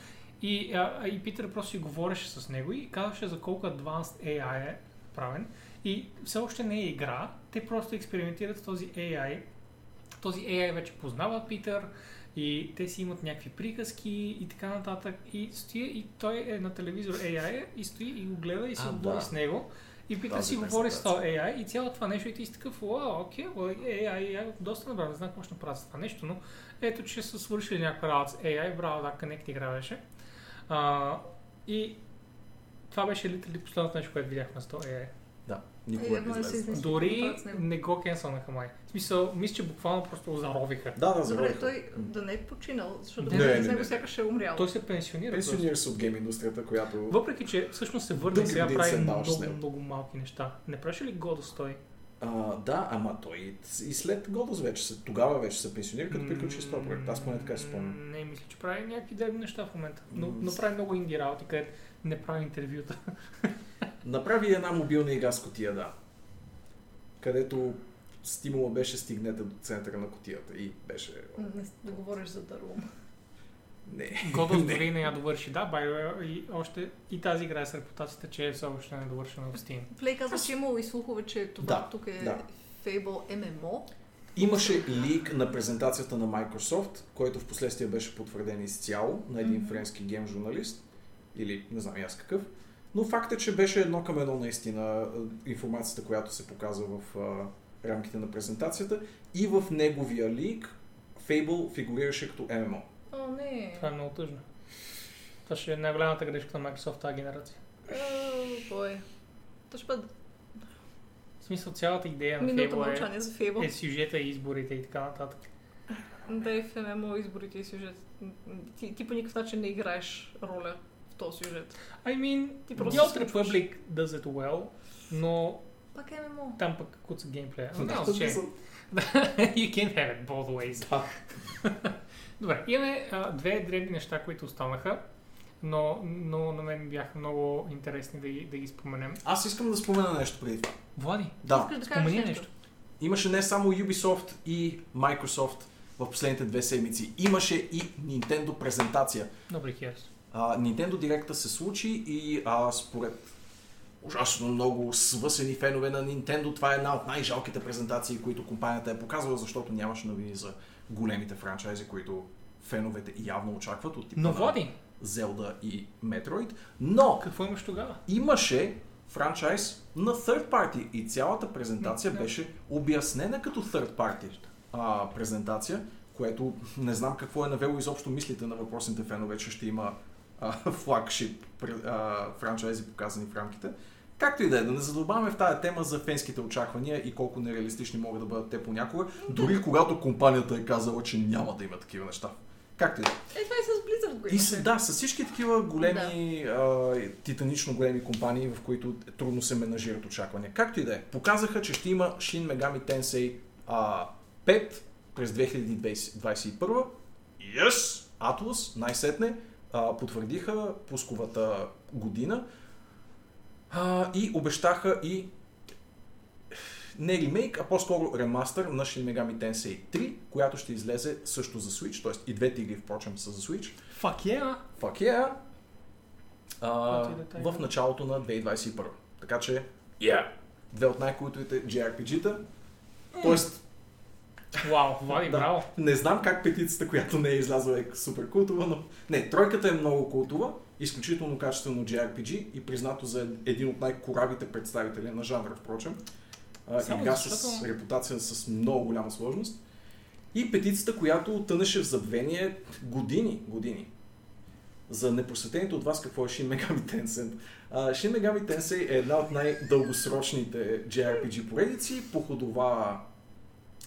Speaker 3: И, а, и Питър просто си говореше с него и казваше за колко Advanced AI е правен. И все още не е игра, те просто експериментират с този AI. Този AI вече познава Питър и те си имат някакви приказки и така нататък. И, стои, и той е на телевизор AI и стои и го гледа и си
Speaker 2: А,
Speaker 3: говори
Speaker 2: да.
Speaker 3: с него. И Питър
Speaker 2: Тази
Speaker 3: си говори с този
Speaker 2: презентация.
Speaker 3: AI и цялото това нещо и ти си такъв, вау, окей, well, AI, AI, доста добре, не знам какво ще направя с това нещо, но ето, че са свършили някаква работа с AI, браво, да, Connect игра беше. А, и това беше литали последното нещо, което видяхме с този AI.
Speaker 2: Да, никога
Speaker 1: Е,
Speaker 2: не
Speaker 1: може да се
Speaker 2: излезе.
Speaker 1: измисли.
Speaker 3: Дори
Speaker 1: Пак с него.
Speaker 3: не го кенсълнаха май. В смисъл, мисля, че буквално просто заровиха.
Speaker 2: Да, да,
Speaker 1: Добре,
Speaker 2: забравих.
Speaker 1: той да не е починал, защото
Speaker 3: Не,
Speaker 1: не, не,
Speaker 2: не,
Speaker 1: с
Speaker 2: не.
Speaker 1: него сякаш е умрял.
Speaker 3: Той се пенсионира. просто.
Speaker 2: Пенсионир се от гейм индустрията, която...
Speaker 3: Въпреки, че всъщност се върна и
Speaker 2: Други
Speaker 3: сега
Speaker 2: години
Speaker 3: прави
Speaker 2: се даваш с
Speaker 3: много,
Speaker 2: него.
Speaker 3: много малки неща. Не правеше ли го да стои?
Speaker 2: А, да, ама той и и след Годос вече се, тогава вече се пенсионира, като приключи с този проект. Аз поне така си спомням.
Speaker 3: М, Не, мисля, че прави някакви дребни неща в момента. Но,
Speaker 2: М,
Speaker 3: но
Speaker 2: с-
Speaker 3: прави много инди работи, където не прави интервюта.
Speaker 2: Направи една мобилна игра с котия, да. Където стимула беше стигнете до центъра на котията и беше...
Speaker 1: Не, да говориш за дърво.
Speaker 2: Не.
Speaker 3: Годос дори не я довърши. Да, by the way, и, още, и тази игра е с репутацията, че е все още недовършена в Steam.
Speaker 1: Плей казва, че имало и слухове, че това
Speaker 2: Да,
Speaker 1: тук е
Speaker 2: да.
Speaker 1: Fable MMO.
Speaker 2: Имаше лик на презентацията на Microsoft, който в последствие беше потвърден изцяло на един
Speaker 1: Мгм.
Speaker 2: френски гейм журналист или не знам и аз какъв. Но факт е, че беше едно към едно наистина е, информацията, която се показва в а, рамките на презентацията и в неговия лик Fable фигурираше като ММО.
Speaker 1: О, не.
Speaker 3: Това е много тъжно. Това ще е най-голямата грешка на Microsoft тази генерация.
Speaker 1: О, бой. То ще бъде
Speaker 3: В смисъл цялата идея на
Speaker 1: минута
Speaker 3: Fable
Speaker 1: мълчание за
Speaker 3: е, е
Speaker 1: Fable.
Speaker 3: сюжета и изборите и така нататък.
Speaker 1: Да е в ММО изборите и сюжет. Ти, ти по никакъв начин не играеш роля в този сюжет.
Speaker 3: I mean,
Speaker 1: Ти
Speaker 3: The
Speaker 1: просто
Speaker 3: Old
Speaker 1: се случваш.
Speaker 3: Republic does it well, но
Speaker 1: Пак е ММО.
Speaker 3: там пък куца геймплея. Но няма
Speaker 2: Да,
Speaker 3: значение.
Speaker 2: мисъл-
Speaker 3: you can have it both ways.
Speaker 2: Да.
Speaker 3: Добре, имаме а, две дребни неща, които останаха, но, но на мен бяха много интересни да ги, да ги споменем.
Speaker 2: Аз искам да спомена нещо преди това.
Speaker 3: Влади,
Speaker 2: Да,
Speaker 1: Искаш да
Speaker 3: спомени
Speaker 1: кажеш
Speaker 3: нещо.
Speaker 1: нещо.
Speaker 2: имаше не само Ubisoft и Microsoft в последните две седмици. Имаше и Nintendo презентация.
Speaker 3: Добре, Херс.
Speaker 2: А, Nintendo Direct се случи и а, според ужасно много свъсени фенове на Nintendo, това е една от най-жалките презентации, които компанията е показвала, защото нямаше новини за големите франчайзи, които феновете явно очакват от типа
Speaker 3: Но
Speaker 2: на
Speaker 3: Влади,
Speaker 2: Zelda и Metroid. Но
Speaker 3: какво имаш тогава?
Speaker 2: имаше франчайз на third party и цялата презентация
Speaker 3: Да.
Speaker 2: беше обяснена като third party а, презентация, което не знам какво е навело изобщо мислите на въпросните фенове, че ще има а, флагшип пр- а, франчайзи показани в рамките. Както и да е, да не задълбаваме в тая тема за фенските очаквания и колко нереалистични могат да бъдат те понякога, дори когато компанията е казала, че няма да има такива неща. Както и да е.
Speaker 1: Е, това и с Blizzard го
Speaker 2: И с,
Speaker 1: имаше.
Speaker 2: да, с всички такива големи, а, титанично големи компании, в които трудно се менажират очаквания. Както и да е, показаха, че ще има Shin Megami Tensei а, 5 през 2021. Yes! Atlus най-сетне а, потвърдиха пусковата година а, и обещаха и не ремейк, а по-скоро ремастър на Shin Megami Tensei 3, която ще излезе също за Switch, т.е. и двете игри, впрочем, са за Switch.
Speaker 3: Fuck yeah!
Speaker 2: Fuck yeah! А,
Speaker 3: Каквото и да е тъй.
Speaker 2: в началото на 2021. Така че, yeah! Две от най-култовите JRPG-та. Тоест,
Speaker 3: Вау, Влади,
Speaker 2: Да.
Speaker 3: е, браво!
Speaker 2: не знам как петицата, която не е излязла е супер култова, но... Не, тройката е много култова, изключително качествено JRPG и признато за един от най-коравите представители на жанра, впрочем. А,
Speaker 3: Само
Speaker 2: игра с
Speaker 3: защото-
Speaker 2: репутация с много голяма сложност. И петицата, която тънеше в забвение години, години. За непосветените от вас какво е Shin Megami Tensei. А, Shin Megami Tensei е една от най-дългосрочните JRPG поредици, походова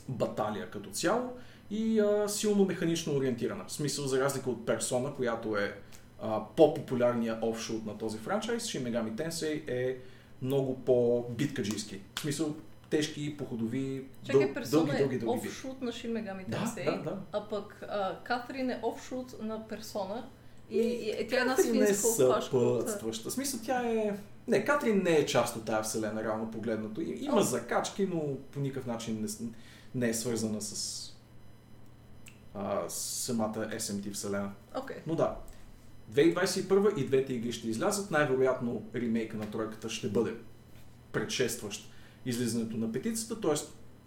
Speaker 2: баталия като цяло и а, силно механично ориентирана. В смисъл, за разлика от Persona, която е а, по-популярния офшут на този франчайз, Shin Megami Tensei е много по-биткаджийски. В смисъл, тежки, походови,
Speaker 1: Чакай,
Speaker 2: дъл- дълги,
Speaker 1: персона
Speaker 2: дълги,
Speaker 1: е
Speaker 2: дълги. битки.
Speaker 1: офшут на Shin Megami
Speaker 2: Да,
Speaker 1: Tensei,
Speaker 2: да, да.
Speaker 1: а пък а, Катрин е офшут на персона, И, и, и тя е една
Speaker 2: Катрин не е
Speaker 1: свинска опашка. от-
Speaker 2: съпътстваща. В смисъл, тя е... Не, Катрин не е част от тази вселена, реално погледнато. И, има
Speaker 1: О.
Speaker 2: закачки, но по никакъв начин не, с- не е свързана с а, с самата SMT вселена.
Speaker 1: Окей.
Speaker 2: Но да, 2021 и двете игри ще излязат. Най-вероятно ремейка на тройката ще бъде предшестващ излизането на петицата, т.е.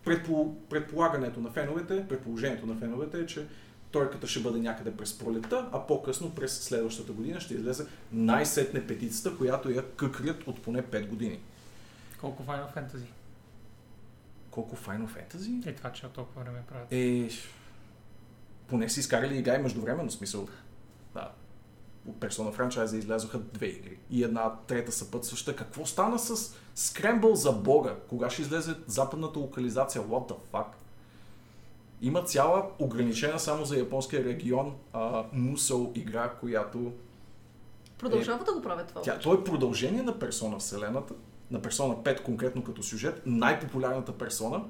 Speaker 2: предпо- предполагането на феновете, предположението на феновете е, че тройката ще бъде някъде през пролетта, а по-късно през следващата година ще излезе най-сетне петицата, която я къкрят от поне 5 години.
Speaker 3: Колко Final Fantasy?
Speaker 2: Колко Final Fantasy?
Speaker 3: Е това, че от толкова време правят.
Speaker 2: Е, поне си изкарали игра и междувременно смисъл. Да. От персона франчайза излязоха две игри. И една трета съпътстваща. Какво стана с Scramble за бога? Кога ще излезе западната локализация? What the fuck? Има цяла ограничена само за японския регион а, мусъл игра, която
Speaker 1: Продължава да го правят това.
Speaker 2: тя, то е продължение на персона вселената, на персона 5 конкретно като сюжет, най-популярната персона.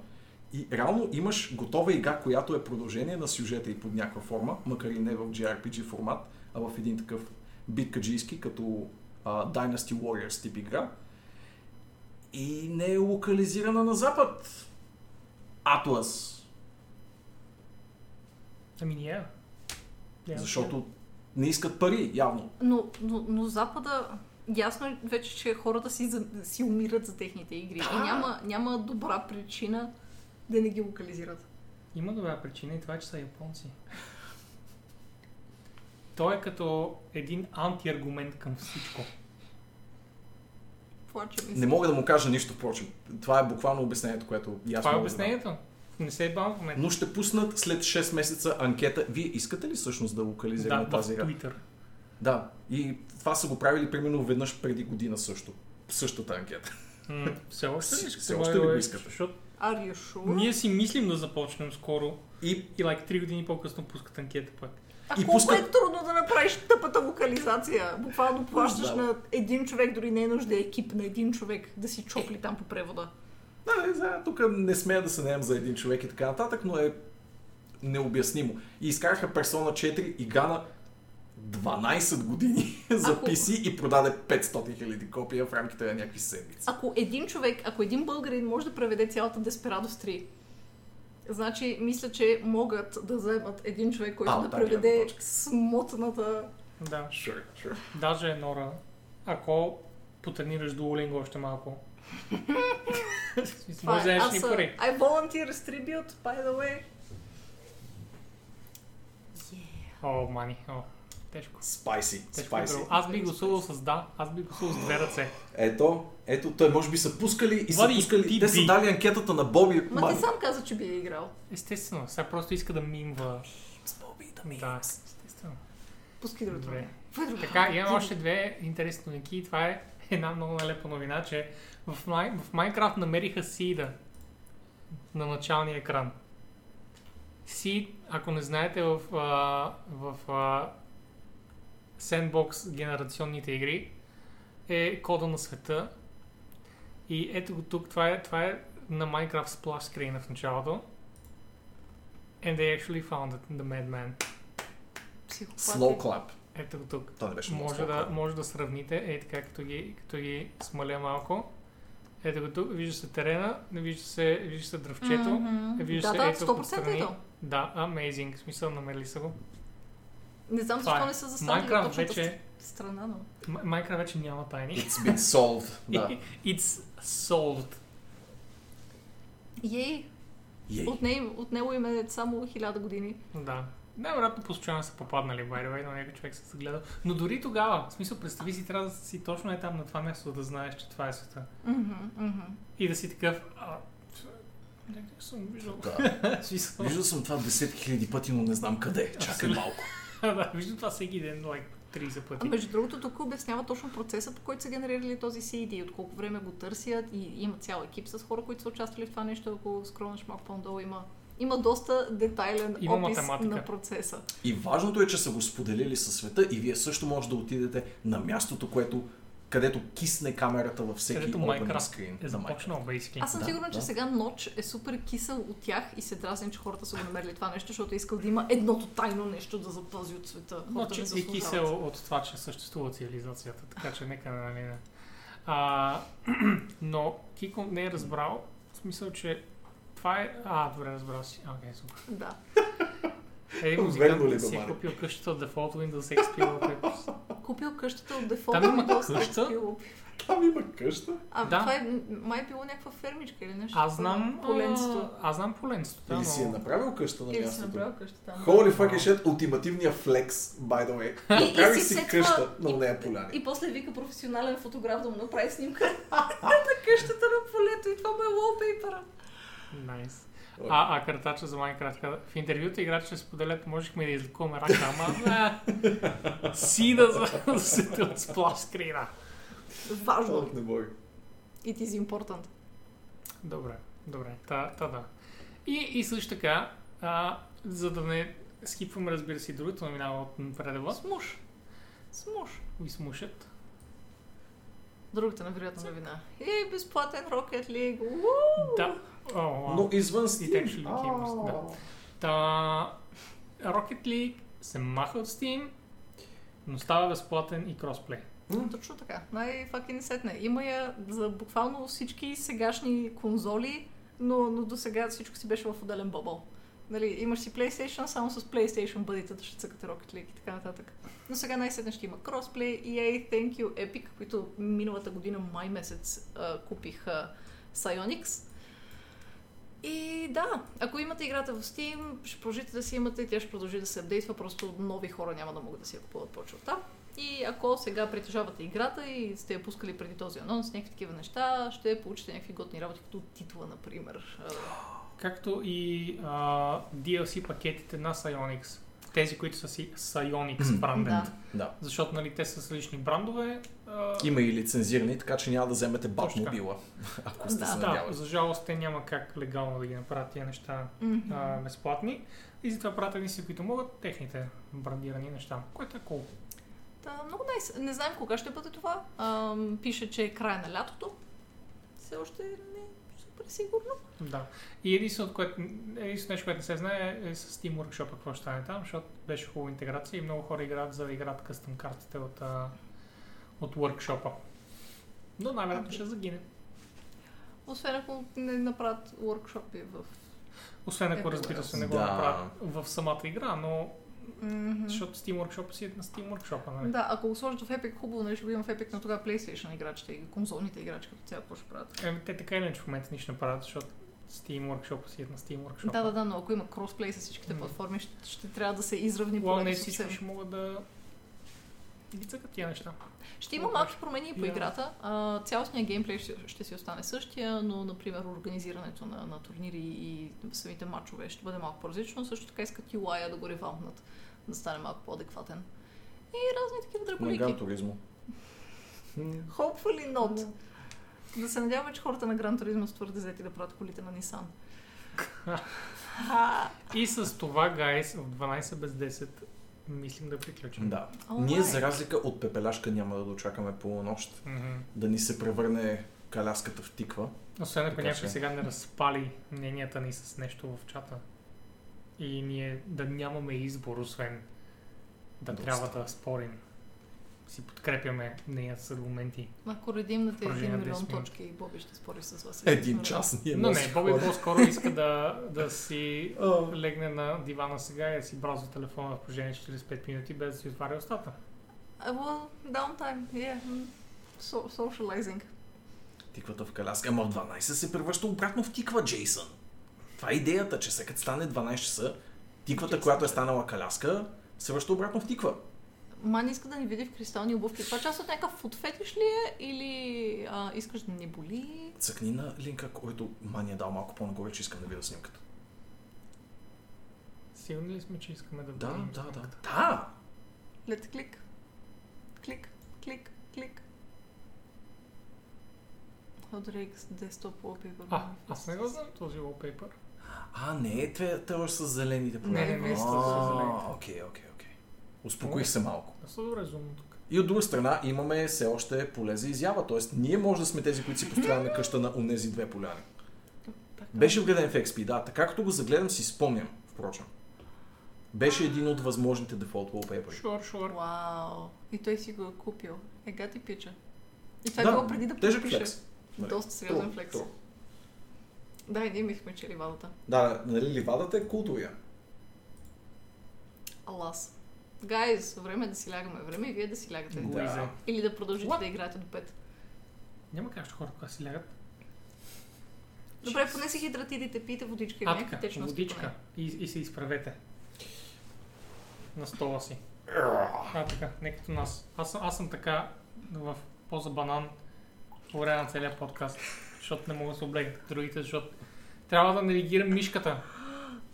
Speaker 2: И реално имаш готова игра, която е продължение на сюжета и под някаква форма, макар и не в JRPG формат, а в един такъв биткаджийски, като а, Dynasty Warriors тип игра. И не е локализирана на запад. Атлас.
Speaker 3: Ами ние. Няма
Speaker 2: Защото не искат пари, явно.
Speaker 1: Но, но, но Запада, ясно е вече, че хората си, за- си умират за техните игри.
Speaker 2: Да.
Speaker 1: И няма, няма добра причина да не ги локализират.
Speaker 3: Има добра причина и това, е, че са японци. Той е като един антиаргумент към всичко.
Speaker 1: Плача ми се.
Speaker 2: Не мога да му кажа нищо, впрочем. Това е буквално обяснението, което ясно.
Speaker 3: това е обяснението. Не се е бавам в момента.
Speaker 2: Но ще пуснат след 6 месеца анкета. Вие искате ли всъщност да локализираме
Speaker 3: да,
Speaker 2: тази
Speaker 3: в
Speaker 2: игра?
Speaker 3: Twitter.
Speaker 2: Да. И това са го правили примерно веднъж преди година също. Същата анкета.
Speaker 3: М, Все още ли
Speaker 2: Все още
Speaker 3: ще
Speaker 2: ли
Speaker 3: помага,
Speaker 2: го
Speaker 3: бе?
Speaker 2: искате?
Speaker 3: Защото
Speaker 1: Are you sure?
Speaker 3: ние си мислим да започнем скоро
Speaker 2: И
Speaker 3: и like 3 години по-късно пускат анкета пак.
Speaker 1: А
Speaker 2: и
Speaker 1: колко
Speaker 2: пускат-
Speaker 1: е трудно да направиш тъпата локализация? Буквално плащаш
Speaker 2: Да.
Speaker 1: на един човек, дори не е нужда екип, на един човек да си чопли там по превода.
Speaker 2: Да, не знам, тук не смея да се наем за един човек и така нататък, но е необяснимо. И изкараха Persona 4 игра на 12 години за
Speaker 1: Ако-
Speaker 2: PC и продаде 500 000 копия в рамките на някакви седмици.
Speaker 1: Ако един човек, ако един българин може да преведе цялата Desperados 3, значи мисля, че могат да вземат един човек, който
Speaker 2: А,
Speaker 1: да
Speaker 2: от тази гледна
Speaker 1: преведе
Speaker 2: точка.
Speaker 1: смотната...
Speaker 3: Да.
Speaker 2: Sure, sure.
Speaker 3: Даже е Нора, ако потренираш Duolingo още малко, в смисъл, може да
Speaker 1: е, аз
Speaker 3: еш ни
Speaker 1: съм-
Speaker 3: пари.
Speaker 1: I volunteer as tribute, by the way.
Speaker 3: О, мани, о, тежко.
Speaker 2: Spicy,
Speaker 3: Тежко
Speaker 2: spicy.
Speaker 3: друго. Аз би гласувал с да, аз би гласувал с две ръце.
Speaker 2: Ето, ето, той може би са пускали и са
Speaker 3: Влади,
Speaker 2: пускали.
Speaker 3: ти
Speaker 2: Те са
Speaker 3: би.
Speaker 2: дали анкетата на Боби.
Speaker 1: Ма ти сам каза, че би е играл.
Speaker 3: Естествено, сега просто иска да мимва. Да, естествено.
Speaker 1: Пуски другото.
Speaker 3: Добре.
Speaker 1: Първо.
Speaker 3: Така, имам още две интересни новинки. Това е една много налепа новина, че в, Май... в Minecraft намериха Сида на началния екран. Сид, ако не знаете, в, а, в а, Sandbox генерационните игри е кода на света. И ето го тук, това е, това е на Minecraft Splash Screen в началото. And they actually found it, the madman.
Speaker 1: Психопат. е.
Speaker 2: Slow clap.
Speaker 3: Ето го тук.
Speaker 2: Това не беше много
Speaker 3: Може
Speaker 2: slow
Speaker 3: да,
Speaker 2: clap.
Speaker 3: може да сравните, е така, като ги, като ги смаля малко. Ето го тук, вижда се терена, вижда се, вижда се дръвчето.
Speaker 1: Мгм.
Speaker 3: Вижда
Speaker 1: Да,
Speaker 3: се
Speaker 1: да,
Speaker 3: Е, ето
Speaker 1: 100% е
Speaker 3: отстрани.
Speaker 1: то.
Speaker 3: Да, amazing, в смисъл намерили са го.
Speaker 1: Не знам
Speaker 3: Това
Speaker 1: защо
Speaker 3: е.
Speaker 1: не са застанали
Speaker 3: Minecraft
Speaker 1: точната
Speaker 3: вече,
Speaker 1: страна, но...
Speaker 3: М- Minecraft вече няма тайни.
Speaker 2: It's been solved. да.
Speaker 3: It's solved.
Speaker 1: Ей,
Speaker 2: Ей.
Speaker 1: от, не, от него им е само хиляда години.
Speaker 3: Да. Най-вероятно постоянно са попаднали, by the way, но някой човек се е гледал. Но дори тогава, в смисъл, представи си, трябва да си точно е там на това място, за да знаеш, че това е света.
Speaker 1: Мгм, мгм.
Speaker 3: И да си такъв... А, някъде съм виждал.
Speaker 2: Да.
Speaker 3: В смисъл.
Speaker 2: Виждал съм това 10 000 пъти, но не знам къде. Чакай
Speaker 3: Абсолютно.
Speaker 2: малко.
Speaker 3: да, виждам това всеки ден, like 30
Speaker 1: А
Speaker 3: пъти.
Speaker 1: между другото, тук обяснява точно процеса, по който са генерирали този CD, от колко време го търсят и има цял екип с хора, които са участвали в това нещо. Ако скронеш малко по-надолу, има, има доста детайлен
Speaker 3: Има
Speaker 1: опис
Speaker 3: математика.
Speaker 1: на процеса.
Speaker 2: И важното е, че са го споделили със света и вие също може да отидете на мястото, което където кисне камерата във всеки
Speaker 3: където
Speaker 2: open
Speaker 3: Minecraft
Speaker 2: screen.
Speaker 3: е
Speaker 2: на Minecraft.
Speaker 3: започнал, basically.
Speaker 1: Аз съм
Speaker 2: Да,
Speaker 1: сигурна, че
Speaker 2: да.
Speaker 1: сега Ноч е супер кисел от тях и се дразни, че хората са го намерили това нещо, защото е искал да има едното тайно нещо да запази от света.
Speaker 3: Но
Speaker 1: Хората
Speaker 3: че
Speaker 1: не
Speaker 3: е
Speaker 1: заслужават.
Speaker 3: кисел от това, че съществува цивилизацията, така че нека да нали не. А, но Кико не е разбрал, в смисъл, че това е... А, добре, разбрал си. А, Окей, супер.
Speaker 1: Да.
Speaker 3: Е,
Speaker 2: Верно ли,
Speaker 3: музикантът си е
Speaker 2: Бабаре?
Speaker 3: купил къщата от Default Windows XP Wallpapers.
Speaker 1: Купил къщата от дефолт.
Speaker 3: Там има
Speaker 1: Windows XP.
Speaker 3: къща?
Speaker 2: Там има къща.
Speaker 1: А,
Speaker 3: Да.
Speaker 1: това е, м- май е било някаква фермичка или нещо.
Speaker 3: Аз знам... а,
Speaker 1: Поленцето.
Speaker 3: Аз знам поленцето, да,
Speaker 2: Или си е
Speaker 3: но...
Speaker 2: направил къща на
Speaker 1: Или си
Speaker 2: мястото.
Speaker 1: направил къща там.
Speaker 2: Holy fucking shit, ултимативния флекс, by the way.
Speaker 1: И- и
Speaker 2: Направих
Speaker 1: си
Speaker 2: си
Speaker 1: сетва-
Speaker 2: къща е на
Speaker 1: и-
Speaker 2: нея поляни.
Speaker 1: И после вика професионален фотограф да му направи снимка на къщата на полето и това му е wallpaper.
Speaker 3: Найс. А, а картача за Майнкрафт. каза, В интервюто играчите споделят, можехме да излекуваме рака, ама... а, Сида за за света от сплашкрина.
Speaker 1: Важно.
Speaker 2: Ох, не бой.
Speaker 1: It is important.
Speaker 3: Добре, добре. Та, та да. И, и също така, а, за да не скипваме, разбира се, и другата новина от предела,
Speaker 1: Смуш. Смуш.
Speaker 3: ви смушат.
Speaker 1: Другата невероятна новина. Е, безплатен Rocket League. Уу!
Speaker 3: Да. О, вау.
Speaker 2: Но извън
Speaker 3: It
Speaker 2: Steam.
Speaker 3: actually came with- да.
Speaker 2: А,
Speaker 3: Та, Rocket League се маха от Steam, но става безплатен и кросплей.
Speaker 1: Точно така. Най-факин сетне. Има я за буквално всички сегашни конзоли, но, но до сега всичко си беше в отделен бобъл. Нали, имаш си PlayStation, само с PlayStation бъдите да ще цъкате Rocket League и така нататък. Но сега най-сетне ще има Crossplay, EA, Thank You, Epic, които миналата година май месец а, купих а, Psyonix. И да, ако имате играта в Steam, ще продължите да си имате и тя ще продължи да се апдейтва, просто нови хора няма да могат да си я купуват повече от там. И ако сега притежавате играта и сте я пускали преди този анонс, някакви такива неща, ще получите някакви готни работи, като титла, например. А,
Speaker 3: Както и а, DLC пакетите на Psyonix. Тези, които са си Psyonix
Speaker 2: Мгм.
Speaker 3: бранден.
Speaker 1: Да.
Speaker 2: Да.
Speaker 3: Защото нали, те са с лични брандове. А,
Speaker 2: Има и лицензирани, така че няма да вземете
Speaker 3: Точно така.
Speaker 2: Батмобила, ако сте
Speaker 1: Да.
Speaker 2: се
Speaker 3: да,
Speaker 2: надявали.
Speaker 3: за жалост те няма как легално да ги направят тия неща
Speaker 1: мгм.
Speaker 3: а, безплатни. И затова правят единствени, които могат, техните брандирани неща, което е cool.
Speaker 1: Та, много найс. Не знаем кога ще бъде това. Ам, пише, че е края на лятото. Все още не е супер сигурно.
Speaker 3: Да. И единственото, което, единственото нещо, което не се знае е с Steam Workshop какво ще стане там, защото беше хубава интеграция и много хора играят за да играят къстъм картите от, а, от workshop Но най-вероятно ще загине.
Speaker 1: Освен ако не направят workshopи в...
Speaker 3: Освен ако,
Speaker 1: Е,
Speaker 3: разбира се, не го
Speaker 2: да.
Speaker 3: направят в самата игра, но
Speaker 1: Мгм.
Speaker 3: защото Steam Workshop си е на Steam Workshop, нали?
Speaker 1: Да, ако го сложат в Epic, хубаво, нали ще го има в Epic, но тогава PlayStation играчите и конзолните играчи като цяло какво ще правят.
Speaker 3: Еми, Е, те така иначе в момента нищо не правят, защото Steam Workshop си е на Steam Workshop.
Speaker 1: Да, да, да, но ако има кросплей с всичките
Speaker 3: М.
Speaker 1: платформи, ще, ще трябва да се изравни
Speaker 3: Уау, не
Speaker 1: полето
Speaker 3: всички
Speaker 1: съвсем.
Speaker 3: ще могат да ги цъкат тия неща.
Speaker 1: Ще има
Speaker 3: Добре.
Speaker 1: малки промени и по
Speaker 3: Да.
Speaker 1: играта. А, цялостният геймплей ще, ще си остане същия, но, например, организирането на, на турнири и самите матчове ще бъде малко по-различно. Също така искат UI да го ревампнат, да стане малко по-адекватен. И разни такива
Speaker 2: На Гран
Speaker 1: дръпалики.
Speaker 2: Туризмо.
Speaker 1: Hopefully not. Да се надяваме, че хората на Гран Туризма са твърде взети да правят колите на Nissan.
Speaker 3: И с това, гайс, в 12 без 10 мислим да приключим.
Speaker 2: Да.
Speaker 1: О,
Speaker 2: Ние
Speaker 1: май.
Speaker 2: за разлика от Пепеляшка няма да дочакаме полунощ,
Speaker 3: Мгм.
Speaker 2: да ни се превърне каляската в тиква.
Speaker 3: Освен ако
Speaker 2: Така
Speaker 3: някой
Speaker 2: че.
Speaker 3: сега не разпали мненията ни с нещо в чата. И ние да нямаме избор, освен да
Speaker 2: Да
Speaker 3: трябва да спорим. Си подкрепяме нея с аргументи.
Speaker 1: Ако редимната е 1
Speaker 3: Продължение на 10
Speaker 1: милион
Speaker 3: минути.
Speaker 1: точки и Боби ще спори с вас.
Speaker 2: Един час ние
Speaker 3: Но не,
Speaker 2: носим
Speaker 3: Боби
Speaker 2: Е, хора.
Speaker 3: по-скоро иска да, да си
Speaker 2: А,
Speaker 3: легне на дивана сега и да си бразва телефона в положение 45 минути без да си отваря устата.
Speaker 1: I will downtime, yeah. mm. So, socializing.
Speaker 2: Тиквата в каляска, ама в 12 се превръща обратно в тиква, Джейсън. Това е идеята, че сега като стане 12 часа, тиквата,
Speaker 1: Джейсън.
Speaker 2: която е станала каляска, се връща обратно в тиква.
Speaker 1: Мани иска да ни види в кристални обувки. Това част от някакъв футфетиш ли е или а, искаш да ни боли?
Speaker 2: Цъкни на линка, който Мани е дал малко по-нагоре, че искам да видя снимката.
Speaker 3: Сигурни ли сме, че искаме да
Speaker 2: Да,
Speaker 3: видим
Speaker 2: да, да.
Speaker 3: снимката?
Speaker 2: Да!
Speaker 1: Лет клик. Клик, клик, клик. Одрейкс десктоп wallpaper.
Speaker 3: А, аз не го знам този wallpaper.
Speaker 2: А, не е те- те с зелените
Speaker 3: Не,
Speaker 1: не, не е с
Speaker 2: А,
Speaker 3: зелените.
Speaker 2: Окей, окей, окей. Успокоих се малко.
Speaker 3: Доста добре зумно тук.
Speaker 2: И от друга страна имаме все още поле за изява, т.е. ние може да сме тези, които си построяваме къща на унези две поляни. Беше вграден в XP, да. Така като го загледам си спомням, впрочем. Беше един от възможните дефолт wallpaper.
Speaker 3: Шор, шор.
Speaker 1: Вау. И той си го е купил. Ега ти пича. И това
Speaker 2: да,
Speaker 1: е било преди да
Speaker 2: тежък
Speaker 1: подпише.
Speaker 2: флекс. Нали?
Speaker 1: Доста сериозен
Speaker 2: Трудно,
Speaker 1: флекс.
Speaker 2: трудно.
Speaker 1: Да, и ние мислихме, че е ливадата.
Speaker 2: Да, нали, ливадата е култовия.
Speaker 1: Алас. Гайз, време е да си лягаме. Време е и вие да си лягате.
Speaker 2: Да.
Speaker 3: Да.
Speaker 1: Или да продължите
Speaker 3: What?
Speaker 1: да играете до 5.
Speaker 3: Няма как ще хора, когато си лягат.
Speaker 1: Добре, поне си хидратидите, пийте водичка и
Speaker 3: А,
Speaker 1: някакви
Speaker 3: така,
Speaker 1: течности.
Speaker 3: водичка.
Speaker 1: поне.
Speaker 3: И, и се изправете. На стола си. А, така, не като нас. Аз, съм- аз съм така в поза банан по време на целия подкаст, защото не мога да се облегна като другите, защото трябва да навигирам мишката.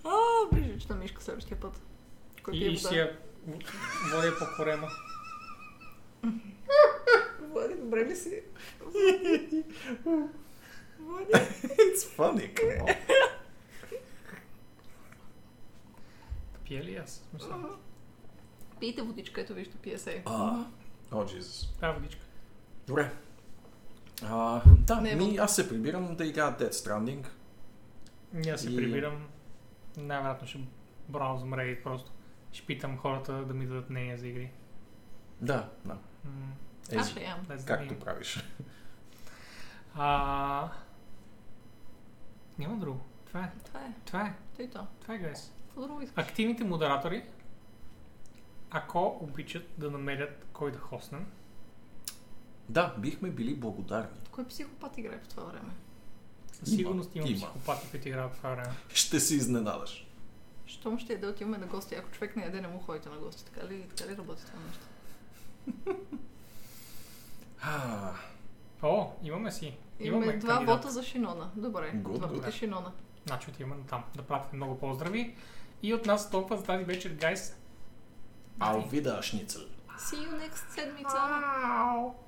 Speaker 1: А, брижична мишка следващия път. Кой
Speaker 3: И,
Speaker 1: пие
Speaker 3: и
Speaker 1: вода?
Speaker 3: си я в- водя по корема.
Speaker 1: Влади, добре ли си? Влади.
Speaker 2: It's funny, come on.
Speaker 3: Пия ли аз? В Смисъл.
Speaker 1: Пийте водичка, ето вижте пие се.
Speaker 2: А, О, Джизус.
Speaker 3: Това е водичка.
Speaker 2: Добре. А, да,
Speaker 1: Не,
Speaker 2: ми,
Speaker 1: но-
Speaker 2: аз се прибирам да играя Dead Stranding.
Speaker 3: И аз се
Speaker 2: И-
Speaker 3: прибирам. Най-вероятно ще браузвам Reddit просто. Ще питам хората да ми дадат мнение за игри.
Speaker 2: Да, да.
Speaker 3: М,
Speaker 1: Аз
Speaker 2: Ези,
Speaker 1: ще ям.
Speaker 3: без да
Speaker 2: както
Speaker 3: ми-
Speaker 2: правиш.
Speaker 3: А... Няма друго. Това е.
Speaker 1: Това е.
Speaker 3: Това е.
Speaker 1: Тъй то.
Speaker 3: Това е, гайс.
Speaker 1: Какво друго искаш?
Speaker 3: Активните модератори, ако обичат да намерят кой да хоснем,
Speaker 2: Да, бихме били благодарни.
Speaker 1: Кой психопат играе по това време?
Speaker 3: със сигурност има,
Speaker 2: Има.
Speaker 3: психопати, които играят това време.
Speaker 2: Ще се изненадаш.
Speaker 1: Щом ще е да отиваме на гости. Ако човек не яде, не му ходите на гости. Така ли, така ли работи това нещо?
Speaker 2: А,
Speaker 3: О, имаме си. Имаме,
Speaker 1: Имаме два
Speaker 3: кандидат.
Speaker 1: вота за Шинона. Добре.
Speaker 2: Good,
Speaker 1: два пъти
Speaker 2: good.
Speaker 1: Шинона.
Speaker 3: Значи отиваме на там. Да пратим много поздрави. И от нас толкова за тази вечер, гайс.
Speaker 2: Алвида Шницел.
Speaker 1: See you next седмица.
Speaker 3: Ау!